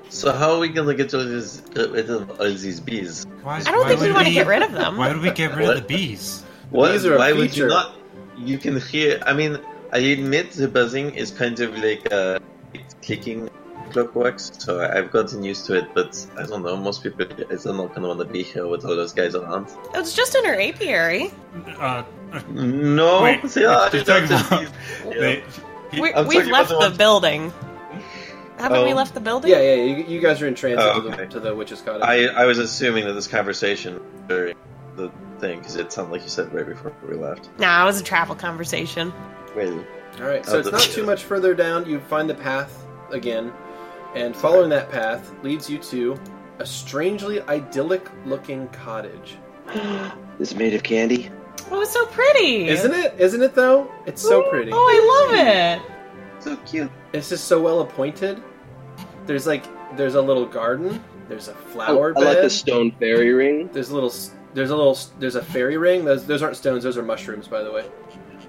[SPEAKER 2] So how are we gonna get to this, uh, rid of all these bees?
[SPEAKER 5] Why,
[SPEAKER 3] I don't
[SPEAKER 5] why
[SPEAKER 3] think we
[SPEAKER 5] would
[SPEAKER 3] want to get rid of them.
[SPEAKER 5] Why would we get rid of the
[SPEAKER 2] What?
[SPEAKER 5] bees?
[SPEAKER 2] What?
[SPEAKER 1] Bees are a
[SPEAKER 2] why would
[SPEAKER 1] feature.
[SPEAKER 2] you not? You can hear. I mean, I admit the buzzing is kind of like uh, it's clicking clockworks, so I- I've gotten used to it. But I don't know. Most people, I don't know, kind of want to be here with all those guys around.
[SPEAKER 3] It's just in her apiary.
[SPEAKER 5] Uh,
[SPEAKER 2] No,
[SPEAKER 5] Wait,
[SPEAKER 2] they are-
[SPEAKER 5] you're talking about-
[SPEAKER 2] Yeah.
[SPEAKER 5] they-
[SPEAKER 3] We,
[SPEAKER 2] I'm
[SPEAKER 3] we've
[SPEAKER 2] talking about
[SPEAKER 3] left
[SPEAKER 2] the
[SPEAKER 3] the,
[SPEAKER 2] ones-
[SPEAKER 3] building. Haven't we
[SPEAKER 2] Oh.
[SPEAKER 3] left the building?
[SPEAKER 1] Yeah, yeah. You, you guys are in transit
[SPEAKER 2] Oh,
[SPEAKER 1] to,
[SPEAKER 2] okay.
[SPEAKER 1] the, to the witch's cottage.
[SPEAKER 2] I I was assuming that this conversation during the thing because it sounded like you said right before we left.
[SPEAKER 3] Nah, it was a travel conversation.
[SPEAKER 2] Wait.
[SPEAKER 1] All right. So
[SPEAKER 2] Oh,
[SPEAKER 1] it's
[SPEAKER 2] the-
[SPEAKER 1] not too much further down. You find the path again, and following that path leads you to a strangely idyllic-looking cottage.
[SPEAKER 9] Is it made of candy?
[SPEAKER 3] Oh, it's so pretty.
[SPEAKER 1] Isn't it? Isn't it though? It's so pretty.
[SPEAKER 3] Oh, I love it.
[SPEAKER 2] So cute.
[SPEAKER 1] It's just so well appointed. There's like there's a little garden. There's a flower
[SPEAKER 9] Oh, I
[SPEAKER 1] bed.
[SPEAKER 9] like the stone fairy ring.
[SPEAKER 1] There's a little. There's a little. There's a fairy ring. Those those aren't stones. Those are mushrooms, by the way.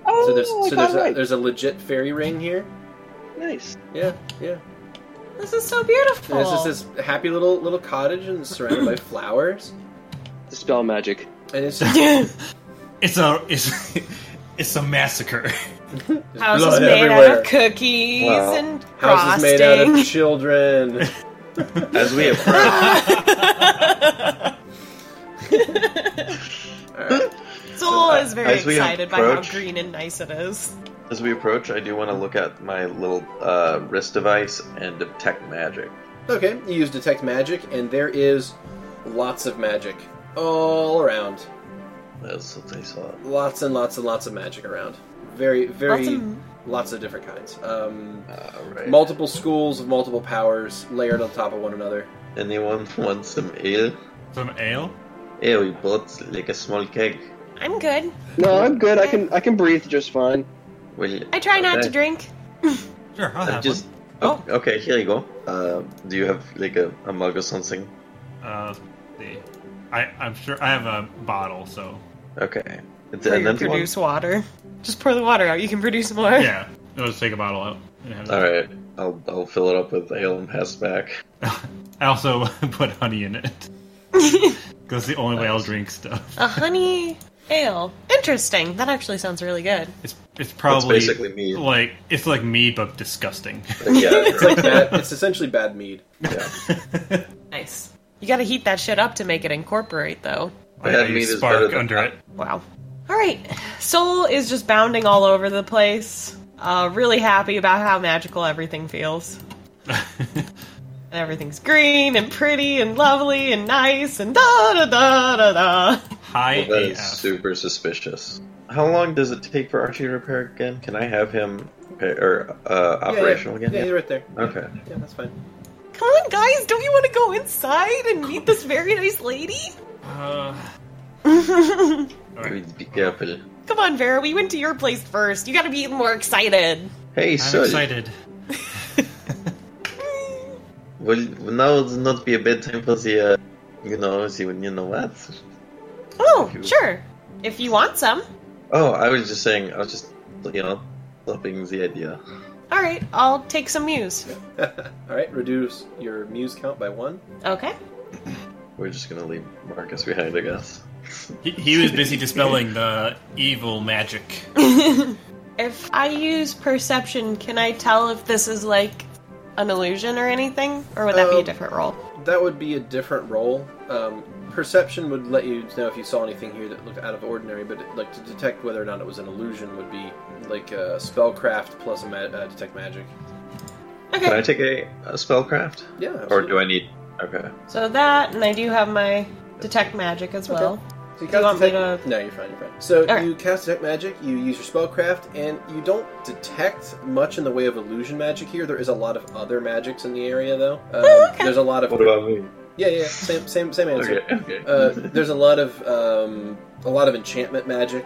[SPEAKER 9] Oh,
[SPEAKER 1] so there's
[SPEAKER 9] I
[SPEAKER 1] so
[SPEAKER 9] got
[SPEAKER 1] there's
[SPEAKER 9] it
[SPEAKER 1] a,
[SPEAKER 9] right.
[SPEAKER 1] there's a legit fairy ring here.
[SPEAKER 9] nice.
[SPEAKER 1] Yeah, yeah.
[SPEAKER 3] This is so
[SPEAKER 1] And
[SPEAKER 3] beautiful.
[SPEAKER 1] it's just this happy little little cottage and it's surrounded by flowers.
[SPEAKER 9] Dispel magic.
[SPEAKER 1] And it's just
[SPEAKER 5] It's a it's it's a massacre.
[SPEAKER 3] Houses
[SPEAKER 1] blood
[SPEAKER 3] made out
[SPEAKER 1] everywhere.
[SPEAKER 3] of cookies
[SPEAKER 2] Wow.
[SPEAKER 3] and
[SPEAKER 1] houses
[SPEAKER 3] frosting.
[SPEAKER 1] made out of children.
[SPEAKER 2] As we approach,
[SPEAKER 1] All right.
[SPEAKER 3] Soul
[SPEAKER 2] Uh,
[SPEAKER 3] is very
[SPEAKER 2] as we
[SPEAKER 3] excited by how
[SPEAKER 2] approach-
[SPEAKER 3] green and nice it is.
[SPEAKER 2] as we approach, I do want to look at my little uh, wrist device and detect magic.
[SPEAKER 1] Okay, you use detect magic, and there is lots of magic all around.
[SPEAKER 2] That's what I saw.
[SPEAKER 1] Lots and lots and lots of magic around. Very, very,
[SPEAKER 3] Lots
[SPEAKER 1] lots
[SPEAKER 3] of-
[SPEAKER 1] of, different kinds. Um,
[SPEAKER 2] All right.
[SPEAKER 1] multiple schools of multiple powers layered on top of one another.
[SPEAKER 2] Anyone want some ale?
[SPEAKER 5] Some ale.
[SPEAKER 2] Yeah, we bought like a small keg.
[SPEAKER 3] I'm good.
[SPEAKER 9] No, I'm good. I can I can breathe just fine.
[SPEAKER 2] Well,
[SPEAKER 3] I try not
[SPEAKER 2] okay.
[SPEAKER 3] to drink.
[SPEAKER 5] Sure, I'll
[SPEAKER 2] I'm
[SPEAKER 5] have
[SPEAKER 2] Uh, just. Oh, okay, here you go. Uh, do you have like a, a mug or something?
[SPEAKER 5] one. Uh, the, I I'm sure I have a bottle, so
[SPEAKER 2] Okay. It's
[SPEAKER 3] Where
[SPEAKER 2] an
[SPEAKER 3] you
[SPEAKER 2] empty one?
[SPEAKER 3] produce water. Just pour the water out. You can produce more.
[SPEAKER 5] yeah. Let's take a bottle out. and have it.
[SPEAKER 2] All right. I'll I'll fill it up with ale and pass back.
[SPEAKER 5] I also put honey in it because the only way I'll drink stuff.
[SPEAKER 3] A honey ale. Interesting. That actually sounds really good.
[SPEAKER 5] It's it's probably
[SPEAKER 2] basically mead.
[SPEAKER 5] Like it's like mead, but disgusting.
[SPEAKER 2] But yeah.
[SPEAKER 1] It's like bad, it's essentially bad mead.
[SPEAKER 2] yeah.
[SPEAKER 3] Nice. You gotta heat that shit up to make it incorporate, though.
[SPEAKER 5] I
[SPEAKER 2] Bad
[SPEAKER 5] you
[SPEAKER 2] mead is better
[SPEAKER 5] spark
[SPEAKER 2] than
[SPEAKER 5] under it.
[SPEAKER 3] Wow. All right. Soul is just bounding all over the place. Uh, really happy about how magical everything feels. and everything's green and pretty and lovely and nice and da da da da da.
[SPEAKER 5] High
[SPEAKER 2] Well, that is
[SPEAKER 5] AF.
[SPEAKER 2] super suspicious. How long does it take for Archie to repair again? Can I have him repair, or uh,
[SPEAKER 1] Yeah, yeah.
[SPEAKER 2] operational
[SPEAKER 1] Yeah,
[SPEAKER 2] again?
[SPEAKER 1] you're right there.
[SPEAKER 2] Okay.
[SPEAKER 1] Yeah, that's fine.
[SPEAKER 3] Come on, guys! Don't you want to go inside and meet this very nice lady?
[SPEAKER 5] Uh,
[SPEAKER 2] Please Be careful.
[SPEAKER 3] Come on, Vera. We went to your place first. You gotta be more excited.
[SPEAKER 2] Hey,
[SPEAKER 5] I'm
[SPEAKER 2] sir.
[SPEAKER 5] excited.
[SPEAKER 2] Well, now would not be a bad time for the, uh, you know, the, you know what?
[SPEAKER 3] Oh, sure. If you want some.
[SPEAKER 2] Oh, I was just saying, I was just, you know, stopping the idea.
[SPEAKER 3] All right, I'll take some muse.
[SPEAKER 1] All right, reduce your muse count by one.
[SPEAKER 3] Okay.
[SPEAKER 2] We're just gonna leave Marcus behind, I guess.
[SPEAKER 5] He, he was busy dispelling the evil magic.
[SPEAKER 3] If I use perception, can I tell if this is like an illusion or anything, or would that be a
[SPEAKER 1] Um,
[SPEAKER 3] different roll?
[SPEAKER 1] That would be a different role. Um, perception would let you know if you saw anything here that looked out of ordinary, but like to detect whether or not it was an illusion would be like uh, spellcraft plus a ma- uh, detect magic.
[SPEAKER 3] Okay.
[SPEAKER 2] Can I take a, a spellcraft?
[SPEAKER 1] Yeah,
[SPEAKER 2] Or do I need? Okay.
[SPEAKER 3] So that, and I do have my detect magic as well.
[SPEAKER 1] So you
[SPEAKER 3] Do you want
[SPEAKER 1] cast
[SPEAKER 3] me to?
[SPEAKER 1] detect- No, you're fine. You're fine. So
[SPEAKER 3] Okay.
[SPEAKER 1] you cast detect magic. You use your spellcraft, and you don't detect much in the way of illusion magic here. There is a lot of other magics in the area, though. Um, There's a lot of.
[SPEAKER 2] What about me?
[SPEAKER 1] Yeah, yeah, yeah, same, same, same answer.
[SPEAKER 2] Okay, okay.
[SPEAKER 1] Uh, there's a lot of um, a lot of enchantment magic,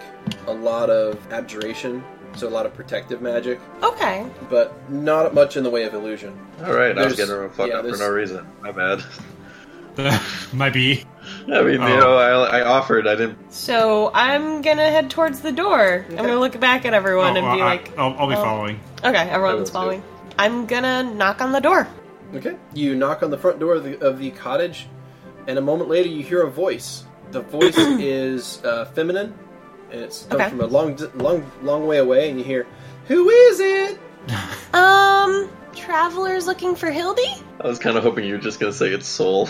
[SPEAKER 1] a lot of abjuration, so a lot of protective magic,
[SPEAKER 3] Okay.
[SPEAKER 1] but not much in the way of illusion.
[SPEAKER 2] All right, I was
[SPEAKER 1] There's-
[SPEAKER 2] getting real fucked
[SPEAKER 1] yeah,
[SPEAKER 2] up for
[SPEAKER 1] there's-
[SPEAKER 2] no reason. My bad.
[SPEAKER 7] Might be.
[SPEAKER 2] I mean,
[SPEAKER 7] Oh.
[SPEAKER 2] you know, I, I offered. I didn't.
[SPEAKER 3] So I'm gonna head towards the door. I'm gonna look back at everyone
[SPEAKER 2] Oh,
[SPEAKER 3] and be
[SPEAKER 2] I-
[SPEAKER 3] like,
[SPEAKER 7] I'll, I'll be
[SPEAKER 3] Oh.
[SPEAKER 7] following.
[SPEAKER 3] "Okay,
[SPEAKER 1] I will
[SPEAKER 3] everyone's
[SPEAKER 1] too.
[SPEAKER 3] following." I'm gonna knock on the door.
[SPEAKER 1] Okay. You knock on the front door of the, of the cottage, and a moment later you hear a voice. The voice is uh, feminine, and it's comes
[SPEAKER 3] Okay.
[SPEAKER 1] from a long, di- long, long way away, and you hear, "Who is it?"
[SPEAKER 3] Um, travelers looking for Hildy?
[SPEAKER 2] I was kind of hoping you were just gonna say it's soul.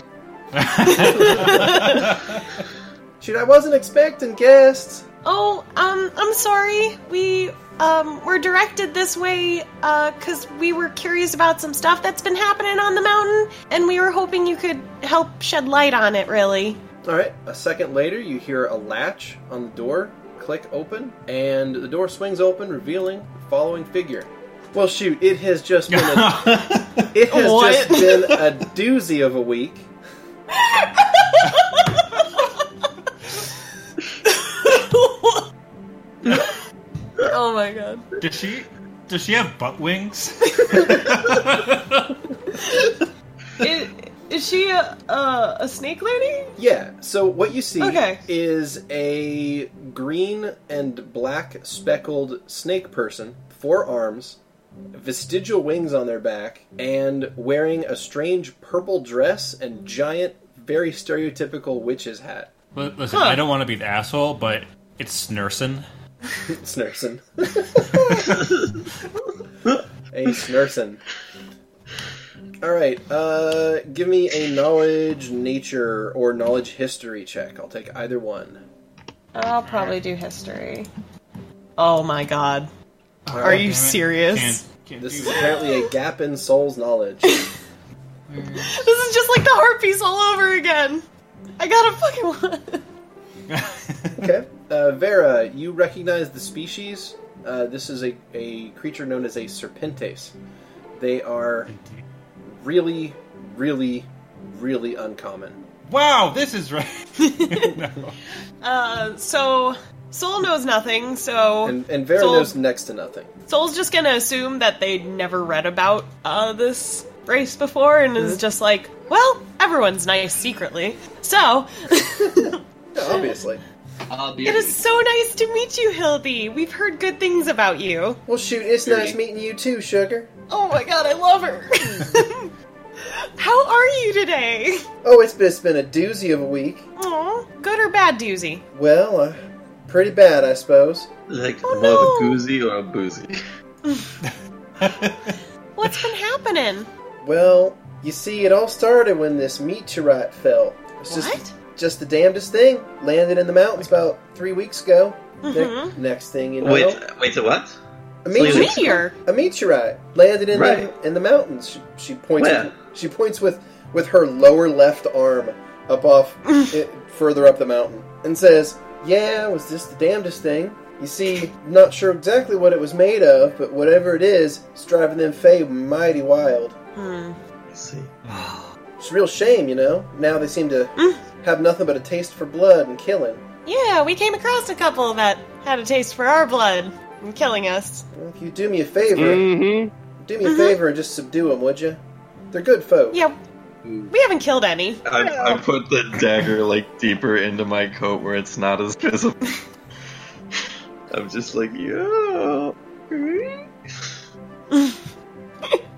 [SPEAKER 1] Shoot, I wasn't expecting guests.
[SPEAKER 3] Oh, um, I'm sorry. We um were directed this way uh cuz we were curious about some stuff that's been happening on the mountain and we were hoping you could help shed light on it really.
[SPEAKER 1] All right. A second later, you hear a latch on the door click open, and the door swings open, revealing the following figure. Well, shoot, it has just been a, it has just
[SPEAKER 3] What?
[SPEAKER 1] been a doozy of a week.
[SPEAKER 3] Oh my god.
[SPEAKER 7] Does she? Does she have butt wings?
[SPEAKER 3] Is, is she a, a a snake lady?
[SPEAKER 1] Yeah. So what you see
[SPEAKER 3] Okay.
[SPEAKER 1] is a green and black speckled snake person, four arms, vestigial wings on their back, and wearing a strange purple dress and giant, very stereotypical witch's hat.
[SPEAKER 7] Li- Listen,
[SPEAKER 1] Huh.
[SPEAKER 7] I don't want to be the asshole, but it's Snursen.
[SPEAKER 1] Snursen. a Snursen. All right. Uh, give me a knowledge nature or knowledge history check. I'll take either one.
[SPEAKER 3] I'll probably do history. Oh my god.
[SPEAKER 1] Oh,
[SPEAKER 3] Are you
[SPEAKER 1] damn it.
[SPEAKER 3] serious?
[SPEAKER 1] this is apparently a gap in Soul's knowledge.
[SPEAKER 3] This is just like the harpies all over again. I got a fucking one.
[SPEAKER 1] okay. Uh, Vera, you recognize the species. Uh, this is a, a creature known as a serpentes. They are really, really, really uncommon.
[SPEAKER 7] Wow, this is right.
[SPEAKER 3] Uh, so Soul knows nothing, so
[SPEAKER 1] And, and Vera
[SPEAKER 3] Soul-
[SPEAKER 1] knows next to nothing.
[SPEAKER 3] Soul's just gonna assume that they'd never read about uh, this race before, and is just like, well, everyone's nice secretly. So
[SPEAKER 1] Obviously.
[SPEAKER 3] it is so nice to meet you, Hildy. We've heard good things about you.
[SPEAKER 1] Well, shoot, it's nice meeting you too, Sugar.
[SPEAKER 3] Oh my god, I love her. How are you today?
[SPEAKER 1] Oh, it's been, it's been a doozy of a week.
[SPEAKER 3] Aw, good or bad doozy?
[SPEAKER 1] Well, uh, pretty bad, I suppose.
[SPEAKER 2] Like
[SPEAKER 3] Oh,
[SPEAKER 2] more
[SPEAKER 3] no.
[SPEAKER 2] of a goozy or a boozy.
[SPEAKER 3] What's been happening?
[SPEAKER 1] Well, you see, it all started when this meteorite fell. It's
[SPEAKER 3] What?
[SPEAKER 1] just just the damnedest thing. Landed in the mountains about three weeks ago. Ne-
[SPEAKER 3] Mhm.
[SPEAKER 1] next thing you know,
[SPEAKER 2] Wait, wait, so what?
[SPEAKER 1] a,
[SPEAKER 2] Wait,
[SPEAKER 1] meteor-
[SPEAKER 3] Meteor.
[SPEAKER 1] a meteorite landed in
[SPEAKER 2] Right.
[SPEAKER 1] the in the mountains. She, she points.
[SPEAKER 2] Where?
[SPEAKER 1] She points with with her lower left arm up off it, further up the mountain and says, "Yeah, was this the damnedest thing?" You see, not sure exactly what it was made of, but whatever it is, it's driving them Fey mighty wild.
[SPEAKER 3] Hmm.
[SPEAKER 2] I see.
[SPEAKER 1] It's a real shame, you know. Now they seem to have nothing but a taste for blood and killing.
[SPEAKER 3] Yeah, we came across a couple that had a taste for our blood and killing us.
[SPEAKER 1] Well, if you do me a favor,
[SPEAKER 9] Mm-hmm.
[SPEAKER 1] do me a favor and just subdue them, would you? They're good folk.
[SPEAKER 3] Yeah,
[SPEAKER 1] Hmm.
[SPEAKER 3] we haven't killed any.
[SPEAKER 2] I, I put the dagger like deeper into my coat where it's not as visible. I'm just like, yeah.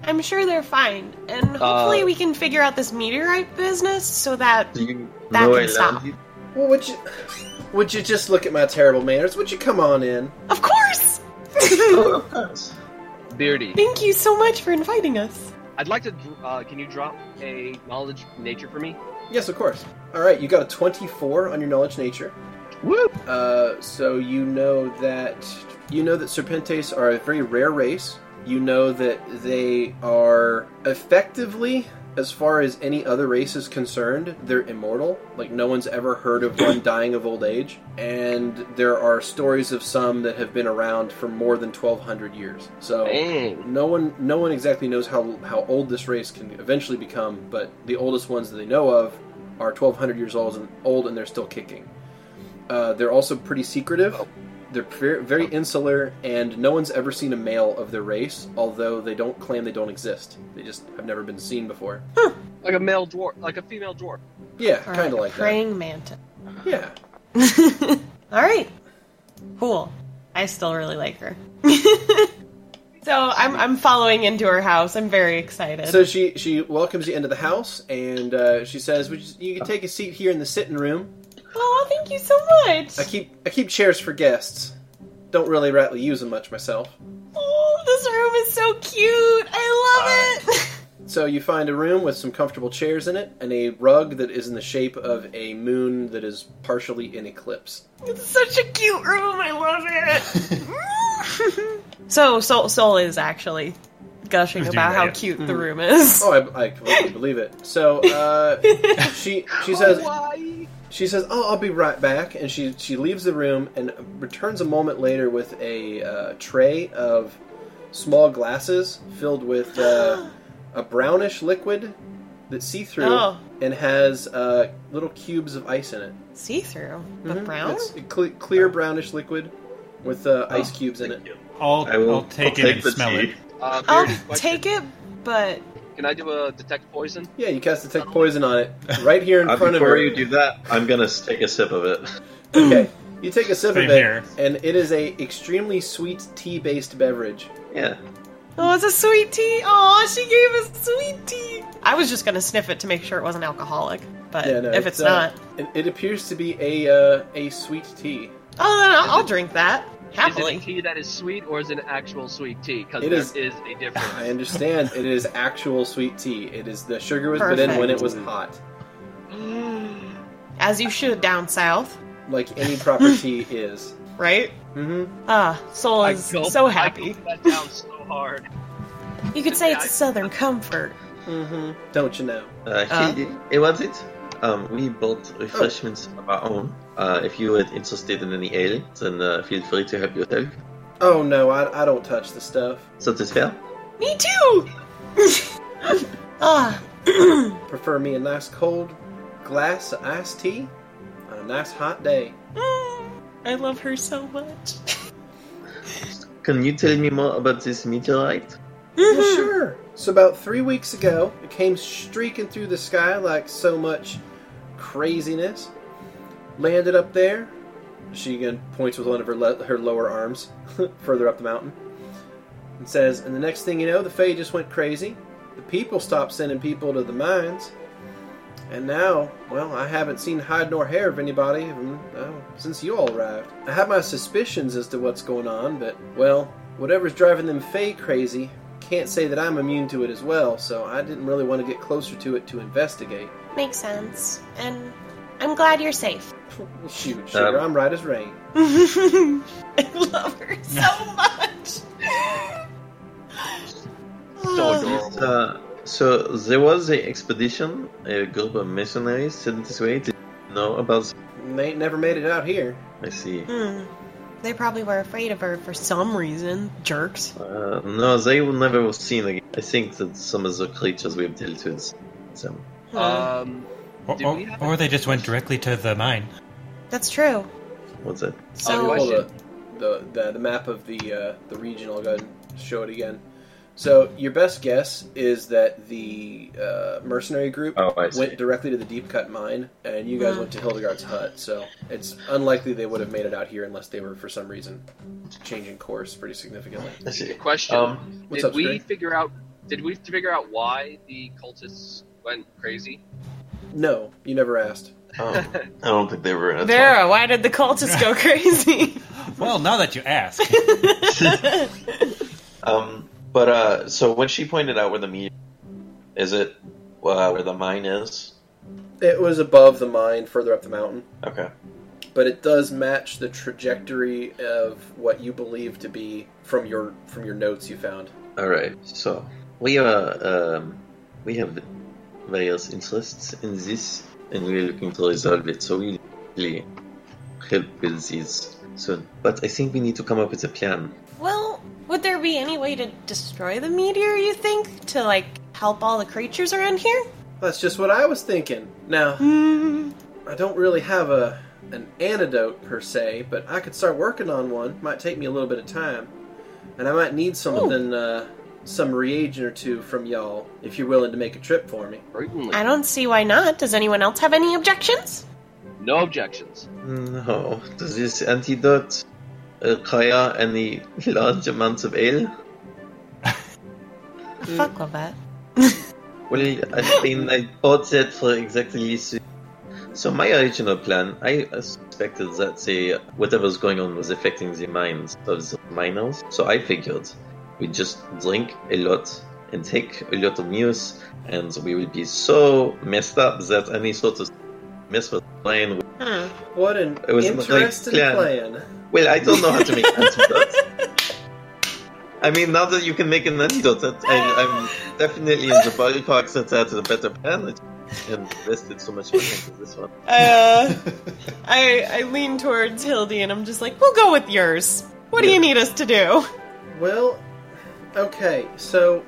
[SPEAKER 3] I'm sure they're fine, and
[SPEAKER 1] Uh.
[SPEAKER 3] hopefully we can figure out this meteorite business so that
[SPEAKER 2] Do you
[SPEAKER 3] That
[SPEAKER 2] know I
[SPEAKER 3] can
[SPEAKER 2] love
[SPEAKER 3] stop.
[SPEAKER 2] you?
[SPEAKER 1] Well, would you? Would you just look at my terrible manners? Would you come on in?
[SPEAKER 3] Of course!
[SPEAKER 2] oh, of course.
[SPEAKER 16] Beardy.
[SPEAKER 3] Thank you so much for inviting us.
[SPEAKER 16] I'd like to. Uh, can you drop a knowledge nature for me?
[SPEAKER 1] Yes, of course. All right, you got a 24 on your knowledge nature.
[SPEAKER 16] Woo!
[SPEAKER 1] Uh, so you know that you know that serpentes are a very rare race. You know that they are effectively, as far as any other race is concerned, they're immortal. Like no one's ever heard of one dying of old age, and there are stories of some that have been around for more than 1,200 years. So
[SPEAKER 16] Dang.
[SPEAKER 1] no one, no one exactly knows how how old this race can eventually become. But the oldest ones that they know of are 1,200 years old and old, and they're still kicking. Uh, they're also pretty secretive. They're very, very insular, and no one's ever seen a male of their race, although they don't claim they don't exist. They just have never been seen before.
[SPEAKER 16] Like a male dwarf, like a female dwarf.
[SPEAKER 1] Yeah,
[SPEAKER 3] Or
[SPEAKER 1] kind of
[SPEAKER 3] a
[SPEAKER 1] like that.
[SPEAKER 3] praying mantis.
[SPEAKER 1] Yeah.
[SPEAKER 3] All right. Cool. I still really like her. so I'm I'm following into her house. I'm very excited.
[SPEAKER 1] So she she welcomes you into the house, and uh, she says, Would you, "You can take a seat here in the sitting room.
[SPEAKER 3] oh, thank you so much.
[SPEAKER 1] I keep I keep chairs for guests. Don't really rightly use them much myself."
[SPEAKER 3] Oh, this room is so cute. I love it.
[SPEAKER 1] So you find a room with some comfortable chairs in it, and a rug that is in the shape of a moon that is partially in eclipse.
[SPEAKER 3] It's such a cute room. I love it. so Sol Sol is actually gushing
[SPEAKER 1] Doing
[SPEAKER 3] about how
[SPEAKER 1] that.
[SPEAKER 3] cute the
[SPEAKER 1] Mhm.
[SPEAKER 3] room is.
[SPEAKER 1] Oh, I, I completely believe it. So uh, she she says she says, "Oh, I'll be right back," and she she leaves the room and returns a moment later with a uh, tray of small glasses filled with uh, a brownish liquid that's see through
[SPEAKER 3] Oh.
[SPEAKER 1] and has uh, little cubes of ice in it.
[SPEAKER 3] See through, but
[SPEAKER 1] Mhm.
[SPEAKER 3] brown.
[SPEAKER 1] It's a cle- clear brownish liquid with uh, ice cubes in it.
[SPEAKER 5] I'll,
[SPEAKER 2] I will-
[SPEAKER 5] I'll take
[SPEAKER 2] I'll
[SPEAKER 5] it
[SPEAKER 2] take
[SPEAKER 5] and
[SPEAKER 2] the
[SPEAKER 5] smell
[SPEAKER 2] tea.
[SPEAKER 5] it.
[SPEAKER 16] Uh,
[SPEAKER 3] I'll
[SPEAKER 16] Beardy, question.
[SPEAKER 3] take it, but
[SPEAKER 16] Can I do a detect poison?
[SPEAKER 1] Yeah, you cast
[SPEAKER 3] Oh.
[SPEAKER 1] detect poison on it right here in
[SPEAKER 2] Uh,
[SPEAKER 1] front of her.
[SPEAKER 2] before you do that, I'm gonna take a sip of it.
[SPEAKER 1] Okay, you take a sip
[SPEAKER 5] Same
[SPEAKER 1] of it,
[SPEAKER 5] here.
[SPEAKER 1] and it is a extremely sweet tea-based beverage.
[SPEAKER 2] Yeah.
[SPEAKER 3] oh, it's a sweet tea. Oh, she gave us sweet tea. I was just gonna sniff it to make sure it wasn't alcoholic, but
[SPEAKER 1] Yeah, no,
[SPEAKER 3] if it's,
[SPEAKER 1] uh,
[SPEAKER 3] not,
[SPEAKER 1] it, it appears to be a uh, a sweet tea.
[SPEAKER 3] oh, then I'll, I'll drink that
[SPEAKER 16] Is it
[SPEAKER 3] happily.
[SPEAKER 16] tea that is sweet or is it an actual sweet tea? Because
[SPEAKER 1] It
[SPEAKER 16] there
[SPEAKER 1] is-
[SPEAKER 16] is a difference.
[SPEAKER 1] I understand. it is actual sweet tea. It is the sugar was put in when it was hot,
[SPEAKER 3] As you should down south,
[SPEAKER 1] like any proper tea is.
[SPEAKER 3] right?
[SPEAKER 1] Mm-hmm.
[SPEAKER 3] Ah, Sol
[SPEAKER 16] I
[SPEAKER 3] is
[SPEAKER 16] gulped-
[SPEAKER 3] so happy.
[SPEAKER 16] I gulped that down so hard.
[SPEAKER 3] You could say it's a southern comfort.
[SPEAKER 1] Mm-hmm. Don't you know?
[SPEAKER 2] Uh,
[SPEAKER 3] Uh.
[SPEAKER 2] he, he wants it. Um, we bought refreshments of our own. Uh, if you are interested in any ale, then uh, feel free to help yourself.
[SPEAKER 1] Oh no, I, I don't touch the stuff.
[SPEAKER 2] So this fair?
[SPEAKER 3] Me too. ah,
[SPEAKER 1] Prefer me a nice cold glass of iced tea on a nice hot day.
[SPEAKER 3] I love her so much.
[SPEAKER 2] Can you tell me more about this meteorite?
[SPEAKER 1] Well, sure. So about three weeks ago, it came streaking through the sky like so much craziness. Landed up there. She again points with one of her le- her lower arms further up the mountain, and says, "And the next thing you know, the Fae just went crazy. The people stopped sending people to the mines, and now, well, I haven't seen hide nor hair of anybody even, oh, since you all arrived. I have my suspicions as to what's going on, but well, whatever's driving them Fae crazy." Can't say that I'm immune to it as well, so I didn't really want to get closer to it to investigate.
[SPEAKER 3] Makes sense. And I'm glad you're safe.
[SPEAKER 1] Well, shoot, sugar,
[SPEAKER 2] Um,
[SPEAKER 1] I'm right as rain.
[SPEAKER 3] I love her so much.
[SPEAKER 16] So adorable.
[SPEAKER 2] Uh, so there was an expedition, a group of missionaries sent this way. Did you know about? this?
[SPEAKER 1] And They ain't never made it out here.
[SPEAKER 2] I see.
[SPEAKER 3] Hmm. They probably were afraid of her for some reason. Jerks.
[SPEAKER 2] Uh, no, they will never be seen again. I think that some of the creatures we've dealt with, some.
[SPEAKER 16] Um,
[SPEAKER 5] Or,
[SPEAKER 16] Do we
[SPEAKER 5] or,
[SPEAKER 16] have
[SPEAKER 5] or they just went directly to the mine.
[SPEAKER 3] That's true.
[SPEAKER 2] What's that?
[SPEAKER 1] I'll
[SPEAKER 3] So
[SPEAKER 1] pull the, the, the, the map of the uh, the region. I'll go ahead and show it again. So your best guess is that the uh, mercenary group
[SPEAKER 2] Oh, I see.
[SPEAKER 1] went directly to the deep cut mine, and you guys went to Hildegard's hut. So it's unlikely they would have made it out here unless they were for some reason changing course pretty significantly.
[SPEAKER 2] I see.
[SPEAKER 16] question.
[SPEAKER 2] Um,
[SPEAKER 1] What's
[SPEAKER 16] did
[SPEAKER 1] up,
[SPEAKER 16] we
[SPEAKER 1] Scree?
[SPEAKER 16] figure out? Did we figure out why the cultists went crazy?
[SPEAKER 1] No, you never asked.
[SPEAKER 2] oh, I don't um, think they were in a
[SPEAKER 3] Vera, why did the cultists go crazy?
[SPEAKER 7] Well, now that you ask.
[SPEAKER 2] Um, but uh, so when she pointed out where the meteor is, it uh, where the mine is?
[SPEAKER 1] It was above the mine, further up the mountain.
[SPEAKER 2] Okay.
[SPEAKER 1] But it does match the trajectory of what you believe to be from your from your notes you found.
[SPEAKER 2] All right. So we are um, we have various interests in this, and we're looking to resolve it. So we really help with this soon. But I think we need to come up with a plan.
[SPEAKER 3] Well, would there be any way to destroy the meteor, you think? To, like, help all the creatures around here?
[SPEAKER 1] That's just what I was thinking. Now, I don't really have a an antidote per se, but I could start working on one. Might take me a little bit of time, and I might need
[SPEAKER 2] Oh.
[SPEAKER 1] something, uh, some reagent or two from y'all if you're willing to make a trip for me.
[SPEAKER 3] I don't see why not. Does anyone else have any objections?
[SPEAKER 16] No objections.
[SPEAKER 2] No, does this antidote require any large amounts of ale?
[SPEAKER 1] Mm.
[SPEAKER 3] Fuck Levette.
[SPEAKER 2] Well, I mean, I bought that for exactly this. So my original plan, I suspected that the whatever's going on was affecting the minds of the miners. So I figured we just drink a lot and take a lot of news, and we will be so messed up that any sort of mess with the plan will
[SPEAKER 3] Hmm.
[SPEAKER 1] What an
[SPEAKER 2] It was like
[SPEAKER 1] interesting
[SPEAKER 2] plan.
[SPEAKER 1] plan.
[SPEAKER 2] Well, I don't know how to make antidotes. I mean, now that you can make an antidote, that, I, I'm definitely in the ballpark that that's a better plan. I invested so much money into this one.
[SPEAKER 3] Uh, I, I lean towards Hildy and I'm just like, we'll go with yours. What do you need us to do?
[SPEAKER 1] Well, okay. So,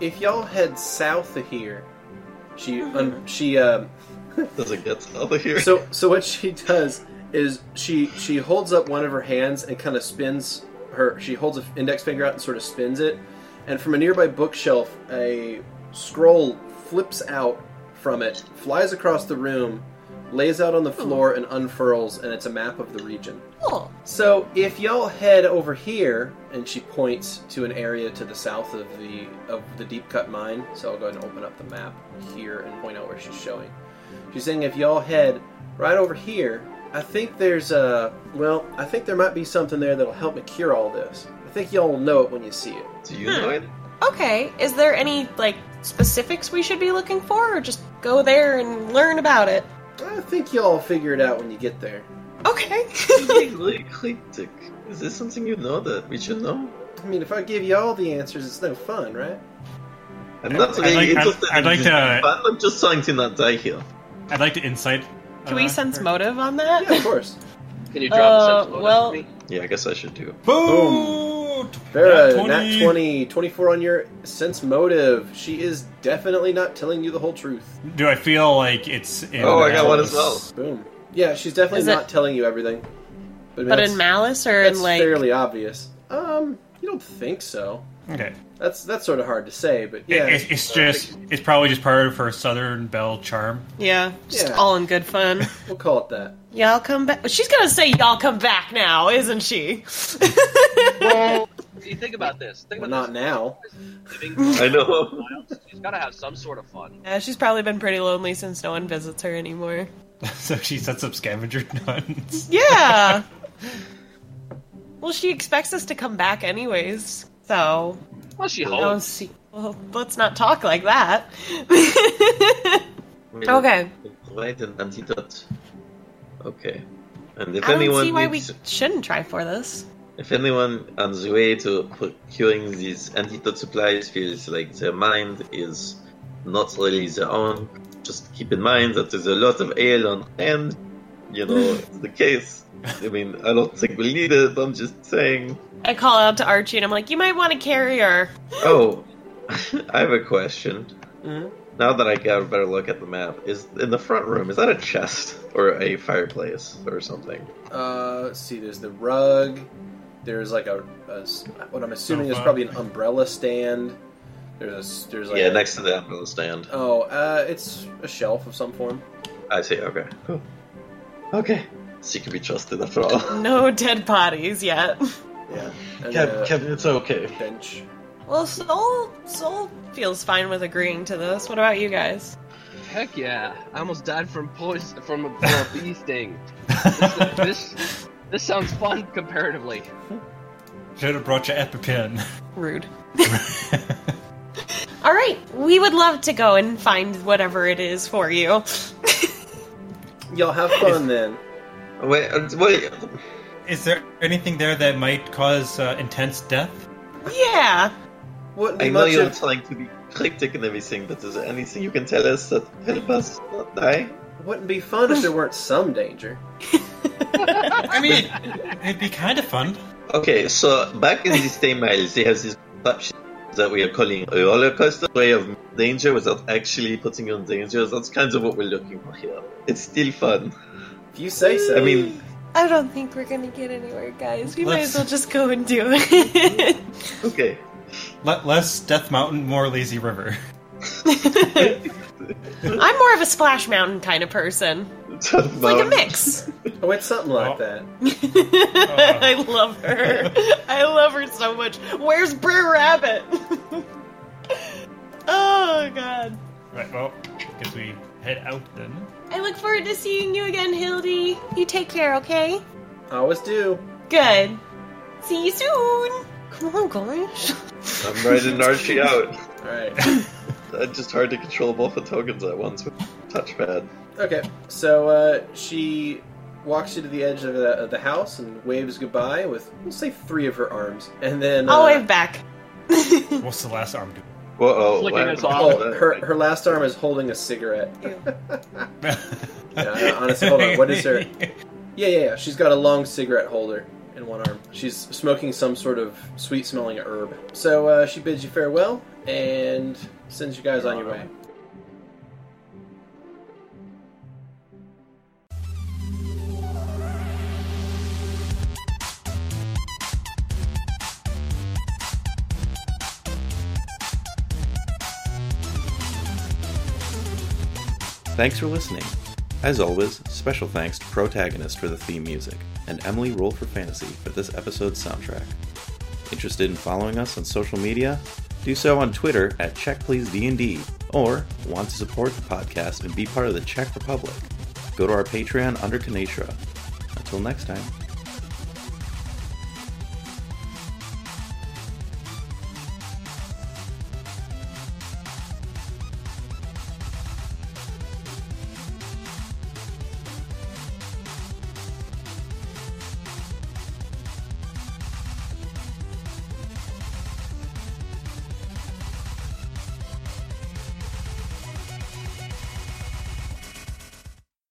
[SPEAKER 1] if y'all head south of here, she
[SPEAKER 2] Mm-hmm.
[SPEAKER 1] un- she um.
[SPEAKER 2] Does it get south of here?
[SPEAKER 1] So so what she does is she she holds up one of her hands and kind of spins her. She holds an index finger out and sort of spins it, and from a nearby bookshelf, a scroll flips out from it, flies across the room, lays out on the floor, and unfurls, and it's a map of the region.
[SPEAKER 3] Cool.
[SPEAKER 1] So if y'all head over here, and she points to an area to the south of the of the deep cut mine. So I'll go ahead and open up the map here and point out where she's showing. She's saying if y'all head right over here, I think there's a well, I think there might be something there that'll help me cure all this. I think y'all will know it when you see it.
[SPEAKER 2] Do you know it?
[SPEAKER 3] Okay, is there any, like, specifics we should be looking for, or just go there and learn about it?
[SPEAKER 1] I think y'all figure it out when you get there.
[SPEAKER 3] Okay.
[SPEAKER 2] Eclectic. Is this something you know that we should know?
[SPEAKER 1] I mean, if I give you all the answers, it's no fun, right?
[SPEAKER 2] I'm not
[SPEAKER 7] I'd
[SPEAKER 2] really
[SPEAKER 7] like- I'd-
[SPEAKER 2] interested
[SPEAKER 7] I'd
[SPEAKER 2] in
[SPEAKER 7] like
[SPEAKER 2] this
[SPEAKER 7] to-
[SPEAKER 2] plan, I'm just trying to not die here.
[SPEAKER 7] I'd like to uh, insight.
[SPEAKER 3] Can we sense motive on that?
[SPEAKER 1] Uh, Yeah, of course.
[SPEAKER 16] Can you
[SPEAKER 3] drop the sense motive? Uh, Well,
[SPEAKER 2] Yeah, I guess I should do.
[SPEAKER 7] Boom!
[SPEAKER 1] Vera,
[SPEAKER 2] uh,
[SPEAKER 7] Nat 20.
[SPEAKER 1] nat 20, 24 on your sense motive. She is definitely not telling you the whole truth.
[SPEAKER 7] Do I feel like it's? In
[SPEAKER 2] Oh, I got one as well.
[SPEAKER 1] Boom. Yeah, she's definitely
[SPEAKER 3] Is it-
[SPEAKER 1] not telling you everything. I mean,
[SPEAKER 3] but
[SPEAKER 1] that's-
[SPEAKER 3] in malice, or
[SPEAKER 1] that's
[SPEAKER 3] in, like.
[SPEAKER 1] fairly obvious. Um, you don't think so.
[SPEAKER 7] Okay.
[SPEAKER 1] That's that's sort of hard to say, but yeah,
[SPEAKER 7] It- it's, it's just. It's probably just part of her Southern Belle charm.
[SPEAKER 3] Yeah, just
[SPEAKER 1] Yeah.
[SPEAKER 3] all in good fun.
[SPEAKER 1] we'll call it that.
[SPEAKER 3] Y'all come back. She's gonna say y'all come back now, isn't she?
[SPEAKER 16] Well, you think about this. Think
[SPEAKER 1] Well,
[SPEAKER 16] about
[SPEAKER 1] not now.
[SPEAKER 16] this. Living
[SPEAKER 2] I know.
[SPEAKER 16] She's got to have some sort of fun.
[SPEAKER 3] yeah, she's probably been pretty lonely since no one visits her anymore.
[SPEAKER 7] so she sets up scavenger nuns.
[SPEAKER 3] Yeah. well, she expects us to come back anyways, so
[SPEAKER 16] Well, she
[SPEAKER 3] I don't
[SPEAKER 16] hopes.
[SPEAKER 3] see. Well, let's not talk like that.
[SPEAKER 2] Wait,
[SPEAKER 3] Okay.
[SPEAKER 2] Write an antidote. Okay. And if
[SPEAKER 3] I don't
[SPEAKER 2] anyone
[SPEAKER 3] see why we
[SPEAKER 2] needs,
[SPEAKER 3] shouldn't try for this.
[SPEAKER 2] if anyone on the way to procuring these antidote supplies feels like their mind is not really their own, just keep in mind that there's a lot of ale on hand. You know, it's the case. I mean, I don't think we'll need it. but I'm just saying.
[SPEAKER 3] I call out to Archie and I'm like, "You might want to carry her."
[SPEAKER 2] Oh, I have a question.
[SPEAKER 1] Mhm.
[SPEAKER 2] Now that I got a better look at the map, is in the front room? Is that a chest or a fireplace or something?
[SPEAKER 1] Uh, let's see, there's the rug. There's like a, a s- what I'm assuming is
[SPEAKER 7] Sofa.
[SPEAKER 1] probably an umbrella stand. There's a s- there's like
[SPEAKER 2] yeah,
[SPEAKER 1] a-
[SPEAKER 2] next to the umbrella stand.
[SPEAKER 1] Oh, uh, it's a shelf of some form.
[SPEAKER 2] I see. Okay. Cool. Okay. She can be trusted after all.
[SPEAKER 3] No dead bodies yet.
[SPEAKER 1] Yeah, and
[SPEAKER 2] Kev,
[SPEAKER 1] a
[SPEAKER 2] Kev, it's okay.
[SPEAKER 1] bench.
[SPEAKER 3] Well, Soul Soul feels fine with agreeing to this. What about you guys?
[SPEAKER 16] Heck yeah! I almost died from poison from a, from a bee sting. this, this This sounds fun comparatively.
[SPEAKER 5] Should have brought your EpiPen.
[SPEAKER 3] Rude. All right, we would love to go and find whatever it is for you.
[SPEAKER 1] Y'all have fun then.
[SPEAKER 2] Wait, uh, wait.
[SPEAKER 5] Is there anything there that might cause uh, intense death?
[SPEAKER 3] Yeah.
[SPEAKER 1] Wouldn't be
[SPEAKER 2] I know
[SPEAKER 1] much
[SPEAKER 2] you're
[SPEAKER 1] of-
[SPEAKER 2] trying to be cryptic and everything, but is there anything you can tell us that help us not die?
[SPEAKER 1] Wouldn't be fun if there weren't some danger.
[SPEAKER 5] I mean, it, it'd be kind of fun.
[SPEAKER 2] Okay, so back in these day miles, they have this crap shit that we are calling a roller coaster way of danger without actually putting you in danger. That's kind of what we're looking for here. It's still fun.
[SPEAKER 1] If you say so.
[SPEAKER 2] I mean,
[SPEAKER 3] I don't think we're gonna get anywhere, guys. We might
[SPEAKER 5] Let's-
[SPEAKER 3] as well just go and do it.
[SPEAKER 2] okay.
[SPEAKER 5] Le- less Death Mountain, more Lazy River.
[SPEAKER 3] I'm more of a Splash Mountain kind of person. It's like a mix.
[SPEAKER 1] Oh, it's something like that.
[SPEAKER 3] I love her. I love her so much. Where's Brer Rabbit? oh god.
[SPEAKER 5] Right, well, because we head out then.
[SPEAKER 3] I look forward to seeing you again, Hildy. You take care, okay?
[SPEAKER 1] I always do.
[SPEAKER 3] Good. See you soon. Come on, guys.
[SPEAKER 2] I'm riding Archie out.
[SPEAKER 1] Alright.
[SPEAKER 2] It's Uh, just hard to control both the tokens at once with touchpad.
[SPEAKER 1] Okay, so uh, she walks you to the edge of the, of the house and waves goodbye with, we'll say, three of her arms, and then
[SPEAKER 3] I'll
[SPEAKER 1] uh,
[SPEAKER 3] wave Oh, back.
[SPEAKER 5] What's the last arm do?
[SPEAKER 2] Whoa,
[SPEAKER 16] Flicking us off.
[SPEAKER 1] Oh, her her last arm is holding a cigarette. Yeah, honestly, hold on. What is her? Yeah, yeah, yeah. She's got a long cigarette holder in one arm. She's smoking some sort of sweet-smelling herb. So uh, she bids you farewell and sends you guys on your way.
[SPEAKER 2] Thanks for listening. As always, special thanks to Protagonist for the theme music and Emily Roll for Fantasy for this episode's soundtrack. Interested in following us on social media? Do so on Twitter at CheckPleaseD&D or want to support the podcast and be part of the Czech Republic? Go to our Patreon under Kanatra. Until next time.